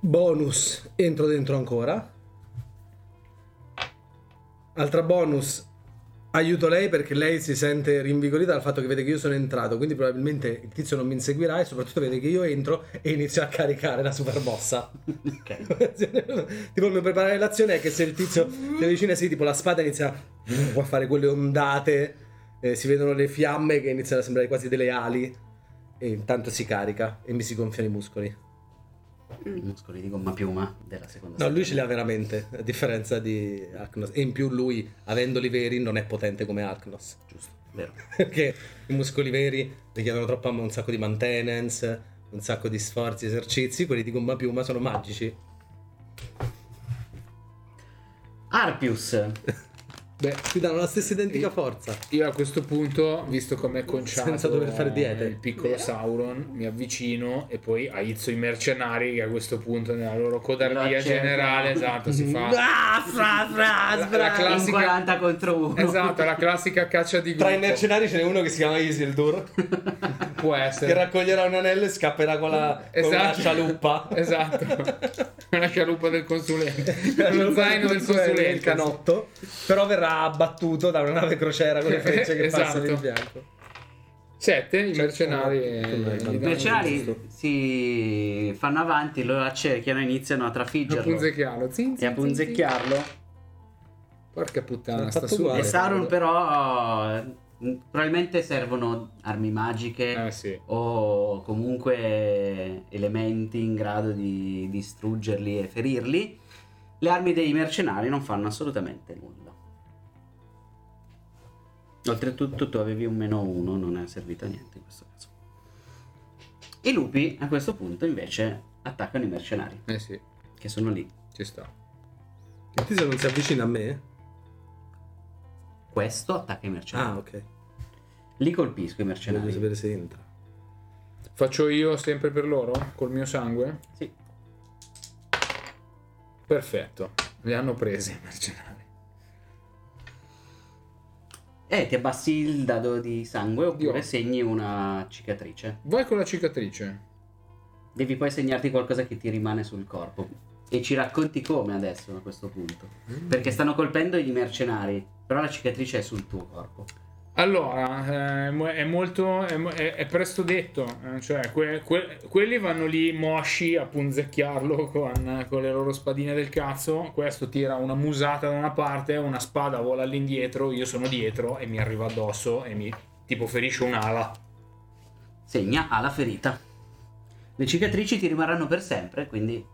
[SPEAKER 2] bonus, entro dentro ancora. Altra bonus, aiuto lei perché lei si sente rinvigorita dal fatto che vede che io sono entrato, quindi probabilmente il tizio non mi inseguirà e soprattutto vede che io entro e inizio a caricare la super mossa
[SPEAKER 1] Ok.
[SPEAKER 2] tipo il mio preparare l'azione è che se il tizio ti avvicina sì tipo la spada inizia a fare quelle ondate eh, si vedono le fiamme che iniziano a sembrare quasi delle ali e intanto si carica e mi si gonfiano i muscoli
[SPEAKER 1] I muscoli di gomma piuma della seconda
[SPEAKER 2] no
[SPEAKER 1] stagione.
[SPEAKER 2] lui ce li ha veramente a differenza di Alknos e in più lui avendoli veri non è potente come Alknos
[SPEAKER 1] Giusto, vero.
[SPEAKER 2] perché i muscoli veri richiedono troppo un sacco di maintenance, un sacco di sforzi, esercizi, quelli di gomma piuma sono magici.
[SPEAKER 1] Arpius. Ah,
[SPEAKER 2] Beh, ti danno la stessa identica forza.
[SPEAKER 3] Io a questo punto, visto com'è conciato
[SPEAKER 2] Senza dover fare diete.
[SPEAKER 3] il piccolo Sauron, mi avvicino e poi aizzo i mercenari che a questo punto nella loro codardia
[SPEAKER 1] Lo cerco.
[SPEAKER 3] generale, esatto, si fa
[SPEAKER 1] Ah, fra, fra,
[SPEAKER 3] La-
[SPEAKER 1] fra.
[SPEAKER 3] la classica-
[SPEAKER 1] In 40 contro 1.
[SPEAKER 3] Esatto, la classica caccia di
[SPEAKER 2] Tra
[SPEAKER 3] gruppo.
[SPEAKER 2] i mercenari ce n'è uno che si chiama Isildur,
[SPEAKER 3] Può
[SPEAKER 2] che
[SPEAKER 3] essere.
[SPEAKER 2] raccoglierà un anello e scapperà con la, con la scialuppa.
[SPEAKER 3] Esatto. Una scialuppa del consulente. Lo zaino del consulente.
[SPEAKER 2] il canotto, però verrà abbattuto da una nave crociera con le frecce che
[SPEAKER 3] Esatto.
[SPEAKER 2] passano in bianco.
[SPEAKER 3] Sette, i
[SPEAKER 2] Cioè,
[SPEAKER 3] mercenari.
[SPEAKER 2] eh, i
[SPEAKER 3] eh,
[SPEAKER 1] I
[SPEAKER 3] danno giusto.
[SPEAKER 1] mercenari si fanno avanti, lo accerchiano e iniziano a
[SPEAKER 3] A
[SPEAKER 1] trafiggerlo
[SPEAKER 3] punzecchiarlo. Zin,
[SPEAKER 1] e
[SPEAKER 3] zin,
[SPEAKER 1] a
[SPEAKER 3] zin,
[SPEAKER 1] punzecchiarlo.
[SPEAKER 3] zin. Porca puttana,
[SPEAKER 2] L'ha
[SPEAKER 3] sta
[SPEAKER 2] fatto
[SPEAKER 3] su.
[SPEAKER 2] uguale.
[SPEAKER 1] E Sauron però mh, probabilmente servono armi magiche
[SPEAKER 3] Eh sì.
[SPEAKER 1] o comunque elementi in grado di distruggerli e ferirli, le armi dei mercenari non fanno assolutamente nulla. Oltretutto tu avevi un meno uno, non è servito a niente in questo caso. I lupi a questo punto invece attaccano i mercenari
[SPEAKER 3] Eh sì,
[SPEAKER 1] che sono lì.
[SPEAKER 3] ci sta.
[SPEAKER 5] Il tizio non si avvicina a me?
[SPEAKER 1] Questo attacca i mercenari.
[SPEAKER 5] Ah, ok.
[SPEAKER 1] Li colpisco i
[SPEAKER 5] Voglio
[SPEAKER 1] mercenari.
[SPEAKER 5] sapere se entra.
[SPEAKER 3] Faccio io sempre per loro? Col mio sangue?
[SPEAKER 1] Sì.
[SPEAKER 3] Perfetto. Le hanno prese i mercenari.
[SPEAKER 1] E Eh, ti abbassi il dado di sangue oppure
[SPEAKER 3] Dio.
[SPEAKER 1] segni una cicatrice.
[SPEAKER 3] Vai con la cicatrice.
[SPEAKER 1] Devi poi segnarti qualcosa che ti rimane sul corpo. E ci racconti come adesso a questo punto. Perché stanno colpendo i mercenari, però la cicatrice è sul tuo corpo.
[SPEAKER 3] Allora, eh, mo- è molto. È, mo- è- è presto detto. eh, Cioè, que- que- quelli vanno lì mosci a punzecchiarlo con, con le loro spadine del cazzo. Questo tira una musata da una parte, una spada vola all'indietro. Io sono dietro e mi arriva addosso e mi tipo ferisce un'ala.
[SPEAKER 1] Segna alla ferita. Le cicatrici ti rimarranno per sempre, quindi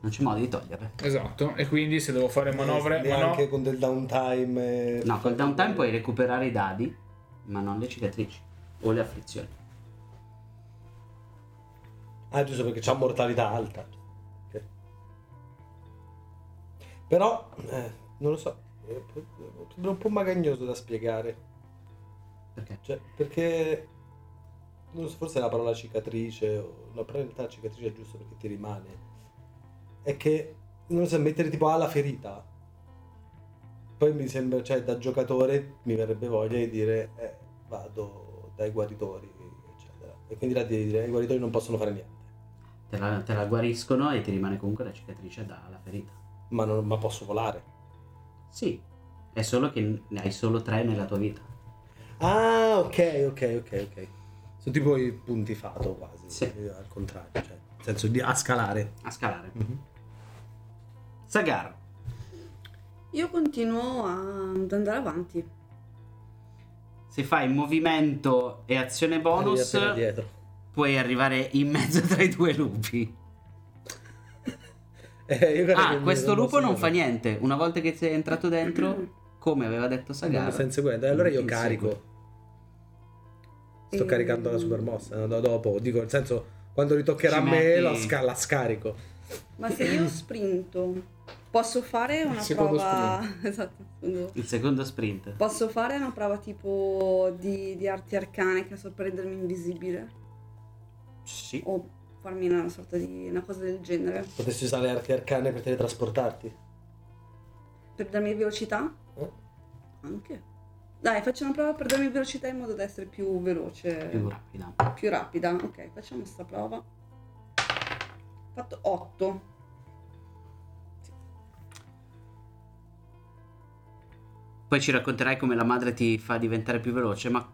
[SPEAKER 1] non c'è modo di toglierle.
[SPEAKER 3] Esatto. E quindi se devo fare manovre. mano-
[SPEAKER 2] Neanche con del downtime. eh,
[SPEAKER 1] No, col downtime puoi recuperare i dadi, ma non le cicatrici o le afflizioni.
[SPEAKER 2] Ah, giusto perché c'ha mortalità alta. Ok. Però, eh, non lo so, è un po- sembra un po' magagnoso da spiegare.
[SPEAKER 1] Perché?
[SPEAKER 2] Cioè, perché... Non so, forse è la parola cicatrice, o... no, però in realtà cicatrice è giusto perché ti rimane. È che, non lo so, mettere tipo alla ferita. Poi mi sembra, cioè, da giocatore mi verrebbe voglia di dire, eh, vado dai guaritori, eccetera. E quindi là devi dire, "Eh, i guaritori non possono fare niente.
[SPEAKER 1] Te la, te la guariscono e ti rimane comunque la cicatrice dalla ferita.
[SPEAKER 2] ma, non, ma posso volare.
[SPEAKER 1] Sì, è solo che ne hai solo tre nella tua vita.
[SPEAKER 2] Ah, ok, ok, ok, ok. Sono tipo i punti fato quasi,
[SPEAKER 1] Sì.
[SPEAKER 2] eh, al contrario, cioè, nel senso di a scalare.
[SPEAKER 1] A scalare.
[SPEAKER 2] Mhm.
[SPEAKER 1] Sagar,
[SPEAKER 4] Io continuo a- ad andare avanti.
[SPEAKER 1] se fai movimento e azione bonus,
[SPEAKER 2] Arrivi appena dietro.
[SPEAKER 1] puoi arrivare in mezzo tra i due lupi.
[SPEAKER 2] Eh, io guarda che
[SPEAKER 1] Ah,
[SPEAKER 2] mi-
[SPEAKER 1] questo lupo
[SPEAKER 2] posso
[SPEAKER 1] non
[SPEAKER 2] dire.
[SPEAKER 1] fa niente. Una volta che sei entrato dentro, come aveva detto
[SPEAKER 2] Non mi
[SPEAKER 1] Sagar,
[SPEAKER 2] sta inseguendo. Eh, Allora io
[SPEAKER 1] Ti
[SPEAKER 2] carico. Sto
[SPEAKER 4] E-
[SPEAKER 2] caricando la supermossa, no, dopo, dico, nel senso, quando ritoccherà a
[SPEAKER 1] Ci
[SPEAKER 2] me
[SPEAKER 1] metti-
[SPEAKER 2] la, sca- la scarico.
[SPEAKER 4] Ma se io sprinto, posso fare una
[SPEAKER 3] Secondo
[SPEAKER 4] prova. Esatto, secondo-
[SPEAKER 1] il secondo sprint.
[SPEAKER 4] Posso fare una prova tipo di, di arti arcane che so rendermi invisibile?
[SPEAKER 1] Sì.
[SPEAKER 4] O farmi una sorta di. una cosa del genere.
[SPEAKER 2] Potresti usare arti arcane per teletrasportarti.
[SPEAKER 4] Per darmi velocità?
[SPEAKER 2] Eh?
[SPEAKER 4] Anche. Dai, faccio una prova per darmi velocità in modo da essere più veloce.
[SPEAKER 1] Più rapida.
[SPEAKER 4] più rapida. Ok, facciamo sta prova. Ho fatto 8.
[SPEAKER 1] Poi ci racconterai come la madre ti fa diventare più veloce, ma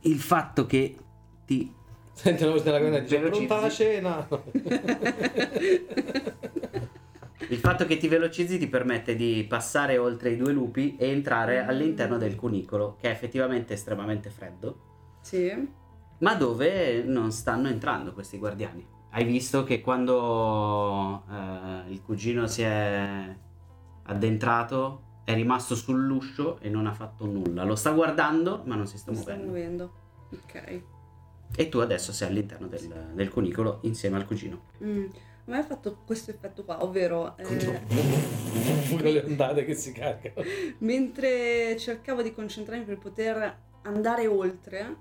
[SPEAKER 1] il fatto che ti
[SPEAKER 2] Senti la voce della gonna e dice,
[SPEAKER 1] Mm, Velocizzi.
[SPEAKER 2] pronta la cena?
[SPEAKER 1] Il fatto che ti velocizzi ti permette di passare oltre i due lupi e entrare all'interno del cunicolo, che è effettivamente estremamente freddo,
[SPEAKER 4] Sì.
[SPEAKER 1] ma dove non stanno entrando questi guardiani. Hai visto che quando eh, il cugino si è addentrato è rimasto sull'uscio e non ha fatto nulla. Lo sta guardando, ma non si sta
[SPEAKER 4] Mi sto
[SPEAKER 1] muovendo.
[SPEAKER 4] muovendo. Ok.
[SPEAKER 1] E tu adesso sei all'interno del, del cunicolo insieme al cugino.
[SPEAKER 4] Mm. A me ha fatto questo effetto qua, ovvero eh,
[SPEAKER 2] Con le ondate che si caricano.
[SPEAKER 4] mentre cercavo di concentrarmi per poter andare oltre,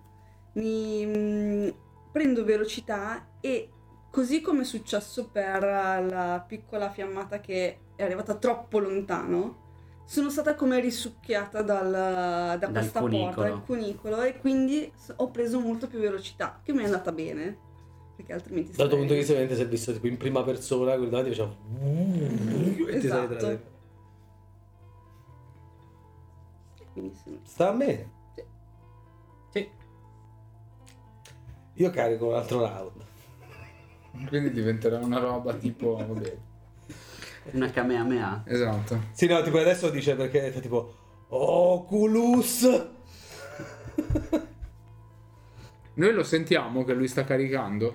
[SPEAKER 4] mi mm, prendo velocità e così come è successo per la piccola fiammata che è arrivata troppo lontano, sono stata come risucchiata dal, da
[SPEAKER 1] Dal
[SPEAKER 4] questa porta,
[SPEAKER 1] cunicolo.
[SPEAKER 4] dal cunicolo, e quindi s- ho preso molto più velocità, che mi è andata bene, perché altrimenti...
[SPEAKER 2] Dal tuo punto di
[SPEAKER 4] sarei-
[SPEAKER 2] vista, ovviamente, sei visto tipo in prima persona, quello davanti faceva... E ti sei
[SPEAKER 4] Esatto.
[SPEAKER 2] tirato.
[SPEAKER 4] Quindi sono-
[SPEAKER 2] Sta a me.
[SPEAKER 1] Sì.
[SPEAKER 2] Io carico un altro round.
[SPEAKER 3] Quindi diventerà una roba tipo. Vabbè.
[SPEAKER 1] Una Kamehameha.
[SPEAKER 3] Esatto.
[SPEAKER 2] Sì, no, tipo adesso dice perché fa tipo Oculus.
[SPEAKER 3] Noi lo sentiamo che lui sta caricando.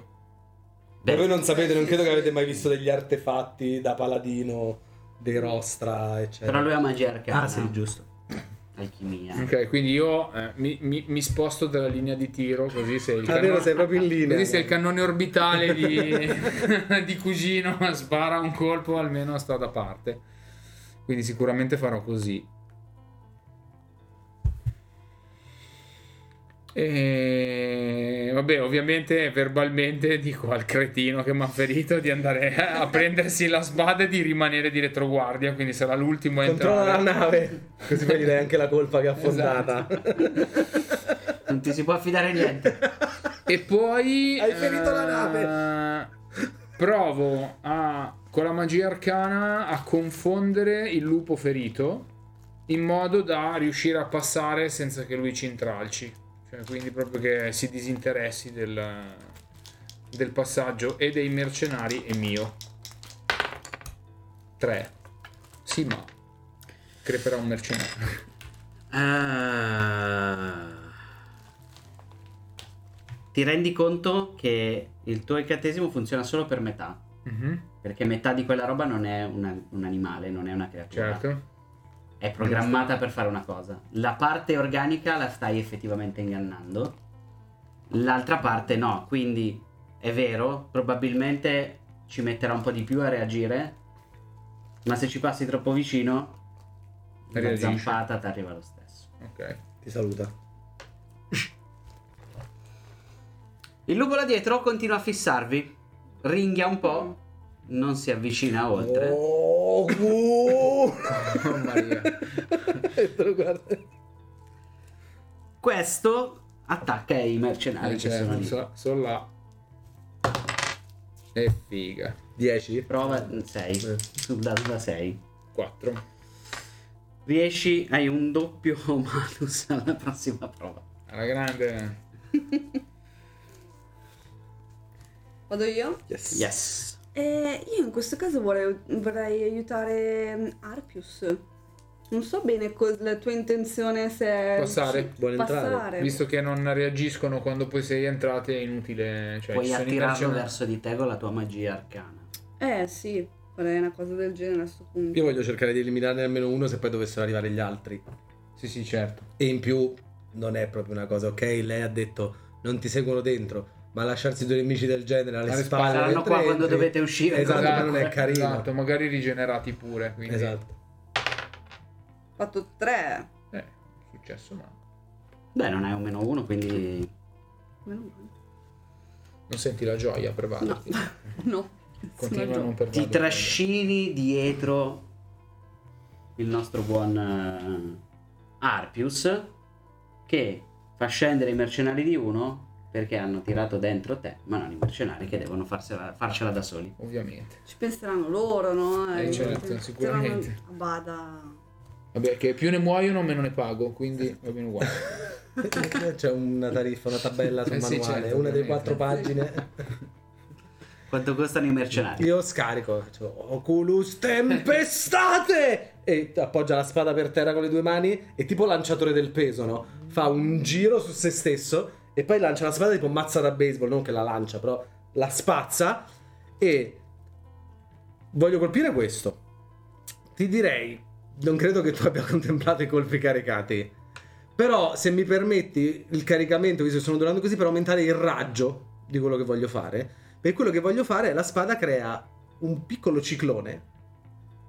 [SPEAKER 2] Ma voi
[SPEAKER 1] Beh,
[SPEAKER 2] non sapete, non credo che avete mai visto degli artefatti da paladino, dei rostra, eccetera.
[SPEAKER 1] però lui ha magia arcana.
[SPEAKER 2] Ah, sì, giusto.
[SPEAKER 1] alchimia.
[SPEAKER 3] Ok, quindi io eh, mi, mi- mi sposto dalla linea di tiro, così se il,
[SPEAKER 2] Ah, vero,
[SPEAKER 3] canno-
[SPEAKER 2] sei proprio in linea.
[SPEAKER 3] così se il cannone orbitale di, di cugino spara un colpo, almeno sto da parte. Quindi sicuramente farò così. E vabbè, ovviamente verbalmente dico al cretino che mi ha ferito di andare a prendersi la spada e di rimanere di retroguardia, quindi sarà l'ultimo a
[SPEAKER 2] Controlla
[SPEAKER 3] entrare.
[SPEAKER 2] la nave, così poi gli dai anche la colpa che ha affondata.
[SPEAKER 1] Non ti si può affidare niente.
[SPEAKER 3] E poi.
[SPEAKER 2] Hai ferito la
[SPEAKER 3] eh, Provo a, con la magia arcana a confondere il lupo ferito in modo da riuscire a passare senza che lui ci intralci. Cioè, quindi proprio che si disinteressi del, del passaggio e dei mercenari e mio. 3. Sì, ma creperà un mercenario.
[SPEAKER 1] Ah. Ti rendi conto che il tuo incantesimo funziona solo per metà,
[SPEAKER 3] Mhm,
[SPEAKER 1] perché metà di quella roba non è una- un animale, non è una creatura.
[SPEAKER 3] certo.
[SPEAKER 1] È programmata per fare una cosa. La parte organica la stai effettivamente ingannando, l'altra parte no, quindi è vero, probabilmente ci metterà un po' di più a reagire, ma se ci passi troppo vicino, la
[SPEAKER 3] Reagisce.
[SPEAKER 1] zampata ti arriva lo stesso.
[SPEAKER 3] Ok.
[SPEAKER 2] Ti saluta.
[SPEAKER 1] Il lupo là dietro continua a fissarvi, ringhia un po', non si avvicina oltre.
[SPEAKER 2] Oh, wow.
[SPEAKER 3] Oh, Maria.
[SPEAKER 2] E te lo guarda.
[SPEAKER 1] Questo attacca i mercenari
[SPEAKER 3] Eh,
[SPEAKER 1] che
[SPEAKER 3] certo,
[SPEAKER 1] sono lì.
[SPEAKER 3] so- sono là. E figa.
[SPEAKER 2] 10?
[SPEAKER 1] Prova 6, sul dado da 6.
[SPEAKER 3] 4.
[SPEAKER 1] Riesci, hai un doppio malus alla prossima prova.
[SPEAKER 3] Alla grande.
[SPEAKER 4] Vado io?
[SPEAKER 2] Yes.
[SPEAKER 1] Yes.
[SPEAKER 4] Eh, io in questo caso vorrei, vorrei aiutare mm, Arpius. Non so bene cos- la tua intenzione se è
[SPEAKER 3] Passare.
[SPEAKER 2] Vuole entrare.
[SPEAKER 1] Eh,
[SPEAKER 4] passare.
[SPEAKER 3] Visto che non reagiscono quando poi sei entrate è inutile. Cioè,
[SPEAKER 1] Puoi
[SPEAKER 3] ci sono i
[SPEAKER 1] attirarlo
[SPEAKER 3] mercenari-
[SPEAKER 1] verso di te con la tua magia arcana.
[SPEAKER 4] Eh sì, farei una cosa del genere a questo punto.
[SPEAKER 2] Io voglio cercare di eliminarne almeno uno se poi dovessero arrivare gli altri.
[SPEAKER 3] Sì, sì, certo.
[SPEAKER 2] E in più non è proprio una cosa, ok? Lei ha detto non ti seguono dentro, ma lasciarsi due nemici del genere alle spalle.
[SPEAKER 3] Alle spalle.
[SPEAKER 1] Saranno
[SPEAKER 2] mentre
[SPEAKER 1] qua quando
[SPEAKER 2] entri-
[SPEAKER 1] dovete uscire.
[SPEAKER 2] Esatto,
[SPEAKER 1] Cosa-
[SPEAKER 2] non è carino.
[SPEAKER 3] Esatto, magari rigenerati pure. Quindi.
[SPEAKER 2] Esatto.
[SPEAKER 4] Ho fatto tre.
[SPEAKER 3] Eh, è successo, ma.
[SPEAKER 1] Beh, non hai un meno uno, quindi...
[SPEAKER 4] Meno male.
[SPEAKER 3] Non senti la gioia, prevaliti.
[SPEAKER 4] No.
[SPEAKER 3] Continua a non
[SPEAKER 4] Sono
[SPEAKER 1] Ti
[SPEAKER 3] pervadere.
[SPEAKER 1] trascini dietro il nostro buon eh, Arpius che fa scendere i mercenari di uno perché hanno tirato dentro te, ma non i mercenari che devono farsela- farcela da soli.
[SPEAKER 3] Ovviamente.
[SPEAKER 4] Ci penseranno loro, no?
[SPEAKER 3] Eh, certo,
[SPEAKER 4] penseranno
[SPEAKER 3] sicuramente.
[SPEAKER 4] a Bada.
[SPEAKER 3] Vabbè, che più ne muoiono, meno ne pago. Quindi
[SPEAKER 1] Esatto.
[SPEAKER 3] va bene uguale.
[SPEAKER 2] C'è una tariffa, una tabella sul
[SPEAKER 3] Eh sì,
[SPEAKER 2] manuale,
[SPEAKER 3] certo,
[SPEAKER 2] una delle
[SPEAKER 3] ovviamente.
[SPEAKER 2] quattro pagine.
[SPEAKER 1] Quanto costano i mercenari?
[SPEAKER 2] Io scarico, faccio, Oculus tempestate! E appoggia la spada per terra con le due mani e tipo lanciatore del peso, no? Fa un giro su se stesso e poi lancia la spada tipo mazza da baseball, non che la lancia, però la spazza e voglio colpire questo. Ti direi, non credo che tu abbia contemplato i colpi caricati, però se mi permetti il caricamento, visto che sto durando così, per aumentare il raggio di quello che voglio fare, per quello che voglio fare la spada crea un piccolo ciclone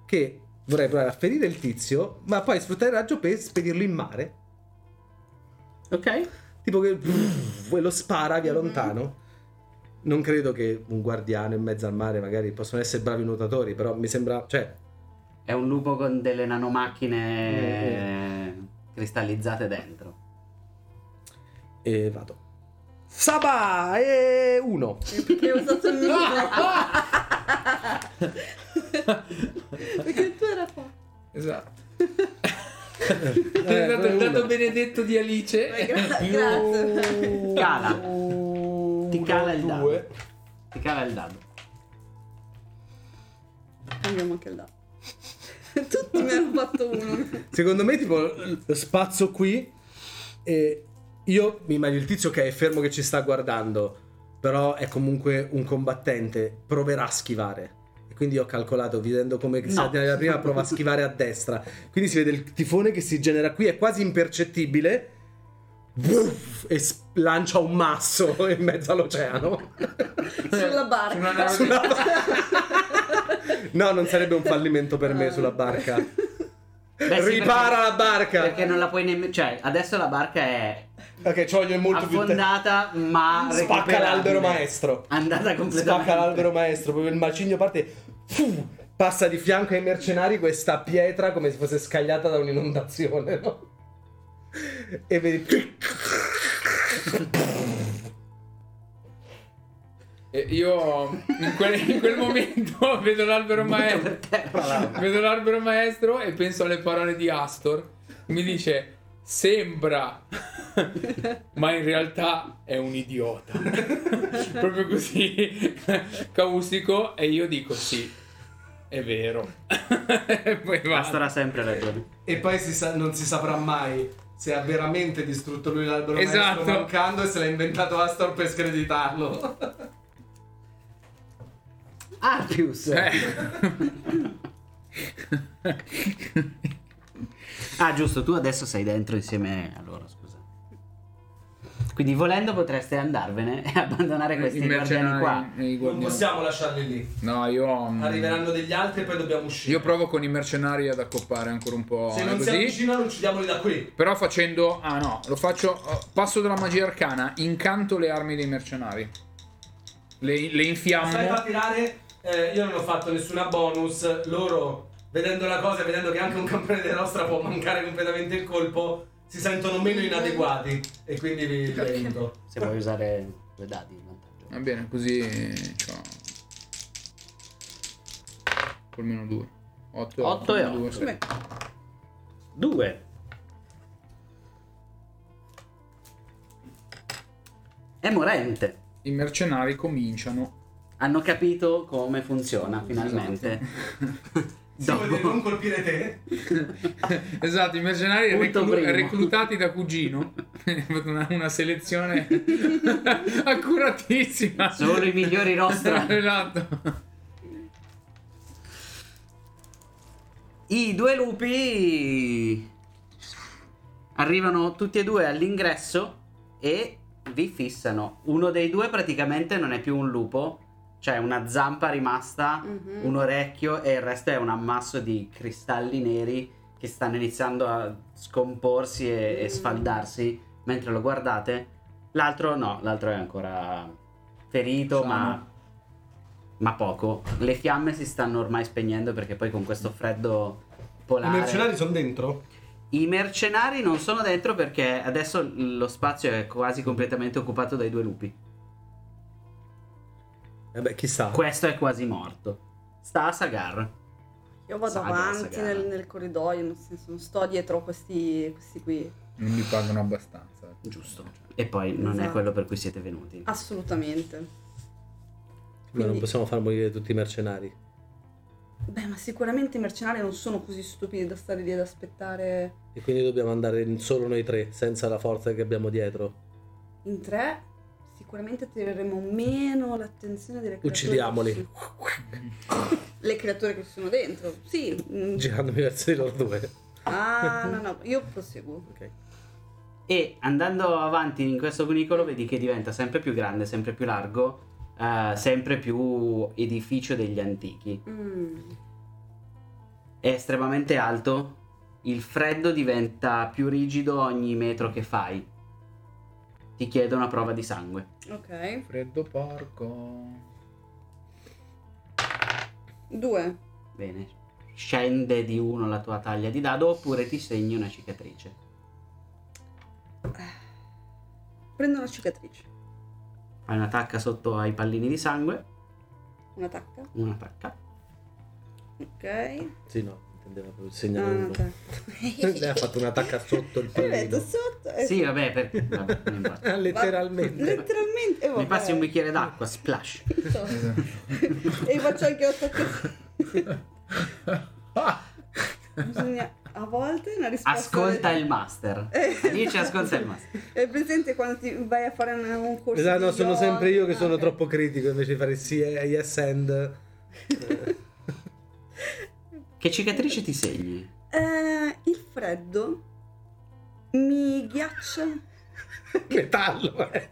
[SPEAKER 2] che vorrei provare a ferire il tizio, ma poi sfruttare il raggio per spedirlo in mare.
[SPEAKER 1] Ok?
[SPEAKER 2] Tipo che e lo spara via lontano. Non credo che un guardiano in mezzo al mare, magari possono essere bravi nuotatori, però mi sembra. cioè,
[SPEAKER 1] È un lupo con delle
[SPEAKER 5] Mm.
[SPEAKER 1] nanomacchine eh, cristallizzate dentro.
[SPEAKER 2] e eh, vado. Saba! E uno.
[SPEAKER 4] Eh, Perché ho usato il mio. Perché tu era qua.
[SPEAKER 3] Esatto.
[SPEAKER 1] Eh,
[SPEAKER 3] È dato il dato benedetto di Alice.
[SPEAKER 4] Eh, gra- grazie.
[SPEAKER 1] Cala. Ti cala il
[SPEAKER 3] Uno,
[SPEAKER 1] dado. Ti cala il dado.
[SPEAKER 4] Andiamo anche là. Tutti mi hanno fatto uno.
[SPEAKER 2] Secondo me, tipo, lo spazzo qui e io mi immagino il tizio che è fermo che ci sta guardando, però è comunque un combattente, proverà a schivare. E
[SPEAKER 5] quindi ho calcolato, vedendo come si
[SPEAKER 1] No.
[SPEAKER 5] ordina la prima, prova a schivare a destra. Quindi si vede il tifone che si genera qui, è quasi impercettibile. Buff, e s- lancia un masso in mezzo all'oceano.
[SPEAKER 4] Sulla
[SPEAKER 3] Sulla
[SPEAKER 4] barca.
[SPEAKER 3] nave-
[SPEAKER 5] Sulla barca. no, non sarebbe un fallimento per me sulla barca.
[SPEAKER 1] Beh, sì,
[SPEAKER 5] Ripara
[SPEAKER 1] perché-
[SPEAKER 5] la barca.
[SPEAKER 1] Perché non la puoi nemmeno. Cioè, adesso la barca è
[SPEAKER 5] Ok, ci voglio molto più tempo.
[SPEAKER 1] affondata, ma.
[SPEAKER 5] Spacca
[SPEAKER 1] recuperabile.
[SPEAKER 5] l'albero maestro.
[SPEAKER 1] Andata completamente.
[SPEAKER 5] Spacca l'albero maestro, proprio il macigno parte. fu, passa di fianco ai mercenari questa pietra come se fosse scagliata da un'inondazione, no? E vedi.
[SPEAKER 3] E io in quel, in quel momento vedo l'albero maestro. Vedo l'albero maestro e penso alle parole di Astor. Mi dice: Sembra, ma in realtà è un idiota. Proprio così, caustico. E io dico: Sì, è vero. e poi
[SPEAKER 1] Astor
[SPEAKER 3] basta.
[SPEAKER 1] ha sempre ragione.
[SPEAKER 2] E poi si sa- non si saprà mai se ha veramente distrutto lui l'albero
[SPEAKER 3] Esatto.
[SPEAKER 2] maestro mancando e se l'ha inventato Astor per screditarlo.
[SPEAKER 1] Arpius.
[SPEAKER 3] Eh.
[SPEAKER 1] Ah, giusto, tu adesso sei dentro insieme a loro, scusa. Quindi volendo potreste andarvene e abbandonare questi
[SPEAKER 3] I
[SPEAKER 1] guardiani
[SPEAKER 3] mercenari
[SPEAKER 1] qua.
[SPEAKER 3] e i
[SPEAKER 2] Non
[SPEAKER 3] guardiani.
[SPEAKER 2] possiamo lasciarli lì.
[SPEAKER 3] No, io. mm,
[SPEAKER 2] Arriveranno degli altri e poi dobbiamo uscire.
[SPEAKER 3] Io provo con i mercenari ad accoppare ancora un po'.
[SPEAKER 2] se
[SPEAKER 5] eh,
[SPEAKER 2] non si
[SPEAKER 3] così.
[SPEAKER 2] avvicinano, uccidiamoli da qui.
[SPEAKER 3] Però facendo. Ah no, lo faccio. oh, Passo dalla magia arcana, incanto le armi dei mercenari. Le, le
[SPEAKER 2] Stai a
[SPEAKER 3] infiammo.
[SPEAKER 2] tirare. eh, io non ho fatto nessuna bonus. Loro, vedendo la cosa e vedendo che anche un campione della nostra può mancare completamente il colpo, si sentono meno inadeguati. E quindi vi vi aiuto.
[SPEAKER 1] Se vuoi usare due dadi in vantaggio.
[SPEAKER 3] Va bene, così. Cioè, col meno 2. 8,
[SPEAKER 1] Otto e otto.
[SPEAKER 4] Come?
[SPEAKER 1] Due. È morente.
[SPEAKER 3] I mercenari cominciano.
[SPEAKER 1] Hanno capito come funziona finalmente.
[SPEAKER 2] Se vuol dire non
[SPEAKER 1] Dopo
[SPEAKER 2] colpire te,
[SPEAKER 3] esatto, i mercenari
[SPEAKER 1] Punto
[SPEAKER 3] reclu-
[SPEAKER 1] primo.
[SPEAKER 3] reclutati da cugino. Ho fatto una, una selezione accuratissima.
[SPEAKER 1] solo i migliori roster.
[SPEAKER 3] esatto.
[SPEAKER 1] I due lupi arrivano tutti e due all'ingresso e vi fissano. Uno dei due praticamente non è più un lupo, cioè una zampa rimasta,
[SPEAKER 4] Mhm.
[SPEAKER 1] un orecchio e il resto è un ammasso di cristalli neri che stanno iniziando a scomporsi e, e sfaldarsi mentre lo guardate. L'altro no, l'altro è ancora ferito,
[SPEAKER 3] Sano.
[SPEAKER 1] ma, ma poco. Le fiamme si stanno ormai spegnendo perché poi con questo freddo polare...
[SPEAKER 5] sono dentro?
[SPEAKER 1] I mercenari non sono dentro perché adesso lo spazio è quasi completamente occupato dai due lupi.
[SPEAKER 5] Vabbè, Eh chissà.
[SPEAKER 1] Questo è quasi morto. Sta a Sagar.
[SPEAKER 4] Io vado
[SPEAKER 1] Saga,
[SPEAKER 4] avanti
[SPEAKER 1] saga.
[SPEAKER 4] nel, nel corridoio, nel senso, non sto dietro questi, questi qui.
[SPEAKER 3] Non mi pagano abbastanza.
[SPEAKER 1] Giusto. E poi non è
[SPEAKER 4] Esatto.
[SPEAKER 1] quello per cui siete venuti.
[SPEAKER 4] Assolutamente.
[SPEAKER 5] Ma non
[SPEAKER 4] Quindi-
[SPEAKER 5] possiamo far morire tutti i mercenari.
[SPEAKER 4] Beh, ma sicuramente i mercenari non sono così stupidi da stare lì ad aspettare
[SPEAKER 5] E quindi dobbiamo andare in- solo noi tre, senza la forza che abbiamo dietro.
[SPEAKER 4] in tre. Sicuramente attireremo meno l'attenzione delle creature.
[SPEAKER 5] Uccidiamoli.
[SPEAKER 4] che sono- Le creature che sono dentro. Sì. mm.
[SPEAKER 5] Girandomi verso di loro due.
[SPEAKER 4] Ah, no, no, io proseguo.
[SPEAKER 5] Ok.
[SPEAKER 1] E andando avanti in questo cunicolo vedi che diventa sempre più grande, sempre più largo, eh, sempre più edificio degli antichi.
[SPEAKER 4] Mm.
[SPEAKER 1] È estremamente alto, il freddo diventa più rigido ogni metro che fai. Ti chiedo una prova di sangue.
[SPEAKER 4] Ok.
[SPEAKER 3] Freddo porco.
[SPEAKER 4] Due.
[SPEAKER 1] Bene. Scende di uno la tua taglia di dado oppure ti segni una cicatrice.
[SPEAKER 4] Prendo una cicatrice.
[SPEAKER 1] Hai una tacca sotto ai pallini di sangue,
[SPEAKER 4] Una tacca.
[SPEAKER 1] una tacca.
[SPEAKER 4] Ok. Ah,
[SPEAKER 5] Sì, no, intendevo proprio
[SPEAKER 4] No,
[SPEAKER 5] segnare
[SPEAKER 4] no,
[SPEAKER 5] uno.
[SPEAKER 4] tacca.
[SPEAKER 5] Lei ha fatto una tacca sotto il
[SPEAKER 4] Eh, metto
[SPEAKER 5] pallino.
[SPEAKER 4] sotto. eh,
[SPEAKER 1] Sì, vabbè, perché... vabbè, non importa.
[SPEAKER 5] Ah, Letteralmente.
[SPEAKER 4] Letteralmente. eh,
[SPEAKER 1] Mi
[SPEAKER 4] vabbè.
[SPEAKER 1] passi un bicchiere d'acqua, splash.
[SPEAKER 4] e faccio anche la tacca.
[SPEAKER 3] Ah,
[SPEAKER 4] Bisogna a volte una risposta.
[SPEAKER 1] Ascolta il master.
[SPEAKER 4] Eh,
[SPEAKER 1] Dici
[SPEAKER 4] no.
[SPEAKER 1] ascolta il master.
[SPEAKER 4] È presente quando ti vai a fare un, un corso.
[SPEAKER 5] Esatto,
[SPEAKER 4] di
[SPEAKER 5] no, sono
[SPEAKER 4] yoga?
[SPEAKER 5] sempre io che
[SPEAKER 4] Ah,
[SPEAKER 5] sono
[SPEAKER 4] ok.
[SPEAKER 5] troppo critico invece di fare sì, eh, yes and. eh,
[SPEAKER 1] Che cicatrice ti segni?
[SPEAKER 4] Eh, il freddo mi ghiaccia.
[SPEAKER 5] Eh.
[SPEAKER 2] Metallo, eh.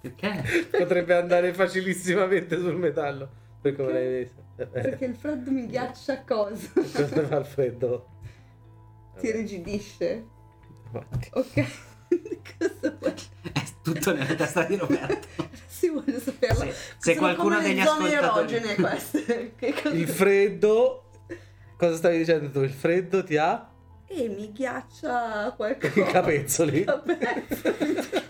[SPEAKER 1] Perché?
[SPEAKER 2] Potrebbe andare facilissimamente sul metallo. Per come l'hai visto.
[SPEAKER 4] Perché il freddo mi ghiaccia cosa?
[SPEAKER 2] Cosa fa il freddo?
[SPEAKER 5] Eh.
[SPEAKER 4] Ti rigidisce. Ok. cosa vuoi?
[SPEAKER 1] È tutto nella testa di Roberto.
[SPEAKER 4] Sì, voglio saperla.
[SPEAKER 1] Se, se
[SPEAKER 4] Sono
[SPEAKER 1] qualcuno
[SPEAKER 4] come le
[SPEAKER 1] degli
[SPEAKER 4] zone
[SPEAKER 1] ascoltatori...
[SPEAKER 4] erogene queste. Che cosa-
[SPEAKER 2] Il freddo. Cosa stavi dicendo tu? Il freddo ti ha
[SPEAKER 4] E mi ghiaccia qualcosa.
[SPEAKER 2] i capezzoli.
[SPEAKER 4] Vabbè.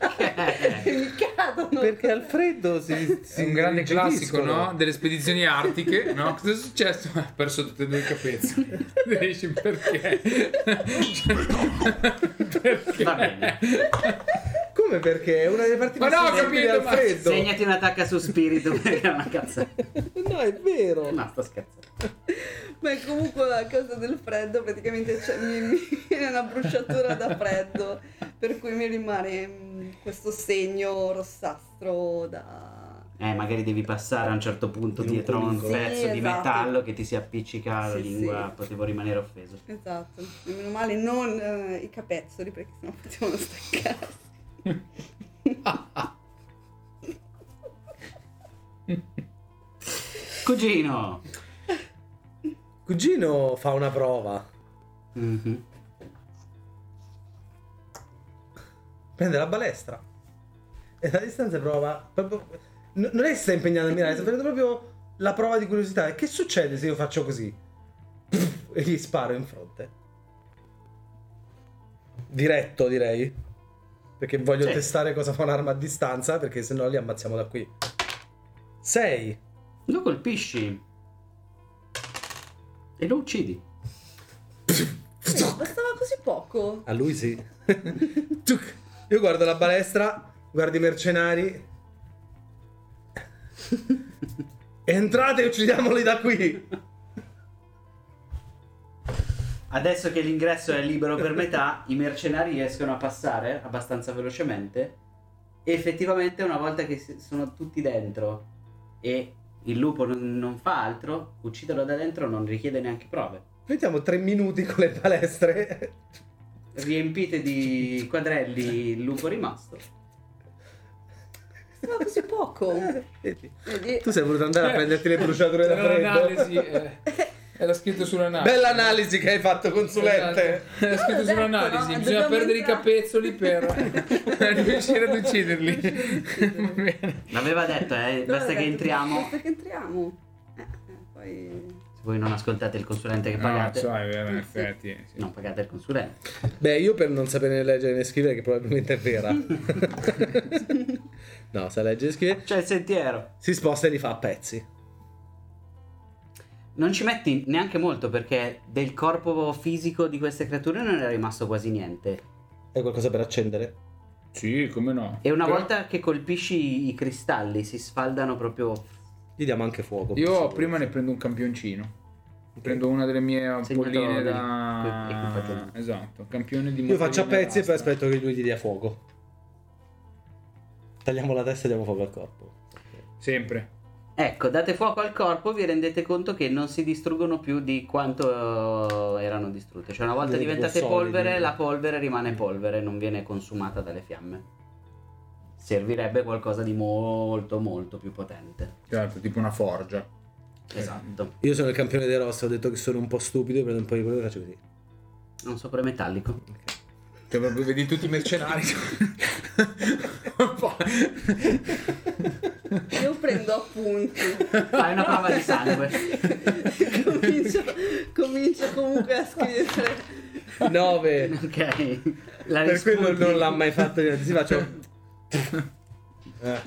[SPEAKER 4] mi cadono.
[SPEAKER 2] Perché al freddo si, si
[SPEAKER 3] È un grande classico,
[SPEAKER 2] irrigidiscono.
[SPEAKER 3] no? Delle spedizioni artiche, no? Cosa è successo? Ha perso tutti e due i capezzoli. Dici perché? perché?
[SPEAKER 1] Va bene.
[SPEAKER 2] Come perché? È una delle parti
[SPEAKER 3] Ma
[SPEAKER 2] più
[SPEAKER 3] no, ho
[SPEAKER 2] sensibili
[SPEAKER 3] capito,
[SPEAKER 2] al
[SPEAKER 3] ma-
[SPEAKER 2] freddo.
[SPEAKER 1] Segnati un'attacca su spirito perché è una cazzata.
[SPEAKER 2] No, è vero.
[SPEAKER 1] No, sto scherzando.
[SPEAKER 4] Ma comunque la cosa del freddo praticamente c'è- mi, mi viene una bruciatura da freddo, per cui mi rimane mm, questo segno rossastro da...
[SPEAKER 1] Eh, magari devi passare a un certo punto
[SPEAKER 2] Di un
[SPEAKER 1] dietro a un
[SPEAKER 2] cunicolo.
[SPEAKER 1] pezzo
[SPEAKER 4] Sì,
[SPEAKER 1] di
[SPEAKER 4] esatto.
[SPEAKER 1] metallo che ti si appiccica alla
[SPEAKER 4] Sì,
[SPEAKER 1] lingua,
[SPEAKER 4] sì.
[SPEAKER 1] potevo rimanere offeso.
[SPEAKER 4] Esatto, e meno male non eh, i capezzoli perché sennò potevano staccarsi.
[SPEAKER 1] Cugino!
[SPEAKER 2] Cugino fa una prova.
[SPEAKER 1] Mhm.
[SPEAKER 2] Prende la balestra. E da distanza prova. proprio- n- non è che sta impegnando a mirare, sta prendendo proprio la prova di curiosità. E Che succede se io faccio così? Pff, E gli sparo in fronte. Diretto, direi. Perché voglio
[SPEAKER 1] Sì.
[SPEAKER 2] testare cosa fa un'arma a distanza, perché se no li ammazziamo da qui. 6.
[SPEAKER 1] Lo colpisci e lo uccidi.
[SPEAKER 4] Eh, bastava così poco.
[SPEAKER 2] A lui sì. Tuc. Io guardo la balestra, guardo i mercenari. Entrate e uccidiamoli da qui.
[SPEAKER 1] Adesso che l'ingresso è libero per metà, i mercenari riescono a passare abbastanza velocemente. E effettivamente, una volta che si- sono tutti dentro e il lupo non, non fa altro, ucciderlo da dentro non richiede neanche prove.
[SPEAKER 2] Mettiamo tre minuti con le balestre.
[SPEAKER 1] Riempite di quadrelli il lupo rimasto.
[SPEAKER 4] Bastava così poco.
[SPEAKER 2] Vedi?
[SPEAKER 4] Vedi?
[SPEAKER 2] Tu sei voluto andare a prenderti le bruciature da
[SPEAKER 3] Era un'analisi,
[SPEAKER 2] freddo.
[SPEAKER 3] eh. era scritto sull'analisi.
[SPEAKER 2] Bella analisi che hai fatto, consulente.
[SPEAKER 3] Era
[SPEAKER 4] No,
[SPEAKER 2] Ah,
[SPEAKER 3] scritto
[SPEAKER 2] ecco,
[SPEAKER 4] l'ho detto,
[SPEAKER 3] sull'analisi, bisogna
[SPEAKER 4] no? Dobbiamo
[SPEAKER 3] perdere i
[SPEAKER 4] entrare.
[SPEAKER 3] capezzoli per riuscire ad ucciderli. Va bene.
[SPEAKER 1] L'aveva detto, eh,
[SPEAKER 4] Dove
[SPEAKER 1] basta che
[SPEAKER 4] l'hai detto?
[SPEAKER 1] entriamo.
[SPEAKER 4] Basta che entriamo. Eh, eh, poi...
[SPEAKER 1] Se voi non ascoltate il consulente che
[SPEAKER 3] No,
[SPEAKER 1] pagate,
[SPEAKER 3] so, è vero, Eh, in effetti. sì.
[SPEAKER 1] non pagate il consulente.
[SPEAKER 2] Beh, io per non sapere né leggere né scrivere, che probabilmente è vera. no, sa leggere e scrivere.
[SPEAKER 1] C'è il sentiero.
[SPEAKER 2] Si sposta e li fa a pezzi.
[SPEAKER 1] Non ci metti neanche molto perché del corpo fisico di queste creature non è rimasto quasi niente.
[SPEAKER 2] È qualcosa per accendere?
[SPEAKER 3] Sì, come no.
[SPEAKER 1] E una
[SPEAKER 3] Però
[SPEAKER 1] volta che colpisci i cristalli si sfaldano proprio.
[SPEAKER 2] Gli diamo anche fuoco.
[SPEAKER 3] Io prima ne prendo un campioncino. Prendo una delle mie ampolline
[SPEAKER 1] del-
[SPEAKER 3] da...
[SPEAKER 1] e qui faccio-
[SPEAKER 3] Esatto, campione di
[SPEAKER 2] Io faccio a
[SPEAKER 3] mozzarella
[SPEAKER 2] pezzi e poi
[SPEAKER 3] pasta.
[SPEAKER 2] aspetto che lui gli dia fuoco. Tagliamo la testa e diamo fuoco al corpo.
[SPEAKER 3] Sempre.
[SPEAKER 1] Ecco, date fuoco al corpo, vi rendete conto che non si distruggono più di quanto erano distrutte. Cioè, una volta
[SPEAKER 2] Quindi
[SPEAKER 1] diventate
[SPEAKER 2] tipo solidi.
[SPEAKER 1] polvere, la polvere rimane
[SPEAKER 2] Mm.
[SPEAKER 1] polvere, non viene consumata dalle fiamme. Servirebbe qualcosa di molto molto più potente.
[SPEAKER 3] Certo, tipo una forgia.
[SPEAKER 1] Esatto.
[SPEAKER 2] Io sono il campione dei rosso, ho detto che sono un po' stupido, prendo un po' di quello e faccio così.
[SPEAKER 1] Non sopra metallico.
[SPEAKER 3] Cioè, proprio vedi tutti i mercenari. Un po'.
[SPEAKER 4] Io prendo appunti.
[SPEAKER 1] Fai una prova di sangue.
[SPEAKER 4] comincio, comincio comunque a scrivere.
[SPEAKER 2] 9!
[SPEAKER 1] Ok. La
[SPEAKER 2] per quello
[SPEAKER 1] risputi.
[SPEAKER 2] non l'ha mai fatto niente. Si faccio. Eh,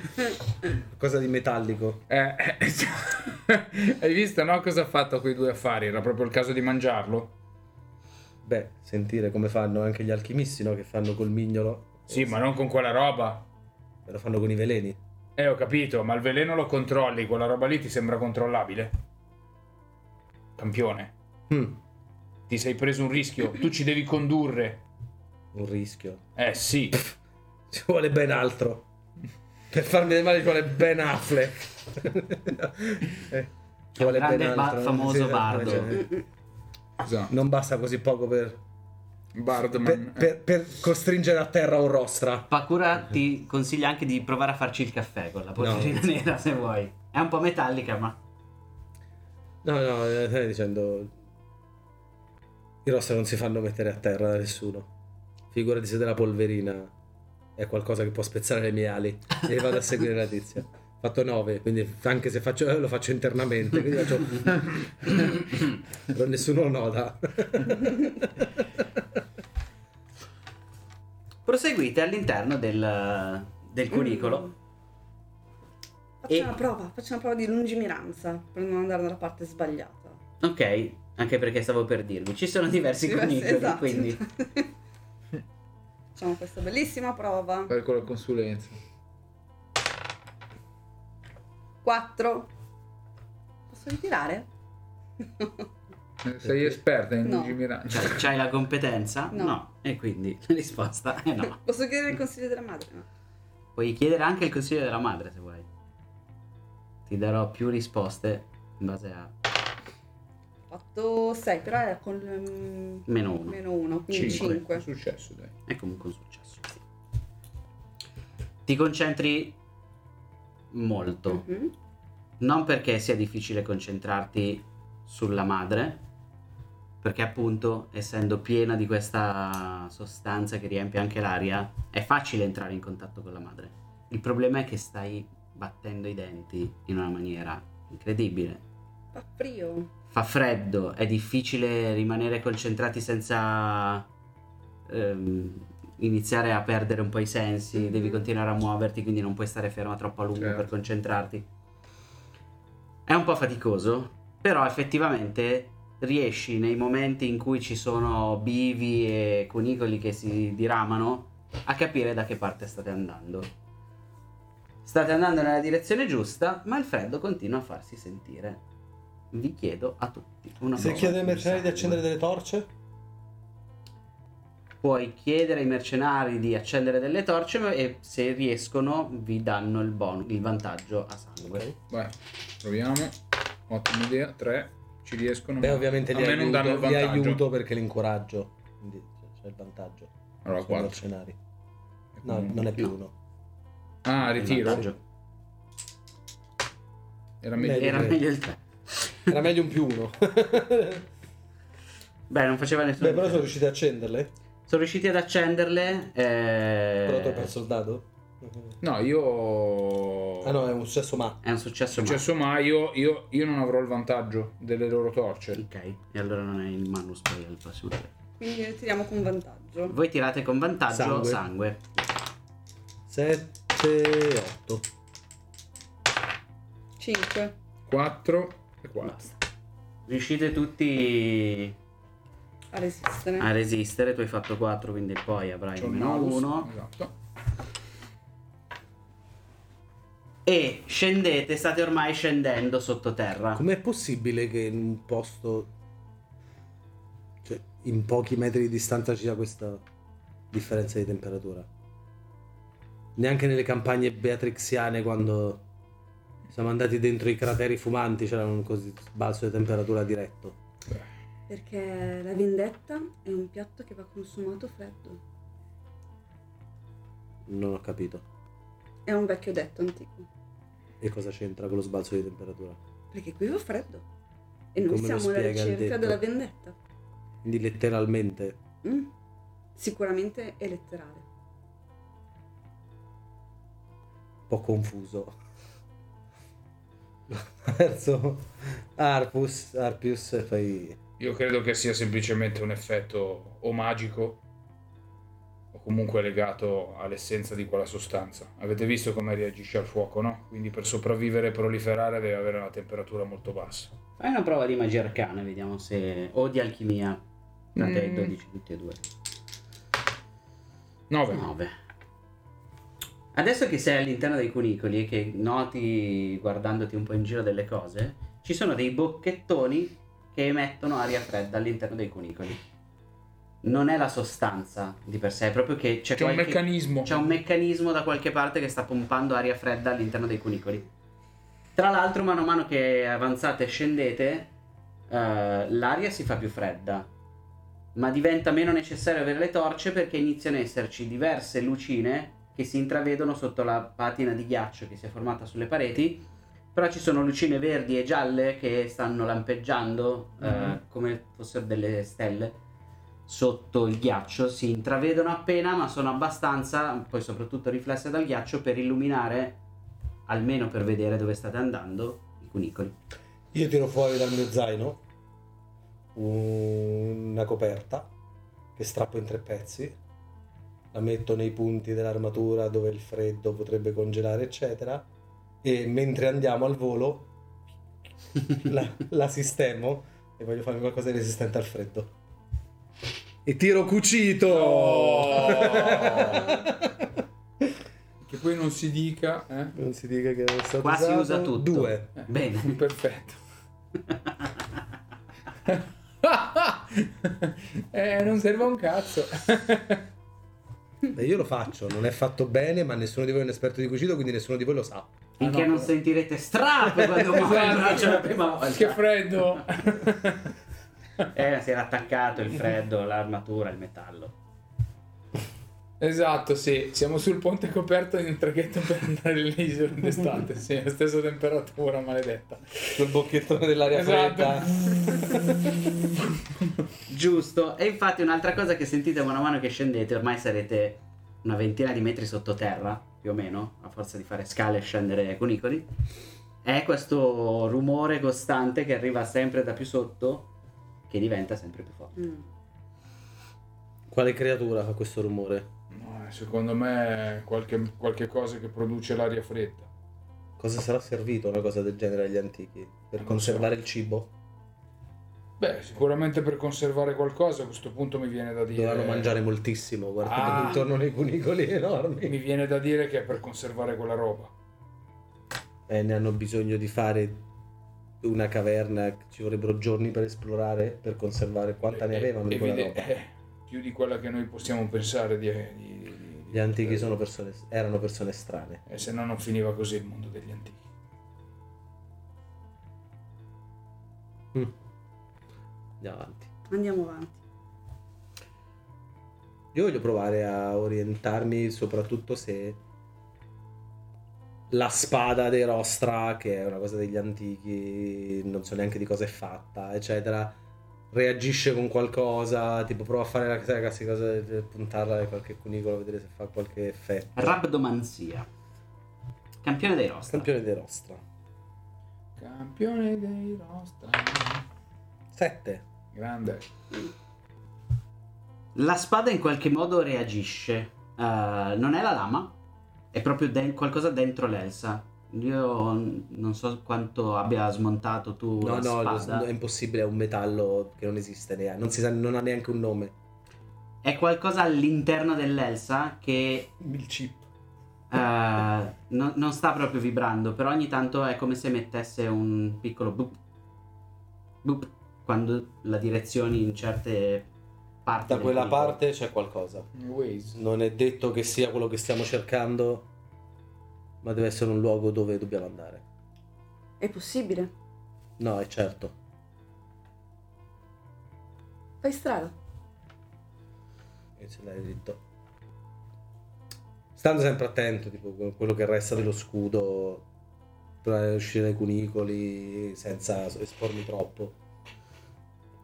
[SPEAKER 2] Cosa di metallico.
[SPEAKER 3] Eh, eh, cioè, hai visto, no? Cosa ha fatto quei due affari? Era proprio il caso di mangiarlo?
[SPEAKER 2] Beh, sentire come fanno anche gli alchimisti, no? Che fanno col mignolo.
[SPEAKER 3] Sì, ma non con quella roba.
[SPEAKER 2] Lo fanno con i veleni.
[SPEAKER 3] Eh, ho capito, ma il veleno lo controlli, quella roba lì ti sembra controllabile? Campione,
[SPEAKER 2] Mm,
[SPEAKER 3] ti sei preso un rischio, tu ci devi condurre.
[SPEAKER 2] un rischio.
[SPEAKER 3] Eh sì,
[SPEAKER 2] Ci vuole ben altro. Per farmi del male ci vuole ben Affleck. Eh, ci
[SPEAKER 1] È un grande
[SPEAKER 2] ben
[SPEAKER 1] ba-
[SPEAKER 2] altro, no?
[SPEAKER 1] famoso
[SPEAKER 2] Sì,
[SPEAKER 1] bardo.
[SPEAKER 2] cioè,
[SPEAKER 3] Esatto.
[SPEAKER 2] Non basta così poco per, per-
[SPEAKER 3] Bardman. eh.
[SPEAKER 2] per- per costringere a terra un rostra.
[SPEAKER 1] Pakura ti consiglia anche di provare a farci il caffè con la polverina nera se vuoi. È un po' metallica, ma
[SPEAKER 2] No, no, eh, stai dicendo. I rostra non si fanno mettere a terra da nessuno. Figurati se della polverina è qualcosa che può spezzare le mie ali. E vado a seguire la tizia. Ho Fatto 9, quindi anche se faccio, lo faccio internamente, quindi faccio... però nessuno lo nota.
[SPEAKER 1] proseguite all'interno del,
[SPEAKER 4] Mm.
[SPEAKER 1] del cunicolo.
[SPEAKER 4] Facciamo
[SPEAKER 1] E-
[SPEAKER 4] una prova, facciamo una prova di lungimiranza per non andare dalla parte sbagliata.
[SPEAKER 1] Ok, anche perché stavo per dirvi, ci sono diversi
[SPEAKER 4] Diverse-
[SPEAKER 1] cunicoli,
[SPEAKER 4] esatto.
[SPEAKER 1] quindi
[SPEAKER 4] Facciamo questa bellissima prova.
[SPEAKER 3] Calcolo la consulenza.
[SPEAKER 4] 4. Posso ritirare?
[SPEAKER 3] Eh, Sei esperta in
[SPEAKER 4] No.
[SPEAKER 3] Luigi Miraccio.
[SPEAKER 1] Cioè, c'hai la competenza?
[SPEAKER 4] No.
[SPEAKER 1] E quindi la risposta è no.
[SPEAKER 4] Posso chiedere il consiglio della madre? No.
[SPEAKER 1] Puoi chiedere anche il consiglio della madre se vuoi. Ti darò più risposte in base a
[SPEAKER 4] 8, 6, però è con ehm,
[SPEAKER 1] meno uno.
[SPEAKER 4] meno 1, quindi
[SPEAKER 3] Cinque.
[SPEAKER 4] 5.
[SPEAKER 3] Successo, dai.
[SPEAKER 1] È comunque un successo. Ti concentri molto.
[SPEAKER 4] Mm-hmm.
[SPEAKER 1] Non perché sia difficile concentrarti sulla madre, perché appunto essendo piena di questa sostanza che riempie anche l'aria, è facile entrare in contatto con la madre. Il problema è che stai battendo i denti in una maniera incredibile.
[SPEAKER 4] Fa frio.
[SPEAKER 1] Fa freddo, è difficile rimanere concentrati senza ehm, iniziare a perdere un po' i sensi,
[SPEAKER 4] Mhm.
[SPEAKER 1] devi continuare a muoverti, quindi non puoi stare ferma troppo a lungo
[SPEAKER 3] Certo.
[SPEAKER 1] per concentrarti. È un po' faticoso, però effettivamente riesci nei momenti in cui ci sono bivi e cunicoli che si diramano a capire da che parte state andando. State andando nella direzione giusta, ma il freddo continua a farsi sentire. Vi chiedo a tutti una
[SPEAKER 6] Se
[SPEAKER 1] prova
[SPEAKER 6] chiede ai
[SPEAKER 1] sul
[SPEAKER 6] mercenari di
[SPEAKER 1] sangue.
[SPEAKER 6] accendere delle torce?
[SPEAKER 1] Puoi chiedere ai mercenari di accendere delle torce e se riescono vi danno il, bon- il vantaggio a sangue.
[SPEAKER 3] Vai, proviamo. Ottima idea. 3. Ci riescono.
[SPEAKER 2] Beh,
[SPEAKER 3] ma
[SPEAKER 2] ovviamente
[SPEAKER 3] a
[SPEAKER 2] li
[SPEAKER 3] me non danno
[SPEAKER 2] aiuto,
[SPEAKER 3] il
[SPEAKER 2] li
[SPEAKER 3] vantaggio.
[SPEAKER 2] aiuto perché li incoraggio. Quindi c'è- c'è il vantaggio.
[SPEAKER 3] Allora,
[SPEAKER 2] Sono
[SPEAKER 3] 4.
[SPEAKER 2] mercenari. No,
[SPEAKER 6] Mm.
[SPEAKER 2] non è più uno.
[SPEAKER 3] Ah, ritiro.
[SPEAKER 1] Vantaggio.
[SPEAKER 3] Era meglio.
[SPEAKER 1] Era
[SPEAKER 2] Sì.
[SPEAKER 1] meglio il 3.
[SPEAKER 6] Era meglio un più uno.
[SPEAKER 1] Beh, non faceva nessuno.
[SPEAKER 6] Beh, però sono riusciti a accenderle.
[SPEAKER 1] Sono riusciti ad accenderle. eh,
[SPEAKER 6] Però tu hai perso il dado?
[SPEAKER 3] No, io.
[SPEAKER 6] Ah no, è un successo matto.
[SPEAKER 1] È un successo. ma-
[SPEAKER 3] Successo ma io, io, io non avrò il vantaggio delle loro torce.
[SPEAKER 1] Ok, e allora non è in manus poi al passo
[SPEAKER 4] Quindi ne tiriamo con vantaggio.
[SPEAKER 1] Voi tirate con vantaggio sangue.
[SPEAKER 2] Sangue. 7, 8.
[SPEAKER 4] 5.
[SPEAKER 3] 4 e 4.
[SPEAKER 1] Basta. Riuscite tutti
[SPEAKER 4] A resistere.
[SPEAKER 2] Eh.
[SPEAKER 1] a resistere. Tu hai fatto 4, quindi poi avrai
[SPEAKER 3] C'ho il
[SPEAKER 1] meno
[SPEAKER 3] malus.
[SPEAKER 1] 1.
[SPEAKER 3] Esatto.
[SPEAKER 1] E scendete, state ormai scendendo sottoterra.
[SPEAKER 2] Com'è possibile che in un posto, cioè in pochi metri di distanza ci sia questa differenza di temperatura? Neanche nelle campagne beatrixiane quando siamo andati dentro i crateri fumanti c'era un così balzo di temperatura diretto.
[SPEAKER 4] Perché la vendetta è un piatto che va consumato freddo.
[SPEAKER 2] Non ho capito.
[SPEAKER 4] È un vecchio detto antico.
[SPEAKER 2] E cosa c'entra con lo sbalzo di temperatura?
[SPEAKER 4] Perché qui fa freddo. E noi
[SPEAKER 2] Come lo
[SPEAKER 4] siamo alla
[SPEAKER 2] spiega il
[SPEAKER 4] ricerca
[SPEAKER 2] detto?
[SPEAKER 4] della vendetta.
[SPEAKER 2] Quindi letteralmente
[SPEAKER 4] Mm. Sicuramente è letterale.
[SPEAKER 2] un po' confuso. Verso Arpus, Arpius e poi...
[SPEAKER 3] Io credo che sia semplicemente un effetto o magico o comunque legato all'essenza di quella sostanza. Avete visto come reagisce al fuoco, no? Quindi per sopravvivere e proliferare deve avere una temperatura molto bassa.
[SPEAKER 1] Fai una prova di magia arcana, vediamo se. o di alchimia. Tanto hai
[SPEAKER 3] Mm.
[SPEAKER 1] 12, tutti e due.
[SPEAKER 3] 9.
[SPEAKER 1] 9. Adesso che sei all'interno dei cunicoli e che noti guardandoti un po' in giro delle cose, ci sono dei bocchettoni che emettono aria fredda all'interno dei cunicoli. Non è la sostanza di per sé, è proprio che c'è,
[SPEAKER 3] C'è un
[SPEAKER 1] qualche-
[SPEAKER 3] meccanismo.
[SPEAKER 1] c'è un meccanismo da qualche parte che sta pompando aria fredda all'interno dei cunicoli. Tra l'altro, mano a mano che avanzate e scendete, eh, l'aria si fa più fredda, ma diventa meno necessario avere le torce perché iniziano ad esserci diverse lucine che si intravedono sotto la patina di ghiaccio che si è formata sulle pareti, però ci sono lucine verdi e gialle che stanno lampeggiando eh,
[SPEAKER 3] Mhm.
[SPEAKER 1] come fossero delle stelle sotto il ghiaccio, si intravedono appena ma sono abbastanza, poi soprattutto riflesse dal ghiaccio, per illuminare, almeno per vedere dove state andando, i cunicoli.
[SPEAKER 2] Io tiro fuori dal mio zaino una coperta che strappo in tre pezzi, la metto nei punti dell'armatura dove il freddo potrebbe congelare, eccetera, e mentre andiamo al volo la, la sistemo e voglio farmi qualcosa di resistente al freddo.
[SPEAKER 7] E tiro cucito!
[SPEAKER 3] Che poi non si dica, eh?
[SPEAKER 2] non si dica che è stato
[SPEAKER 1] Qua si
[SPEAKER 2] usato.
[SPEAKER 1] usa tutto.
[SPEAKER 2] Due.
[SPEAKER 3] Eh,
[SPEAKER 1] Bene.
[SPEAKER 3] Perfetto. eh, non serve un cazzo.
[SPEAKER 2] Beh, io lo faccio, non è fatto bene, ma nessuno di voi è un esperto di cucito, quindi nessuno di voi lo sa.
[SPEAKER 1] Finché
[SPEAKER 3] Ah, no.
[SPEAKER 1] non sentirete strap quando muovo il braccio la prima volta.
[SPEAKER 3] Esatto. Che freddo.
[SPEAKER 1] Eh, si era attaccato il freddo, l'armatura, il metallo.
[SPEAKER 3] esatto, sì. Siamo sul ponte coperto in un traghetto per andare all'isola d'estate. Sì, la stessa temperatura, maledetta.
[SPEAKER 2] Col bocchettone dell'aria
[SPEAKER 3] Esatto.
[SPEAKER 2] fredda.
[SPEAKER 1] Giusto. E infatti un'altra cosa che sentite man mano che scendete, ormai sarete una ventina di metri sottoterra, più o meno, a forza di fare scale e scendere cunicoli, è questo rumore costante che arriva sempre da più sotto, che diventa sempre più forte.
[SPEAKER 4] Mm.
[SPEAKER 2] Quale creatura fa questo rumore?
[SPEAKER 3] No, eh, secondo me è qualche, qualche cosa che produce l'aria fredda.
[SPEAKER 2] Cosa sarà servito una cosa del genere agli antichi? Per
[SPEAKER 3] Non
[SPEAKER 2] conservare il cibo?
[SPEAKER 3] Beh, sicuramente per conservare qualcosa a questo punto mi viene da dire...
[SPEAKER 2] Dovranno mangiare moltissimo, guardando
[SPEAKER 3] Eh. Ah.
[SPEAKER 2] intorno nei cunicoli enormi.
[SPEAKER 3] Mi viene da dire che è per conservare quella roba.
[SPEAKER 2] Eh, ne hanno bisogno di fare una caverna, ci vorrebbero giorni per esplorare, per conservare quanta ne
[SPEAKER 3] Eh,
[SPEAKER 2] avevano di quella
[SPEAKER 3] evide-
[SPEAKER 2] roba.
[SPEAKER 3] eh, più di quella che noi possiamo pensare di... di- di-
[SPEAKER 2] Gli antichi sono persone, erano persone strane.
[SPEAKER 3] Eh, se no non finiva così il mondo degli antichi.
[SPEAKER 2] Andiamo avanti.
[SPEAKER 4] Andiamo avanti.
[SPEAKER 2] Io voglio provare a orientarmi soprattutto se la spada dei Rostra, che è una cosa degli antichi, non so neanche di cosa è fatta, eccetera, reagisce con qualcosa, tipo prova a fare la sai, la classica cosa di puntarla a qualche cunicolo, vedere se fa qualche effetto.
[SPEAKER 1] Rabdomanzia. Campione dei rostri.
[SPEAKER 2] Campione dei Rostra.
[SPEAKER 3] Campione dei nostri.
[SPEAKER 2] 7.
[SPEAKER 3] Grande.
[SPEAKER 1] La spada in qualche modo reagisce. Eh, non è la lama, è proprio de- qualcosa dentro l'elsa. Io n- non so quanto abbia smontato tu
[SPEAKER 2] No,
[SPEAKER 1] la
[SPEAKER 2] no, lo-
[SPEAKER 1] spada.
[SPEAKER 2] è impossibile, è un metallo che non esiste neanche, non, si sa, non ha neanche un nome.
[SPEAKER 1] È qualcosa all'interno dell'elsa che
[SPEAKER 2] Il chip.
[SPEAKER 1] eh, non- non sta proprio vibrando, però ogni tanto è come se mettesse un piccolo boop, boop, quando la direzioni in certe parti.
[SPEAKER 2] Da
[SPEAKER 1] del
[SPEAKER 2] quella
[SPEAKER 1] cunicolo.
[SPEAKER 2] parte c'è qualcosa.
[SPEAKER 3] Waze.
[SPEAKER 2] Non è detto che sia quello che stiamo cercando, ma deve essere un luogo dove dobbiamo andare.
[SPEAKER 4] È possibile.
[SPEAKER 2] No, è certo.
[SPEAKER 4] Fai strada.
[SPEAKER 2] E ce l'hai detto. Stando sempre attento, tipo con quello che resta dello scudo, per uscire dai cunicoli senza espormi troppo.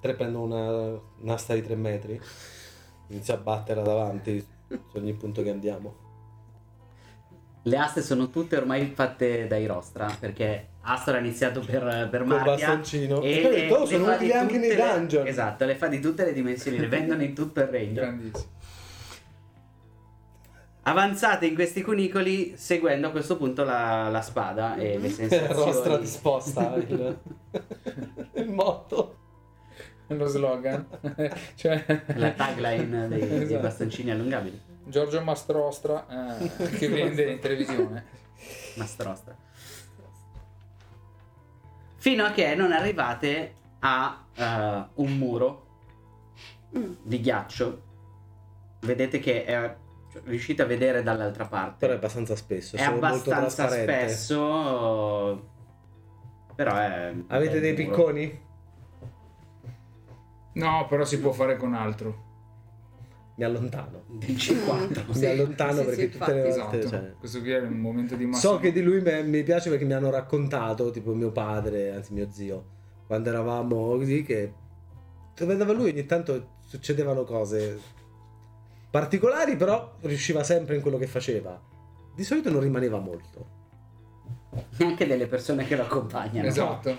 [SPEAKER 2] Tre prendo una un'asta di tre metri, inizio a batterla davanti su ogni punto che andiamo.
[SPEAKER 1] Le aste sono tutte ormai fatte dai Rostra, perché Astra ha iniziato per, per
[SPEAKER 2] Col
[SPEAKER 1] Mardia.
[SPEAKER 2] bastoncino.
[SPEAKER 1] E,
[SPEAKER 2] E, ho detto, oh,
[SPEAKER 1] le
[SPEAKER 2] sono
[SPEAKER 1] fa
[SPEAKER 2] utili
[SPEAKER 1] di
[SPEAKER 2] anche
[SPEAKER 1] tutte
[SPEAKER 2] nei
[SPEAKER 1] le-
[SPEAKER 2] dungeon.
[SPEAKER 1] Esatto, le fa di tutte le dimensioni, le vendono in tutto il regno.
[SPEAKER 3] Grandissimo.
[SPEAKER 1] Avanzate in questi cunicoli seguendo a questo punto la, la spada e le
[SPEAKER 2] Mhm. La
[SPEAKER 1] sensazioni.
[SPEAKER 2] rostra disposta, il, il motto.
[SPEAKER 3] Lo slogan. cioè...
[SPEAKER 1] La tagline dei, dei
[SPEAKER 3] Esatto.
[SPEAKER 1] bastoncini allungabili.
[SPEAKER 3] Giorgio Mastrostra eh, che vende in televisione.
[SPEAKER 1] Mastrostra. Fino a che non arrivate a eh, un muro
[SPEAKER 4] Mm.
[SPEAKER 1] di ghiaccio. Vedete che è, cioè, riuscite a vedere dall'altra parte.
[SPEAKER 2] Però è abbastanza spesso,
[SPEAKER 1] È
[SPEAKER 2] sono molto
[SPEAKER 1] abbastanza
[SPEAKER 2] trasparente.
[SPEAKER 1] spesso. Però è.
[SPEAKER 2] Avete
[SPEAKER 1] è
[SPEAKER 2] dei
[SPEAKER 1] duro.
[SPEAKER 2] picconi?
[SPEAKER 3] No, però si può fare con altro.
[SPEAKER 2] Mi allontano.
[SPEAKER 1] DC4.
[SPEAKER 2] mi allontano
[SPEAKER 4] Mm. sì,
[SPEAKER 2] perché
[SPEAKER 4] sì,
[SPEAKER 2] tutte le
[SPEAKER 4] infatti.
[SPEAKER 2] volte.
[SPEAKER 3] Esatto.
[SPEAKER 2] cioè,
[SPEAKER 3] Questo qui era un momento di massimo.
[SPEAKER 2] so che di lui me- mi piace perché mi hanno raccontato, tipo mio padre, anzi mio zio, quando eravamo così, che dove andava lui ogni tanto succedevano cose particolari, però riusciva sempre in quello che faceva. Di solito non rimaneva molto.
[SPEAKER 1] Neanche delle persone che lo accompagnano.
[SPEAKER 3] Esatto.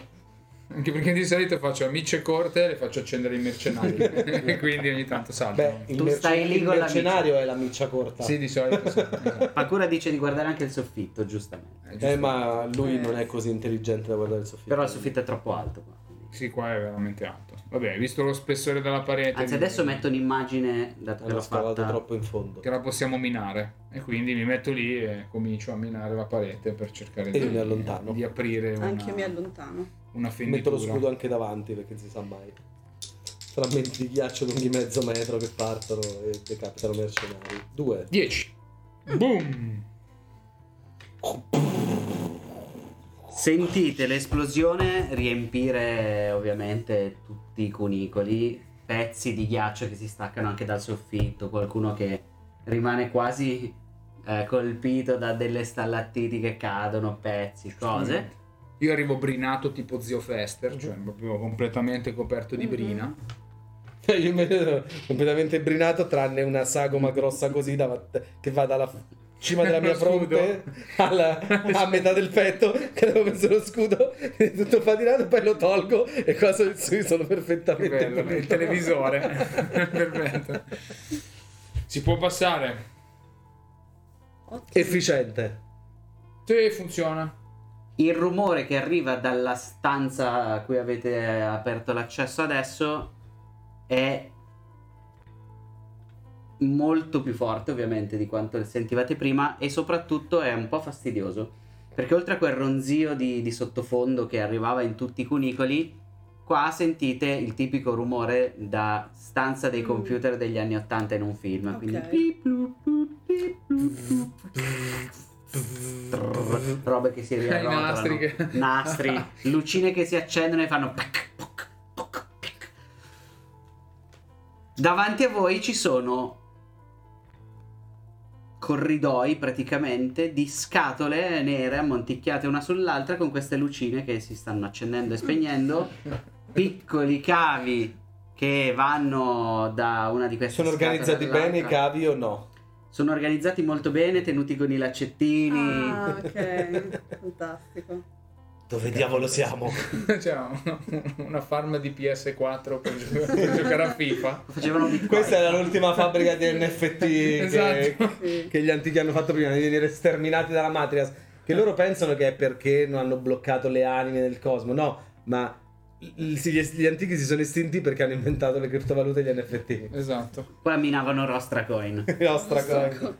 [SPEAKER 3] Anche perché di solito faccio amiche corte e le faccio accendere i mercenari. Quindi ogni tanto saltano.
[SPEAKER 2] Beh, il,
[SPEAKER 1] Tu stai lì
[SPEAKER 2] il
[SPEAKER 1] con la
[SPEAKER 2] mercenario è la miccia corta.
[SPEAKER 3] Sì, di solito sì. esatto.
[SPEAKER 1] Pacura dice di guardare anche il soffitto, giustamente.
[SPEAKER 3] Eh,
[SPEAKER 2] Eh,
[SPEAKER 3] giusto.
[SPEAKER 2] ma lui
[SPEAKER 4] Eh.
[SPEAKER 2] non è così intelligente da guardare il soffitto.
[SPEAKER 1] Però il soffitto è troppo alto. Qua.
[SPEAKER 3] Sì, qua è veramente alto. Vabbè, visto lo spessore della parete...
[SPEAKER 1] Anzi, adesso metto un'immagine, dato che
[SPEAKER 2] Hanno
[SPEAKER 1] l'ho
[SPEAKER 2] scavato
[SPEAKER 1] fatta.
[SPEAKER 2] troppo in fondo.
[SPEAKER 3] Che la possiamo minare. E quindi mi metto lì e comincio a minare la parete per cercare
[SPEAKER 2] E
[SPEAKER 3] di,
[SPEAKER 2] io mi allontano.
[SPEAKER 3] di aprire
[SPEAKER 2] Eh,
[SPEAKER 3] una,
[SPEAKER 4] Anche io mi allontano.
[SPEAKER 3] una
[SPEAKER 2] Metto
[SPEAKER 3] fenditura.
[SPEAKER 2] lo scudo anche davanti perché non si sa mai. Frammenti di ghiaccio lunghi mezzo metro che partono e decapitano mercenari. Due.
[SPEAKER 3] 10. Boom!
[SPEAKER 1] Sentite l'esplosione riempire ovviamente tutti i cunicoli, pezzi di ghiaccio che si staccano anche dal soffitto, qualcuno che rimane quasi eh, colpito da delle stallattiti che cadono, pezzi, cose.
[SPEAKER 3] Io arrivo brinato tipo zio Fester,
[SPEAKER 2] Mhm.
[SPEAKER 3] cioè proprio completamente coperto
[SPEAKER 4] Mhm.
[SPEAKER 3] di brina.
[SPEAKER 2] Io mi vedo completamente brinato tranne una sagoma grossa così da- che va dalla cima della mia
[SPEAKER 3] Lo scudo.
[SPEAKER 2] fronte alla, a metà del petto che avevo messo lo scudo tutto patinato poi lo tolgo e qua sono, sono
[SPEAKER 3] Che
[SPEAKER 2] perfettamente
[SPEAKER 3] bello, il
[SPEAKER 2] pulito.
[SPEAKER 3] televisore. Perfetto. Si può passare.
[SPEAKER 4] Ottimo.
[SPEAKER 2] efficiente
[SPEAKER 3] Sì, funziona.
[SPEAKER 1] Il rumore che arriva dalla stanza a cui avete aperto l'accesso adesso è molto più forte ovviamente di quanto le sentivate prima e soprattutto è un po' fastidioso perché oltre a quel ronzio di, di sottofondo che arrivava in tutti i cunicoli qua sentite il tipico rumore da stanza dei computer degli anni 80 in un film
[SPEAKER 4] Ok.
[SPEAKER 1] quindi pip, blu, blu, pip, blu, blu. Trrr, robe che si
[SPEAKER 3] Eh, I
[SPEAKER 1] riarrotolano
[SPEAKER 3] nastri che-
[SPEAKER 1] nastri, lucine che si accendono e fanno pac, pac, pac, pac. Davanti a voi ci sono corridoi praticamente di scatole nere ammonticchiate una sull'altra con queste lucine che si stanno accendendo e spegnendo, piccoli cavi che vanno da una di queste
[SPEAKER 2] sono
[SPEAKER 1] scatole
[SPEAKER 2] organizzati bene i
[SPEAKER 1] all'altra.
[SPEAKER 2] cavi o no?
[SPEAKER 1] Sono organizzati molto bene, tenuti con i laccettini.
[SPEAKER 4] Ah, ok, fantastico.
[SPEAKER 2] dove diavolo siamo?
[SPEAKER 3] C'è Cioè, una, una farm di PS4 per, gio- per giocare a FIFA.
[SPEAKER 1] Facevano bitcoin.
[SPEAKER 2] Questa era l'ultima fabbrica di NFT che,
[SPEAKER 3] Esatto.
[SPEAKER 4] Sì.
[SPEAKER 2] che gli antichi hanno fatto prima di venire sterminati dalla Matrix. Che loro pensano che è perché non hanno bloccato le anime del cosmo. No, ma l- sì, gli, gli antichi si sono estinti perché hanno inventato le criptovalute e gli NFT.
[SPEAKER 3] Esatto.
[SPEAKER 1] Qua minavano Rostra Coin.
[SPEAKER 2] Nostra cosa.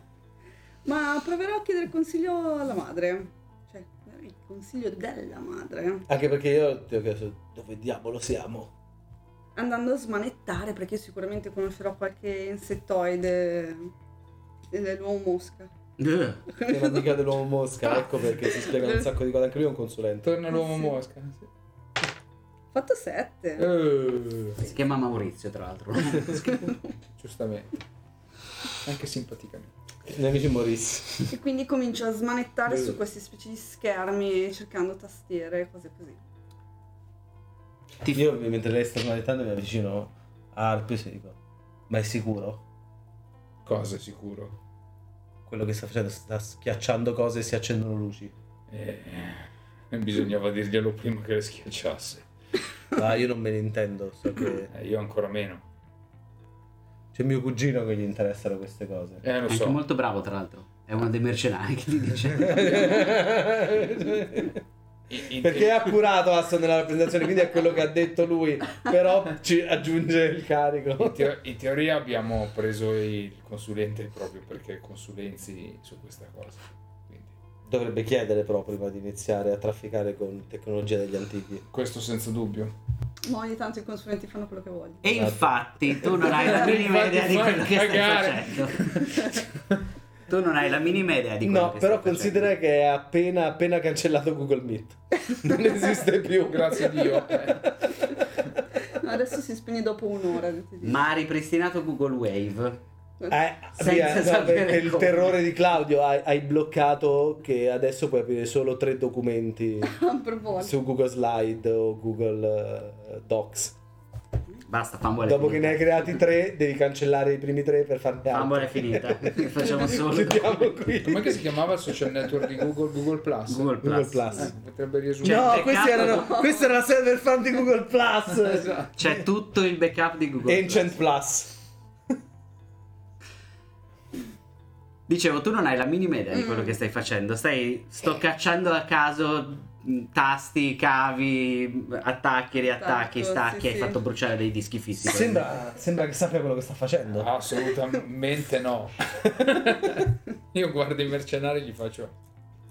[SPEAKER 4] Ma proverò a chiedere consiglio alla madre. Cioè, dare il consiglio della madre.
[SPEAKER 2] Anche perché io ti ho chiesto dove diavolo siamo.
[SPEAKER 4] Andando a smanettare, perché io sicuramente conoscerò qualche insettoide dell'uomo mosca.
[SPEAKER 1] Eh.
[SPEAKER 2] Sei un'amica dell'uomo Mosca, ecco perché si spiega un sacco di cose. Anche lui è un consulente.
[SPEAKER 3] Torna l'uomo mosca. Eh, Sì.
[SPEAKER 4] Fatto 7.
[SPEAKER 3] Eh,
[SPEAKER 1] Si chiama Maurizio, tra l'altro.
[SPEAKER 3] giustamente. Anche simpaticamente.
[SPEAKER 2] I miei amici Morisse.
[SPEAKER 4] E quindi comincio a smanettare su queste specie di schermi, cercando tastiere e cose così.
[SPEAKER 2] Io mentre lei sta analizzando mi avvicino a Arpius e dico: Ma è sicuro?
[SPEAKER 3] Cosa sicuro?
[SPEAKER 2] quello che sta facendo sta schiacciando cose e si accendono luci
[SPEAKER 3] Eh, bisognava dirglielo prima che le schiacciasse.
[SPEAKER 2] ma io non me ne intendo so che
[SPEAKER 3] Eh, io ancora meno.
[SPEAKER 2] c'è mio cugino che gli interessano queste cose
[SPEAKER 3] Eh, lo
[SPEAKER 1] Anche
[SPEAKER 3] so.
[SPEAKER 1] molto bravo, tra l'altro. È uno dei mercenari che ti dice.
[SPEAKER 3] I- i-
[SPEAKER 2] perché è accurato Aston nella rappresentazione quindi è quello che ha detto lui però ci aggiunge il
[SPEAKER 3] In,
[SPEAKER 2] carico
[SPEAKER 3] teo- in teoria abbiamo preso il consulente proprio perché consulenzi su questa cosa. Quindi,
[SPEAKER 2] dovrebbe chiedere però prima di iniziare a trafficare con tecnologia degli antichi
[SPEAKER 3] questo senza dubbio.
[SPEAKER 4] Ma ogni tanto i consulenti fanno quello che vogliono.
[SPEAKER 1] E
[SPEAKER 8] Esatto.
[SPEAKER 1] infatti tu non hai la minima idea di quello che
[SPEAKER 3] Cagare.
[SPEAKER 1] stai facendo. Tu non hai la minima idea di quello
[SPEAKER 2] no
[SPEAKER 1] che
[SPEAKER 2] però
[SPEAKER 1] stai
[SPEAKER 2] considera
[SPEAKER 1] facendo.
[SPEAKER 2] che è appena appena cancellato Google Meet non esiste più
[SPEAKER 3] Grazie a Dio.
[SPEAKER 4] Adesso si spegne dopo un'ora. ti dico.
[SPEAKER 1] Ma ha ripristinato Google Wave.
[SPEAKER 8] Eh,
[SPEAKER 1] Senza
[SPEAKER 8] via, no,
[SPEAKER 1] sapere
[SPEAKER 8] per il
[SPEAKER 1] come.
[SPEAKER 8] terrore di Claudio hai, hai bloccato che adesso puoi aprire solo tre documenti
[SPEAKER 4] A proposito.
[SPEAKER 8] su Google Slide o Google eh, Docs.
[SPEAKER 1] Basta, Fumble è
[SPEAKER 8] Dopo che
[SPEAKER 1] finita.
[SPEAKER 8] ne hai creati tre, devi cancellare i primi tre per farne altri.
[SPEAKER 1] Fumble è finita. Facciamo solo
[SPEAKER 8] Chiudiamo qui.
[SPEAKER 3] Com'è che si chiamava il social network di Google? Google Plus.
[SPEAKER 1] Google Plus.
[SPEAKER 8] Google Plus.
[SPEAKER 3] Eh, potrebbe riesumare.
[SPEAKER 1] Cioè,
[SPEAKER 8] No, questi
[SPEAKER 1] peccato-
[SPEAKER 8] erano, questa era la server fan di Google Plus.
[SPEAKER 1] C'è tutto il backup di Google.
[SPEAKER 8] Ancient Plus.
[SPEAKER 1] Dicevo, tu non hai la minima idea di quello
[SPEAKER 4] Mm.
[SPEAKER 1] che stai facendo. Stai
[SPEAKER 4] Eh.
[SPEAKER 1] sto cacciando a caso mh, tasti, cavi, attacchi, riattacchi,
[SPEAKER 4] Esatto,
[SPEAKER 1] stacchi.
[SPEAKER 4] sì,
[SPEAKER 1] hai
[SPEAKER 4] sì.
[SPEAKER 1] fatto bruciare dei dischi fissi.
[SPEAKER 5] Sembra, sembra che sappia quello che sta facendo.
[SPEAKER 3] Assolutamente no. Io guardo i mercenari e gli faccio.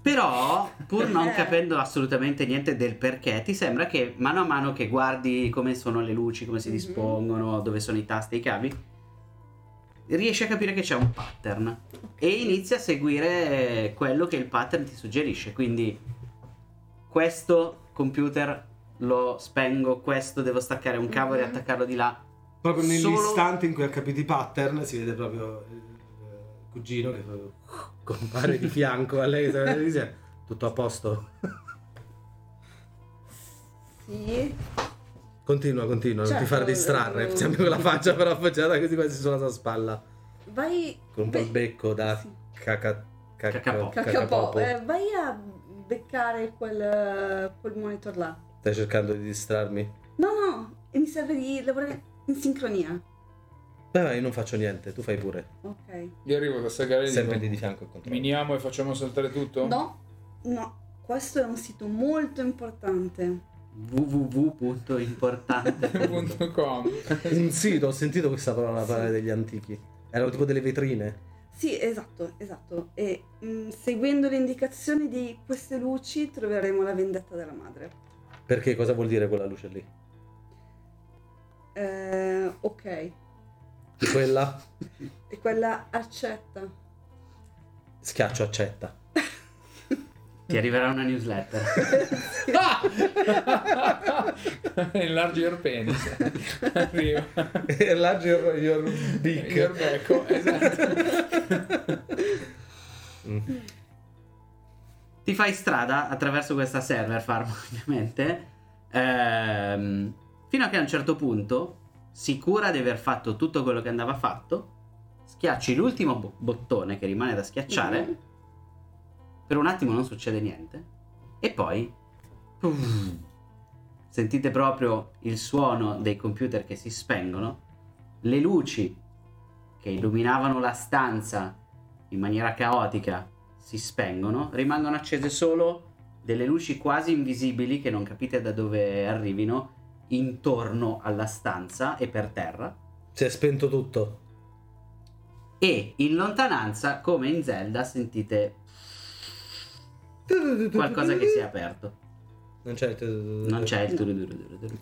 [SPEAKER 1] Però, pur non
[SPEAKER 4] Eh.
[SPEAKER 1] capendo assolutamente niente del perché, ti sembra che mano a mano che guardi come sono le luci, come si
[SPEAKER 4] Mhm.
[SPEAKER 1] dispongono, dove sono i tasti e i cavi, riesci a capire che c'è un pattern e inizi a seguire quello che il pattern ti suggerisce. Quindi, questo computer lo spengo, questo devo staccare un cavo e
[SPEAKER 4] Mhm.
[SPEAKER 1] riattaccarlo di là.
[SPEAKER 2] Proprio
[SPEAKER 1] Solo-
[SPEAKER 2] nell'istante in cui ha capito i pattern, si vede proprio il il cugino che proprio compare di fianco a lei. sa- dice, Tutto a posto.
[SPEAKER 4] Sì.
[SPEAKER 2] Continua, continua, non ti
[SPEAKER 4] Certo,
[SPEAKER 2] fare distrarre.
[SPEAKER 4] eh,
[SPEAKER 2] Sempre con la faccia però appoggiata così quasi sulla sua spalla.
[SPEAKER 4] Vai.
[SPEAKER 2] Con un po' il
[SPEAKER 4] Beh,
[SPEAKER 2] becco da
[SPEAKER 4] sì.
[SPEAKER 2] caca, caca-
[SPEAKER 1] Cacapo.
[SPEAKER 4] Cacapo.
[SPEAKER 2] cacapopo.
[SPEAKER 4] Eh, vai a beccare quel, quel monitor là.
[SPEAKER 2] Stai cercando di distrarmi?
[SPEAKER 4] No, no, e mi serve di lavorare in sincronia.
[SPEAKER 2] Beh, ma io non faccio niente, tu fai pure.
[SPEAKER 4] Ok.
[SPEAKER 2] Ecco.
[SPEAKER 3] Io arrivo da Sagare
[SPEAKER 2] Sempre lì di
[SPEAKER 3] e dico,
[SPEAKER 2] fianco e controllo.
[SPEAKER 3] miniamo e facciamo saltare tutto?
[SPEAKER 4] No, no, questo è un sito molto importante.
[SPEAKER 1] www.importante.
[SPEAKER 3] Punto com.
[SPEAKER 2] Un sito, ho sentito questa parola parlare degli antichi. Erano tipo delle vetrine.
[SPEAKER 4] Sì, esatto, esatto. E mm, seguendo le indicazioni di queste luci troveremo la vendetta della madre.
[SPEAKER 2] Perché cosa vuol dire quella luce lì?
[SPEAKER 4] Eh, ok,
[SPEAKER 2] Di quella?
[SPEAKER 4] e quella accetta.
[SPEAKER 2] Schiaccio, accetta.
[SPEAKER 1] ti arriverà una newsletter.
[SPEAKER 3] Enlarge your penis. Arriva.
[SPEAKER 2] Enlarge your, your
[SPEAKER 3] Your becco, esatto.
[SPEAKER 1] Ti fai strada attraverso questa server farm, ovviamente, ehm, fino a che a un certo punto, sicura di aver fatto tutto quello che andava fatto, schiacci l'ultimo bo- bottone che rimane da schiacciare,
[SPEAKER 4] Mhm.
[SPEAKER 1] per un attimo non succede niente, e poi puff, sentite proprio il suono dei computer che si spengono, le luci che illuminavano la stanza in maniera caotica si spengono, rimangono accese solo delle luci quasi invisibili che non capite da dove arrivino intorno alla stanza e per terra
[SPEAKER 2] Si è Cioè, spento tutto.
[SPEAKER 1] e in lontananza come in Zelda sentite qualcosa che si è aperto.
[SPEAKER 2] Non c'è il...
[SPEAKER 1] Non c'è il duro duro duro duro.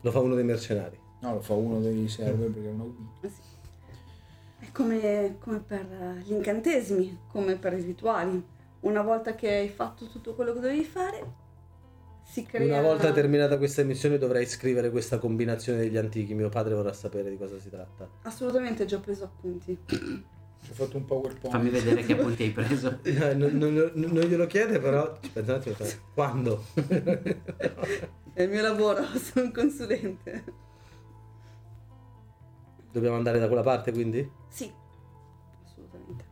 [SPEAKER 2] Lo fa uno dei mercenari.
[SPEAKER 3] No, lo fa uno dei server perché è un OB.
[SPEAKER 4] È come, come per eh, gli incantesimi, come per i rituali. Una volta che hai fatto tutto quello che dovevi fare, si crea...
[SPEAKER 2] Una volta terminata questa missione dovrai scrivere questa combinazione degli antichi. Mio padre vorrà sapere di cosa si tratta.
[SPEAKER 4] Assolutamente, ho già preso appunti.
[SPEAKER 3] Ci ho fatto un PowerPoint.
[SPEAKER 1] Fammi vedere che punti hai preso.
[SPEAKER 2] Eh, No, non, non- non glielo chiede, però. Aspetta un attimo, fa- Quando?
[SPEAKER 4] È il mio lavoro, sono un consulente.
[SPEAKER 2] Dobbiamo andare da quella parte, quindi?
[SPEAKER 4] Sì, assolutamente.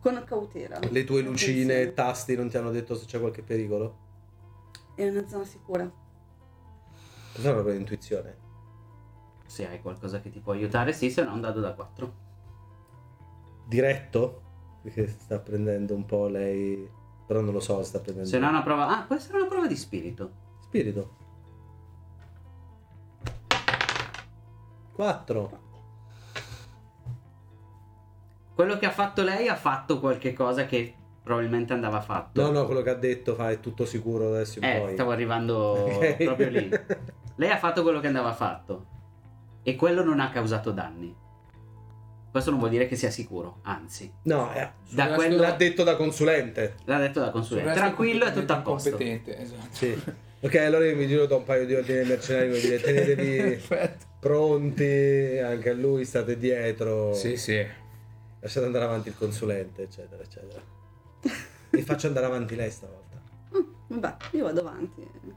[SPEAKER 4] Con cautela.
[SPEAKER 2] Le tue lucine,
[SPEAKER 4] Attenzione.
[SPEAKER 2] tasti non ti hanno detto se c'è qualche pericolo?
[SPEAKER 4] È una zona sicura.
[SPEAKER 2] Questa è proprio l'intuizione.
[SPEAKER 1] Se hai qualcosa che ti può aiutare, sì, se no un dado da 4.
[SPEAKER 2] Diretto? Perché sta prendendo un po' lei. Però non lo so, sta prendendo.
[SPEAKER 1] Se no una prova... Ah, può essere una prova di spirito.
[SPEAKER 2] Spirito. 4.
[SPEAKER 1] Quello che ha fatto lei ha fatto qualche cosa che probabilmente andava fatto.
[SPEAKER 2] No, no, quello che ha detto fa è tutto sicuro adesso in
[SPEAKER 1] Eh,
[SPEAKER 2] poi.
[SPEAKER 1] stavo arrivando
[SPEAKER 2] Ok.
[SPEAKER 1] proprio lì. Lei ha fatto quello che andava fatto e quello non ha causato danni. Questo non vuol dire che sia sicuro, anzi,
[SPEAKER 2] No, eh,
[SPEAKER 3] Sul
[SPEAKER 1] Da
[SPEAKER 3] resto-
[SPEAKER 1] quello-
[SPEAKER 2] l'ha detto da consulente.
[SPEAKER 1] l'ha detto da
[SPEAKER 3] sul
[SPEAKER 1] consulente.
[SPEAKER 3] resto
[SPEAKER 1] Tranquillo, è tutto a
[SPEAKER 3] completamente
[SPEAKER 1] posto.
[SPEAKER 3] incompetente, esatto.
[SPEAKER 2] Sì. Ok, allora io mi giro da un paio di ordini ai mercenari, voglio dire, tenetevi
[SPEAKER 3] Perfetto.
[SPEAKER 2] pronti, anche a lui state dietro,
[SPEAKER 3] Sì, sì.
[SPEAKER 2] lasciate andare avanti il consulente, eccetera, eccetera. E faccio andare avanti lei stavolta.
[SPEAKER 4] Vabbè, io vado avanti. eh.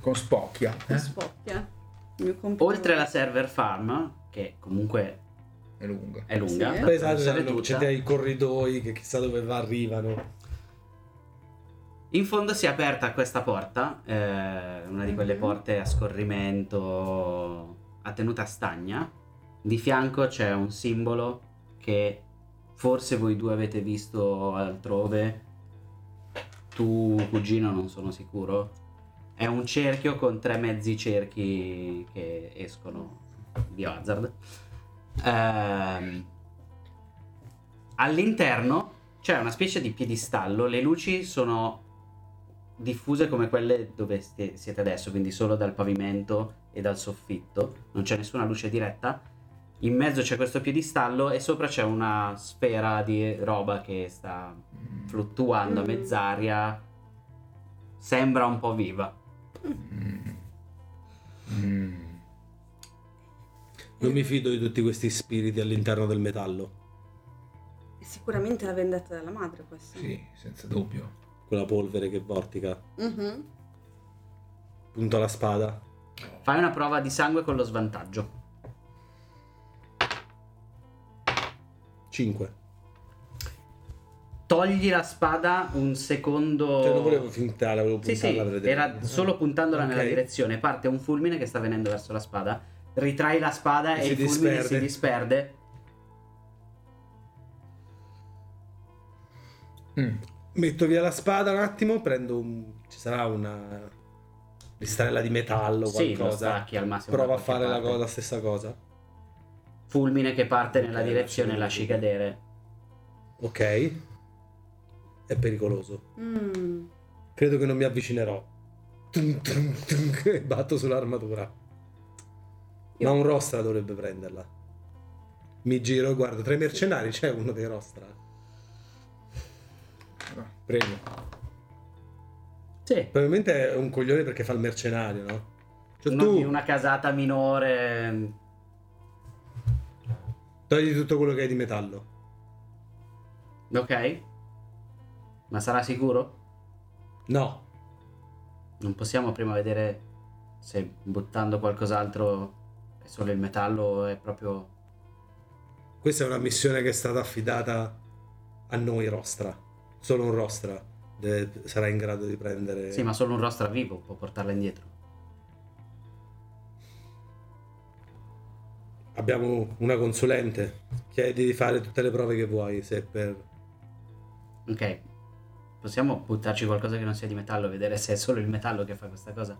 [SPEAKER 3] Con spocchia.
[SPEAKER 4] Mi
[SPEAKER 3] Eh?
[SPEAKER 4] Spocchia. Il mio compagno-
[SPEAKER 1] Oltre alla server farm, che comunque
[SPEAKER 3] È lunga.
[SPEAKER 1] è lunga,
[SPEAKER 4] Sì.
[SPEAKER 1] da
[SPEAKER 2] Poi esatto,
[SPEAKER 1] attraversare
[SPEAKER 2] c'erano-
[SPEAKER 1] tutta,
[SPEAKER 2] c'è dei corridoi che chissà dove va arrivano.
[SPEAKER 1] in fondo si è aperta questa porta, eh, una di quelle porte a scorrimento a tenuta stagna. Di fianco c'è un simbolo che forse voi due avete visto altrove. Tu, cugino, non sono sicuro. È un cerchio con tre mezzi cerchi che escono di Hazard. Ehm, all'interno c'è una specie di piedistallo. Le luci sono diffuse come quelle dove ste- siete adesso, quindi solo dal pavimento e dal soffitto. Non c'è nessuna luce diretta. In mezzo c'è questo piedistallo e sopra c'è una sfera di roba che sta fluttuando a
[SPEAKER 4] Mm.
[SPEAKER 1] mezz'aria. Sembra un po' viva.
[SPEAKER 3] Mm.
[SPEAKER 2] Non mi fido di tutti questi spiriti all'interno del metallo,
[SPEAKER 4] È Sicuramente la vendetta della madre questa.
[SPEAKER 3] Sì, senza dubbio.
[SPEAKER 2] quella polvere che vortica.
[SPEAKER 4] Mhm.
[SPEAKER 2] Punto alla spada.
[SPEAKER 1] Fai una prova di sangue con lo svantaggio.
[SPEAKER 2] 5.
[SPEAKER 1] Togli la spada un secondo.
[SPEAKER 2] Cioè non volevo fintarla, volevo
[SPEAKER 1] Oh. Sì, sì,
[SPEAKER 2] puntarla. per vedere.
[SPEAKER 1] era solo puntandola nella
[SPEAKER 2] Ok.
[SPEAKER 1] direzione. Parte un fulmine che sta venendo verso la spada. Ritrai la spada e,
[SPEAKER 2] E si
[SPEAKER 1] il fulmine
[SPEAKER 2] disperde.
[SPEAKER 1] si disperde.
[SPEAKER 3] Mm.
[SPEAKER 2] Metto via la spada un attimo, prendo un... ci sarà una pistrella di metallo o
[SPEAKER 1] Sì, lo
[SPEAKER 2] qualcosa.
[SPEAKER 1] stacchi al massimo.
[SPEAKER 2] Prova
[SPEAKER 1] da
[SPEAKER 2] a fare
[SPEAKER 1] qualche
[SPEAKER 2] la cosa,
[SPEAKER 1] parte.
[SPEAKER 2] la stessa cosa.
[SPEAKER 1] Fulmine che parte nella
[SPEAKER 2] Ok,
[SPEAKER 1] direzione,
[SPEAKER 2] lasci-
[SPEAKER 1] lasci cadere.
[SPEAKER 2] Ok. È pericoloso.
[SPEAKER 4] Mm.
[SPEAKER 2] Credo che non mi avvicinerò. Tum, tum, tum, e batto sull'armatura. Ma un rostra dovrebbe prenderla. Mi giro e guardo, tra i mercenari c'è uno dei rostra.
[SPEAKER 3] Allora, Prego.
[SPEAKER 1] Sì.
[SPEAKER 2] Probabilmente è un coglione perché fa il mercenario, no? Cioè
[SPEAKER 1] Uno
[SPEAKER 2] tu
[SPEAKER 1] di una casata minore.
[SPEAKER 2] togli tutto quello che hai di metallo.
[SPEAKER 1] Ok? Ma sarà sicuro?
[SPEAKER 2] No,
[SPEAKER 1] Non possiamo prima vedere se buttando qualcos'altro è solo il metallo o è proprio
[SPEAKER 2] Questa è una missione che è stata affidata a noi Rostra. Solo un Rostra de- sarà in grado di prendere.
[SPEAKER 1] Sì, ma solo un rostra vivo può portarla indietro.
[SPEAKER 2] Abbiamo una consulente. Chiedi di fare tutte le prove che vuoi. Se per.
[SPEAKER 1] Ok. Possiamo buttarci qualcosa che non sia di metallo e vedere se è solo il metallo che fa questa cosa?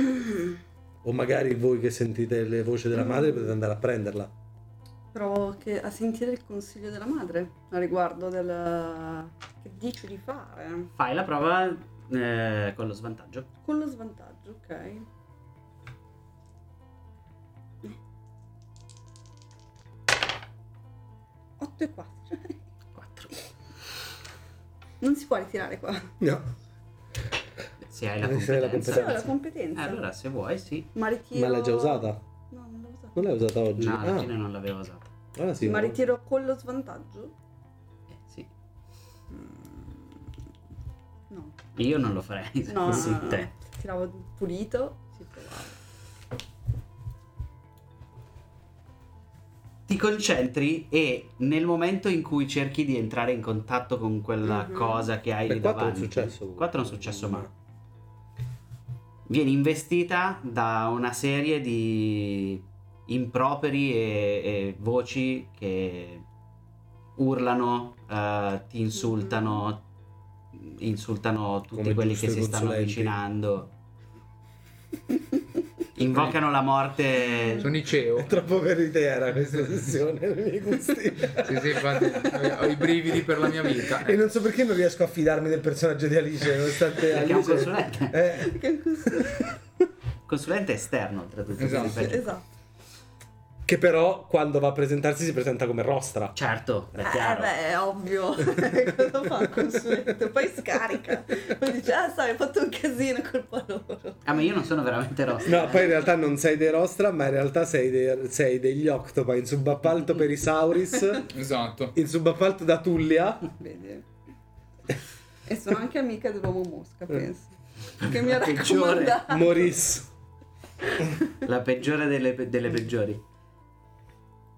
[SPEAKER 4] Mm.
[SPEAKER 2] O magari voi che sentite le voci della madre potete andare a prenderla.
[SPEAKER 4] Provo che- a sentire il consiglio della madre a riguardo del che dice di fare.
[SPEAKER 1] Fai la prova eh, con lo svantaggio.
[SPEAKER 4] Con lo svantaggio, ok. Otto e 4.
[SPEAKER 1] 4.
[SPEAKER 4] Non si può ritirare qua.
[SPEAKER 2] No.
[SPEAKER 1] Se hai la
[SPEAKER 2] Devi essere
[SPEAKER 1] competenza.
[SPEAKER 2] la
[SPEAKER 4] Sì, ho la
[SPEAKER 1] Eh,
[SPEAKER 4] competenza.
[SPEAKER 1] allora, se vuoi, sì.
[SPEAKER 4] Ma ritiro...
[SPEAKER 2] Ma l'hai già usata?
[SPEAKER 4] No, non l'ho usata.
[SPEAKER 2] Non l'hai usata oggi?
[SPEAKER 1] No, alla
[SPEAKER 2] Ah,
[SPEAKER 1] fine non l'avevo usata.
[SPEAKER 2] allora sì.
[SPEAKER 4] Ma ritiro con lo svantaggio? Mm,
[SPEAKER 1] Eh, sì.
[SPEAKER 4] No.
[SPEAKER 1] Io non lo farei. se
[SPEAKER 4] No, no,
[SPEAKER 1] fossi
[SPEAKER 4] no, no.
[SPEAKER 1] te.
[SPEAKER 4] Tiravo pulito. Ci provavo.
[SPEAKER 1] Ti concentri e nel momento in cui cerchi di entrare in contatto con quella
[SPEAKER 4] Mhm.
[SPEAKER 1] cosa che hai
[SPEAKER 2] Beh,
[SPEAKER 1] lì
[SPEAKER 2] quattro non è
[SPEAKER 1] davanti.
[SPEAKER 2] successo.
[SPEAKER 1] Quattro non è successo, ma vieni investita da una serie di improperi e, e voci che urlano, eh, ti insultano, insultano tutti
[SPEAKER 2] Come
[SPEAKER 1] quelli
[SPEAKER 2] giusto
[SPEAKER 1] che
[SPEAKER 2] i
[SPEAKER 1] si stanno
[SPEAKER 2] consulenti.
[SPEAKER 1] avvicinando. Invocano la morte.
[SPEAKER 3] Sono i CEO.
[SPEAKER 2] È troppo veritiera questa sessione, i miei gusti.
[SPEAKER 3] Sì, sì, infatti, ho i brividi per la mia vita.
[SPEAKER 2] E non so perché non riesco a fidarmi del personaggio di Alice, nonostante
[SPEAKER 1] Eh, Perché è un
[SPEAKER 2] Alice...
[SPEAKER 1] consulente.
[SPEAKER 2] Eh,
[SPEAKER 4] Che cos'è?
[SPEAKER 1] Consulente esterno, oltretutto.
[SPEAKER 3] Esatto.
[SPEAKER 1] quindi peggio.
[SPEAKER 4] esatto.
[SPEAKER 5] Che però quando va a presentarsi si presenta come rostra.
[SPEAKER 1] Certo, è
[SPEAKER 9] Eh
[SPEAKER 1] chiaro.
[SPEAKER 9] beh, è ovvio. Cosa fa il consulente? Poi scarica. Poi dice, ah sai, hai fatto un casino, è colpa loro.
[SPEAKER 1] Ah, ma io non sono veramente rossa.
[SPEAKER 5] No, poi in realtà non sei dei rostra, ma in realtà sei, dei- sei degli octopi in subappalto per i Sauris,
[SPEAKER 3] Esatto.
[SPEAKER 5] in subappalto da Tullia.
[SPEAKER 4] Vedi? E sono anche amica dell'uomo mosca, penso. Che mi ha
[SPEAKER 1] La peggiore.
[SPEAKER 4] raccomandato.
[SPEAKER 5] Maurice.
[SPEAKER 1] La peggiore delle, pe- delle peggiori.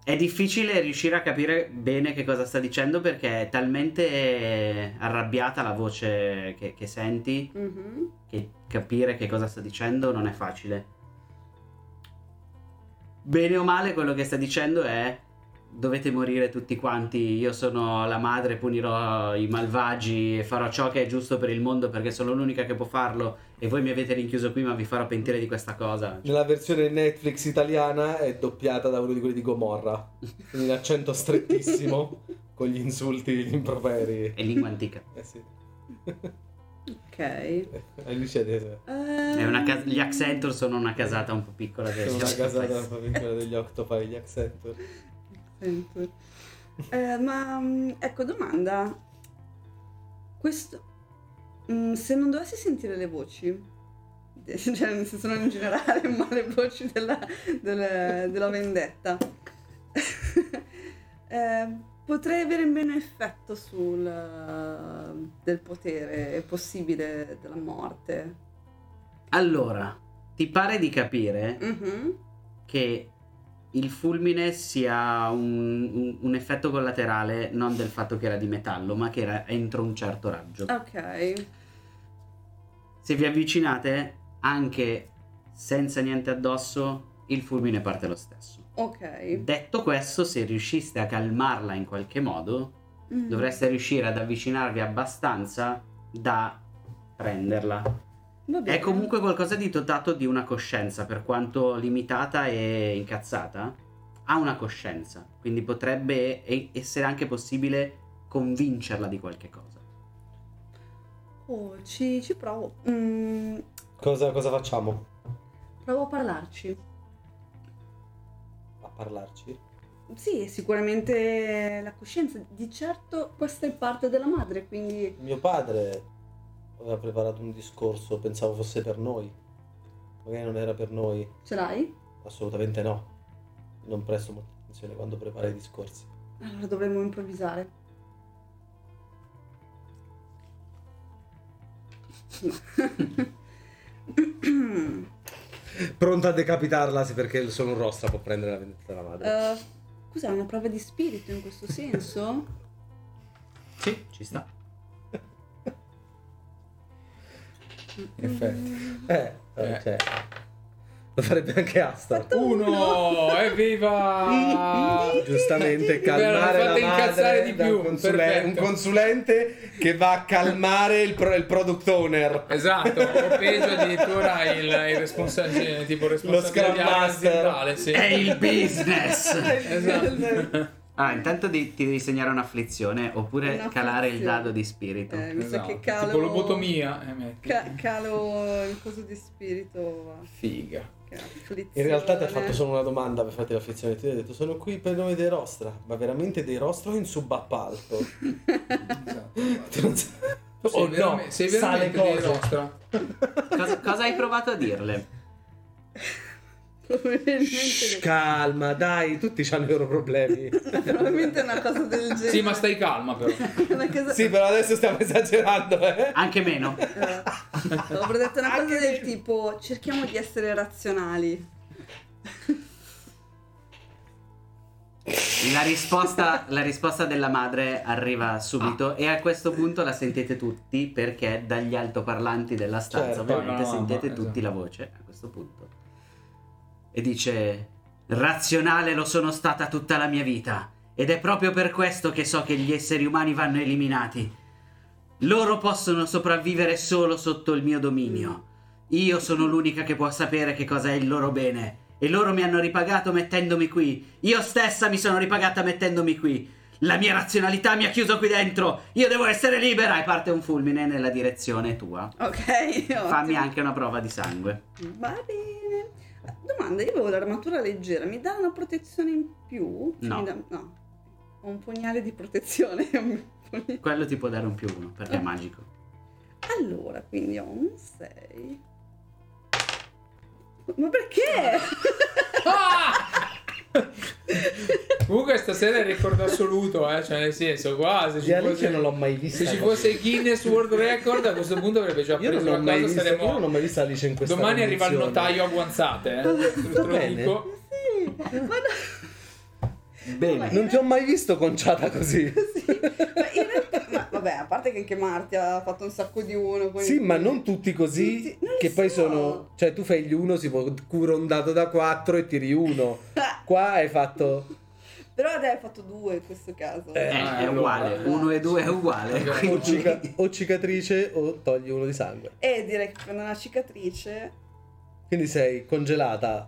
[SPEAKER 1] È difficile riuscire a capire bene che cosa sta dicendo perché è talmente arrabbiata la voce che, che senti
[SPEAKER 4] Mhm.
[SPEAKER 1] che capire che cosa sta dicendo non è facile. Bene o male quello che sta dicendo è dovete morire tutti quanti, io sono la madre, punirò i malvagi e farò ciò che è giusto per il mondo perché sono l'unica che può farlo e voi mi avete rinchiuso qui ma vi farò pentire di questa cosa.
[SPEAKER 5] Nella versione Netflix italiana è doppiata da uno di quelli di Gomorra. Quindi in accento strettissimo, con gli insulti e gli improperi.
[SPEAKER 1] È lingua antica.
[SPEAKER 5] Eh sì.
[SPEAKER 4] Ok. È
[SPEAKER 5] E lui c'è dentro.
[SPEAKER 1] È una cas- gli Accenture sono una casata un po' piccola del
[SPEAKER 5] Sono una casata quella degli Octopi, gli Accenture.
[SPEAKER 4] Sento. Eh, ma mm, ecco, domanda. Questo. mm, se non dovessi sentire le voci, de- cioè nel senso non in generale, ma le voci della, della- della vendetta, eh, potrei avere meno effetto sul eh, del potere possibile della morte.
[SPEAKER 1] Allora, ti pare di capire
[SPEAKER 4] Mhm.
[SPEAKER 1] che il fulmine sia un, un- un effetto collaterale non del fatto che era di metallo, ma che era entro un certo raggio.
[SPEAKER 4] Ah. Ok.
[SPEAKER 1] Se vi avvicinate, anche senza niente addosso, il fulmine parte lo stesso.
[SPEAKER 4] Ok.
[SPEAKER 1] Detto questo, se riusciste a calmarla in qualche modo,
[SPEAKER 4] Mm.
[SPEAKER 1] dovreste riuscire ad avvicinarvi abbastanza da prenderla.
[SPEAKER 4] Va bene.
[SPEAKER 1] È comunque qualcosa di dotato di una coscienza, per quanto limitata e incazzata, ha una coscienza, quindi potrebbe e- essere anche possibile convincerla di qualche cosa.
[SPEAKER 9] Oh, ci, ci provo.
[SPEAKER 4] Mm,
[SPEAKER 5] Cosa, cosa facciamo?
[SPEAKER 9] Provo a parlarci.
[SPEAKER 5] A parlarci?
[SPEAKER 4] Sì, sicuramente la coscienza, di certo questa è parte della madre, quindi
[SPEAKER 5] Mio padre aveva preparato un discorso, pensavo fosse per noi. Magari non era per noi.
[SPEAKER 4] ce l'hai?
[SPEAKER 5] Assolutamente no. Non presto molta attenzione quando prepara i discorsi.
[SPEAKER 4] Allora dovremmo improvvisare. No.
[SPEAKER 2] Pronto a decapitarla, sì, perché solo un rostra può prendere la vendetta della madre.
[SPEAKER 3] Ehm.
[SPEAKER 4] Eh, cos'è una prova di spirito in questo senso?
[SPEAKER 1] Sì, ci sta.
[SPEAKER 3] In effetti.
[SPEAKER 2] Eh, eh,
[SPEAKER 3] Eh.
[SPEAKER 2] cioè, Lo farebbe anche Asta.
[SPEAKER 3] Uno! Evviva!
[SPEAKER 2] Giustamente
[SPEAKER 3] Beh,
[SPEAKER 2] calmare
[SPEAKER 3] non fate
[SPEAKER 2] la
[SPEAKER 3] incazzare
[SPEAKER 2] madre
[SPEAKER 3] di
[SPEAKER 2] da
[SPEAKER 3] più,
[SPEAKER 2] un, consule-
[SPEAKER 3] perfetto.
[SPEAKER 2] un consulente che va a calmare il, pro- il product owner.
[SPEAKER 3] Esatto, o peggio addirittura il, il responsabile, tipo il
[SPEAKER 2] Lo
[SPEAKER 3] responsabile
[SPEAKER 2] Scrum
[SPEAKER 3] di area
[SPEAKER 2] Master.
[SPEAKER 3] aziendale, sì.
[SPEAKER 1] È il business!
[SPEAKER 3] Esatto.
[SPEAKER 1] Ah, intanto di- ti devi segnare un'afflizione oppure
[SPEAKER 4] Un'afflizione.
[SPEAKER 1] calare il dado di spirito.
[SPEAKER 4] Eh, mi sa
[SPEAKER 3] Esatto.
[SPEAKER 4] che calo...
[SPEAKER 3] Tipo lobotomia. eh, metti.
[SPEAKER 4] Ca- calo il coso di spirito.
[SPEAKER 3] Figa.
[SPEAKER 5] In realtà ti ha
[SPEAKER 3] Eh.
[SPEAKER 5] fatto solo una domanda per farti la frizione. Ti ho detto sono qui per nome dei Rostra, ma veramente dei Rostra o in subappalto?
[SPEAKER 3] Esatto.
[SPEAKER 5] Ti non sa-
[SPEAKER 3] Sei
[SPEAKER 5] Oh no,
[SPEAKER 3] veramente- sei
[SPEAKER 5] sa le
[SPEAKER 3] veramente
[SPEAKER 5] cose.
[SPEAKER 3] di rostra.
[SPEAKER 1] Cosa, cosa hai provato a dirle?
[SPEAKER 2] Shh,
[SPEAKER 4] Probabilmente,
[SPEAKER 2] calma, dai, tutti hanno i loro problemi.
[SPEAKER 4] probabilmente una cosa del genere.
[SPEAKER 3] Sì, ma stai calma però.
[SPEAKER 4] Una cosa-
[SPEAKER 2] sì, però adesso stiamo esagerando, eh.
[SPEAKER 1] Anche meno.
[SPEAKER 4] Eh, Avrei detto una cosa del tipo cerchiamo di essere razionali.
[SPEAKER 1] La risposta, la risposta della madre arriva subito e a questo punto la sentite tutti perché dagli altoparlanti della stanza
[SPEAKER 5] Certo,
[SPEAKER 1] ovviamente
[SPEAKER 3] no, no,
[SPEAKER 1] sentite
[SPEAKER 3] ma-
[SPEAKER 1] tutti
[SPEAKER 3] esatto.
[SPEAKER 1] la voce a questo punto. E dice, razionale lo sono stata tutta la mia vita ed è proprio per questo che so che gli esseri umani vanno eliminati. Loro possono sopravvivere solo sotto il mio dominio. Io sono l'unica che può sapere che cosa è il loro bene. E loro mi hanno ripagato mettendomi qui. Io stessa mi sono ripagata mettendomi qui. La mia razionalità mi ha chiuso qui dentro. Io devo essere libera. E parte un fulmine nella direzione tua.
[SPEAKER 4] Ok, ottimo.
[SPEAKER 1] Fammi anche una prova di sangue.
[SPEAKER 4] Va bene. Domanda, io avevo l'armatura leggera, mi dà una protezione in più?
[SPEAKER 1] No.
[SPEAKER 4] Mi dà- no. Ho un pugnale di protezione. un pugnale-
[SPEAKER 1] Quello ti può dare un più uno perché è magico.
[SPEAKER 4] Allora, quindi ho un 6. Ma perché?
[SPEAKER 3] Ah! Comunque stasera è il record assoluto, eh? cioè nel senso, qua se ci
[SPEAKER 2] Di Alice
[SPEAKER 3] fosse,
[SPEAKER 2] non l'ho mai vista.
[SPEAKER 3] se ci
[SPEAKER 2] cosa.
[SPEAKER 3] fosse il Guinness World Record a questo punto avrebbe già
[SPEAKER 2] Io
[SPEAKER 3] preso
[SPEAKER 2] non l'ho
[SPEAKER 3] la
[SPEAKER 2] mai
[SPEAKER 3] cosa,
[SPEAKER 2] vista, io non
[SPEAKER 3] saremmo...
[SPEAKER 2] l'ho mai vista Alice in questa
[SPEAKER 3] Domani arriva il
[SPEAKER 2] condizione.
[SPEAKER 3] notaio a guanzate, eh? te lo
[SPEAKER 2] bene.
[SPEAKER 3] dico.
[SPEAKER 4] sì, ma no,
[SPEAKER 1] Bene.
[SPEAKER 2] Non ti ho mai visto conciata così.
[SPEAKER 4] sì. Ma in realtà, ma vabbè, a parte che anche Marti ha fatto un sacco di uno. quindi-
[SPEAKER 2] Sì, ma non tutti così.
[SPEAKER 4] Tutti- non lo
[SPEAKER 2] che poi
[SPEAKER 4] so.
[SPEAKER 2] sono. Cioè, tu fai gli uno, si può curondato da quattro e tiri uno. Qua hai fatto.
[SPEAKER 4] Però adesso hai fatto due in questo caso.
[SPEAKER 1] Eh,
[SPEAKER 3] Ah,
[SPEAKER 1] è uguale,
[SPEAKER 4] allora.
[SPEAKER 1] uno e due è uguale.
[SPEAKER 3] Ok.
[SPEAKER 2] O,
[SPEAKER 1] quindi-
[SPEAKER 2] cica- o cicatrice o togli uno di sangue.
[SPEAKER 4] E direi che prendo una cicatrice
[SPEAKER 2] Quindi sei congelata,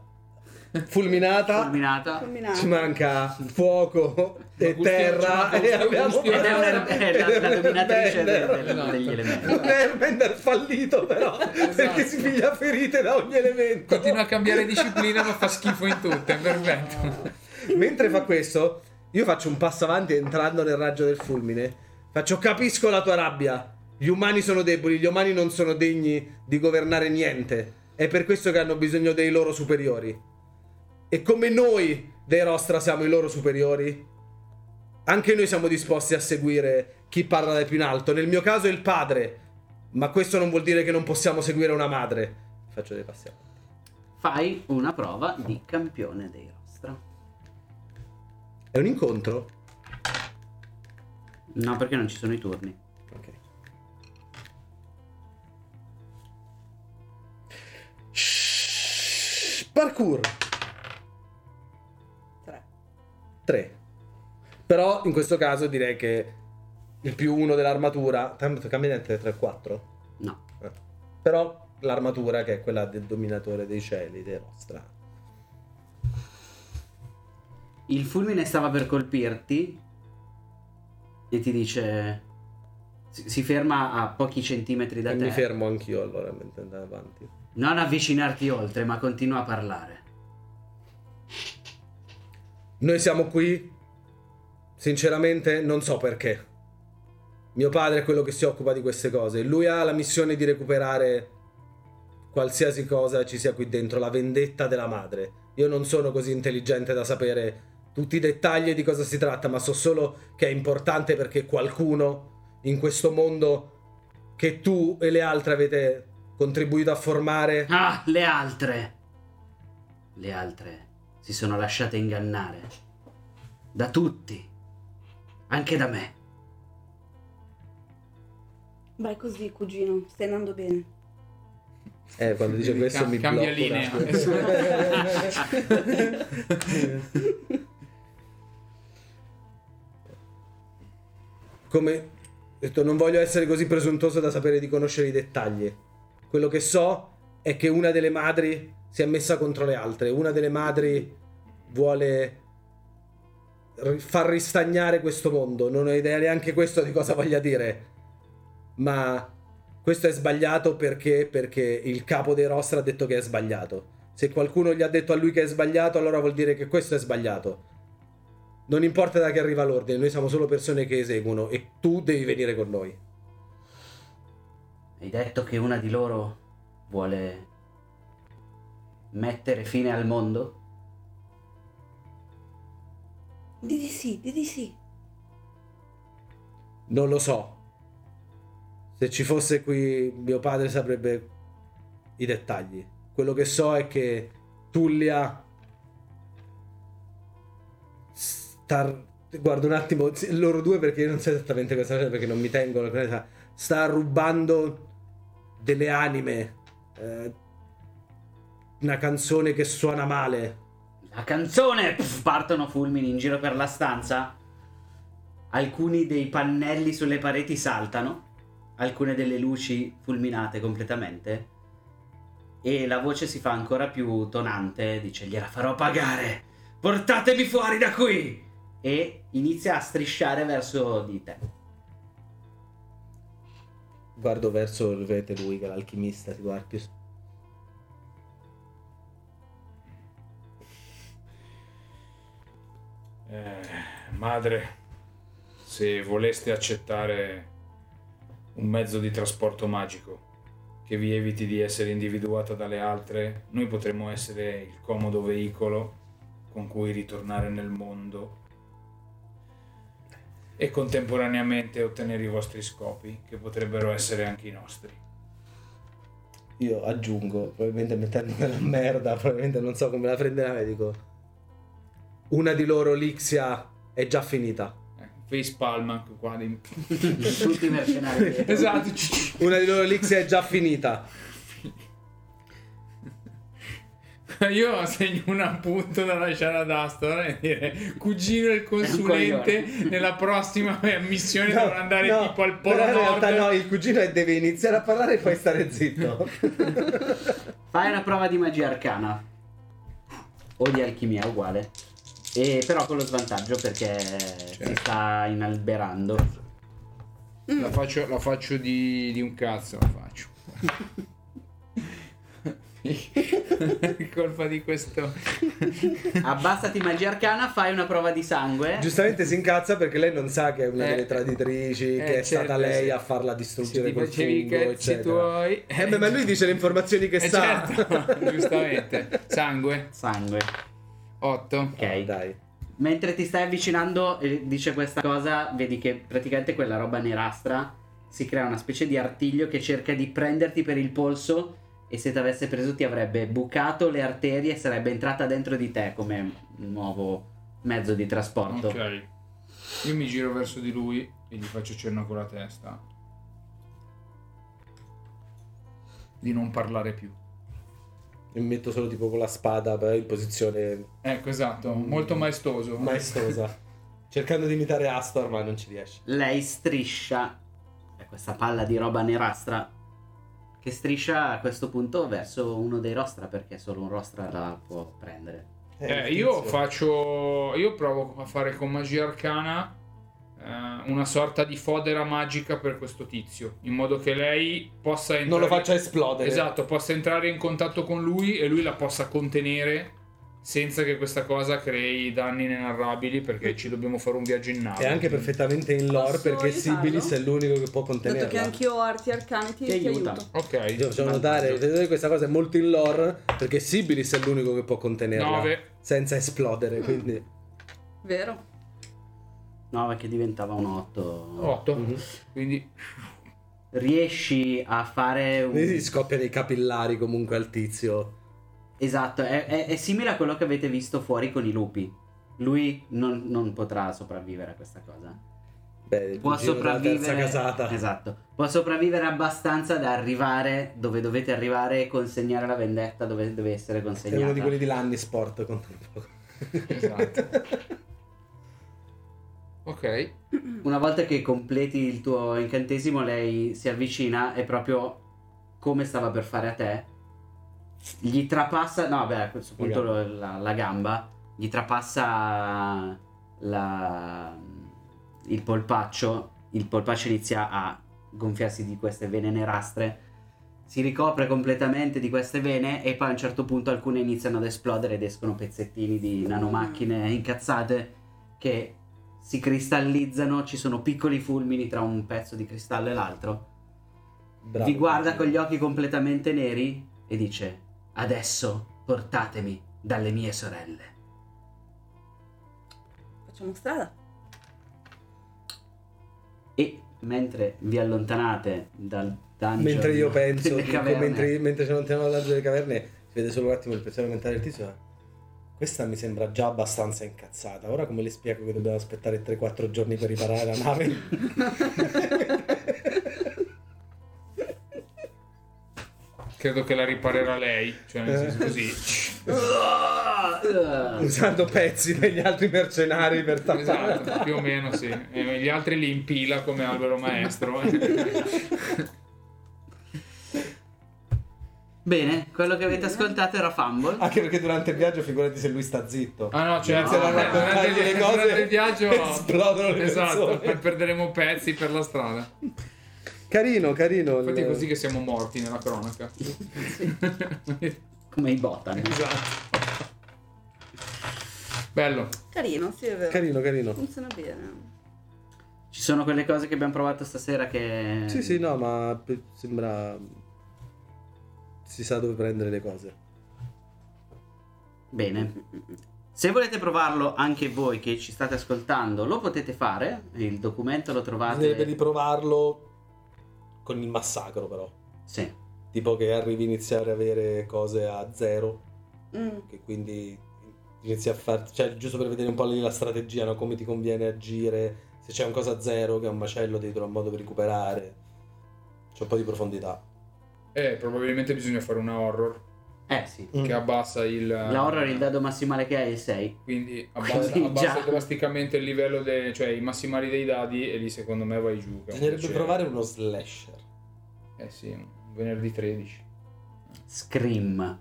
[SPEAKER 2] fulminata.
[SPEAKER 1] Fulminata.
[SPEAKER 4] combinata.
[SPEAKER 2] Ci manca fuoco e
[SPEAKER 3] Gustio, ci
[SPEAKER 2] terra
[SPEAKER 3] manca
[SPEAKER 2] e
[SPEAKER 3] Gustio,
[SPEAKER 2] abbiamo
[SPEAKER 3] Gustio.
[SPEAKER 1] Ed è, una, è la, la dominatrice del- del-
[SPEAKER 3] Esatto.
[SPEAKER 1] degli elementi.
[SPEAKER 2] Un airbender fallito però perché si piglia ferite da ogni elemento
[SPEAKER 3] Continua a cambiare disciplina ma fa schifo in tutte, è perfetto.
[SPEAKER 2] mentre fa questo io faccio un passo avanti entrando nel raggio del fulmine faccio capisco la tua rabbia gli umani sono deboli gli umani non sono degni di governare niente è per questo che hanno bisogno dei loro superiori e come noi dei Rostra siamo i loro superiori anche noi siamo disposti a seguire chi parla dai più in alto nel mio caso è il padre ma questo non vuol dire che non possiamo seguire una madre faccio dei passi avanti
[SPEAKER 1] Fai una prova di campione dei Rostra.
[SPEAKER 2] è un incontro
[SPEAKER 1] No, perché non ci sono i turni.
[SPEAKER 2] Ok. Shhh, Parkour
[SPEAKER 4] Ah, Tre.
[SPEAKER 2] 3. Però in questo caso direi che il più 1 dell'armatura. Tanto cambia niente 3 4.
[SPEAKER 1] No.
[SPEAKER 2] Però l'armatura che è quella del dominatore dei cieli, dei nostra.
[SPEAKER 1] Il fulmine stava per colpirti e ti dice... Si, si ferma a pochi centimetri da
[SPEAKER 2] E
[SPEAKER 1] te.
[SPEAKER 2] mi fermo anch'io allora mentre andare avanti.
[SPEAKER 1] Non avvicinarti oltre, ma continua a parlare.
[SPEAKER 2] Noi siamo qui, sinceramente non so perché. Mio padre è quello che si occupa di queste cose. Lui ha la missione di recuperare qualsiasi cosa ci sia qui dentro, la vendetta della madre. Io non sono così intelligente da sapere tutti i dettagli di cosa si tratta, ma so solo che è importante perché qualcuno in questo mondo che tu e le altre avete contribuito a formare...
[SPEAKER 1] Ah, le altre! Le altre si sono lasciate ingannare. Da tutti. Anche da me.
[SPEAKER 4] Vai così, cugino, stai andando bene.
[SPEAKER 2] Eh, quando dice questo
[SPEAKER 3] Cam-
[SPEAKER 2] mi blocco.
[SPEAKER 3] cambia
[SPEAKER 2] un
[SPEAKER 3] linea.
[SPEAKER 2] attimo. come ho detto, non voglio essere così presuntuoso da sapere di conoscere i dettagli. Quello che so è che una delle madri si è messa contro le altre. Una delle madri vuole ri- far ristagnare questo mondo. Non ho idea neanche questo di cosa voglia dire. Ma questo è sbagliato perché? Perché il capo dei Rostra ha detto che è sbagliato. Se qualcuno gli ha detto a lui che è sbagliato, allora vuol dire che questo è sbagliato. Non importa da che arriva l'ordine, noi siamo solo persone che eseguono e tu devi venire con noi.
[SPEAKER 1] Hai detto che una di loro vuole mettere fine al mondo?
[SPEAKER 4] Di di sì, di di sì.
[SPEAKER 2] Non lo so. Se ci fosse qui mio padre saprebbe i dettagli. Quello che so è che Tullia sta... Guarda un attimo, sì, loro due perché io non so esattamente cosa cosa perché non mi tengo la cosa. Sta rubando delle anime. eh, una canzone che suona male.
[SPEAKER 1] La canzone! Pff, partono fulmini in giro per la stanza. Alcuni dei pannelli sulle pareti saltano. Alcune delle luci fulminate completamente. E la voce si fa ancora più tonante. Dice: Gliela farò pagare! Portatemi fuori da qui! E inizia a strisciare verso di te.
[SPEAKER 2] Guardo "Ah, verso, vedete lui che è l'alchimista, tipo Arpius.
[SPEAKER 3] Eh, madre, se voleste accettare un mezzo di trasporto magico che vi eviti di essere individuata dalle altre, noi potremmo essere il comodo veicolo con cui ritornare nel mondo e contemporaneamente ottenere i vostri scopi, che potrebbero essere anche i nostri.
[SPEAKER 2] Io aggiungo, probabilmente mettermi nella merda, probabilmente non so come la prenderà, e dico... Una di loro, Lixia, è già finita.
[SPEAKER 3] Eh, Face palm anche qua di-
[SPEAKER 1] Tutti i mercenari. dietro.
[SPEAKER 3] Esatto.
[SPEAKER 2] Una di loro, Lixia, è già finita.
[SPEAKER 3] Io segno un appunto da lasciare ad Astor eh, e dire cugino il consulente nella prossima missione
[SPEAKER 2] No,
[SPEAKER 3] dovrà andare
[SPEAKER 2] no,
[SPEAKER 3] tipo al
[SPEAKER 2] però in
[SPEAKER 3] polo
[SPEAKER 2] realtà
[SPEAKER 3] nord.
[SPEAKER 2] no, il cugino è- deve iniziare a parlare e poi stare zitto.
[SPEAKER 1] Fai una prova di magia arcana. O di alchimia uguale. E però con lo svantaggio perché si sta inalberando.
[SPEAKER 3] La faccio, la faccio di, di un cazzo, la faccio. colpa di questo
[SPEAKER 1] Abbassati magia arcana, fai una prova di sangue.
[SPEAKER 2] Giustamente si incazza perché lei non sa che è una
[SPEAKER 3] Eh,
[SPEAKER 2] delle traditrici,
[SPEAKER 3] eh,
[SPEAKER 2] che è stata
[SPEAKER 3] certo,
[SPEAKER 2] lei
[SPEAKER 3] sì.
[SPEAKER 2] a farla distruggere
[SPEAKER 3] Se ti
[SPEAKER 2] col
[SPEAKER 3] facevi i
[SPEAKER 2] fungo,
[SPEAKER 3] cazzi
[SPEAKER 2] eccetera.
[SPEAKER 3] tuoi
[SPEAKER 2] Eh, beh, ma lui dice le informazioni che
[SPEAKER 3] Eh,
[SPEAKER 2] sa.
[SPEAKER 3] certo, giustamente sangue
[SPEAKER 1] Sangue.
[SPEAKER 3] 8
[SPEAKER 1] Ok.
[SPEAKER 2] Dai.
[SPEAKER 1] Mentre ti stai avvicinando e dice questa cosa, vedi che praticamente quella roba nerastra si crea una specie di artiglio che cerca di prenderti per il polso e se ti avesse preso ti avrebbe bucato le arterie e sarebbe entrata dentro di te come nuovo mezzo di trasporto.
[SPEAKER 3] Ok. Io mi giro verso di lui e gli faccio cenno con la testa. Di non parlare più.
[SPEAKER 2] Mi metto solo tipo con la spada però in posizione
[SPEAKER 3] Ecco, esatto, molto maestoso.
[SPEAKER 2] Mm. maestosa. cercando di imitare Astor, ma non ci riesce.
[SPEAKER 1] Lei striscia, è questa palla di roba nerastra che striscia a questo punto verso uno dei rostra perché solo un rostra la può prendere.
[SPEAKER 3] Eh, io faccio. Io provo a fare con magia arcana eh, una sorta di fodera magica per questo tizio. In modo che lei possa entrare.
[SPEAKER 2] Non lo faccia esplodere.
[SPEAKER 3] Esatto, possa entrare in contatto con lui e lui la possa contenere senza che questa cosa crei danni inenarrabili perché ci dobbiamo fare un viaggio in nave.
[SPEAKER 2] È anche perfettamente in lore
[SPEAKER 4] Posso
[SPEAKER 2] perché
[SPEAKER 4] aiutarlo?
[SPEAKER 2] Sibilis è l'unico che può
[SPEAKER 4] Dato che
[SPEAKER 2] contenerla.
[SPEAKER 4] anch'io ho arti arcane
[SPEAKER 1] Ti
[SPEAKER 4] ti, ti
[SPEAKER 1] aiuta.
[SPEAKER 4] aiuto.
[SPEAKER 2] Vi
[SPEAKER 3] Ok.
[SPEAKER 2] Facciamo notare che questa cosa è molto in lore perché Sibilis è l'unico che può contenerla
[SPEAKER 3] Nove.
[SPEAKER 2] senza esplodere, quindi
[SPEAKER 4] Vero?
[SPEAKER 1] No, perché diventava un 8.
[SPEAKER 3] 8.
[SPEAKER 2] Mhm.
[SPEAKER 3] Quindi
[SPEAKER 1] riesci a fare
[SPEAKER 3] Mm.
[SPEAKER 1] un...
[SPEAKER 2] Quindi scoppia dei capillari comunque al tizio.
[SPEAKER 1] Esatto, è, è- è simile a quello che avete visto fuori con i lupi. Lui non, non potrà sopravvivere a questa cosa.
[SPEAKER 2] Beh, il
[SPEAKER 1] Può
[SPEAKER 2] cugino della
[SPEAKER 1] sopravvivere...
[SPEAKER 2] terza casata.
[SPEAKER 1] Esatto. Può sopravvivere abbastanza da arrivare dove dovete arrivare e consegnare la vendetta dove deve essere
[SPEAKER 2] È uno di
[SPEAKER 1] consegnata.
[SPEAKER 2] quelli di Lanni Sport conta un poco.
[SPEAKER 3] Esatto. ok.
[SPEAKER 1] Una volta che completi il tuo incantesimo, lei si avvicina e proprio come stava per fare a te, gli trapassa. No, beh, a questo punto lo- la, la gamba gli trapassa la- il polpaccio. Il polpaccio inizia a gonfiarsi di queste vene nerastre. Si ricopre completamente di queste vene e poi a un certo punto alcune iniziano ad esplodere ed escono pezzettini
[SPEAKER 2] Mm.
[SPEAKER 1] di nanomacchine incazzate che si cristallizzano, ci sono piccoli fulmini tra un pezzo di cristallo e l'altro.
[SPEAKER 2] Bravo.
[SPEAKER 1] Vi guarda con gli occhi completamente neri e dice: Adesso portatemi dalle mie sorelle.
[SPEAKER 4] Facciamo strada.
[SPEAKER 1] E mentre vi allontanate dal dungeon,
[SPEAKER 2] Mentre io penso,
[SPEAKER 1] delle
[SPEAKER 2] dico,
[SPEAKER 1] caverne,
[SPEAKER 2] mentre, mentre ci allontaniamo dal lago delle caverne, si vede solo un attimo il pensiero mentale del tizio. eh. Questa mi sembra già abbastanza incazzata. Ora come le spiego che dobbiamo aspettare 3-4 giorni per riparare la nave?
[SPEAKER 3] Credo che la riparerà lei. Cioè, nel senso
[SPEAKER 2] Eh.
[SPEAKER 3] così.
[SPEAKER 1] Ah, ah.
[SPEAKER 2] Usando pezzi degli altri mercenari per tappare.
[SPEAKER 3] Esatto, più o meno sì. E gli altri li impila come albero maestro.
[SPEAKER 1] Bene, quello che avete ascoltato era Fumble.
[SPEAKER 2] Anche perché durante il viaggio figurati se lui sta zitto.
[SPEAKER 3] Ah no, cioè,
[SPEAKER 1] Iniziano a
[SPEAKER 3] durante-
[SPEAKER 2] raccontargli
[SPEAKER 3] durante-
[SPEAKER 2] le cose
[SPEAKER 3] durante il viaggio
[SPEAKER 2] esplodono le
[SPEAKER 3] Esatto,
[SPEAKER 2] persone.
[SPEAKER 3] perderemo pezzi per la strada.
[SPEAKER 2] Carino, carino.
[SPEAKER 3] Infatti è
[SPEAKER 2] il-
[SPEAKER 3] così che siamo morti nella cronaca.
[SPEAKER 1] Come i Botan.
[SPEAKER 3] esatto. Bello.
[SPEAKER 4] Carino, sì, è vero.
[SPEAKER 2] Carino, carino.
[SPEAKER 4] Funziona bene.
[SPEAKER 1] Ci sono quelle cose che abbiamo provato stasera che...
[SPEAKER 2] Sì, sì, no, ma pe- sembra. Si sa dove prendere le cose.
[SPEAKER 1] Bene. Se volete provarlo anche voi che ci state ascoltando, lo potete fare. Il documento lo
[SPEAKER 2] Bisognerebbe
[SPEAKER 1] trovate.
[SPEAKER 2] riprovarlo con il massacro, però.
[SPEAKER 1] Sì.
[SPEAKER 2] Tipo che arrivi a iniziare a avere cose a zero,
[SPEAKER 4] Mm.
[SPEAKER 2] che quindi inizi a far. cioè, giusto per vedere un po' lì la strategia, no? come ti conviene agire. Se c'è una cosa a zero, che è un macello, devi trovare un modo per recuperare. C'è un po' di profondità.
[SPEAKER 3] Eh, probabilmente bisogna fare una horror
[SPEAKER 1] Eh sì.
[SPEAKER 2] Mm.
[SPEAKER 3] che abbassa il...
[SPEAKER 1] La horror il dado massimale che hai è il 6.
[SPEAKER 3] Quindi abbassa,
[SPEAKER 1] Quindi
[SPEAKER 3] abbassa
[SPEAKER 1] già.
[SPEAKER 3] drasticamente il livello, de- cioè i massimali dei dadi e lì secondo me vai giù. che è un
[SPEAKER 2] Bisognerebbe
[SPEAKER 3] piacere.
[SPEAKER 2] provare uno slasher.
[SPEAKER 3] Eh sì, un venerdì 13.
[SPEAKER 1] Scream.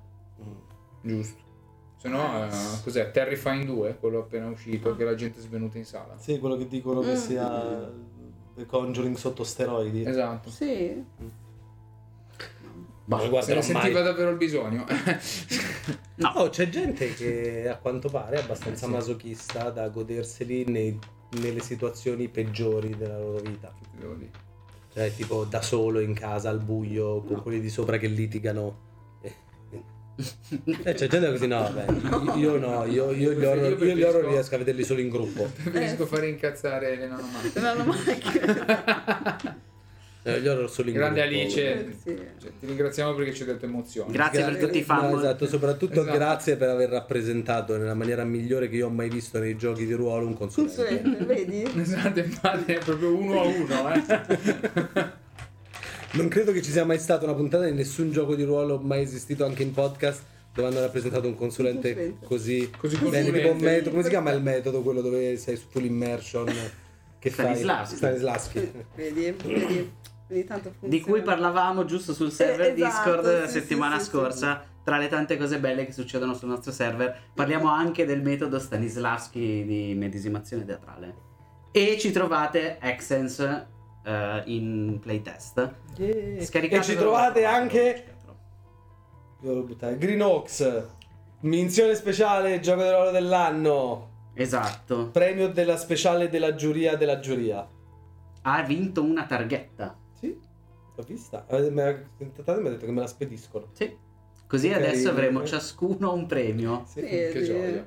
[SPEAKER 3] Giusto. Se no, eh, cos'è? Terrifying 2, quello appena uscito, che la gente è svenuta in sala.
[SPEAKER 2] Sì, quello che dicono che
[SPEAKER 4] Mm.
[SPEAKER 2] sia The Conjuring sotto steroidi.
[SPEAKER 3] Esatto.
[SPEAKER 4] Sì.
[SPEAKER 2] Ma
[SPEAKER 3] Se ne
[SPEAKER 2] guarderò mai.
[SPEAKER 3] sentiva davvero il bisogno.
[SPEAKER 2] Oh, c'è gente che a quanto pare è abbastanza masochista da goderseli nei- nelle situazioni peggiori della loro vita.
[SPEAKER 3] Devo dire.
[SPEAKER 2] Cioè, tipo da solo in casa al buio con quelli di sopra che litigano. Eh, c'è gente così, no, vabbè. Io no, io, io gli horror, io gli horror riesco a vederli solo in gruppo.
[SPEAKER 3] Preferisco fare incazzare le nanomate.
[SPEAKER 4] Non hanno
[SPEAKER 2] Eh, Gli horror solo in
[SPEAKER 3] Grande
[SPEAKER 2] gruppo.
[SPEAKER 3] Alice,
[SPEAKER 4] Sì.
[SPEAKER 3] cioè, ti ringraziamo perché ci hai detto emozioni.
[SPEAKER 1] Grazie per tutti i fan.
[SPEAKER 2] No, esatto, soprattutto
[SPEAKER 3] Esatto.
[SPEAKER 2] grazie per aver rappresentato nella maniera migliore che io ho mai visto nei giochi di ruolo un consulente.
[SPEAKER 4] Consulente, vedi?
[SPEAKER 3] Esatto, infatti è proprio uno a uno. Eh.
[SPEAKER 2] Non credo che ci sia mai stata una puntata di nessun gioco di ruolo mai esistito anche in podcast dove hanno rappresentato un consulente,
[SPEAKER 4] Consulente.
[SPEAKER 2] così
[SPEAKER 3] Così
[SPEAKER 2] bene,
[SPEAKER 3] consulente.
[SPEAKER 2] tipo un metodo, come si chiama il metodo quello dove sei su full immersion che fai
[SPEAKER 1] Stanislavski.
[SPEAKER 2] Stanislavski.
[SPEAKER 4] Vedi, vedi. Vedi, tanto funziona.
[SPEAKER 1] Di cui parlavamo giusto sul server
[SPEAKER 4] Eh, esatto,
[SPEAKER 1] Discord la
[SPEAKER 4] sì,
[SPEAKER 1] settimana
[SPEAKER 4] sì, sì,
[SPEAKER 1] scorsa. Tra le tante cose belle che succedono sul nostro server, parliamo anche del metodo Stanislavski di medesimazione teatrale. E ci trovate Accents eh, in playtest. Scaricate
[SPEAKER 2] E ci trovate anche- Devo buttare. Green Oaks, minzione speciale, gioco di ruolo dell'anno,
[SPEAKER 1] Esatto.
[SPEAKER 2] premio della speciale della giuria della giuria.
[SPEAKER 1] Ha vinto una targhetta.
[SPEAKER 2] Sì, l'ho vista. Eh, Mi ha tentato e mi ha detto che me la spediscono.
[SPEAKER 1] Sì. Così
[SPEAKER 2] Che
[SPEAKER 1] adesso
[SPEAKER 2] carino.
[SPEAKER 1] avremo
[SPEAKER 4] eh.
[SPEAKER 1] ciascuno un premio.
[SPEAKER 2] Sì.
[SPEAKER 3] che gioia.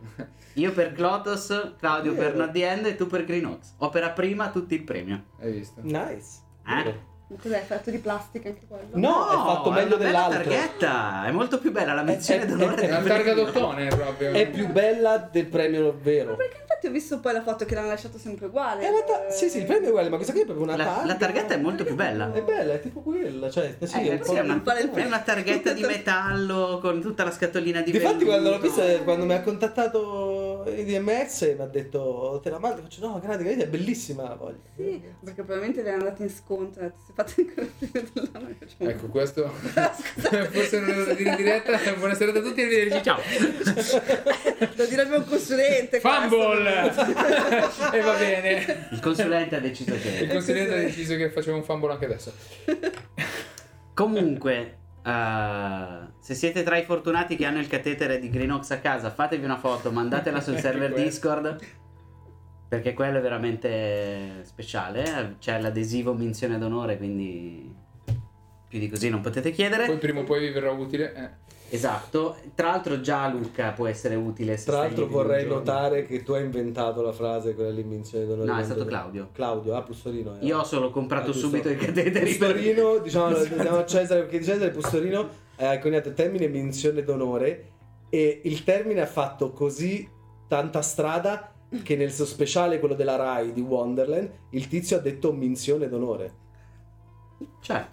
[SPEAKER 1] Io per Clotos, Claudio
[SPEAKER 4] eh.
[SPEAKER 1] per
[SPEAKER 2] Vero.
[SPEAKER 1] Nadien e tu per Greenox. Opera prima tutti il premio.
[SPEAKER 3] Hai visto?
[SPEAKER 2] Mm. Nice.
[SPEAKER 1] Eh?
[SPEAKER 4] Cos'è? Fatto di plastica anche quello?
[SPEAKER 2] No, è fatto
[SPEAKER 1] una
[SPEAKER 2] meglio
[SPEAKER 1] bella
[SPEAKER 2] dell'altro.
[SPEAKER 1] targhetta. È molto più bella la menzione
[SPEAKER 2] è-
[SPEAKER 1] d'onore
[SPEAKER 2] è-
[SPEAKER 1] del
[SPEAKER 2] è
[SPEAKER 3] Una
[SPEAKER 1] premio.
[SPEAKER 3] targa d'ottone eh, proprio.
[SPEAKER 2] È più bella del premio
[SPEAKER 4] Ma
[SPEAKER 2] vero.
[SPEAKER 4] perché infatti ho visto poi la foto che l'hanno lasciato sempre uguale.
[SPEAKER 2] È la ta- sì, sì, il premio è uguale, ma questa qui è proprio una
[SPEAKER 1] La,
[SPEAKER 2] targa.
[SPEAKER 1] la targhetta è molto più bella.
[SPEAKER 2] È bella, è tipo quella, cioè, sì,
[SPEAKER 1] Eh,
[SPEAKER 2] è un
[SPEAKER 1] ragazzi,
[SPEAKER 2] po'
[SPEAKER 1] è, una,
[SPEAKER 4] fare il
[SPEAKER 1] è una targhetta di metallo con tutta la scatolina di
[SPEAKER 2] Difatti quando l'ho
[SPEAKER 1] velluto.
[SPEAKER 2] vista, quando mi ha contattato IDMX mi ha detto te la mando, faccio no, grazie, grazie, è bellissima la voglio.
[SPEAKER 4] Sì, perché probabilmente le hanno andate in sconto. hanno detto, Se fate ancora più dell'anno che facciamo.
[SPEAKER 3] Ecco, questo forse non devo dire in diretta. Buonasera a tutti e arrivederci. Ciao.
[SPEAKER 4] Lo direbbe un consulente.
[SPEAKER 3] Fumble!
[SPEAKER 4] questo.
[SPEAKER 3] e va bene.
[SPEAKER 1] Il consulente ha deciso
[SPEAKER 3] Il
[SPEAKER 1] che.
[SPEAKER 3] consigliere ha deciso che facevo un fumble anche adesso.
[SPEAKER 1] Comunque, eh, se siete tra i fortunati che hanno il catetere di Greenox a casa, fatevi una foto, mandatela sul server
[SPEAKER 3] Quello.
[SPEAKER 1] Discord. Perché quello è veramente speciale. eh. C'è l'adesivo menzione d'onore, quindi più di così non potete chiedere.
[SPEAKER 3] Poi prima o poi vi verrà utile. Eh.
[SPEAKER 1] Esatto, tra l'altro già Luca può essere utile se
[SPEAKER 2] Tra
[SPEAKER 1] stai
[SPEAKER 2] l'altro
[SPEAKER 1] lì per un
[SPEAKER 2] vorrei
[SPEAKER 1] giorno.
[SPEAKER 2] notare che tu hai inventato la frase quella lì menzione d'onore.
[SPEAKER 1] No, è
[SPEAKER 2] del
[SPEAKER 1] stato
[SPEAKER 2] mondo.
[SPEAKER 1] Claudio.
[SPEAKER 2] Claudio, ah, Pustorino. era.
[SPEAKER 1] Io ho solo comprato
[SPEAKER 2] Ah, giusto.
[SPEAKER 1] subito i cateteri per...
[SPEAKER 2] Pustorino, diciamo,
[SPEAKER 1] Esatto.
[SPEAKER 2] diciamo a Cesare, perché Cesare Pustorino ha coniato il termine menzione d'onore e il termine ha fatto così tanta strada che nel suo speciale, quello della Rai di Wonderland, il tizio ha detto menzione d'onore.
[SPEAKER 1] Cioè,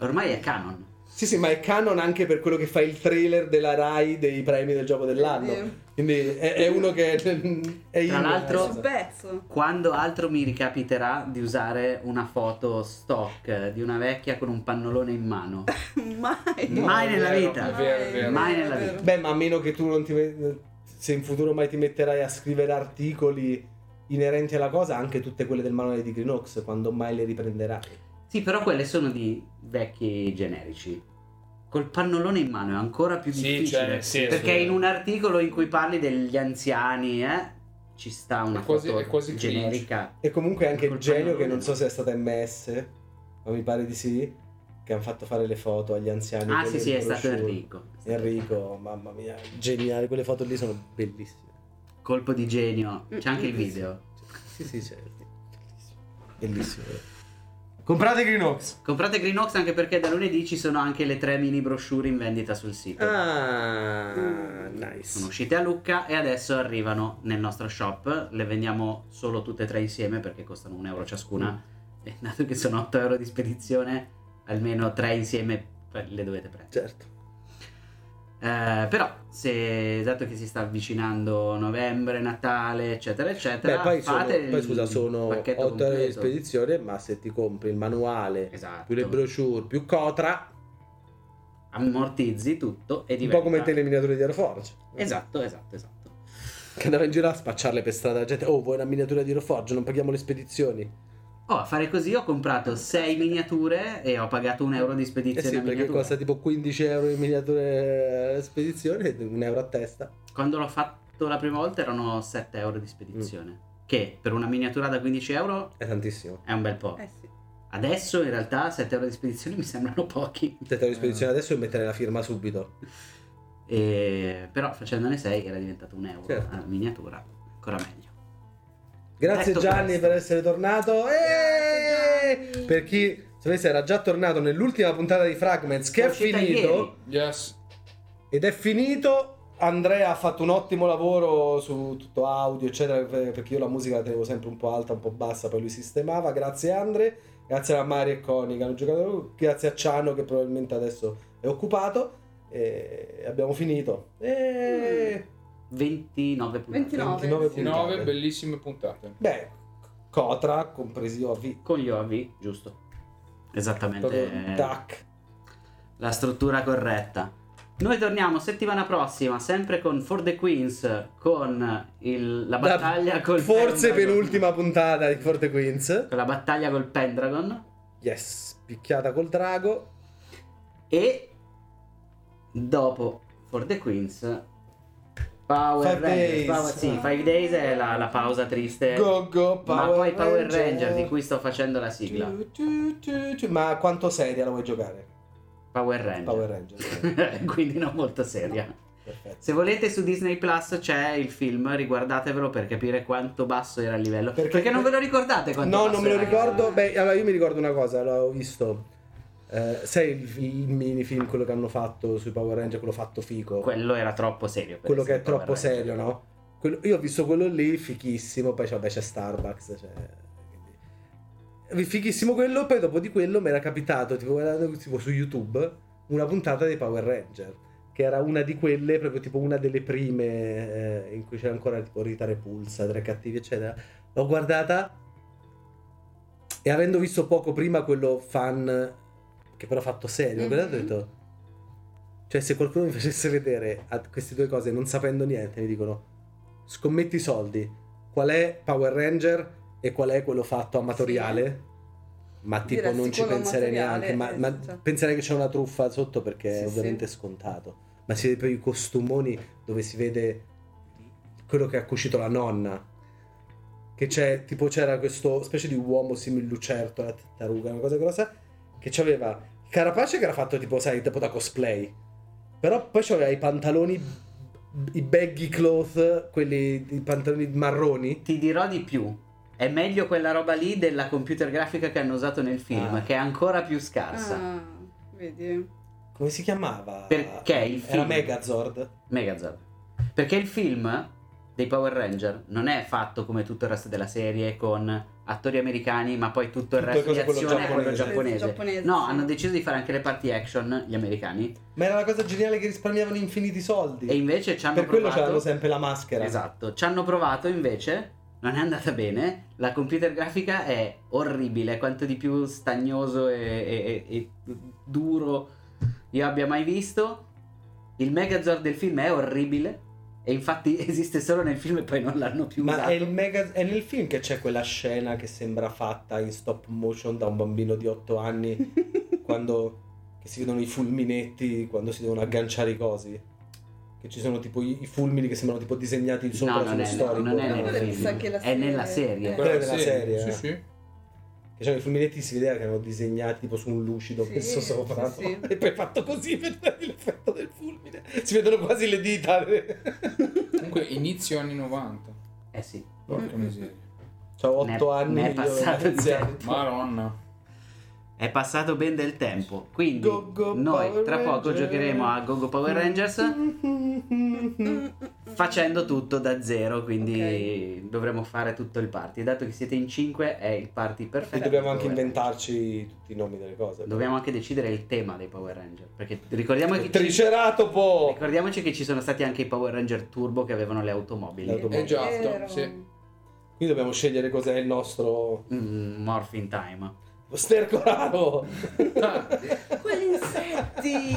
[SPEAKER 1] ormai è canon.
[SPEAKER 2] Sì, sì, ma è canon anche per quello che fa il trailer della Rai dei premi del gioco dell'anno. Quindi è, è uno che è, in- eh, esatto.
[SPEAKER 1] Tra l'altro-
[SPEAKER 4] Sul pezzo.
[SPEAKER 1] Quando altro mi ricapiterà di usare una foto stock eh, di una vecchia con un pannolone in mano.
[SPEAKER 4] Mai.
[SPEAKER 1] No, Mai
[SPEAKER 3] è
[SPEAKER 1] nella
[SPEAKER 3] vero,
[SPEAKER 1] vita.
[SPEAKER 3] È vero, è vero.
[SPEAKER 1] Mai nella
[SPEAKER 4] è vero.
[SPEAKER 1] vita.
[SPEAKER 2] Beh, ma a meno che tu non ti met- se in futuro mai ti metterai a scrivere articoli inerenti alla cosa, anche tutte quelle del manuale di Greenox, quando mai le riprenderai.
[SPEAKER 1] Sì, però quelle sono di vecchi generici. col pannolone in mano è ancora più
[SPEAKER 3] Sì,
[SPEAKER 1] difficile.
[SPEAKER 3] cioè, nel senso-
[SPEAKER 1] perché in un articolo in cui parli degli anziani, eh, ci sta una
[SPEAKER 3] È quasi-
[SPEAKER 1] foto
[SPEAKER 3] è quasi
[SPEAKER 1] generica.
[SPEAKER 10] E comunque anche il
[SPEAKER 1] Col
[SPEAKER 10] genio,
[SPEAKER 1] pennello.
[SPEAKER 10] che non so se è stata MS, ma mi pare di sì, che hanno fatto fare le foto agli anziani.
[SPEAKER 1] Ah,
[SPEAKER 10] con
[SPEAKER 1] sì,
[SPEAKER 10] il
[SPEAKER 1] sì, è stato
[SPEAKER 10] brochure.
[SPEAKER 1] Enrico.
[SPEAKER 10] Enrico, mamma mia, geniale, quelle foto lì sono bellissime.
[SPEAKER 1] Colpo di genio. C'è anche il
[SPEAKER 4] Mm, mm,
[SPEAKER 1] video.
[SPEAKER 10] Sì, sì, certo. Bellissime.
[SPEAKER 11] Comprate Greenox.
[SPEAKER 1] Comprate Greenox anche perché da lunedì ci sono anche le tre mini brochure in vendita sul sito.
[SPEAKER 11] Ah,
[SPEAKER 1] Sono
[SPEAKER 11] nice.
[SPEAKER 1] uscite a Lucca e adesso arrivano nel nostro shop. Le vendiamo solo tutte e tre insieme perché costano un euro ciascuna.
[SPEAKER 2] Mm.
[SPEAKER 1] E dato che sono 8 euro di spedizione, almeno tre insieme le dovete prendere.
[SPEAKER 10] Certo.
[SPEAKER 1] Eh, però, se, dato che si sta avvicinando novembre, Natale, eccetera, eccetera,
[SPEAKER 2] Beh, poi, sono,
[SPEAKER 1] fate il
[SPEAKER 2] poi scusa, sono 8
[SPEAKER 1] pacchetto
[SPEAKER 2] ore di
[SPEAKER 1] completo.
[SPEAKER 2] spedizione, ma se ti compri il manuale,
[SPEAKER 1] Esatto.
[SPEAKER 2] più le brochure, più Cotra,
[SPEAKER 1] Ammortizzi tutto e
[SPEAKER 2] un
[SPEAKER 1] diventa
[SPEAKER 2] po' come te le miniature di Aeroforge.
[SPEAKER 1] Esatto, esatto, esatto.
[SPEAKER 2] Che andava in giro a spacciarle per strada la gente. Oh, vuoi una miniatura di Aeroforge? Non paghiamo le spedizioni.
[SPEAKER 1] Oh, a fare così ho comprato 6 miniature e ho pagato un euro di
[SPEAKER 2] Eh
[SPEAKER 1] spedizione
[SPEAKER 2] sì,
[SPEAKER 1] a
[SPEAKER 2] perché
[SPEAKER 1] miniatura.
[SPEAKER 2] costa tipo 15 euro di miniature alla spedizione, un euro a testa.
[SPEAKER 1] Quando l'ho fatto la prima volta erano 7 euro di spedizione.
[SPEAKER 2] Mm.
[SPEAKER 1] Che per una miniatura da 15 euro
[SPEAKER 2] È tantissimo.
[SPEAKER 1] è un bel po'.
[SPEAKER 4] Eh sì.
[SPEAKER 1] Adesso in realtà 7 euro di spedizione mi sembrano pochi.
[SPEAKER 2] Se te la spedizione
[SPEAKER 1] Eh.
[SPEAKER 2] adesso e mettere la firma subito.
[SPEAKER 1] E- Però facendone 6 era diventato un euro
[SPEAKER 2] Certo.
[SPEAKER 1] a miniatura. Ancora meglio.
[SPEAKER 2] Grazie
[SPEAKER 1] Detto
[SPEAKER 2] Gianni
[SPEAKER 1] questo.
[SPEAKER 2] per essere tornato.
[SPEAKER 4] Grazie,
[SPEAKER 2] Eh!
[SPEAKER 4] Gianni.
[SPEAKER 2] Per chi sapesse era già tornato nell'ultima puntata di Fragments che
[SPEAKER 1] È
[SPEAKER 2] è,
[SPEAKER 1] uscita
[SPEAKER 2] finito.
[SPEAKER 1] ieri.
[SPEAKER 3] Yes.
[SPEAKER 2] Ed è finito. Andrea ha fatto un ottimo lavoro su tutto audio, eccetera, per- perché io la musica la tenevo sempre un po' alta, un po' bassa, poi lui sistemava. Grazie Andre, grazie a Mari e Coni che hanno giocato, grazie a Ciano che probabilmente adesso è occupato. E abbiamo finito. E...
[SPEAKER 1] 29 puntate.
[SPEAKER 4] 29.
[SPEAKER 2] 29
[SPEAKER 3] 9
[SPEAKER 2] puntate.
[SPEAKER 3] bellissime puntate.
[SPEAKER 2] Beh, Cotra, compresivo a V.
[SPEAKER 1] Con gli OV, giusto.
[SPEAKER 2] Proprio
[SPEAKER 1] Esattamente. eh,
[SPEAKER 2] tac.
[SPEAKER 1] la struttura corretta. Noi torniamo settimana prossima, sempre con For the Queens, con il- la
[SPEAKER 2] La-
[SPEAKER 1] battaglia col
[SPEAKER 2] Forse
[SPEAKER 1] Pendragon.
[SPEAKER 2] penultima puntata di Forte Queens.
[SPEAKER 1] Con la battaglia col Pendragon
[SPEAKER 2] Yes, picchiata col drago.
[SPEAKER 1] e dopo For the Queens Power
[SPEAKER 2] Five
[SPEAKER 1] Rangers.
[SPEAKER 2] Days.
[SPEAKER 1] Power- sì, Five Days è la, la pausa triste.
[SPEAKER 2] Go go
[SPEAKER 1] ma
[SPEAKER 2] Power
[SPEAKER 1] poi Power
[SPEAKER 2] Ranger.
[SPEAKER 1] Ranger di cui sto facendo la sigla.
[SPEAKER 2] Tu, tu, tu, tu. Ma quanto seria la vuoi giocare?
[SPEAKER 1] Power Ranger.
[SPEAKER 2] Power Ranger.
[SPEAKER 1] Quindi non molto seria.
[SPEAKER 2] Perfetto.
[SPEAKER 1] Se volete su Disney Plus c'è il film, riguardatevelo per capire quanto basso era il livello. Perché,
[SPEAKER 2] Perché-
[SPEAKER 1] non ve lo ricordate quanto
[SPEAKER 2] No,
[SPEAKER 1] basso
[SPEAKER 2] non me lo
[SPEAKER 1] era il
[SPEAKER 2] ricordo. Beh, allora io mi ricordo una cosa, l'avevo visto. Eh, sai il, il minifilm, quello che hanno fatto sui Power Ranger, quello fatto fico.
[SPEAKER 1] livello. Quello era troppo serio. per
[SPEAKER 2] quello che
[SPEAKER 1] essere
[SPEAKER 2] è troppo
[SPEAKER 1] Power Ranger.
[SPEAKER 2] serio, no? Quello- io ho visto quello lì, fichissimo, poi c'è, vabbè, c'è Starbucks, cioè... Fichissimo quello, poi dopo di quello mi era capitato, tipo, guardando, tipo, su YouTube, una puntata dei Power Ranger, che era una di quelle, proprio tipo una delle prime, eh, in cui c'era ancora tipo Rita Repulsa, Tre Cattivi, eccetera. L'ho guardata e avendo visto poco prima quello fan, che però ha fatto serio,
[SPEAKER 4] Mhm.
[SPEAKER 2] guardato, ho detto... Cioè, se qualcuno mi facesse vedere a queste due cose non sapendo niente, mi dicono: scommetti i soldi, qual è Power Ranger e qual è quello fatto amatoriale? Ma tipo,
[SPEAKER 4] Diresti
[SPEAKER 2] non ci
[SPEAKER 4] quello
[SPEAKER 2] penserei
[SPEAKER 4] amatoriale,
[SPEAKER 2] neanche. Ma,
[SPEAKER 4] eh,
[SPEAKER 2] ma
[SPEAKER 4] cioè.
[SPEAKER 2] penserei che c'è una truffa sotto perché
[SPEAKER 4] Sì,
[SPEAKER 2] è
[SPEAKER 4] sì.
[SPEAKER 2] ovviamente scontato. Ma si vede poi i costumoni dove si vede quello che ha cucito la nonna. Che c'è, tipo, c'era questo specie di uomo simile lucerto, la tartaruga, una cosa grossa, che c'aveva il carapace che era fatto tipo, sai, tipo da cosplay. Però poi c'aveva i pantaloni, i baggy cloth, quelli, i pantaloni marroni.
[SPEAKER 1] Ti dirò di più. È meglio quella roba lì della computer grafica che hanno usato nel film,
[SPEAKER 2] Ah.
[SPEAKER 1] che è ancora più scarsa.
[SPEAKER 4] Ah, vedi.
[SPEAKER 2] Come si chiamava?
[SPEAKER 1] Perché il film-
[SPEAKER 2] Era Megazord.
[SPEAKER 1] Megazord. Perché il film dei Power Ranger non è fatto come tutto il resto della serie con attori americani, ma poi tutto il
[SPEAKER 2] Tutto
[SPEAKER 1] resto di
[SPEAKER 2] quello
[SPEAKER 1] azione è quello
[SPEAKER 4] giapponese.
[SPEAKER 1] giapponese.
[SPEAKER 4] Giapponese,
[SPEAKER 1] No,
[SPEAKER 4] sì.
[SPEAKER 1] hanno deciso di fare anche le parti action gli americani.
[SPEAKER 2] Ma era la cosa geniale che risparmiavano infiniti soldi.
[SPEAKER 1] E invece ci hanno
[SPEAKER 2] per quello
[SPEAKER 1] provato.
[SPEAKER 2] c'avevano sempre la maschera.
[SPEAKER 1] Esatto, ci hanno provato invece. Non è andata bene. La computer grafica è orribile. Quanto di più stagnoso e, e- e- e duro io abbia mai visto. Il Megazord del film è orribile. E infatti esiste solo nel film e poi non l'hanno più
[SPEAKER 2] Ma
[SPEAKER 1] usato.
[SPEAKER 2] è, il mega- è nel film che c'è quella scena che sembra fatta in stop motion da un bambino di 8 anni quando che si vedono i fulminetti quando si devono agganciare i cosi. Che ci sono tipo i, i fulmini che sembrano tipo disegnati sopra
[SPEAKER 1] No,
[SPEAKER 2] sullo
[SPEAKER 1] non è,
[SPEAKER 2] storico.
[SPEAKER 1] non è
[SPEAKER 4] no.
[SPEAKER 1] nel
[SPEAKER 4] Quella mi sa
[SPEAKER 1] film.
[SPEAKER 4] che la
[SPEAKER 1] È nella
[SPEAKER 4] serie-
[SPEAKER 1] serie.
[SPEAKER 2] Quella della
[SPEAKER 3] sì,
[SPEAKER 2] serie,
[SPEAKER 3] Sì,
[SPEAKER 2] eh.
[SPEAKER 3] sì.
[SPEAKER 2] Che cioè, i fulminetti si vedeva che erano disegnati tipo su un lucido
[SPEAKER 4] Sì,
[SPEAKER 2] messo sopra.
[SPEAKER 4] sì, sì.
[SPEAKER 2] E poi fatto così per dare l'effetto del fulmine. Si vedono quasi le dita. Cioè,
[SPEAKER 3] Comunque inizio anni 90.
[SPEAKER 1] Eh sì.
[SPEAKER 3] Porca
[SPEAKER 4] Mm.
[SPEAKER 3] miseria.
[SPEAKER 2] C'ho
[SPEAKER 1] Ne-
[SPEAKER 2] 8 anni.
[SPEAKER 1] ne è
[SPEAKER 2] io
[SPEAKER 1] passato il
[SPEAKER 2] anziano.
[SPEAKER 1] tempo.
[SPEAKER 3] Madonna.
[SPEAKER 1] È passato ben del tempo. Quindi
[SPEAKER 2] Go, go,
[SPEAKER 1] noi
[SPEAKER 2] Power
[SPEAKER 1] tra poco
[SPEAKER 2] Rangers.
[SPEAKER 1] giocheremo a Gogo Power Rangers
[SPEAKER 4] Mm,
[SPEAKER 1] facendo tutto da zero. Quindi dovremo fare tutto il party. Dato che siete in 5 è il party perfetto.
[SPEAKER 2] E dobbiamo anche
[SPEAKER 1] Power Rangers.
[SPEAKER 2] inventarci tutti i nomi delle cose.
[SPEAKER 1] Dobbiamo anche decidere il tema dei Power Ranger. Perché ricordiamo che ci-
[SPEAKER 2] Triceratopo!
[SPEAKER 1] ricordiamoci che ci sono stati anche i Power Ranger Turbo che avevano le automobili.
[SPEAKER 2] Le automobili.
[SPEAKER 3] Esatto, sì.
[SPEAKER 2] Qui dobbiamo scegliere cos'è il nostro
[SPEAKER 1] Mm, Morphin Time.
[SPEAKER 2] stercoraro.
[SPEAKER 12] Quegli insetti!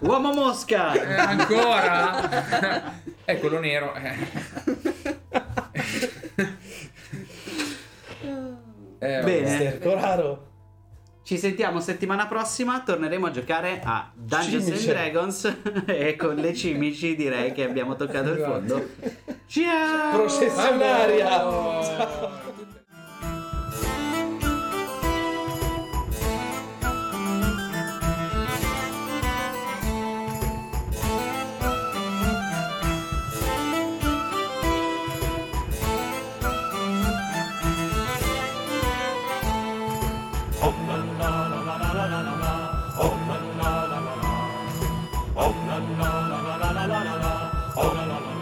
[SPEAKER 1] Uomo mosca!
[SPEAKER 3] Eh, ancora? Eccolo nero. eh. Eh,
[SPEAKER 1] Bene.
[SPEAKER 2] stercoraro.
[SPEAKER 1] Ci sentiamo settimana prossima, torneremo a giocare a Dungeons
[SPEAKER 2] Cimice.
[SPEAKER 1] and Dragons e con le cimici direi che abbiamo toccato il fondo. Ciao!
[SPEAKER 2] Processionaria.
[SPEAKER 3] Vamos!
[SPEAKER 2] Ciao.
[SPEAKER 13] Oh la la la la la la la. Oh la la la la la la la la. Oh la la la la la la la.